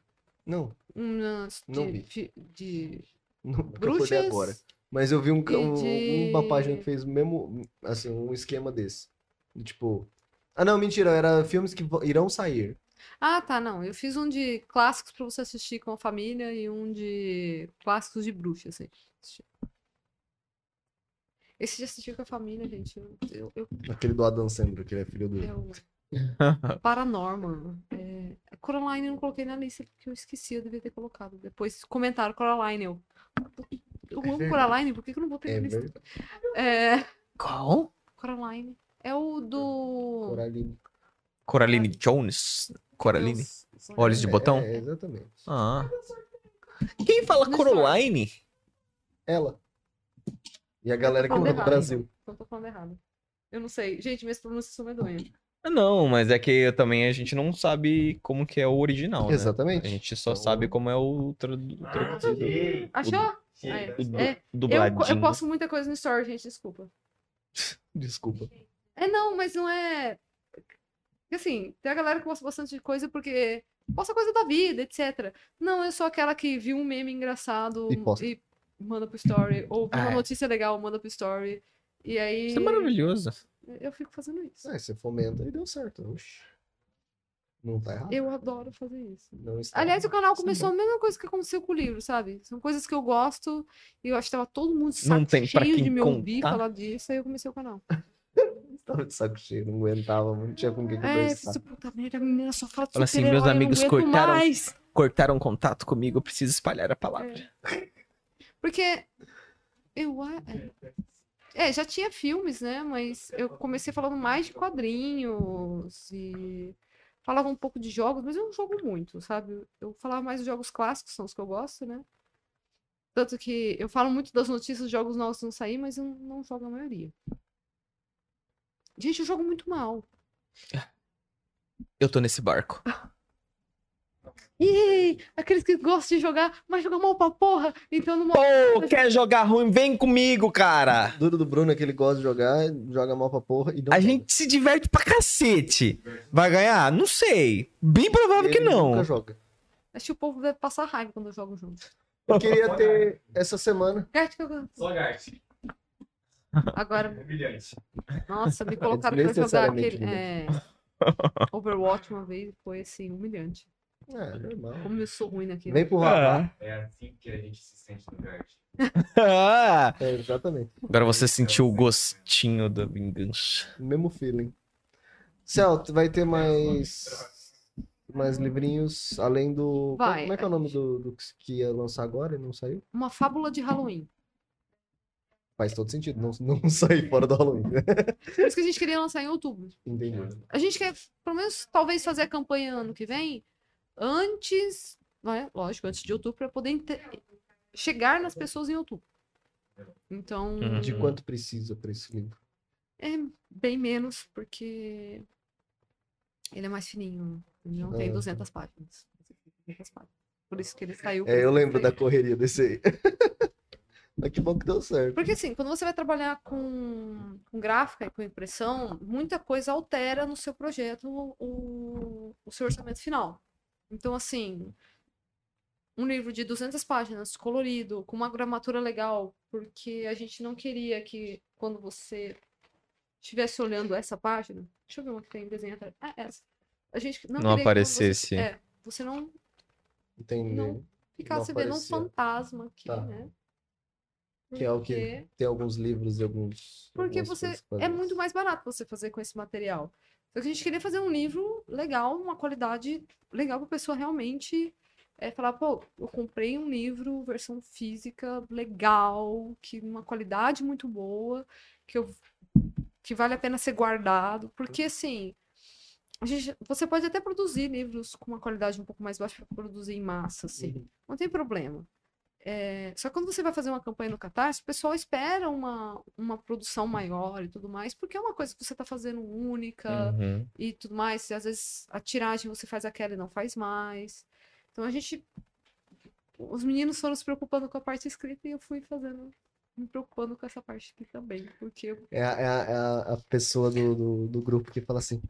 Não,
Hum, não,
Não
de,
vi.
fi- de
não porque eu acordei
bruxas.
agora. Mas eu vi um-
E
um-
de-
uma página que fez o mesmo, assim, um esquema desse. Tipo. Ah, não, mentira, era filmes que vo- irão sair.
Ah, tá, não. Eu fiz um de clássicos pra você assistir com a família e um de clássicos de bruxa, assim. Assistir. Esse de assistir com a família, gente, eu, eu, eu,
Aquele do Adam Sandler, que ele é filho do.
eu- Paranormal. É, Coraline eu não coloquei na lista porque eu esqueci, eu devia ter colocado. Depois comentaram Coraline, eu... Eu amo Coraline, por que que eu não botei
É
na lista?
verdade.
É,
Qual?
Coraline. É o do...
Coraline.
Coraline Jones? Coraline?
Deus,
Olhos de
É,
botão?
É, exatamente.
Ah. Quem fala
No
Coraline?
Ela. E a galera que
Não,
mora no
errado.
Brasil.
Então tô falando errado. Eu não sei. Gente, minhas pronúncias são medonhas.
Ah, Não, mas é que também a gente não sabe como que é o original, né?
Exatamente.
A gente só
Então-
sabe como é o tradu- traduzido.
Cheio,
Achou?
cheio,
É.
tá
O du-
estourado.
Eu,
Dubladinho.
eu posto muita coisa no story, gente, desculpa.
Desculpa.
É, não, mas não é. Assim, tem a galera que posta bastante coisa porque posta coisa da vida, etc. Não, eu sou aquela que viu um meme engraçado
E posta.
manda pro story, ou viu
Ah,
uma
é.
notícia legal, manda pro story. E aí
Isso é maravilhoso.
É,
eu fico fazendo isso.
Ah, você fomenta e deu certo. Oxi. Não tá errado.
Eu adoro fazer isso.
Não
É,
está
Aliás, o
errado.
canal começou a mesma coisa que aconteceu com o livro, sabe? São coisas que eu gosto e eu acho que tava todo mundo de saco
Não tem pra
cheio
quem
de me ouvir
contar.
falar disso, aí eu comecei o canal.
Tava de saco cheio, não aguentava, não tinha com quem
É,
conversar.
fiz puta merda, a menina só fala de
Fala assim,
super-herói,
meus
eu não
amigos
aguento
cortaram-
mais.
Cortaram um contato comigo, eu preciso espalhar a
É.
palavra.
Porque eu a- é, já tinha filmes, né? Mas eu comecei falando mais de quadrinhos e falava um pouco de jogos, mas eu não jogo muito, sabe? Eu falava mais dos jogos clássicos, são os que eu gosto, né? Tanto que eu falo muito das notícias dos jogos novos que não sair, mas eu não jogo a maioria. Gente, eu jogo muito mal.
Eu tô nesse barco.
E aqueles que gostam de jogar, mas jogam mal pra porra, então não
Pô, quer jogar ruim? Vem comigo, cara!
Duro do Bruno é que ele gosta de jogar, joga mal pra porra e não
A
joga.
gente se diverte pra cacete. Vai ganhar? Não sei. Bem provável que
Ele
não.
Nunca joga.
Acho que o povo deve passar raiva quando eu jogo junto.
Eu queria ter essa semana.
Gart, que eu-
Só Gart.
Agora
Humilhante.
Nossa, me colocaram pra jogar
Desnecessariamente
aquele é, Overwatch uma vez e foi assim, humilhante.
É, normal.
Como eu sou ruim naquilo.
Vem pro Rabá.
É assim que a gente se sente no Gart.
Ah.
É, exatamente.
Agora você sentiu o gostinho da vingança.
Mesmo feeling. Celto, vai ter mais. Mais livrinhos, além do.
Vai,
Como é que é o nome do, do que- que ia lançar agora e não saiu?
Uma fábula de Halloween.
Faz todo sentido, não, não sair fora do Halloween. né?
Por isso que a gente queria lançar em outubro.
Entendi.
A gente quer, pelo menos, talvez fazer a campanha ano que vem antes, né, lógico, antes de outubro, pra poder inte- chegar nas pessoas em outubro. Então,
Uhum.
De quanto precisa pra esse livro?
bem menos, porque ele é mais fininho. Ele não tem
Ah.
200 páginas. 200 páginas. Por isso que ele saiu. por
É,
isso
eu
que
lembro
saiu.
da correria desse aí. Mas que bom que deu certo.
Porque assim, quando você vai trabalhar com, com gráfica e com impressão, muita coisa altera no seu projeto o, o seu orçamento final. Então, assim, um livro de 200 páginas, colorido, com uma gramatura legal, porque a gente não queria que quando você estivesse olhando essa página. Deixa eu ver uma que tem desenho atrás. Ah, essa. A gente não, queria
Não
que quando você-
aparecesse.
é, você não
Entendi.
Não. ficasse vendo um
aparecia.
fantasma aqui,
Tá.
né?
Que é o quê?
Porque-
Tem alguns livros e alguns.
Porque
algumas
você
coisas pra
é
ler.
muito mais barato você fazer com esse material. Só que a gente queria fazer um livro legal, uma qualidade legal para a pessoa realmente é, falar, pô, eu comprei um livro, versão física, legal, que uma qualidade muito boa, que eu que vale a pena ser guardado, porque assim, a gente, você pode até produzir livros com uma qualidade um pouco mais baixa para produzir em massa, assim. Não tem problema. É, só que quando você vai fazer uma campanha no Catarse, o pessoal espera uma, uma produção maior e tudo mais, porque é uma coisa que você está fazendo única
Uhum.
e tudo mais. E às vezes a tiragem você faz aquela e não faz mais. Então a gente. Os meninos foram se preocupando com a parte escrita e eu fui fazendo. Me preocupando com essa parte aqui também, porque eu
É, a- é a- é a, a pessoa do, do, do grupo que fala assim.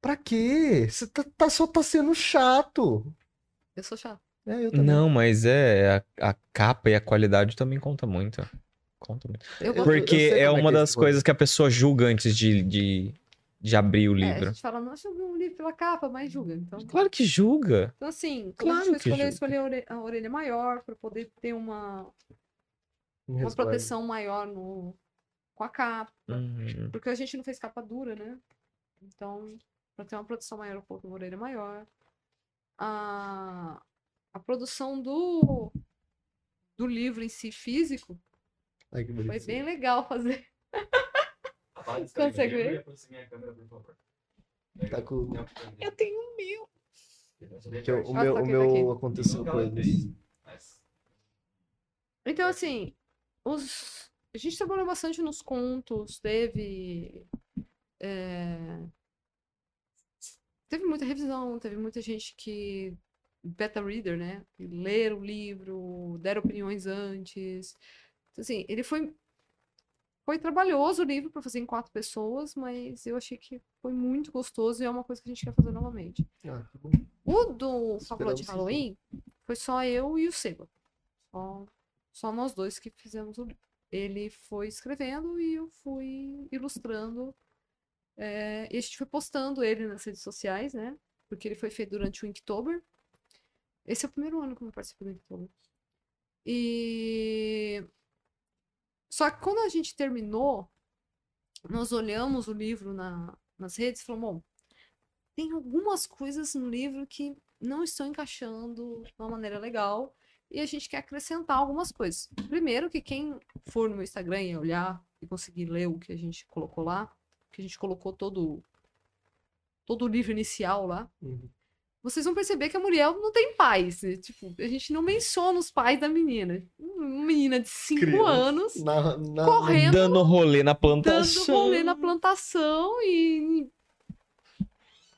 Pra quê? Você tá, tá- só tá sendo chato.
eu sou chata.
É, eu também.
Não, mas é. A, a capa e a qualidade também conta muito. Conta muito.
Eu
Eu-
gosto-
Porque
sei como
é
é
uma
que é
das
esse rolê.
coisas que a pessoa julga antes de, de, de abrir
é, a
o um livro.
gente fala, nossa, eu não li pela capa, mas julga. Então,
Claro que julga.
Então, assim, quando
Claro
a gente
que
foi escolher, eu
julga.
escolhi a ore- a orelha maior para poder ter uma,
Me
uma
resguardo.
proteção maior no, com a capa.
Uhum.
Porque a gente não fez capa dura, né? Então, para ter uma proteção maior, um pouco uma orelha maior. A, a produção do, do livro em si, físico,
Ai, que
foi
bonitinho.
bem legal fazer. Consegue ver?
Minha câmera, por favor.
Tá com-
Eu tenho um mil.
É que o, o
Ah,
meu,
tá
o
aqui,
meu
tá
aconteceu com eles.
Então, assim, os... a gente trabalhou bastante nos contos, teve. é, Teve muita revisão, teve muita gente que. Beta reader, né? Que leram o livro, deram opiniões antes. Então, assim, ele foi. Foi trabalhoso o livro para fazer em quatro pessoas, mas eu achei que foi muito gostoso e é uma coisa que a gente quer fazer novamente.
Ah, que bom.
O do Fábula
Esperamos
de
que sim.
Halloween foi só eu e o Seba. Só, só nós dois que fizemos o livro. Ele foi escrevendo e eu fui ilustrando É, e a gente foi postando ele nas redes sociais, né? Porque ele foi feito durante o Inktober. Esse é o primeiro ano que eu participo do Inktober. E. Só que quando a gente terminou, nós olhamos o livro na, nas redes e falamos: bom, tem algumas coisas no livro que não estão encaixando de uma maneira legal e a gente quer acrescentar algumas coisas. Primeiro, que quem for no meu Instagram e olhar e conseguir ler o que a gente colocou lá, que a gente colocou todo todo o livro inicial lá, vocês vão perceber que a Muriel não tem pais. né? Tipo, a gente não menciona os pais da menina. Uma menina de 5
Criança.
anos
Na, na-
correndo
Dando rolê na
dando
plantação.
rolê na plantação e.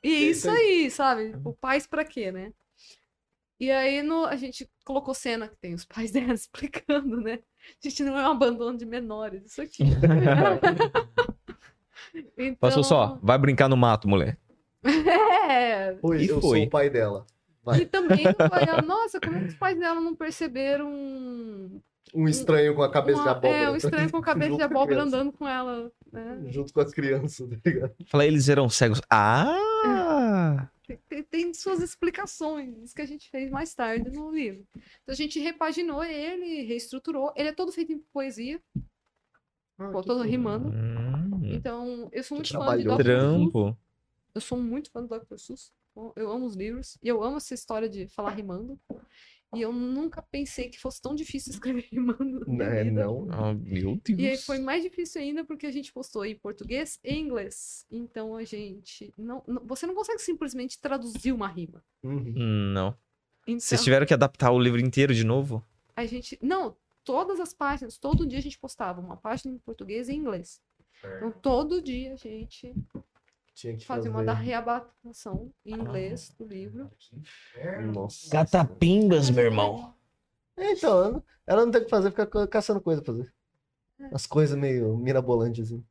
E é isso aí, sabe? O pais pra quê, né? E aí no, a gente colocou cena que tem os pais dela explicando, né? A gente não é um abandono de menores, isso aqui. então,
Passou só, vai brincar no mato, mulher.
É,
Oi,
E
eu
foi.
sou o pai dela.
e também, não vai- ela, nossa, como é que os pais dela não perceberam
Um estranho com a cabeça de
uma-
abóbora.
é, um estranho com a cabeça de
Junto com a
abóbora
criança.
andando com ela, né?
Junto com as crianças, tá ligado?
Falei, eles eram cegos. Ah!
tem, tem suas explicações, isso que a gente fez mais tarde no livro. Então a gente repaginou ele, reestruturou. Ele é todo feito em poesia,
Ah,
pô, todo rimando.
Hum,
Então, eu sou
Que
muito fã de
trabalhoso.
Dr. Seuss.
trampo.
Eu sou muito fã do Dr. Seuss. Eu- Eu amo os livros e eu amo essa história de falar rimando. E eu nunca pensei que fosse tão difícil escrever rimando. na minha
É,
vida.
não.
Ah, meu Deus.
E aí foi mais difícil ainda porque a gente postou em português e inglês. Então a gente. Não, não- você não consegue simplesmente traduzir uma rima.
Uhum.
Hum, Não.
Então,
Vocês tiveram que adaptar o livro inteiro de novo?
a gente. Não, todas as páginas, todo dia a gente postava uma página em português e em inglês. Então todo dia a gente
Tinha que fazer.
fazia uma da reabatação em inglês do livro.
Nossa.
Catapimbas, meu irmão.
É, então, ela- ela não tem o que fazer, fica ca- caçando coisa pra fazer. As coisas meio mirabolantes, assim.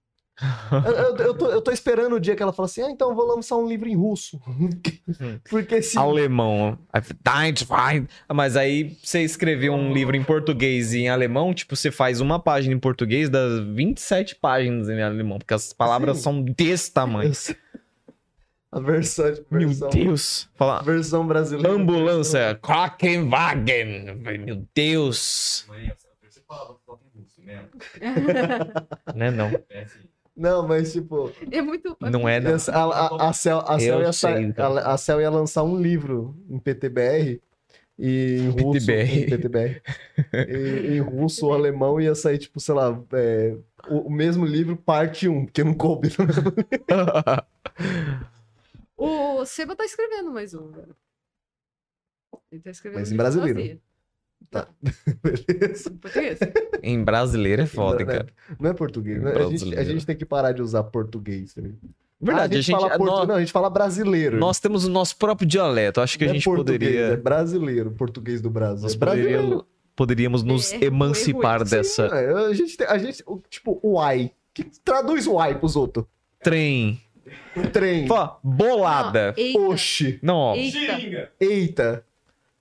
Eu, eu- eu tô, eu tô esperando o dia que ela fala assim, ah, então eu vou lançar um livro em russo.
Hum.
Porque se...
Alemão. I've died, fine. Ah, Mas aí você escrever um livro em português e em alemão, tipo, você faz uma página em português das 27 páginas em alemão, porque as palavras
Sim.
são desse tamanho.
Eu sei. A versão,
Meu
versão,
Deus. Fala,
versão brasileira.
ambulância, Krankenwagen. Meu Deus.
Mãe, eu sei- eu sei falar, eu falo em russo mesmo.
Né, não.
É assim.
Não, mas tipo,
É muito.
Não é, não.
Ia- A, a, a Cel, a, Cel
Eu
ia sa-
sei, então.
a- a Cel ia lançar um livro em PTBR e em russo.
PTBR.
Em, PTBR, E- em russo ou alemão ia sair, tipo, sei lá, é, o, o mesmo livro, parte 1, porque não coube. é
O Seba tá escrevendo mais um. Ele tá escrevendo.
Mas em
livro
brasileiro.
sozinho.
Beleza.
Em português.
Em brasileiro é
Né?
foda, cara.
Não é português. né? A, gente, a
Brasileiro.
gente tem que parar de usar português. Né?
Verdade, é
Ah, a gente, fala portu-
nós,
Não, a gente fala brasileiro.
nós temos o nosso próprio dialeto. Acho que a
Não é
gente
português, É
poderia.
brasileiro, português do Brasil.
Nós
é brasileiro.
poderíamos, poderíamos nos
É,
emancipar
foi ruim.
dessa
É, a gente tem, a gente, o- tipo, uai. Que traduz uai pros outros.
trem.
Um trem.
Fala, bolada.
Não, eita,
Oxi,
Não, ó.
eita.
Xinga!
eita.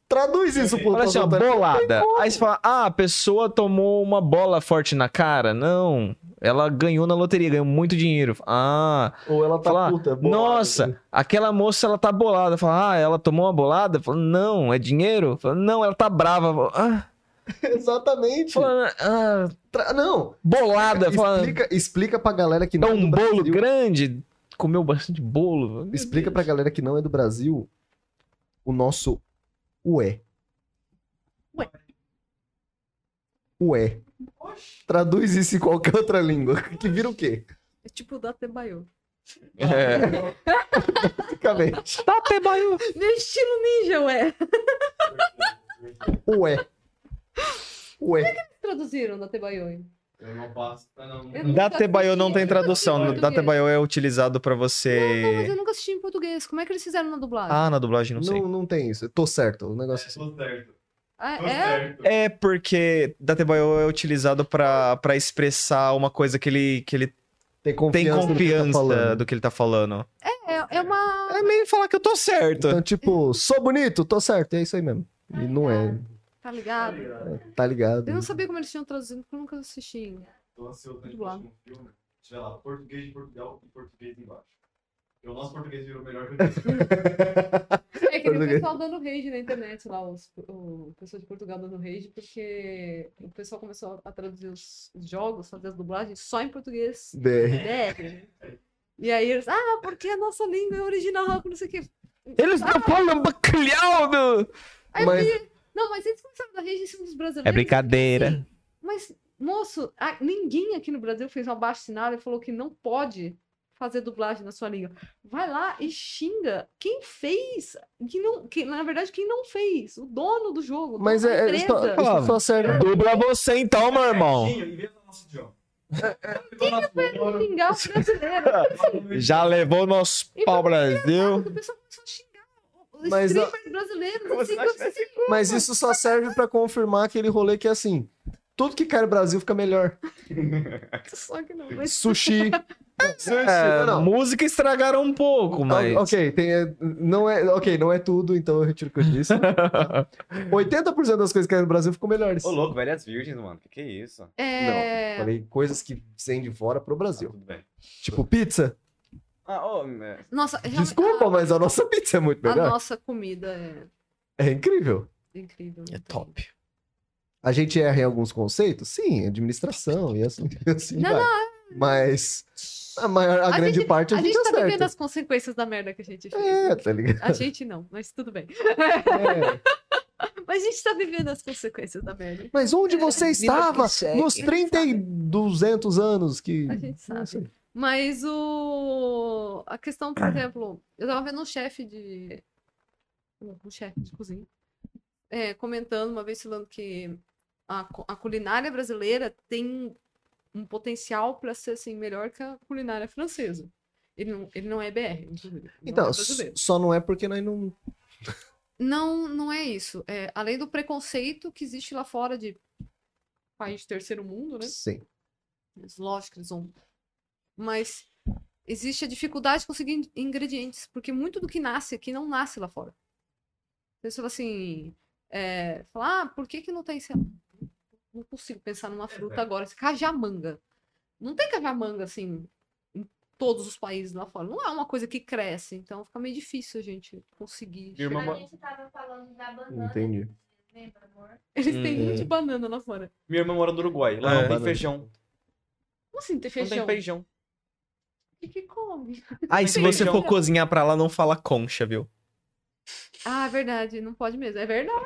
Traduz isso pro
Parece uma assim, bolada. Aí você fala, ah, a pessoa tomou uma bola forte na cara. Não. Ela ganhou na loteria, ganhou muito dinheiro. Ah,
Ou ela tá
Falar,
puta. né? bolada.
nossa, aquela moça, ela tá bolada. Fala, ah, ela tomou uma bolada? Fala, não, é dinheiro? Fala, não, ela tá brava. Ah,
Exatamente.
fala, ah,
Tra- Não.
bolada. Fala,
Explica, explica pra galera que
é
não
um
do
bolo
Brasil.
grande. Comeu bastante bolo.
Explica pra galera que não é do Brasil o nosso ué.
Ué.
Ué. Traduz isso em qualquer outra língua. Que vira o quê?
É tipo o Datebayo.
É.
Basicamente.
Tá, Tebaio.
Meu estilo ninja, ué.
Ué. Ué.
Traduziram Datebayo. hein?
Eu não passo. Eu não,
Eu
não-
Datebaio não tem
Eu
tradução.
nunca assisti em português.
Datebaio é utilizado pra
Não, mas
você.
eu nunca assisti em português. Como é que eles fizeram na dublagem?
É. Ah, na dublagem,
Não,
não sei.
não tem isso. Eu tô certo. O negócio é assim.
Tô certo.
Ah,
Tô
é?
certo.
É porque Datebayo é utilizado pra pra expressar uma coisa que ele, que ele
Tem
tem
confiança, no que tá
confiança
falando.
do que ele tá falando.
É, é uma.
É meio falar que eu tô certo.
Então, tipo, sou bonito, tô certo. É isso aí mesmo. E não é.
Tá ligado?
Tá ligado?
Eu não sabia como eles tinham traduzido, porque eu nunca assisti.
Tô ansioso pra gente
Dublado.
assistir um filme.
tiver lá português de Portugal e português embaixo. Porque o nosso português virou melhor que o deles.
É que tem o pessoal dando rage na internet lá, os, o pessoal de Portugal dando rage, porque o pessoal começou a traduzir os os jogos, fazer as dublagens só em português É
BR.
BR. né? E aí eles, ah, porque a nossa língua é original, não sei o quê.
Eles não falam bacalhau do...
Aí
Mas-
eu vi, não, mas eles começaram a dar rage em cima dos brasileiros.
É brincadeira.
Mas, moço, a- ninguém aqui no Brasil fez uma baixa assinada e falou que não pode fazer dublagem na sua língua. Vai lá e xinga quem fez, que não, que, na verdade, quem não fez, o dono do jogo. o
Mas
dono da
é, é, isso,
empresa.
isso só serve.
Dubla você então, meu irmão.
Tinha, inventa o nosso idioma.
É,
xingar os brasileiros.
Já levou nosso
E um
pau
foi
Brasil.
O pessoal começou a xingar os
Mas não-
streamers brasileiros.
Como
assim,
se nós
como se-
Mas isso só serve pra confirmar aquele rolê que é assim. Tudo que cai no Brasil fica melhor.
Só que não. Mas
Sushi.
É,
não, não.
Música estragaram um pouco, mas.
O- Ok, tem, é, não é, ok, não é tudo, então eu retiro o que eu disse. 80% das coisas que caem no Brasil ficam melhores.
Ô, louco, velhas virgens, mano. Que que é isso?
é...
Falei coisas que vêm de fora pro Brasil.
Tudo bem.
Tipo pizza.
Ah, ô, né.
Nossa, realmente,
Desculpa,
a-
mas a nossa pizza é muito
a,
melhor.
nossa comida é
É incrível.
incrível.
É
não tem-
top.
A gente erra em alguns conceitos? Sim, administração e assim, assim
Não,
vai. Mas a, maior, a,
A
grande
gente-
parte a,
A
gente,
gente tá
acerta.
vivendo as consequências da merda que a gente fez.
É, tá ligado?
A gente não, mas tudo bem.
É.
Mas a gente tá vivendo as consequências da merda.
Mas onde você
Vida que
estava
segue.
nos 30 e 200 anos que...
A gente
Não
sabe. é
sei. Ah.
Mas o. A questão, por exemplo, eu tava vendo um chefe de. Um um chefe de cozinha. é, comentando uma vez falando que a, cu- a culinária brasileira tem um potencial pra ser assim, melhor que a culinária francesa. Ele não, ele não é BR, inclusive. Não
Então,
é
s-
brasileiro.
só não é porque nós não
Não, não é isso. É, além do preconceito que existe lá fora de país de terceiro mundo, né?
Sim.
Mas Lógico, eles vão. Mas existe a dificuldade de conseguir in- ingredientes, porque muito do que nasce aqui não nasce lá fora. Você fala assim, é, fala, ah, por que que não tem, sei lá, não consigo pensar numa
É.
fruta agora, assim, cajamanga. Não tem cajamanga, assim, em todos os países lá fora. Não é uma coisa que cresce, então fica meio difícil a gente conseguir
Minha irmã
chegar
um A
ma-
gente tava falando da banana.
Entendi.
Lembra, amor?
eles têm
Hum.
muito de banana lá fora.
Minha irmã mora no Uruguai. Lá
É.
não tem feijão.
Como assim, ter
Não
feijão?
tem feijão.
O que que come?
Aí, se você for
Feijão.
cozinhar pra lá, não fala concha, viu?
Ah, verdade, não pode mesmo. É verdade.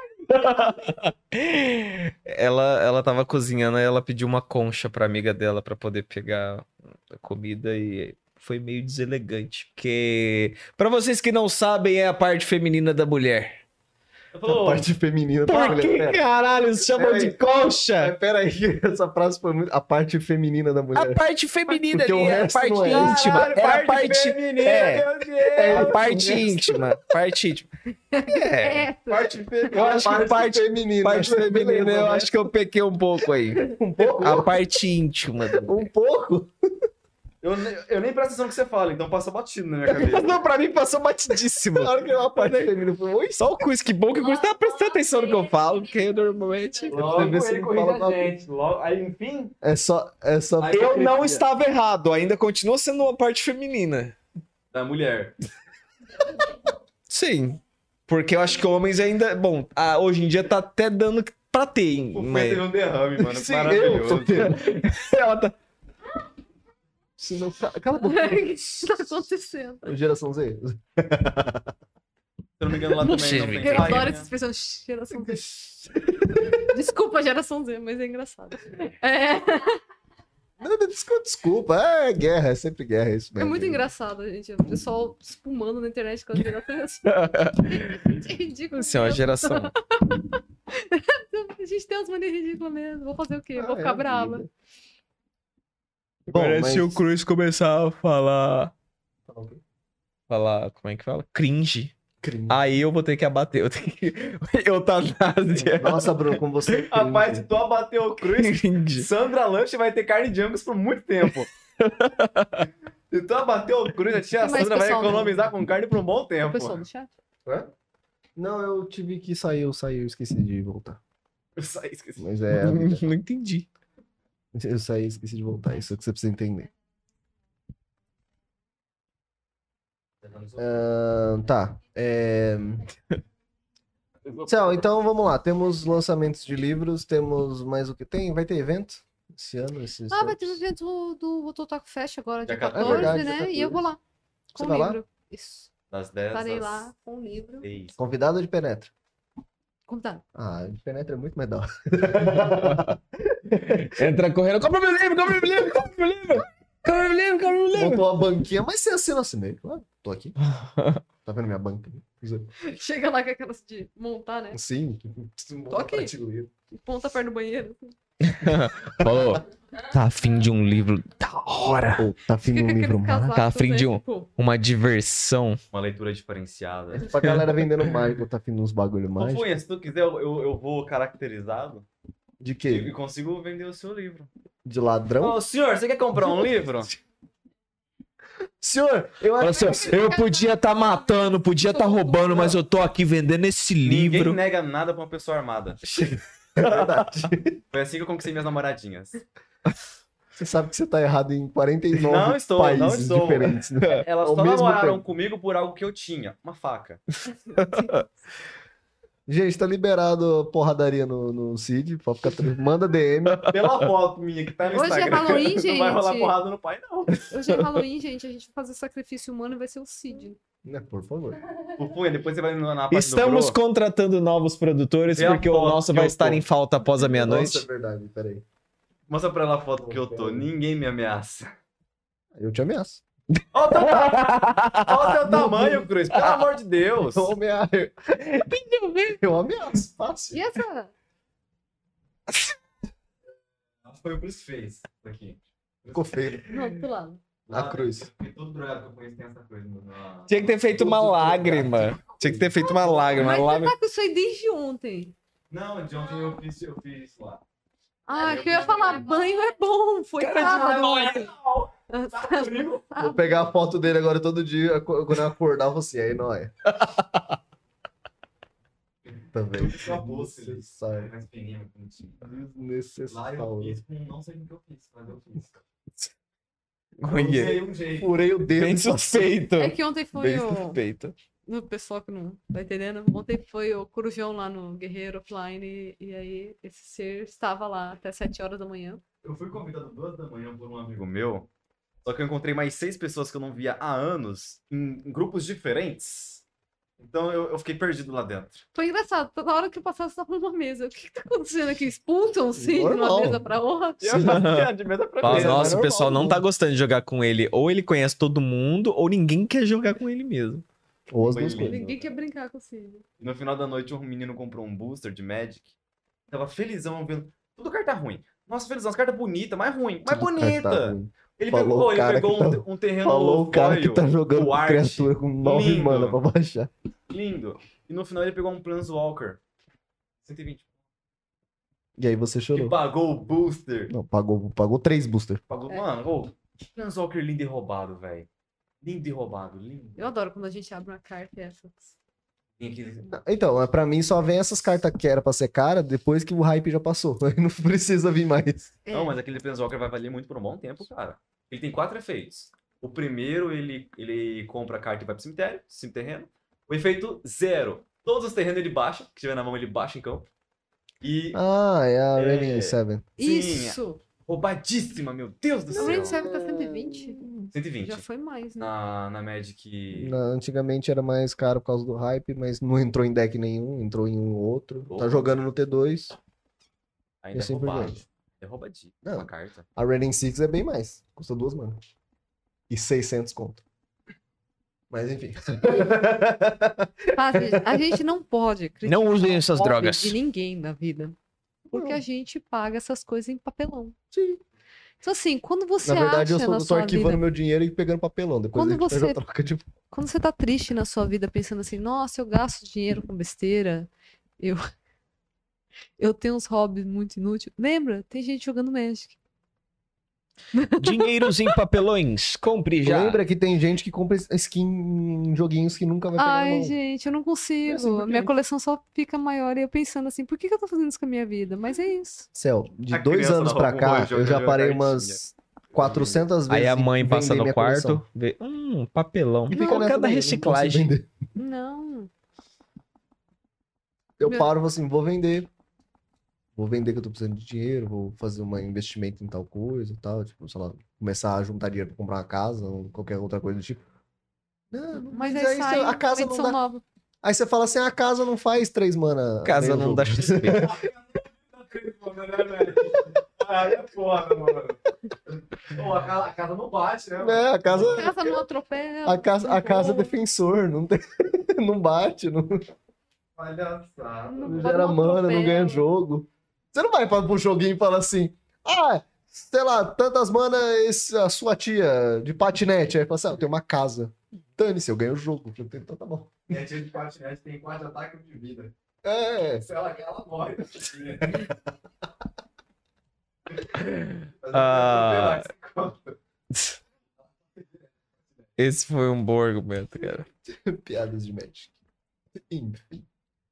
Ela, ela tava cozinhando e ela pediu uma concha pra amiga dela pra poder pegar a comida e foi meio deselegante. Porque, pra vocês que não sabem, é a parte feminina da mulher.
A
Eu falo, ô,
parte feminina da
Por
mulher.
que
Pera,
caralho se chamam de concha?
Mas pera aí, essa frase foi muito. A parte feminina da mulher.
A parte feminina
Porque
ali,
o
é a
resto
parte
não é.
íntima.
Caralho,
É a parte,
feminina,
é.
meu Deus.
é a parte íntima. Parte íntima. É.
É.
Parte feminina.
Eu acho que parte,
feminina.
parte feminina, eu acho que eu pequei um pouco aí.
Um pouco.
A parte íntima.
Um pouco?
Eu, ne- eu nem presto atenção no que você fala, então passa batido na minha cabeça.
Não, pra mim passou batidíssimo.
Claro que é uma parte feminina. Foi muito.
Só o Cus, que bom que o Cus tá prestando atenção no que eu falo, porque eu normalmente.
Você vê se não fala pra-
Logo, aí, enfim.
É só. É só
Aí
Eu não estava errado, ainda continua sendo uma parte feminina.
Da mulher.
Sim. Porque eu acho que homens ainda. Bom, ah, hoje em dia tá até dando pra ter, hein,
O Fê teve
mas.
um derrame, mano.
Sim, eu
maravilhoso.
tô tendo.
Ela tá-
Se não... ca- Cala a
O
boca.
que está acontecendo?
Geração Z.
Se eu não me engano, lá
Não
também
sei,
não tem
gente.
Eu
praia,
adoro
né?
essa expressão geração Z. Desculpa, geração Z, mas é engraçado. É,
Não, não, Desculpa, desculpa. É guerra, é sempre guerra isso
é
mesmo.
muito engraçado, gente. O pessoal espumando na internet quando vira assim. É ridículo.
Assim, ó, a geração.
A gente tem umas manias ridículas mesmo. Vou fazer o quê?
Ah, é
Vou ficar
a
brava.
vida. Bom, mas...
Cruz começar a falar. Falar, como é que fala? Cringe.
Cringe.
Aí eu vou ter que abater. Eu tenho que. Eutanásia.
Nossa, Bruno, como você. é cringe.
Rapaz, se tu abater o Cruz,
Cringe.
Sandra Lanche vai ter carne de Angus por muito tempo. Se tu abater o Cruz, a tia
Tem mais
Sandra vai
pessoal, né?
economizar com carne por um bom
O
É
tempo.
pessoal do chat.
Não, eu tive que sair, eu saí, eu esqueci de voltar.
Eu saí, esqueci.
Mas é. a vida.
Não entendi.
Eu saí, esqueci de voltar. Isso é o que você precisa entender. Ahn, tá. É... Céu, então vamos lá. Temos lançamentos de livros, temos mais o que tem? Vai ter evento esse ano? Esse
Ah, vai ter o evento do, do Ototaku Fest agora, dia
Dia 14,
14,
é verdade,
né?
dia
E eu vou lá.
Você
Com o
vai lá?
livro. Isso.
Das 10
Estarei
às
lá com o livro. tá?
6.
Convidado de Penetra?
Convidado.
Ah, de Penetra é muito mais da hora.
Entra correndo. Compra meu livro, compra meu livro, compra meu livro. Compra meu livro, compra meu livro.
Montou uma banquinha, mas você assina assim meio. Claro, tô aqui. Tá vendo minha banca?
Chega lá com aquelas de montar, né?
Sim.
Tô aqui. Ponta a perna no banheiro.
Falou. Tá afim de um livro da hora.
Pô, tá afim de
Fica
um
com
livro mágico.
aquele casaco,
Tá afim de
né?
um.
Tipo,
Uma diversão.
Uma leitura diferenciada.
É
Pra galera vendendo mágico, tá afim de uns bagulho
Ô,
mágico.
Funha, se tu quiser, eu, eu, eu vou caracterizado
De
e
quê?
e consigo vender o seu livro.
De ladrão?
Ô, senhor, você quer comprar um livro?
Senhor, eu
Fala
acho
assim, ó, eu podia estar matando, podia estar roubando, mas eu tô aqui vendendo esse
Ninguém
livro.
nega nada pra uma pessoa armada.
que é verdade.
Foi assim que eu conquistei minhas namoradinhas.
Você sabe que você tá errado em 49
Não estou, não
países
estou.
diferentes. Né?
Elas
Ao
só
mesmo
namoraram
tempo.
comigo por algo que eu tinha. Uma faca.
Gente, tá liberado a porradaria no, no Cid. Pode ficar tranquilo. Manda DM.
Pela foto minha que tá no
Hoje é
Instagram.
Halloween,
Não vai rolar
gente.
porrada no pai, não.
Hoje é Halloween, gente. A gente vai fazer sacrifício humano e vai ser o Cid.
Né, por favor.
O Funha, depois você vai na, na página
Estamos
do Bro.
contratando novos produtores
Vê a
porque o
foto
nosso
que
vai
eu
estar
tô.
em falta após
Nossa,
a
é
meia-noite.
verdade, peraí.
Mostra pra ela a foto que eu tô. Ninguém me ameaça.
Eu te ameaço.
Olha
tá
o teu, ta- Olha o teu tamanho, Cruz. Pelo amor de Deus.
Eu ameaço. Eu ameaço, fácil.
E essa?
Foi o que Bruce fez aqui.
Ficou feio.
Não, do lado.
A cruz.
Porque todo drogado que eu conheço tem essa coisa. Ah. no- na-
Tinha que ter feito uma lágrima. Tinha que ter feito uma lágrima.
Mas
Uma
você
lágrima.
tá com isso aí desde
É,
ontem.
Não, de ontem eu fiz, eu fiz lá.
Ah, que eu ia falar, banho é bom. Foi sábado. Ah,
Tá
sábado.
Vou pegar a foto dele agora todo dia. aco- Quando eu acordar, eu vou assim, aí não é. Também.
Eu fiz uma bolsa, ele-
Desnecessário.
Mais fininha, mais bonitinha. Lá
é um
eu
Desnecessário.
fiz com não sei o que eu fiz, mas eu fiz. Eu
Olha,
usei um jeito.
Furei o dedo.
Bem
assim,
suspeito.
É que ontem foi
Bem
o.
suspeito.
no pessoal que não tá entendendo, ontem foi o Corujão lá no Guerreiro Offline, e, e aí esse ser estava lá até 7 horas da manhã.
Eu fui convidado duas da manhã por um amigo.
amigo meu. Só que eu encontrei mais seis pessoas que eu não via há anos em, em grupos diferentes. Então eu, eu fiquei perdido lá dentro.
Foi engraçado, toda hora que eu passava, você tava numa mesa. O que, que tá acontecendo aqui? Expulsam sim de
Normal.
uma mesa pra outra?
Eu já de mesa pra
Fala,
mesa.
nossa,
normal,
o pessoal não
pô.
tá gostando de jogar com ele. Ou ele conhece todo mundo, ou ninguém quer jogar com ele mesmo.
Ou as
Foi
duas
lindo.
coisas.
Ninguém quer brincar com o Cid.
E no final da noite, um menino comprou um booster de Magic. Tava felizão vendo. Tudo carta ruim. Nossa, felizão, as cartas bonitas, mas ruim, mas
Tá,
É bonita. Ele
Falou o
pegou, ele
cara
pegou
que
um,
tá-
um terreno
Falou o cara que
foil,
tá jogando
o
com
arte,
criatura com 9
Lindo.
mana pra baixar.
lindo. E no final ele pegou um Planeswalker. 120.
E aí você
Que
chorou.
pagou o booster.
Não, pagou, pagou três booster.
Pagou, mano, ô, que Planeswalker lindo e roubado, velho. Lindo e roubado, lindo.
Eu adoro quando a gente abre uma carta e é essa.
Tem aquele-
Então, é, pra mim só vem essas cartas que era pra ser cara depois que o hype já passou. Aí não precisa vir mais.
É,
Não, mas aquele Planeswalker vai valer muito por um bom tempo, cara. Ele tem quatro efeitos. O primeiro, ele, ele compra a carta e vai pro cemitério, cima terreno. O efeito zero. Todos os terrenos ele baixa, que tiver na mão ele baixa em campo. E
Ah, é a
É.
Raven 7.
sim, é
Isso!
roubadíssima, meu Deus do
A
céu.
Rain serve pra 120? Já
120.
foi mais, né?
Na, na Magic.
Na- Antigamente era mais caro por causa do hype, mas não entrou em deck nenhum, entrou em um ou outro.
Louco.
Tá jogando no T2.
Ainda
eu
é
sei por
roubado.
quê.
É roubadíssima
Não.
a carta.
A Raven 6 é bem mais. Custa duas mana. E 600 conto. Mas enfim.
Fábio, a gente não pode criticar
Não usem
o
essas
hobby
drogas.
de ninguém na vida. Porque a gente paga essas coisas em papelão.
Sim.
Então, assim, quando você
Na verdade, eu
acha
sou,
na
eu tô
sua
arquivando
vida,
meu dinheiro e pegando papelão. Depois
Quando
a gente faz
você-
a troca de
quando você tá triste na sua vida, pensando assim, nossa, eu gasto dinheiro com besteira, eu eu tenho uns hobbies muito inúteis. Lembra? Tem gente jogando Magic.
Dinheiros em papelões. Compre já.
Lembra que tem gente que compra skin em joguinhos que nunca vai pegar na
Ai,
mão.
gente, eu não
É
consigo.
assim, por
A
quê?
minha coleção só fica maior e eu pensando assim, por que, que eu tô fazendo isso com a minha vida? Mas é isso.
Céu, de
A
dois
criança
anos
na
pra
rua
cá, eu
jogando
já parei
cartinha.
umas 400 vezes.
Aí a
e
mãe
vender
passa no
minha
quarto,
coleção.
vê. Hum, papelão.
E
E
fica
colocar
nessa
da
daí, eu não consigo
reciclagem.
vender.
Não.
Eu
Meu-
paro e falo assim, vou vender. Vou vender que eu tô precisando de dinheiro, vou fazer um investimento em tal coisa e tal. Tipo, sei lá, começar a juntar dinheiro pra comprar uma casa ou qualquer outra coisa do tipo. Não, não
Mas é
fiz.
aí
você-
sai
é a casa
uma
não
edição
dá.
nova.
Aí você fala assim, a casa não faz três mana.
Casa
meio
não
jogo.
dá XP.
Aí é foda, mano. Pô, a casa, a casa não bate, né?
É, a casa,
A casa não atropela.
a casa, a
não
casa é
voa,
defensor, não, tem, não bate, não,
Palhaçada.
não
não
gera mana, não
atropela.
ganha jogo. Você não vai pra, pro joguinho e fala assim, ah, sei lá, tantas manas esse- a sua tia de patinete. Aí fala assim, ah, eu tenho uma casa. Dane-se, eu ganho o jogo. Então tá bom.
Minha tia de patinete tem quatro ataques de vida.
É,
Se ela quer, ela morre.
Ah. Esse foi um bom argumento, cara.
piadas de Magic. Enfim.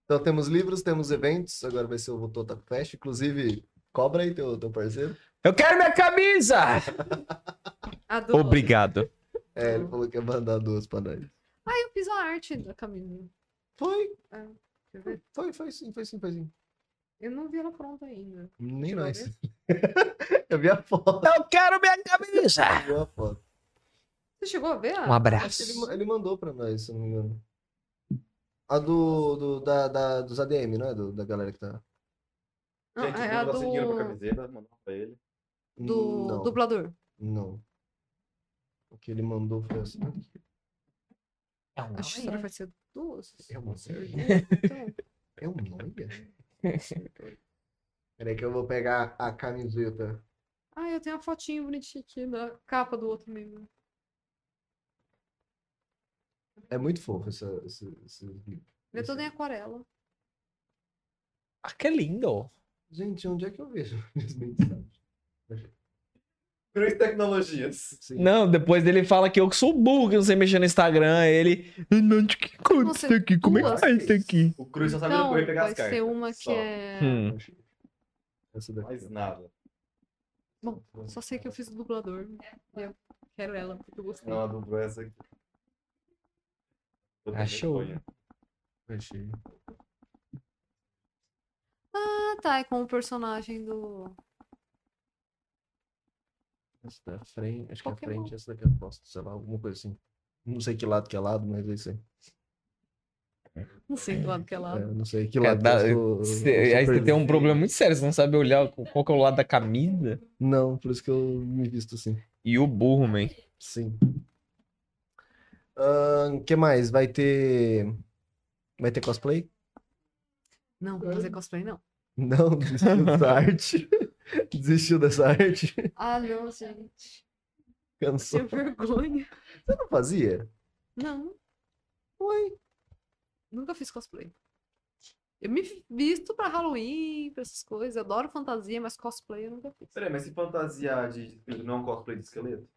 Então temos livros, temos eventos, agora vai ser o Totaku Fest. Inclusive, cobra aí teu, teu parceiro.
Eu quero minha camisa!
Adoro.
Obrigado.
É,
Uhum.
ele falou que ia mandar duas pra nós.
Ah, eu fiz a arte da camisa.
Foi,
Ah, Quer ver?
foi, foi sim, foi sim, foi sim.
Eu não vi ela pronta ainda.
Nem
Deixa eu
nós. eu vi a foto,
Eu quero minha camisa!
eu vi a foto.
Você chegou a ver?
Um
a-
Acho que ele,
abraço.
ma- ele mandou pra nós, se eu não me engano. A do, do- da, da- dos ADM, não é? Do- da galera que tá...
Não,
Gente,
é
eu
a
vou dar esse dinheiro pra
do,
camiseta, mandar pra ele.
do
Não,
dublador.
não. O que ele mandou foi assim...
A história vai ser duas.
É uma cerveja?
Então,
É um noia? Peraí que eu vou pegar a camiseta.
Ah, eu tenho a fotinha bonitinha aqui da capa do outro livro.
É muito fofo essa, esse, esse livro.
Ele é todo em aquarela.
Ah, que lindo.
Gente, onde é que eu vejo?
Três tecnologias.
Sim.
Não, depois dele fala que eu que sou burro, que não sei mexer no Instagram. aí Ele. "Ah, Não, de que conta
Nossa,
isso aqui? Como é que
duas
faz isso aqui?
O Cruz só sabe é
Então,
depois pegar
vai
as cartas.
ser uma que
só.
é.
Hum.
Essa daqui.
Mais nada.
Bom,
Hum.
só sei que eu fiz o dublador. e Eu quero ela, porque eu gostei.
Não, a do é essa aqui. Eu tenho
Achou.
vergonha.
Achei.
Ah, tá. É com o personagem do.
Essa da frente, acho que é a
Pokémon.
frente, essa daqui é a costa, sei lá, alguma coisa assim. Não sei que lado que é lado, mas é isso aí.
Não sei do lado que é
É,
lado.
não sei que
Cara,
lado
dá-
que eu sou-
Cê-
eu sou
aí você tem
perdido.
um problema muito sério, você não sabe olhar qual que é o lado da camisa.
Não, por isso que eu me visto assim.
E o burro, man.
Sim. O que mais? Vai ter. Vai ter cosplay?
Não, vou fazer cosplay não.
Não, desistiu dessa arte. Desistiu dessa arte.
Ah, não, gente.
Cansou.
Tinha vergonha.
Você não fazia?
Não. Oi. Nunca fiz cosplay. Eu me visto pra Halloween, pra essas coisas. Eu adoro fantasia, mas cosplay eu nunca fiz.
Peraí, mas se fantasiar de de espírito não é um cosplay de esqueleto?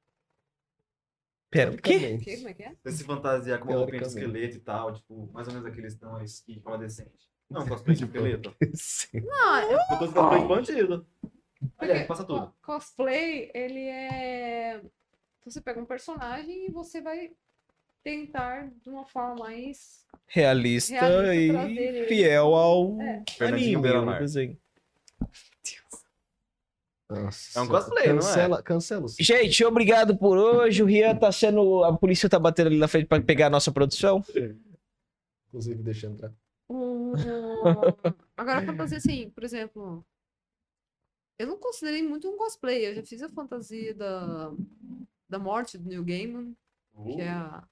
Pera, o quê?
Teoricamente.
Que? Como é que é?
Você se fantasiar com uma roupinha de
Teoricamente.
esqueleto e tal, tipo, mais ou menos aqueles que estão aí de forma decente. Não, é um cosplay de esqueleto.
Sim.
Não, é
Eu tô de cosplay de bandido. Aliás, passa
Co-
tudo.
Cosplay, ele é. Você pega um personagem e você vai tentar, de uma forma mais.
Realista,
Realista trazer
e
ele.
fiel ao
É.
Fernandinho
anime, assim.
Beira-Mar.
ao desenho.
Nossa,
É um cosplay, não é?
cancela, Cancela o seu.
Gente, obrigado por hoje. O Rian tá sendo. A polícia tá batendo ali na frente pra pegar a nossa produção.
Inclusive, deixa eu entrar.
Um... Agora, fantasia, assim, por exemplo. Eu não considerei muito um cosplay. Eu já fiz a fantasia da, da morte do New Gaiman, que é a.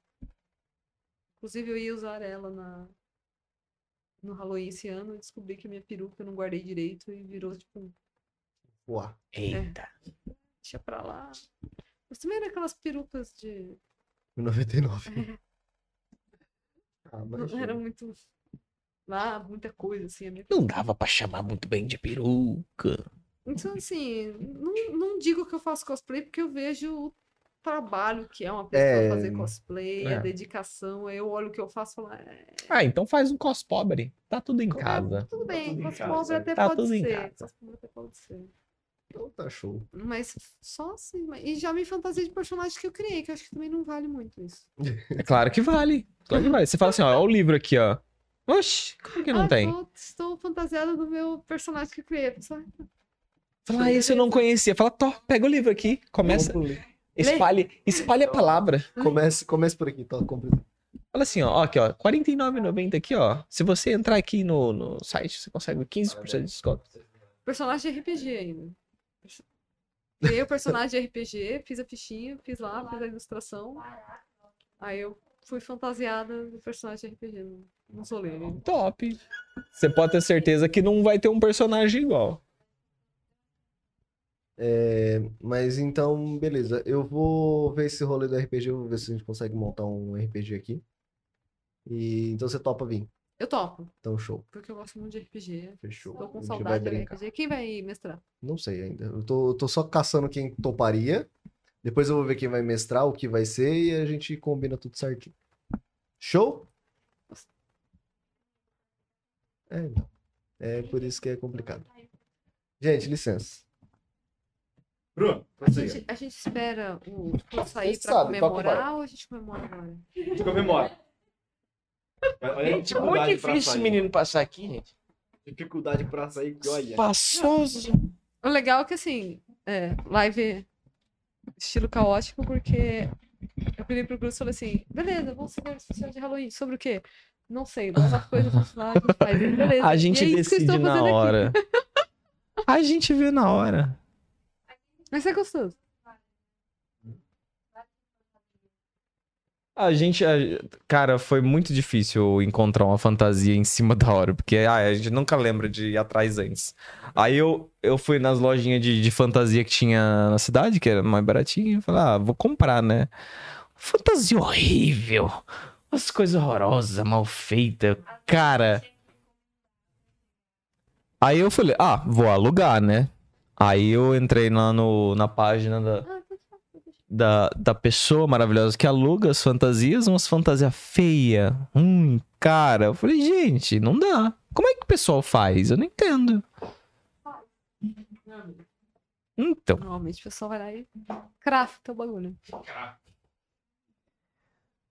Inclusive, eu ia usar ela na... no Halloween esse ano e descobri que a minha peruca eu não guardei direito e virou, tipo,
Uá.
Eita.
deixa pra lá. Mas também era aquelas perucas de.
99. Ah, mas.
Não era muito. Lá, muita coisa, assim. A minha...
Não dava pra chamar muito bem de peruca.
Então, assim, não, não digo que eu faço cosplay, porque eu vejo o trabalho que é uma pessoa
É.
fazer cosplay,
É.
a dedicação. Aí eu olho o que eu faço e falo, é,
Ah, então faz um cos pobre. Tá tudo em casa.
tudo bem,
tudo em
cosplay
casa,
até
tá
pode
tudo em
ser.
casa.
cosplay até pode ser.
Então tá show.
Mas só assim. mas- E já me fantasia de personagem que eu criei, que eu acho que também não vale muito isso.
É claro que vale. Claro que vale. Você fala assim, ó, olha o livro aqui, ó. Oxi, como que não
Ah,
tem?
tô- estou fantasiada do meu personagem que eu criei. A pessoa,
Fala, ah, esse eu não conhecia. Fala, Tó, pega o livro aqui, começa. Espalhe, espalhe a palavra.
Comece, comece por aqui, tá? Compre-
Fala assim, ó, ó, aqui, ó, R$ 49,90 aqui, ó. Se você entrar aqui no, no site, você consegue 15% de desconto.
Personagem de RPG ainda. Perso- Criei o personagem de RPG, fiz a fichinha, fiz lá, fiz a ilustração. Aí eu fui fantasiada do personagem de RPG. não- Não sou ler.
Top. Você pode ter certeza que não vai ter um personagem igual.
É, mas então, beleza. Eu vou ver esse rolê do RPG, eu vou ver se a gente consegue montar um RPG aqui. E então você topa vir.
Eu topo,
Então, show.
porque eu gosto muito de RPG.
Fechou.
Tô com
a gente vai
saudade né, de
brincar.
RPG. Quem vai mestrar?
Não sei ainda. Eu tô, eu tô só caçando quem toparia. Depois eu vou ver quem vai mestrar, o que vai ser, e a gente combina tudo certinho. Show? É, então. É por isso que é complicado. Gente, licença.
Bruno,
A gente, a gente espera o o sair
Vocês
pra
sabem qual que vai.
comemorar ou a gente comemora agora?
te comemora. Olha a
Gente, muito
dificuldade pra
difícil esse
sair.
menino passar aqui, gente.
Dificuldade pra sair, que olha.
Espaçoso.
O legal é que assim, é, live estilo caótico, porque eu pedi pro Bruce e falei assim, beleza, vamos fazer um especial de Halloween. Sobre o quê? Não sei, mas as coisas vão lá, a gente faz. Beleza.
A
E
gente
é isso que eu estou
decide na
fazendo aqui.
hora. A gente vê na hora.
Mas é gostoso.
A gente. a- Cara, foi muito difícil encontrar uma fantasia em cima da hora, porque ah, a gente nunca lembra de ir atrás antes. Aí eu, eu fui nas lojinhas de, de fantasia que tinha na cidade, que era mais baratinho, e falei, ah, vou comprar, né? Fantasia horrível. Umas coisas horrorosas, mal feitas. Cara. Aí eu falei, ah, vou alugar, né? Aí eu entrei lá no, na página da, da, da pessoa maravilhosa que aluga as fantasias, umas fantasias feia, ruim, cara. Eu falei, gente, não dá. Como é que o pessoal faz? Eu não entendo. Então,
Normalmente o pessoal vai lá e crafta o bagulho.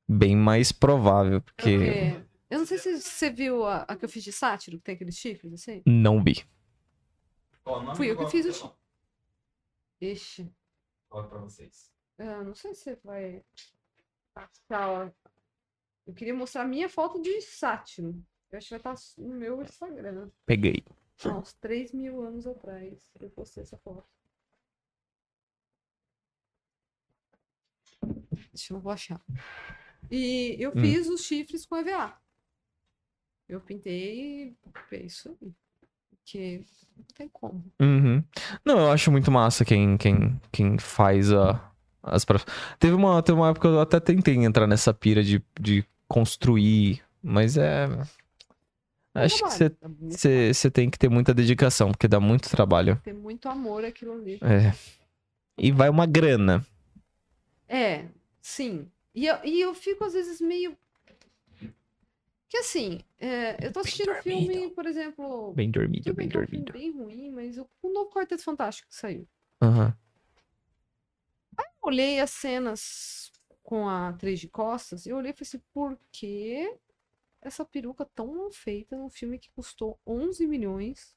bem mais provável, porque
Porque... Eu não sei se você viu a, a que eu fiz de sátiro, que tem aqueles chifres, assim.
não vi.
Fui eu que fiz o chifre. Ixi,
Coloco pra vocês.
eu Ah, não sei se você vai achar, ó. Eu queria mostrar a minha foto de sátiro. Eu acho que vai estar no meu Instagram.
Peguei.
Há uns 3 mil anos atrás eu postei essa foto. Deixa eu vou achar. E eu
Hum.
fiz os chifres com EVA. Eu pintei e é isso aí. Porque não tem como.
Uhum. Não, eu acho muito massa quem, quem, quem faz a, as pra- Teve uma, teve uma época que eu até tentei entrar nessa pira de, de construir, mas é.
É um
Acho que você
trabalho, dá muito
Você você tem que ter muita dedicação, porque dá muito trabalho.
Tem muito amor aquilo ali.
É. E vai uma grana.
É, sim. E eu, e eu fico às vezes meio. Que assim, é, eu tô assistindo filme, por exemplo.
Bem dormido,
tudo
bem
bem que é um filme
dormido.
bem ruim, mas o, o novo Quarteto Fantástico que saiu.
Aham.
Eu olhei as cenas com a atriz de costas e eu olhei e falei assim: por que essa peruca tão mal feita num filme que custou 11 milhões?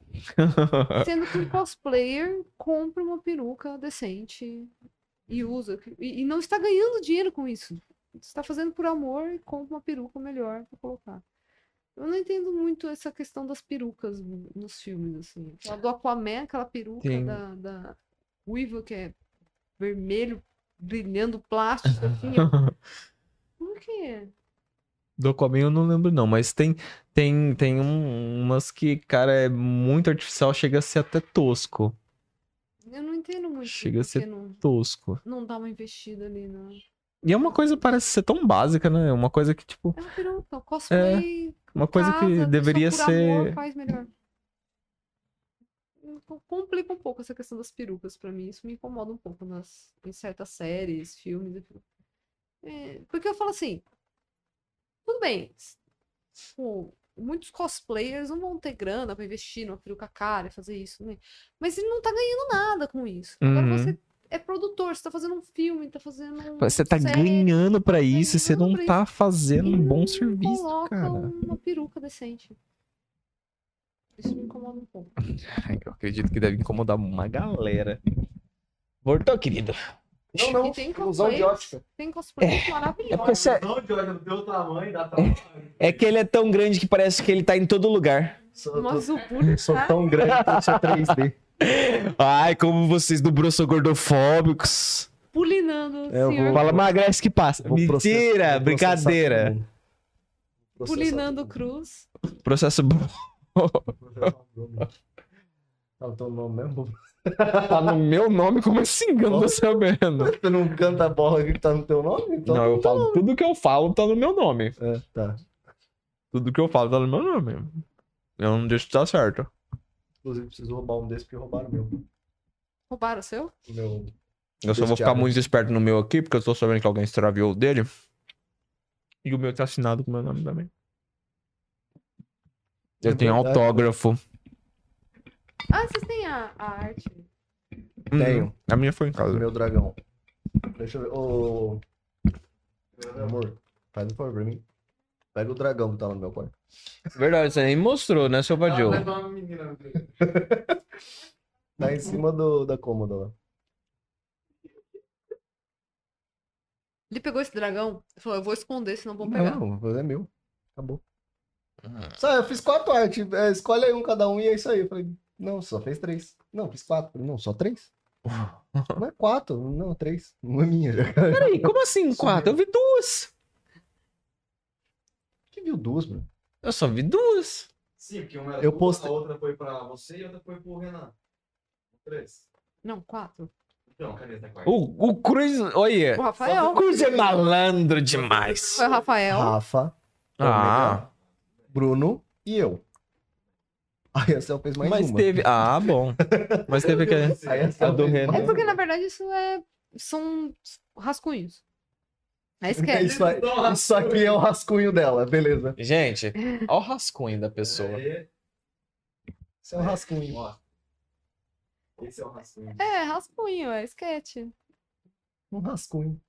Sendo que um cosplayer compra uma peruca decente e usa. E, e não está ganhando dinheiro com isso. Está fazendo por amor e compra uma peruca melhor para colocar. Eu não entendo muito essa questão das perucas no- nos filmes, assim. A do Aquaman, aquela peruca
Sim.
da, da Uiva, que é vermelho, brilhando plástico, assim. eu- Por quê?
Do Aquaman eu não lembro não, mas tem tem tem um- umas que, cara, é muito artificial, chega a ser até tosco.
Eu não entendo muito
Chega a
por que
ser-
não,
Tosco.
não dá uma investida ali, não.
E é uma coisa que parece ser tão básica, né? Uma coisa que tipo,
É uma peruca, cosplay,
uma coisa
casa,
que
pessoa
deveria
por
ser
amor faz melhor. Com- Complica um pouco essa questão das perucas pra mim. Isso me incomoda um pouco nas, em certas séries, filmes. enfim. É, porque eu falo assim: tudo bem. Tipo, muitos cosplayers não vão ter grana pra investir no frio com a cara e fazer isso, né? Mas ele não tá ganhando nada com isso. Agora
Uhum.
você é produtor, você tá fazendo um filme, tá fazendo. um-
Você tá
série,
ganhando pra isso e você
ganhando
não
pra
tá fazendo
e
um bom
não
serviço,
coloca um-
cara.
uma peruca decente. Isso me incomoda um pouco.
Ai, Eu acredito que deve incomodar uma galera. Voltou, querido.
Não, não.
E tem
Ilusão de
cosplayer-
ótica.
Tem cosplays
É
maravilhosos.
porque você-
Não, Jorge, do teu tamanho, dá tamanho.
É que ele é tão grande que parece que ele tá em todo lugar.
Sou, tô-
Mas o Buda
sou
tá-
tão grande que é eu sou 3D.
Ai, como vocês do Bro são gordofóbicos.
pulinando o
É, Eu vou-
senhor,
Fala magrece que passa.
Vou processar-
Mentira,
vou processar
brincadeira.
todo mundo. Vou processar todo
pulinando
mundo.
cruz.
Processo Bru-
Vou processar o Bruno. Tá o teu nome mesmo?
tá no meu nome? Como assim? que Eu não tô sabendo.
Tu não canta a bola que tá no teu nome? Então
Não, eu
tá
falo, tudo que eu falo tá no meu nome.
no- É, tá.
Tudo que eu falo tá no meu nome. Eu não deixo de dar certo.
Inclusive, preciso roubar um desse porque roubaram o meu.
Roubaram o seu?
O meu...
Eu só vou ficar
Bestiário.
muito esperto no meu aqui, porque eu tô sabendo que alguém extraviou o dele. E o meu tá assinado com o meu nome também. Eu
É
tenho
verdade.
autógrafo.
Ah, vocês têm a, a arte.
Tenho.
Hum, A minha foi em
O
casa.
meu dragão. Deixa eu ver. Ô. Amor, faz um favor pra mim. Pega o dragão que tá lá no meu quarto.
Verdade, você nem mostrou, né, seu
Ela
Vadio?
leva uma menina no brinquedo.
Tá em cima do, da cômoda lá.
Ele pegou esse dragão e falou: Eu vou esconder, senão vão pegar.
Não, é meu. Acabou.
Ah.
Sabe, eu fiz quatro artes. É, escolhe aí um cada um e é isso aí. Eu falei, não, só fez três. Não, fiz quatro. Eu Falei, não, só três? Não é quatro, não, três. Uma é minha.
Peraí, como assim quatro? Eu vi duas.
Que viu duas, mano?
Eu só vi duas.
Sim, porque uma era
Eu
tua,
postei-
a outra foi pra você e a outra foi pro Renan. Três.
Não, quatro.
Então, cadê essa quarta?
O, o Cruz. Olha.
O Rafael.
O Cruz é malandro demais.
Foi o Rafael.
Rafa,
Ah,
Bruno e eu. Aí a Cel fez mais
mas
uma.
teve. Ah, bom. Mas teve que.
Aí a
A
Cel
do
fez
Renan.
É porque, na verdade, isso é. São rascunhos. Aí
É
esquece.
isso, aí, isso aqui é o rascunho dela, beleza.
Gente, olha o rascunho da pessoa.
Aê,
Isso é um rascunho.
Esse é o racinho.
É, rascunho, é esquete.
Um rascunho.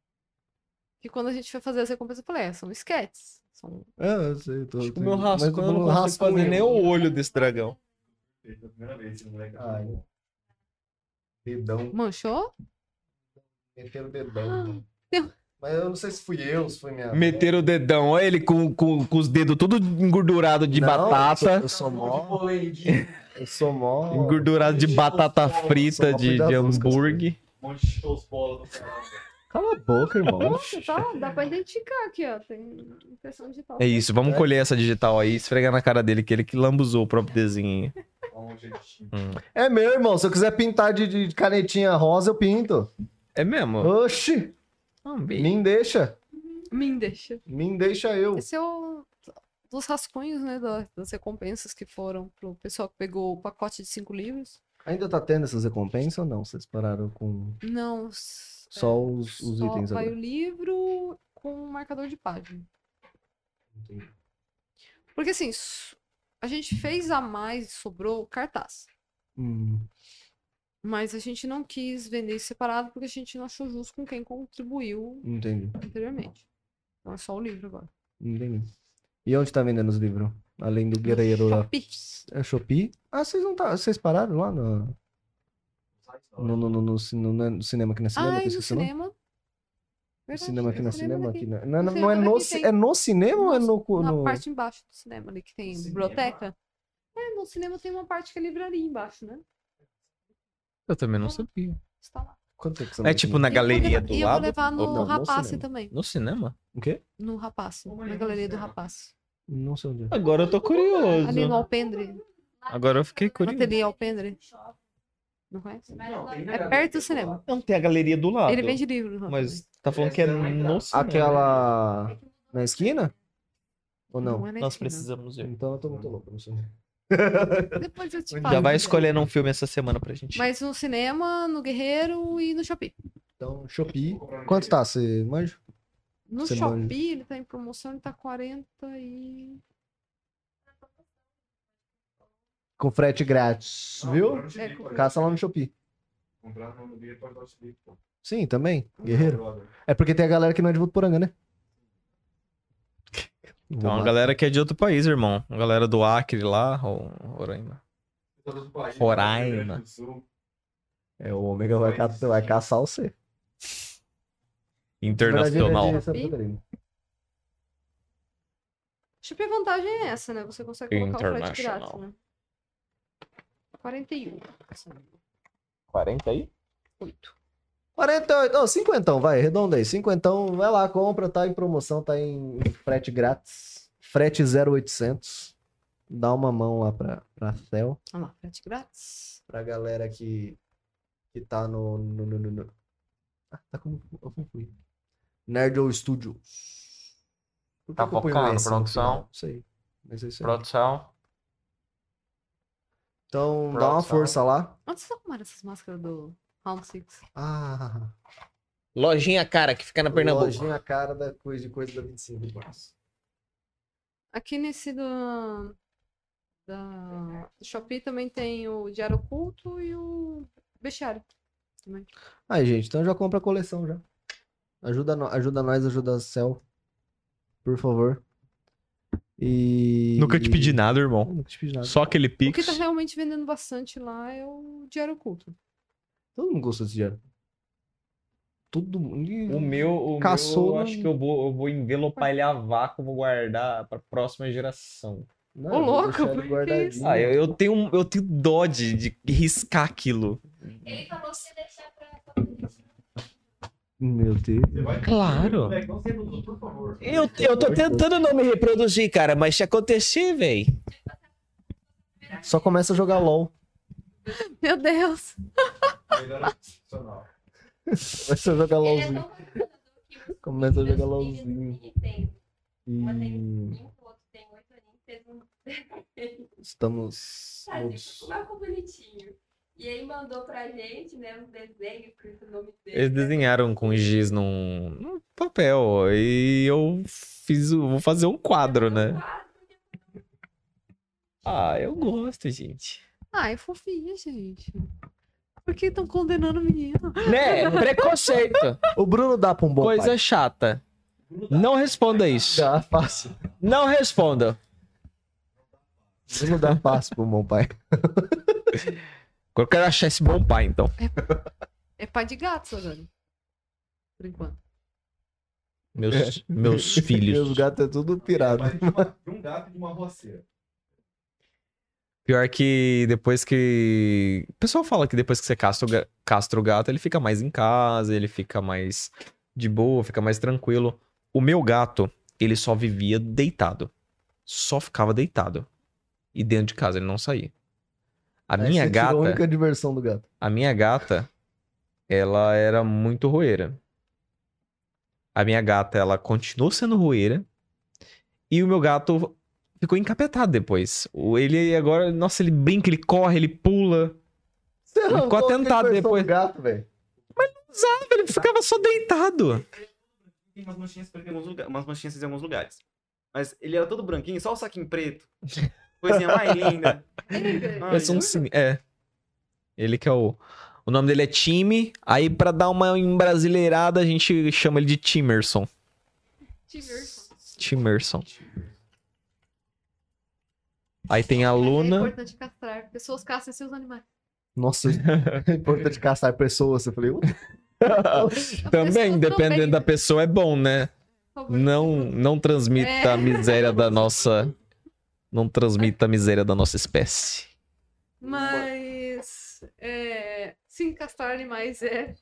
Que quando a gente foi fazer as recompensas, eu falei: é, são esquetes. São...
É, eu sei. eu Tô,
Acho que o
tô-
meu
mas
rascunho eu
tô
não
falando
consigo fazer
rascunho.
nem o olho desse dragão.
Fez a primeira vez, esse moleque.
Ai, dedão.
Manchou?
Meteram o dedão. mano. Mas eu não sei se fui eu, se foi minha.
Meter o dedão, olha ele com, com, com os dedos tudo engordurado de
Não,
batata.
Eu sou, eu sou
Mó um de
mó.
polenguinho,
Eu sou mó.
Engordurado de
Gente,
batata
eu sou-
sou
frita,
mó
de, de
cuidadoso com as
hambúrguer.
um monte de shows bola do caralho.
Cala a boca, irmão.
Nossa, tá, dá pra identificar aqui, ó. Tem impressão digital.
É isso, vamos
É.
colher essa digital aí e esfregar na cara dele, que ele que lambuzou o próprio desenho. aí.
Um jeitinho.
É meu, irmão. Se eu quiser pintar de, de canetinha rosa, eu pinto.
É mesmo?
Oxi, me deixa.
Me deixa.
Me deixa eu.
Esse é o. Dos rascunhos, né? da- Das recompensas que foram pro pessoal que pegou o pacote de cinco livros.
Ainda tá tendo essas recompensas ou não? Vocês pararam com
Não. s- é,
só os, os
só
itens
vai
agora?
o livro com um marcador de página. Porque assim, s- a gente fez a mais e sobrou cartaz.
Hum,
Mas a gente não quis vender separado porque a gente não achou justo com quem contribuiu
entendi.
anteriormente. Então é só o livro agora.
Entendi. E onde tá vendendo os livros? Além do guerreiro lá.
Shopee.
É Shopee? Ah, vocês não tá. Vocês pararam lá no. No, no, no, no, ci- no- é no cinema aqui na cinema?
Ah,
que eu
e no
esqueci o nome?
cinema.
No
Verdade,
cinema aqui
no
na cinema?
daqui.
Aqui na... Não,
No
não, não é
cinema
no,
daqui
ci-
tem-
é no cinema ou é
Nossa,
no. cu-
Na
no...
parte embaixo do cinema ali, que tem
Cinema?
biblioteca. É, no cinema tem uma parte que é livraria embaixo, né?
Eu também não sabia.
Está lá.
Quanto é que são
É
daqui?
tipo na
E eu vou
galeria
levar-
do
e eu
lado?
vou levar no
Ou-
Não, no
Rapace
cinema.
também.
No cinema?
O quê?
No Rapace.
Como
Na
é
galeria do
que é?
Rapace.
Não sei onde é.
Agora eu tô curioso.
Ali no Alpendre.
né? Agora eu fiquei curioso.
Ateliê Alpendre. Não conhece? É perto do cinema.
Não, tem a galeria do
Ah,
lado.
Ele vende livro. né? no
Mas
Rapace.
tá falando que é no cinema.
Aquela. Na esquina? é Ou não?
é na
Nós
esquina.
precisamos ir.
Então eu tô muito louco, não sei.
Depois eu te falo.
Já vai escolhendo um filme essa semana pra gente.
Mas no cinema, no Guerreiro e no Shopee.
Então, Shopee. Quanto tá? Você manja?
No
Você
Shopee,
manja.
ele tá em promoção, ele tá 40 e...
Com frete grátis, viu? Caça lá no Shopee.
Comprar no dia pode dar o chilique, pô.
Sim, também. Guerreiro.
Brother.
É porque tem a galera que não é de Votuporanga, né?
Então, uma galera que é de outro país, irmão. Uma galera do Acre lá, ou né? Roraima.
Todos os países,
Roraima.
Rio Grande do Sul,
É, o Ômega vai, ca- vai caçar o C.
Internacional.
Na verdade, ele é de Santa Catarina.
Tipo, a vantagem é essa, né? Você consegue colocar o frete grátis,
International.
né? 41. assim,
40 aí?
oito.
48, oh, 50, vai, redonda aí. 50, vai lá, compra, tá em promoção, tá em frete grátis. Frete 0800. Dá uma mão lá pra, pra Cel.
Olha lá, frete grátis.
pra galera que, que tá no. no, no, no, no- Ah, tá como. Eu concluí. Nerdle Studios. Por que
Tá
que eu ponho
focando,
esse no
produção.
final? Isso aí. Mas é isso aí.
Produção.
Então, dá uma
produção.
força lá.
Onde vocês arrumaram essas máscaras do Round 6?
Ah,
Lojinha cara que
Tá
fica na Pernambuco.
lojinha cara da coisa de coisa da 25 de março.
Aqui nesse do, da do Shopee também tem o Diário Oculto e o Bestiário. também.
Aí, gente, então já compra a coleção já. Ajuda, no- ajuda nós, ajuda a Cell. Por favor. E.
Nunca te pedi nada, irmão.
Nunca te pedi nada.
Só aquele
O que
pix.
tá realmente vendendo bastante lá é o Diário Oculto.
Todo mundo gostou desse dinheiro. Todo mundo.
O meu, o
Caçou
meu, eu
no-
acho que eu vou, eu vou envelopar ele a vácuo, vou guardar pra próxima geração.
Não,
Ô,
eu vou
louco,
deixar ele
por que
guardadinho.
isso?
Ah, eu, eu tenho, um- eu tenho dó de, de riscar aquilo.
Ele falou que ia deixar pra. pra gente.
Meu Deus.
Você vai- um
Claro.
Moleque, não se reduzou, é por favor.
Eu, eu tô tentando não me reproduzir, cara, mas se acontecer, véi.
Só começa a jogar LOL.
Meu Deus!
Melhor é profissional.
Começa a jogar
Ele é tão
LOLzinho.
conservador que os
Começa a
meus
jogar
filhos
LOLzinho.
que tem Uma tem
E
cinco, o Um outro tem oito aninhos, fez um
estamos.
tadinho, ficou bonitinho. E aí mandou pra gente, né, um desenho escrito o nome dele.
Eles desenharam com giz num, num papel e eu fiz, o- vou fazer um quadro, né? Ah, eu gosto, gente.
Ah, é fofinha, gente. Por que estão condenando o menino?
Né? Preconceito.
O Bruno dá pra um bom
Coisa
pai.
chata. Não responda isso.
Dá fácil.
Não responda.
O Bruno dá fácil pra um bom pai.
Agora eu quero achar esse bom pai, então.
É pai de gato, Suzane. Por enquanto.
Meus, meus filhos.
Meus gatos é tudo pirado.
Mas de uma- de um gato e de uma roceira.
Pior que depois que. O pessoal fala que depois que você castra o, ga- castra o gato, ele fica mais em casa, ele fica mais de boa, fica mais tranquilo. O meu gato, ele só vivia deitado. Só ficava deitado. E dentro de casa, ele não saía. A minha
Essa é
gata,
A única diversão do gato.
a minha gata, ela era muito roeira. A minha gata, ela continuou sendo roeira. E o meu gato ficou encapetado depois. O- Ele agora, nossa, ele brinca, ele corre, ele pula.
Você
ficou
arrancou a única
atentado
diversão
depois.
do gato, velho.
Ele ficava só deitado.
Tem umas manchinhas pretas em alguns, lugar, umas manchinhas em alguns lugares. Mas ele era todo branquinho, só o saquinho preto. Coisinha mais linda.
é
Ai,
Parece um cine- É. Ele que é o. O nome dele é Time. Aí, pra dar uma embrasileirada, a gente chama ele de Timerson.
Diversão.
Timerson. Aí tem a
É
Luna.
importante castrar. Pessoas caçam seus animais.
Nossa, é importante caçar pessoas. Eu falei, "Ué,
A
Também,
pessoa
dependendo da
também, por
pessoa, é bom, né?
favor.
Não, não transmita
É.
a miséria da nossa. Não transmita a miséria da nossa espécie.
Mas é, se encastar animais é.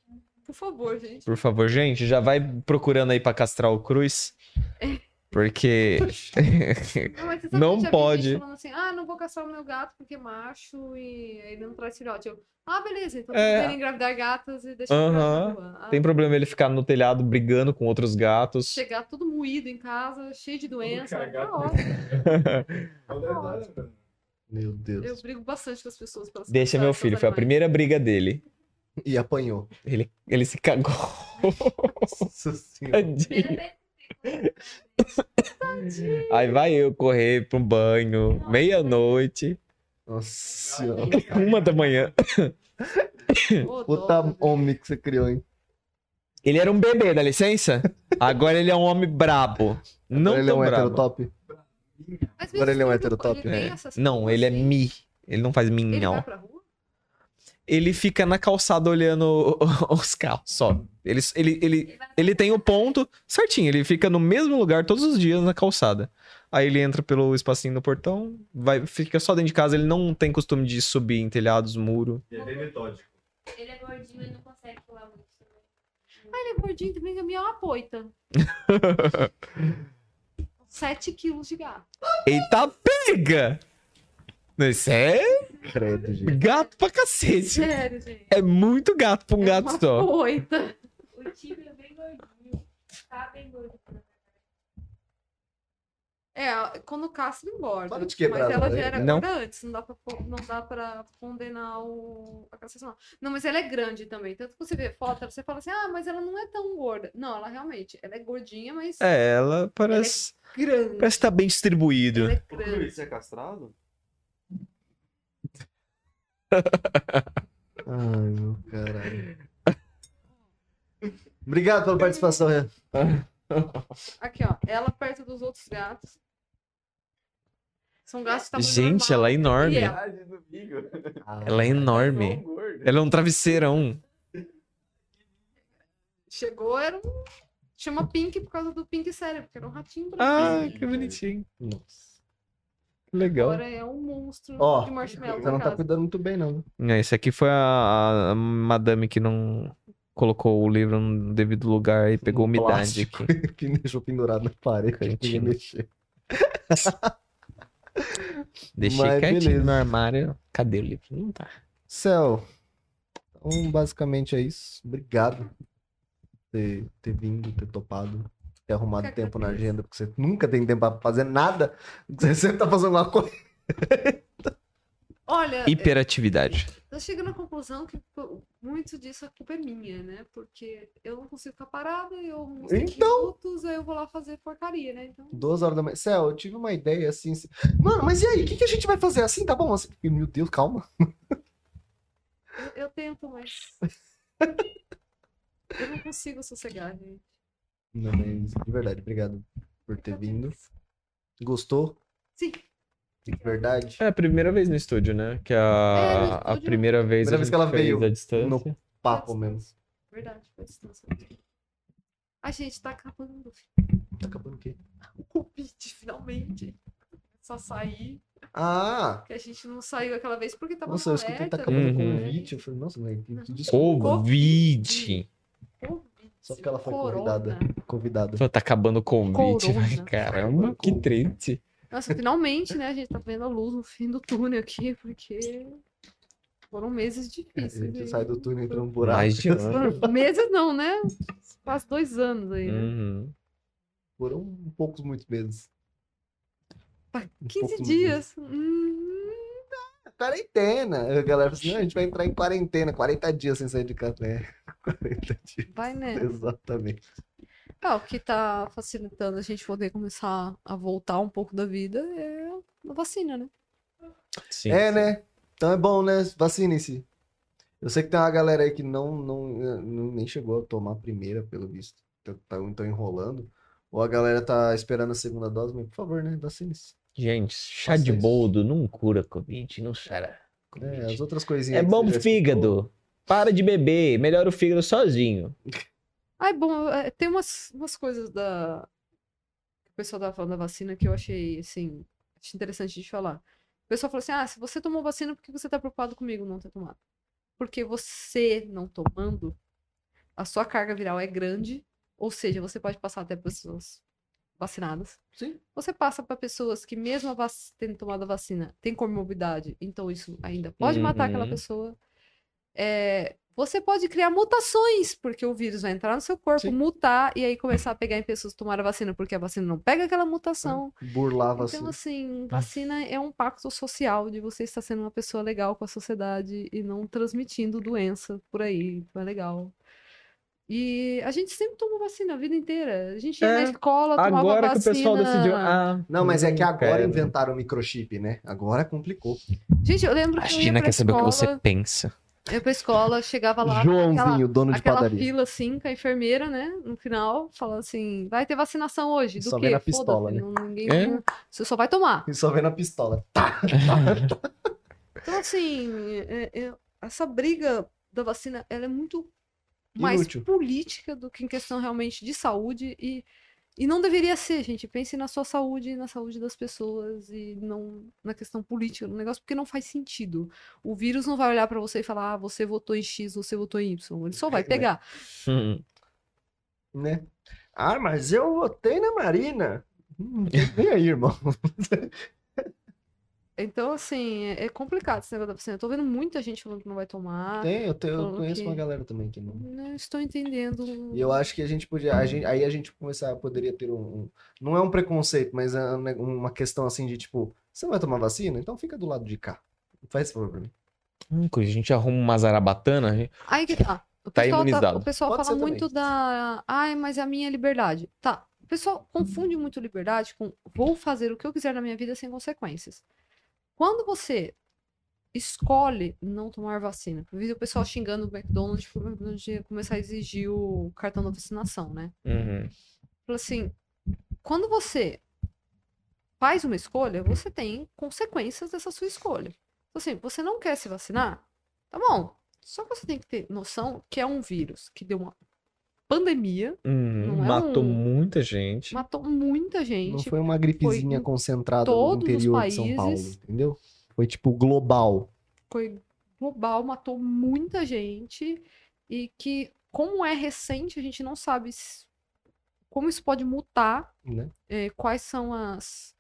Por favor, gente.
Por favor, gente, já vai procurando aí pra castrar o Cruz. Porque.
Não, mas você sabe que
Não
eu já vi
pode.
gente falando assim, ah, não vou caçar o meu gato porque é macho e ele não traz filhote. Eu, ah, beleza, então
É.
é... engravidar gatos e deixar
Aham.
uh rua. Ah,
Tem problema ele ficar no telhado brigando com outros gatos.
Chegar todo moído em casa, cheio de doença.
Todo
tá
cagado.
ótimo.
Qual é a idade, cara?
Meu Deus.
Eu brigo bastante com as pessoas. pra elas
Deixa
caçarem
meu
seus
filho, foi a
animais.
primeira briga dele.
E apanhou.
Ele, ele se cagou.
Nossa senhora.
Tadinho.
Primeira
Aí vai eu correr pro banho, meia-noite.
Nossa senhora.
Uma da manhã.
Ô,
Puta
dó,
homem que você criou, hein?
Ele era um bebê, dá licença? Agora ele é um homem brabo. Não
Agora ele é
tão
um
brabo.
heterotop.
Mas
Agora ele é um
mistura com-
heterotop,
ele tem
É.
essas
Não,
coisas
ele é
assim.
mi. Ele não faz min,
Ele vai
não.
pra rua?
Ele fica na calçada olhando os carros só. Ele, ele, ele, ele tem o ponto certinho. Ele fica no mesmo lugar todos os dias na calçada. Aí ele entra pelo espacinho do portão, vai, fica só dentro de casa. Ele não tem costume de subir em telhados, muro.
Ele é bem metódico.
Ele é gordinho e não consegue pular muito. também.
Ele é gordinho também, que é minha apoita. 7 quilos de gato.
Eita, pega! Isso é
Credo, gente.
gato pra cacete.
Sério, gente.
É muito gato pra um
É
gato
uma
só.
Apoita.
O Tigo é bem gordinho. Tá bem gordinho.
É, quando castra engorda.
Para de quebrar
mas ela
as
já era
Não.
gorda antes, não dá pra, co- não dá pra condenar o, a cassação. Não, mas ela é grande também. Tanto que você vê foto, você fala assim, ah, mas ela não é tão gorda. Não, ela realmente, ela é gordinha, mas
É, ela parece.
é grande.
Parece que tá bem distribuído.
Ela é
Ô, Cruz,
grande.
você é castrado?
Ai, meu caralho. Obrigado pela participação, Renan.
Aqui, ó. Ela perto dos outros gatos. São gatos que tamanho
Gente,
Tá normal.
ela é enorme.
E
Ela...
ela?
Ah, de domingo.
é enorme.
gordo.
Ela é um travesseirão.
Chegou, era um... Chama Pink por causa do Pink Cérebro, que era um ratinho branco.
Ah, que bonitinho.
Nossa.
Que legal.
Agora é um monstro
Ó,
de marshmallow
Você não
na
tá
casa.
cuidando muito bem, não.
É, Esse aqui foi a, a madame que não colocou o livro no devido lugar e pegou umidade
plástico.
aqui.
Que deixou pendurado na parede. que ninguém
Cantinho.
mexeu.
Deixei
Mas
quietinho
beleza.
no armário. Cadê o livro? Não tá.
Céu. Então, basicamente é isso. Obrigado por ter, ter vindo, ter topado, ter arrumado
Eu que
tempo na
agradeço.
agenda, porque você nunca tem tempo pra fazer nada. Você sempre tá fazendo alguma coisa.
Olha,
Hiperatividade.
eu chego na conclusão que pô, muito disso a culpa é minha, né? Porque eu não consigo ficar parada, eu não sei
Então.
minutos, aí eu vou lá fazer porcaria, né? Então,
Duas horas da manhã. Céu, eu tive uma ideia assim. se- Mano, mas e aí? O que, que a gente vai fazer assim? Tá bom? Assim, meu Deus, calma.
eu- eu tento, mas. eu não consigo sossegar, gente.
Não, mas de verdade, obrigado por ter vindo. Gostou?
Sim.
De verdade.
É a primeira vez no estúdio, né? Que
É, no
a, a
estúdio.
primeira vez,
Primeira
a
vez
gente
que ela
fez
veio
à distância.
no- Papo mesmo.
Verdade, foi distância. A gente tá acabando
Tá acabando o quê?
o convite, finalmente. Só sair,
Ah!
que a gente não saiu aquela vez porque tava
Nossa,
no
eu escutei tá
alerta,
acabando o
né?
Uhum.
convite. Eu falei, nossa, mas que-
Uhum.
que desculpa.
Covid.
Covid,
Só porque ela foi
corona.
convidada. Convidado.
Pô, Tá acabando o convite.
Corona.
vai, Caramba, que triste.
Nossa, finalmente, né? A gente tá vendo a luz no fim do túnel aqui, porque foram meses
É, A
difíceis.
gente
aí.
sai do túnel e entra num buraco.
Mais de um ano.
Foram meses não, né? Quase dois anos aí, né?
Uhum.
Foram um poucos, muitos meses.
Pá,
Um
15
pouco
dias. Hum,
Quarentena. A galera fala assim, "Não, a gente vai entrar em quarentena. 40 dias sem sair de casa. É, 40 dias.
vai, né?
Exatamente.
Ah, o que tá facilitando a gente poder começar a voltar um pouco da vida é a vacina, né?
Sim.
é, né? Então é bom, né? Vacinem-se. Eu sei que tem uma galera aí que não, não, não- nem chegou a tomar a primeira, pelo visto. Então tá- então enrolando. Ou a galera tá esperando a segunda dose, mas por favor, né? Vacine-se.
Gente, chá
de boldo
não cura Covid, não será.
É, as outras coisinhas.
É
aí que tipo,
bom
você já
pro fígado.
escutou.
Para de beber, melhora o fígado sozinho.
Ah, é bom, é, tem umas, umas coisas da. que o pessoal tava falando da vacina que eu achei, assim, achei interessante de falar. O pessoal falou assim: ah, se você tomou vacina, por que você tá preocupado comigo não ter tomado? Porque você não tomando, a sua carga viral é grande, ou seja, você pode passar até pessoas vacinadas.
Sim.
Você passa para pessoas que, mesmo a vac- tendo tomado a vacina, tem comorbidade, então isso ainda pode matar aquela
Uhum.
pessoa. É, você pode criar mutações, porque o vírus vai entrar no seu corpo, mutar e aí começar a pegar em pessoas que tomaram a vacina, porque a vacina não pega aquela mutação.
Burlar a
Então,
vacina.
assim, vacina é um pacto social de você estar sendo uma pessoa legal com a sociedade e não transmitindo doença por aí. Então é legal. E a gente sempre tomou vacina a vida inteira. A gente ia
É,
na escola, tomava
Agora que o
vacina.
pessoal decidiu. Ah,
Não, mas é que agora
cara.
inventaram o microchip, né? Agora complicou.
Gente, eu lembro que eu ia
Imagina
pra
quer saber o que você
escola,
pensa.
eu ia pra escola, chegava lá, aquela
Joãozinho, dono de
aquela
padaria.
fila assim com a enfermeira, né? No final, falando assim: vai ter vacinação hoje. Do
Só
quê?
vem na pistola,
Foda-se, não- ninguém.
É.
não- Você só vai tomar.
E só vendo a pistola.
Então, assim, é- é- essa briga da vacina ela é muito mais
Inútil.
política do que em questão realmente de saúde e. E não deveria ser, gente. Pense na sua saúde, na saúde das pessoas e não na questão política no negócio, porque não faz sentido. O vírus não vai olhar pra você e falar, ah, você votou em X, você votou em Y. Ele só
É,
vai pegar.
Hum.
Né? Ah, mas eu votei na Marina. Hum, Vem aí, irmão.
Então, assim, é é complicado esse negócio da vacina. Eu tô vendo muita gente falando que não vai tomar.
Tem, eu, te- eu
Falou
conheço
Ah, que-
uma galera também que não.
Não estou entendendo.
E eu acho que a gente podia. a gente- aí a gente começar, poderia ter um, um- Não é um preconceito, mas é um ne- uma questão assim de tipo, você não vai tomar vacina? Então fica do lado de cá. Faz esse favor pra mim.
Hum, a gente arruma uma zarabatana. gente-
Aí que tá. O
Tá
pessoal,
imunizado.
o pessoal
Pode
fala
ser
muito da. Ai, mas é a minha liberdade. Tá. O pessoal confunde muito liberdade com vou fazer o que eu quiser na minha vida sem consequências. Quando você escolhe não tomar vacina, eu vi o pessoal xingando o McDonald's por o McDonald's ia começar a exigir o cartão da vacinação, né?
Uhum.
Falou assim, quando você faz uma escolha, você tem consequências dessa sua escolha. Então, assim, você não quer se vacinar? Tá bom. Só que você tem que ter noção que é um vírus que deu uma pandemia,
Uhum.
Não é
Matou
um-
muita gente.
matou muita
Não
gente.
foi uma gripezinha
em
concentrada no
todos os
interior de São Paulo,
países.
entendeu? Foi tipo global.
foi global, matou muita gente e que, como é recente, a gente não sabe s- como isso pode mutar,
Né?
eh, quais são as,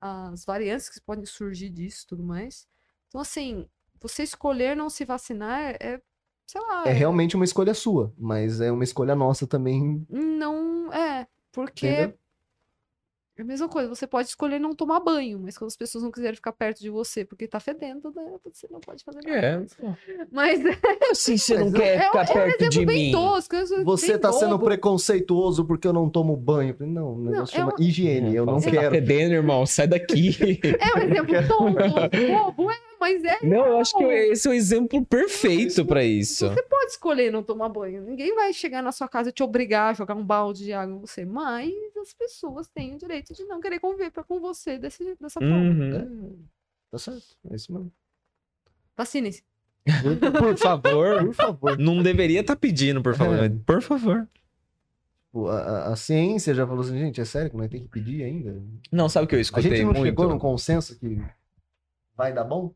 as variantes que podem surgir disso e tudo mais. Então, assim, você escolher não se vacinar é, sei lá,
É realmente uma escolha sua, mas é uma escolha nossa também.
não é, porque
Entendeu?
é a mesma coisa, você pode escolher não tomar banho, mas quando as pessoas não quiserem ficar perto de você porque tá fedendo, né, você não pode fazer nada.
É.
Mas
Como assim você não
Mas
quer
um É, um-
ficar
é um
perto de
exemplo bem
mim?
tosco. é um exemplo
Você
bem
tá sendo
bobo.
preconceituoso porque eu não tomo banho. Não, o negócio
é
chama higiene. Eu não
Você Tá
quero.
fedendo, irmão. Sai daqui.
É um exemplo tonto, bobo, é, mas é.
Não, eu acho que esse é o exemplo perfeito pra isso.
Pode escolher não tomar banho. Ninguém vai chegar na sua casa e te obrigar a jogar um balde de água em você. Mas as pessoas têm o direito de não querer conviver pra- com você desse, dessa forma.
Uhum.
É, Tá certo. É isso mesmo.
Vacinem-se.
Por favor.
Por favor.
Não deveria estar pedindo, por favor.
É.
mas Por favor.
Tipo, a, a- a ciência já falou assim, gente, é sério que nós temos que pedir ainda?
Não, sabe o que eu
A
escutei
gente não
muito?
chegou num consenso que vai dar bom?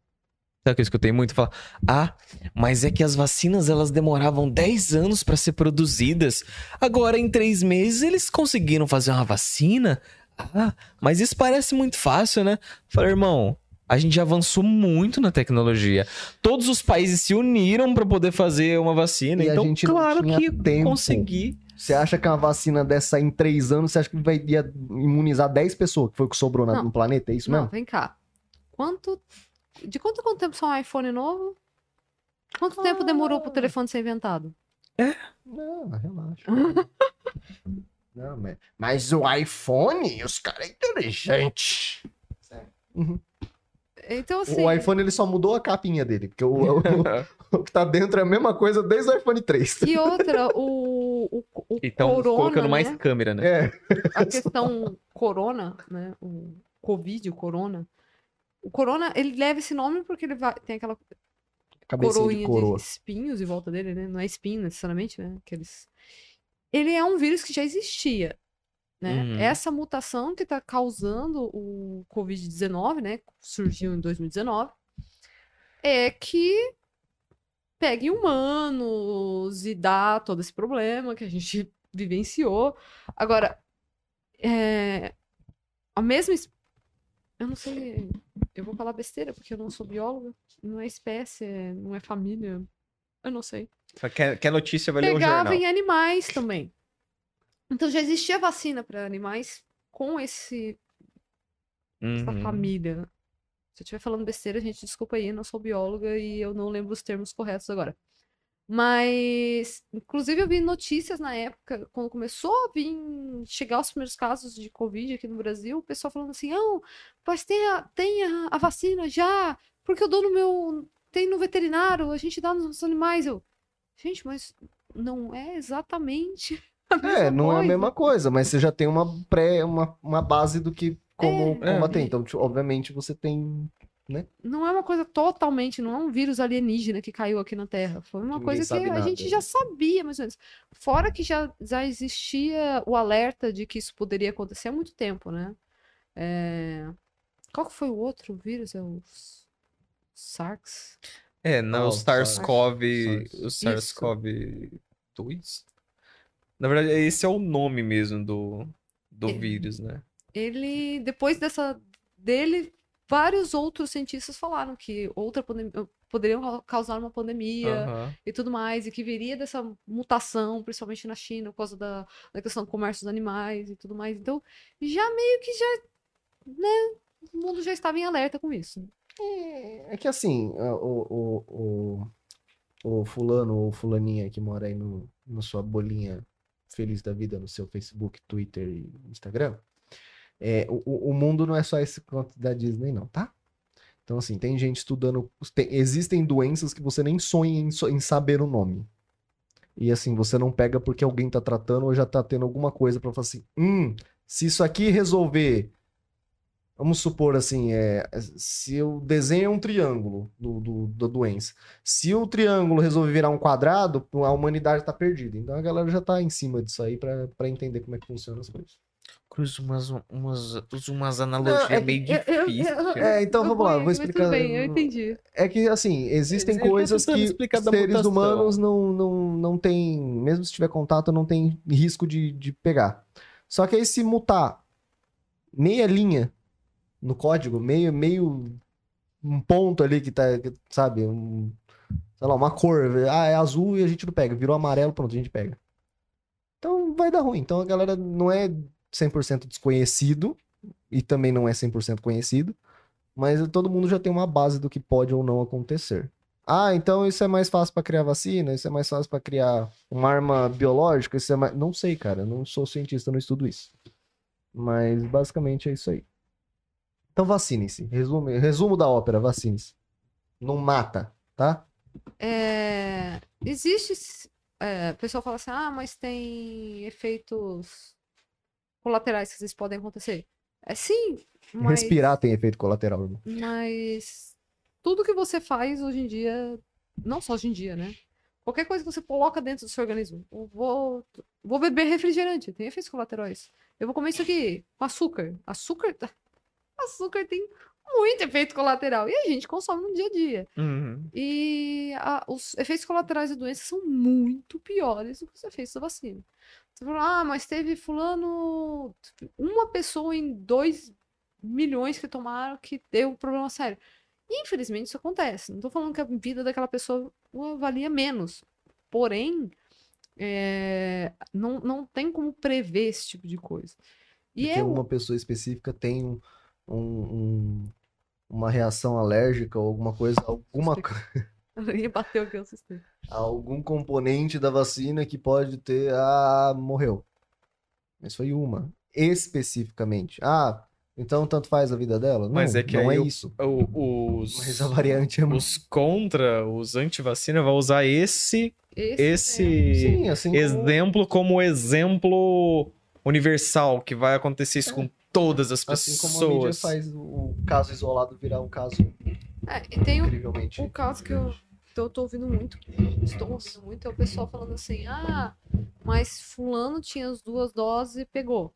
Sabe o que eu escutei muito? Falar, ah, mas é que as vacinas elas demoravam 10 anos pra ser produzidas. Agora, em 3 meses, eles conseguiram fazer uma vacina. Ah, mas isso parece muito fácil, né? Falei, irmão, a gente avançou muito na tecnologia. Todos os países se uniram pra poder fazer uma vacina.
E a
então,
gente não
claro
tinha
que
tempo.
consegui.
Você acha que uma vacina dessa em três anos, você acha que vai ia imunizar 10 pessoas, que foi o que sobrou na-
Não.
no planeta? É isso
Não,
mesmo?
vem cá. Quanto. De quanto em quanto tempo só um iPhone novo? Quanto
Ah.
tempo demorou pro telefone ser inventado?
Não, relaxa. Não, mas, mas o iPhone, os caras é inteligente.
Então, assim.
O iPhone ele só mudou a capinha dele, porque o, o- o que tá dentro é a mesma coisa desde o iPhone 3.
E outra, o, o, o
Então,
corona,
colocando
né?
mais câmera, né?
É,
a questão corona, né? O Covid, o corona. O corona, ele leva esse nome porque ele vai, tem aquela
cabecinha de
coroinha de,
coroa.
espinhos em volta dele, né? Não é espinho necessariamente, né? Aqueles... Ele é um vírus que já existia, né?
Uhum.
Essa mutação que tá causando o Covid-19, né? Surgiu em 2019, é que pega em humanos e dá todo esse problema que a gente vivenciou. Agora, é... a mesma... es- Eu não sei... Eu vou falar besteira, porque eu não sou bióloga. Não é espécie, é- não é família. Eu não sei.
Quer, quer notícia, vai ler o
Pegava
jornal.
em animais também. Então já existia vacina para animais com esse, essa
Uhum.
família. Se eu estiver falando besteira, gente, desculpa aí, eu não sou bióloga e eu não lembro os termos corretos agora. Mas, inclusive, eu vi notícias na época, quando começou a vir chegar os primeiros casos de Covid aqui no Brasil, o pessoal falando assim: não, mas tem a, tem a, a vacina já, porque eu dou no meu. Tem no veterinário, a gente dá nos animais. Eu, gente, mas não é exatamente. a
É,
mesma
não é a
coisa."
mesma coisa, mas você já tem uma pré, uma, uma base do que como
É.
combater. Então, tipo, obviamente, você tem
não é uma coisa totalmente, não é um vírus alienígena que caiu aqui na Terra. Foi uma
Ninguém
coisa
sabe
que a
nada,
gente
né?
já sabia, mais ou menos. Fora que já, já existia o alerta de que isso poderia acontecer há muito tempo, né? É, Qual que foi o outro vírus? É o S- SARS?
É,
Ah,
não, o
o
SARS-CoV.
SARS.
O SARS-CoV-2? Na verdade, esse é o nome mesmo do, do
É.
vírus, né?
Ele, depois dessa dele, vários outros cientistas falaram que outra pandemia poderiam ca- causar uma
uh,
pandemia.
Aham.
e tudo mais, e que viria dessa mutação, principalmente na China, por causa da, da questão do comércio dos animais e tudo mais. Então, já meio que já, né, o mundo já estava em alerta com isso.
É que assim, a- o, o, o, o fulano ou fulaninha que mora aí no, na sua bolinha feliz da vida no seu Facebook, Twitter e Instagram, é, o- o, o mundo não é só esse quanto da Disney, não, tá? Então, assim, tem gente estudando. tem- existem doenças que você nem sonha em, so- em saber o nome. E assim, você não pega porque alguém tá tratando ou já tá tendo alguma coisa pra falar assim: hum, se isso aqui resolver. Vamos supor assim, é, se eu desenho um triângulo do, do- da doença. Se o triângulo resolver virar um quadrado, a humanidade tá perdida. Então a galera já tá em cima disso aí pra pra entender como é que funciona as coisas.
Cruza umas, umas, usa umas
Não, é
analogias
que-
meio
eu- eu-
difíceis.
eu- É, então vamos lá, eu vou
Mas
explicar.
Tudo bem, eu entendi.
É que assim, existem
Ele tá
coisas
tentando
que
explicar da
seres
mutação.
humanos não, não, não tem, mesmo se tiver contato, não tem risco de, de pegar. Só que aí se mutar meia linha no código, meio, meio um ponto ali que tá, que, sabe, um, sei lá, uma cor, ah, é azul e a gente não pega, virou amarelo, pronto, a gente pega. Então vai dar ruim. Então a galera não é 100% desconhecido e também não é 100% conhecido, mas todo mundo já tem uma base do que pode ou não acontecer. Ah, então isso é mais fácil pra criar vacina, isso é mais fácil pra criar uma arma biológica, isso é mais... Não sei, cara, eu não sou cientista, eu não estudo isso. Mas basicamente é isso aí. Então vacine-se. Resumo, resumo da ópera, vacine-se. Não mata, tá?
É, existe. s- É, o pessoal fala assim, ah, mas tem efeitos colaterais que vocês podem acontecer. É sim, mas.
Respirar tem efeito colateral, irmão.
Mas tudo que você faz hoje em dia, não só hoje em dia, né? Qualquer coisa que você coloca dentro do seu organismo. Eu vou, vou beber refrigerante, tem efeitos colaterais. Eu vou comer isso aqui com açúcar. Açúcar, açúcar tem muito efeito colateral. E a gente consome no dia a dia.
Uhum.
E a- os efeitos colaterais da doença são muito piores do que os efeitos da vacina. Você falou, ah, mas teve fulano, uma pessoa em 2 milhões que tomaram que deu um problema sério. Infelizmente isso acontece. Não tô falando que a vida daquela pessoa valia menos. Porém, é, não, não tem como prever esse tipo de coisa. E
Porque
é o-
uma pessoa específica tem um, um- um- uma reação alérgica ou alguma coisa, alguma, co-
Ele bateu aqui, eu assustei.
algum componente da vacina que pode ter. Ah, morreu. Mas foi uma. Especificamente. Ah, então tanto faz a vida dela? Não,
Mas é que
não
aí
é
eu-
isso.
O- os,
Mas a variante é muito.
os contra, os anti-vacina, vão usar esse,
Esse, é-
esse
Sim, assim. como-
exemplo como exemplo universal, que vai acontecer isso
É.
com todas as
Assim como a mídia
pessoas.
faz o caso isolado virar um caso
é, e tem o
incrivelmente.
O caso que eu, que Então, eu tô ouvindo muito, estou ouvindo muito, é o pessoal falando assim, ah, mas fulano tinha as duas doses e pegou.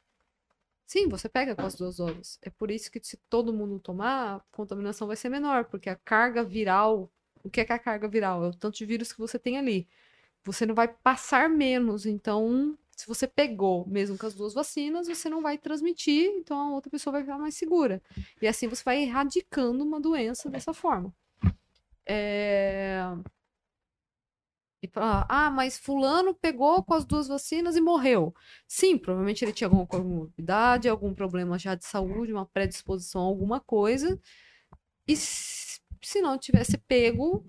Sim, você pega com as duas doses. É por isso que se todo mundo tomar, a contaminação vai ser menor, porque a carga viral, o que é, que é a carga viral? É o tanto de vírus que você tem ali. Você não vai passar menos, então, se você pegou, mesmo com as duas vacinas, você não vai transmitir, então a outra pessoa vai ficar mais segura. E assim você vai erradicando uma doença dessa forma. É... E falar, ah, mas fulano pegou com as duas vacinas e morreu. Sim, provavelmente ele tinha alguma comorbidade, algum problema já de saúde, uma predisposição a alguma coisa. E s- se não tivesse pego,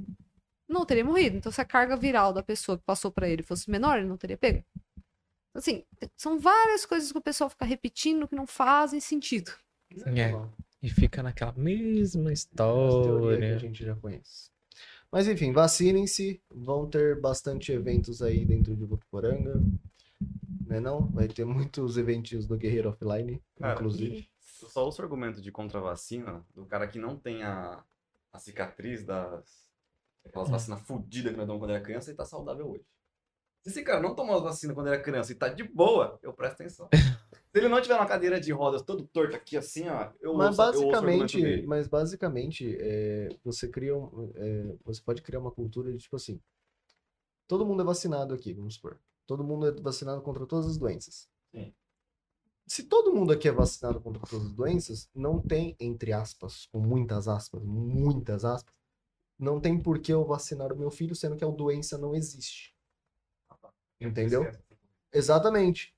não teria morrido. Então, se a carga viral da pessoa que passou pra ele fosse menor, ele não teria pego. Assim, são várias coisas que o pessoal fica repetindo que não fazem sentido.
É. E fica naquela mesma
As teorias que a
história.
gente já conhece. Mas enfim, vacinem-se. Vão ter bastante eventos aí dentro de Votuporanga. Né não? Vai ter muitos eventinhos do Guerreiro Offline,
Cara,
inclusive.
Eu só ouço o argumento de contra a vacina do cara que não tem a, a cicatriz das
Hum.
aquelas vacinas fodidas que nós damos quando era criança e tá saudável hoje. Se esse cara não tomou as vacinas quando era criança e tá de boa, eu presto atenção. Se ele não tiver uma cadeira de rodas todo torto aqui assim, ó, eu
Mas
ouço, eu ouço o argumento
basicamente,
dele.
mas basicamente é, você cria um, é, você pode criar uma cultura de tipo assim, todo mundo é vacinado aqui, vamos supor. Todo mundo é vacinado contra todas as doenças.
Sim.
Se todo mundo aqui é vacinado contra todas as doenças, não tem, entre aspas, com muitas aspas, muitas aspas, não tem por que eu vacinar o meu filho, sendo que a doença não existe. Entendeu? Exatamente.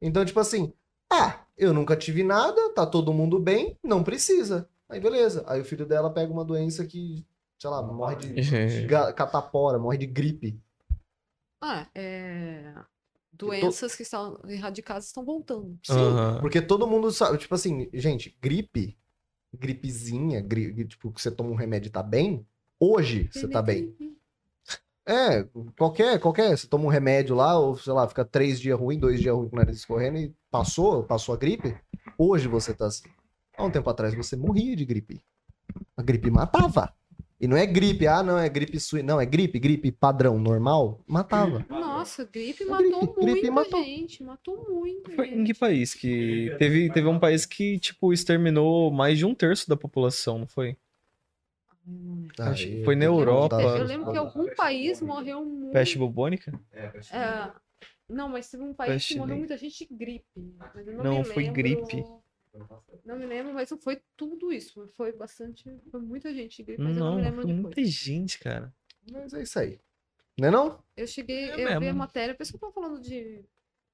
Então, tipo assim, ah, eu nunca tive nada, tá todo mundo bem, não precisa. Aí beleza. Aí o filho dela pega uma doença que, sei lá, morre de
É.
ga- catapora, morre de gripe.
Ah, é. Doenças que estão erradicadas estão voltando.
Aham.
Porque todo mundo sabe, tipo assim, gente, gripe, gripezinha, gri- gri- tipo, que você toma um remédio e tá bem, hoje você tá bem. É, qualquer, qualquer, você toma um remédio lá, ou sei lá, fica três dias ruim, dois dias ruim com o nariz escorrendo e passou, passou a gripe, hoje você tá assim. Há um tempo atrás você morria de gripe. A gripe matava. E não é gripe, ah, não, é gripe sui, não, é gripe, gripe padrão, normal, matava.
Nossa, gripe
A
matou
gripe-
muita
gripe matou.
gente. Matou muita
Foi em
gente.
que país que teve, teve um país que tipo exterminou mais de um terço da população, não foi?
Hum.
Acho que
Aí,
foi na
eu-
Europa.
tá,
Eu lembro que algum país morreu muito.
Peste bubônica?
É, acho que-
É, não, mas teve um país
Peste
que morreu
negra.
muita gente de gripe. Mas eu não,
Não,
me
foi
lembro-
gripe.
Não me lembro, mas não foi tudo isso. Foi bastante. Foi muita gente de gripe, mas eu não
Não,
me lembro
foi um
onde foi.
muita gente, cara.
Mas é isso aí. Não é não?
Eu cheguei,
É
eu vi a
mesmo.
matéria, por isso que eu tô falando de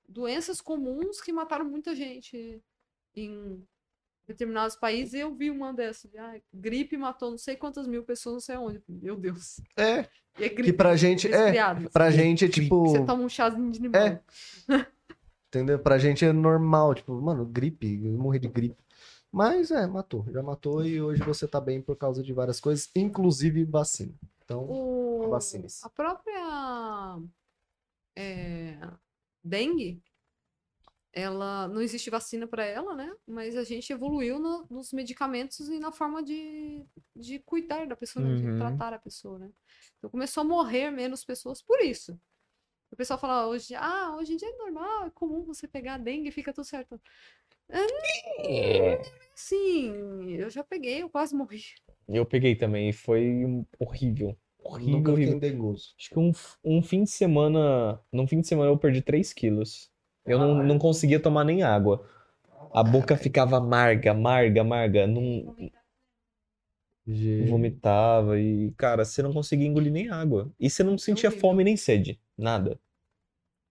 doenças comuns que mataram muita gente em determinados países, e eu vi uma dessas. de, ah, gripe matou não sei quantas mil pessoas, não sei onde. Meu Deus.
É,
E é
que
gripe,
pra gente, é,
resfriado.
pra gente é tipo...
Você toma um chazinho de limão.
É. Entendeu? Pra gente é normal, tipo, mano, gripe, eu morri de gripe. Mas é, matou, já matou e hoje você tá bem por causa de várias coisas, inclusive vacina.
Um
Então,
O-
vacina-se.
A própria é, dengue, ela não existe vacina para ela, né? Mas a gente evoluiu no- nos medicamentos e na forma de, de cuidar da pessoa, né? de
Uhum.
tratar a pessoa, né? Então começou a morrer menos pessoas por isso. O pessoal fala hoje, ah, hoje em dia é normal, é comum você pegar dengue e fica tudo certo.
É,
Sim, eu já peguei, eu quase morri.
Eu peguei também e foi um horrível.
nunca
Horrível,
fiquei
horrível.
dengoso.
Acho que um, f- um fim de semana. Num fim de semana eu perdi 3 quilos. Eu não, não conseguia tomar nem água. A boca ficava amarga, amarga, amarga. Não vomitava e, cara, você não conseguia engolir nem água. E você não sentia
horrível.
fome nem sede. Nada.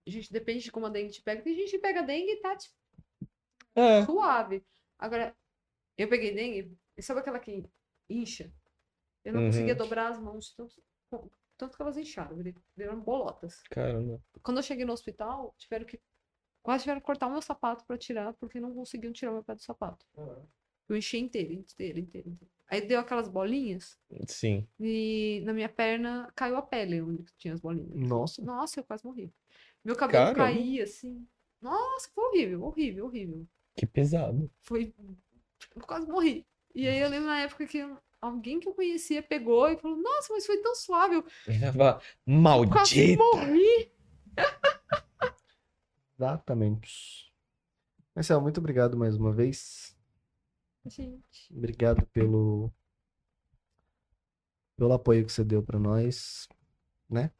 Gente, depende de como a dengue te pega. Tem gente que pega dengue e tá, tipo,
É.
suave. Agora, eu peguei dengue, e sabe aquela que incha? Eu não
Uhum.
conseguia dobrar as mãos, tanto, tanto que elas incharam, vir- viraram bolotas.
Caramba.
Quando eu cheguei no hospital, tiveram que. Quase tiveram que cortar o meu sapato pra tirar, porque não conseguiam tirar o meu pé do sapato.
Uhum.
Eu enchi inteiro, inteiro, inteiro, inteiro. Aí deu aquelas bolinhas
Sim.
e na minha perna caiu a pele onde tinha as bolinhas.
Nossa,
Nossa, eu quase morri. Meu cabelo
Caramba.
caía assim. Nossa, foi horrível, horrível, horrível
Que pesado.
foi. tipo, Eu quase morri. E aí eu lembro na época que alguém que eu conhecia pegou e falou: Nossa, mas foi tão suave. Eu
Ele tava
quase
é
maldito.
morri.
exatamente. Marcelo, muito obrigado mais uma vez.
Gente,
Obrigado pelo pelo apoio que você deu pra nós, né?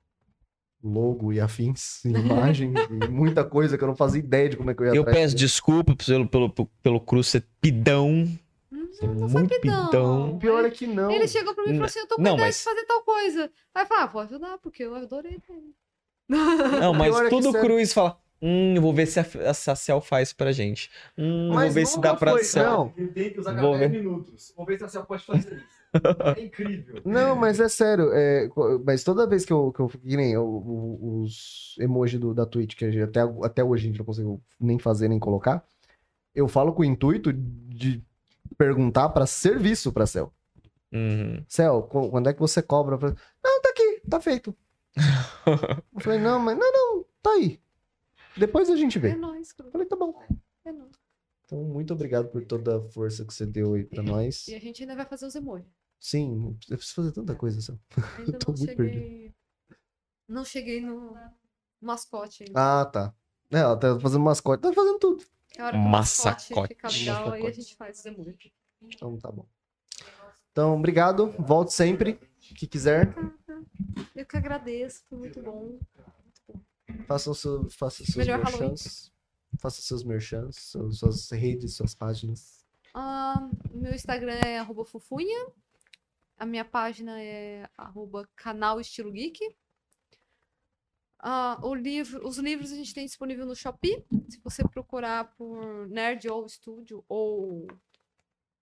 Logo e afins, imagens e muita coisa que eu não fazia ideia de como é que eu ia
Eu
atrás
peço
disso.
desculpa pelo, pelo, pelo Cruz ser pidão.
não,
Você é
não foi
muito
pidão.
pidão.
Pior é que não.
Ele chegou pra mim e falou assim: Eu tô com
Não,
ideia
mas-
de fazer tal coisa. Aí eu falei: Ah, vou ajudar, porque eu adorei.
Não, mas
Pior é que
tudo
sério.
Cruz fala. Hum, eu vou ver se a, a, se a Cel faz pra gente. Hum, vou ver se
nunca
dá pra
foi-
Cel.
Não,
Ele tem que usar
Vou
cada 10 minutos. Vou ver se a Cel pode fazer isso.
É incrível.
Não, mas é sério. é, co- mas toda vez que eu, que eu que nem eu- o- os emojis do- da Twitch, que a gente- até, até hoje a gente não conseguiu nem fazer nem colocar, eu falo com o intuito de perguntar pra serviço pra Cel.
Uhum.
Cel, qu- quando é que você cobra? Pra... Não, tá aqui, tá feito. eu falei, não, mas não, não, tá aí. Depois a gente
É
vê.
nóis,
Eu
Cru.
falei, tá bom.
É nóis.
Então, muito obrigado por toda a força que você deu aí pra nós.
E a gente ainda vai fazer os emojis.
Sim, eu preciso fazer tanta coisa, Cel.
Ainda
Tô
não
muito
cheguei.
perdido.
Não cheguei no mascote ainda.
Ah, tá. É, ela tá fazendo mascote, tá fazendo tudo.
É a hora que o mascote fica legal, aí a gente faz os emojis.
Então tá bom. Então, obrigado. Volte sempre que quiser.
Eu que agradeço, foi muito bom.
Faça, o seu, faça os seus
Melhor
merchans.
Halloween.
Faça os seus merchans, seu- suas redes, suas páginas.
Ah, meu Instagram é arroba fofunha. A minha página é arroba canal estilo geek. Ah, o livro, os livros a gente tem disponível no Shopee. Se você procurar por Nerd ou Estúdio ou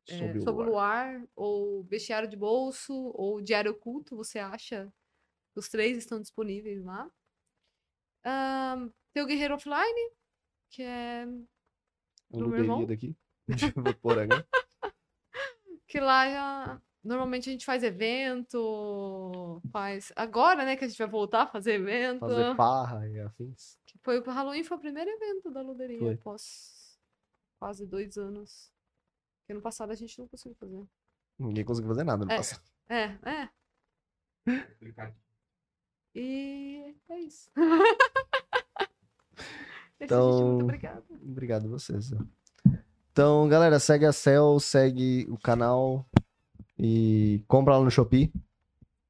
é, Sobre, o Luar, ou Bestiário de Bolso, ou Diário Oculto, você acha? Os três estão disponíveis lá. Ahn, tem o Guerreiro Offline, que é.
Eu
Do meu
mudei
irmão?
daqui. Deixa eu pôr aqui.
Que lá ah, normalmente a gente faz evento, faz. Agora, né, que a gente vai voltar a fazer evento.
Fazer farra e afins.
Que foi o Halloween foi o primeiro evento da Luderia
Foi.
após quase dois anos. Porque ano passado a gente não conseguiu fazer.
Ninguém conseguiu fazer nada.
É.
no passado.
É, é. E é isso. É isso, gente.
Então-
Muito obrigada.
Obrigado a vocês. ó. Então, galera, segue a Cel, segue o canal e compra lá no Shopee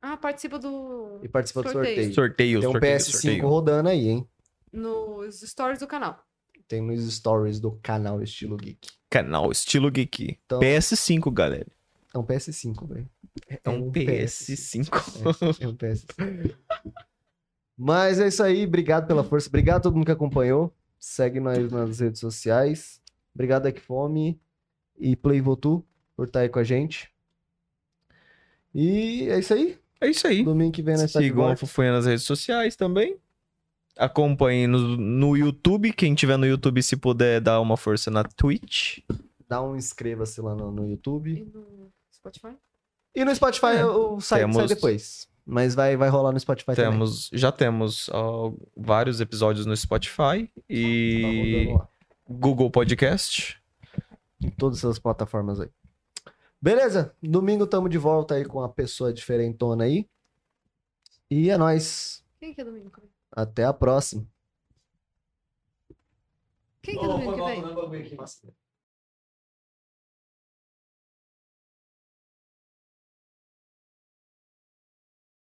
Ah, participa do.
e participa do sorteio.
Sorteio.
Sorteio,
Tem um
sorteio,
PS5
sorteio.
rodando aí, hein?
Nos stories do canal.
Tem nos stories do canal Estilo Geek.
Canal Estilo Geek.
Então-
PS5, galera.
É um PS5, velho.
É um PS5.
É, é um PS5. Mas é isso aí. Obrigado pela força. Obrigado a todo mundo que acompanhou. Segue nós nas redes sociais. Obrigado, Ekfome e Playvotu por estar aí com a gente. E é isso aí.
É isso aí.
Domingo que vem nós tá de
Sigam a
volta.
Fofunha nas redes sociais também. Acompanhem no, no YouTube. Quem tiver no YouTube, se puder dar uma força na Twitch.
Dá um inscreva-se lá no, no
E
YouTube.
no Spotify.
E no Spotify
É.
eu, eu saio,
Temos-
sai depois. Mas vai, vai rolar no Spotify também.
temos, já temos ó, vários episódios no Spotify
Tá
e
rodando lá.
Google Podcast.
em todas as plataformas aí. Beleza? Domingo tamo de volta aí com uma pessoa diferentona aí. E é nóis.
Quem que é domingo que vem?
Até a próxima.
Quem que é domingo que vem?
Não, bagulho aqui.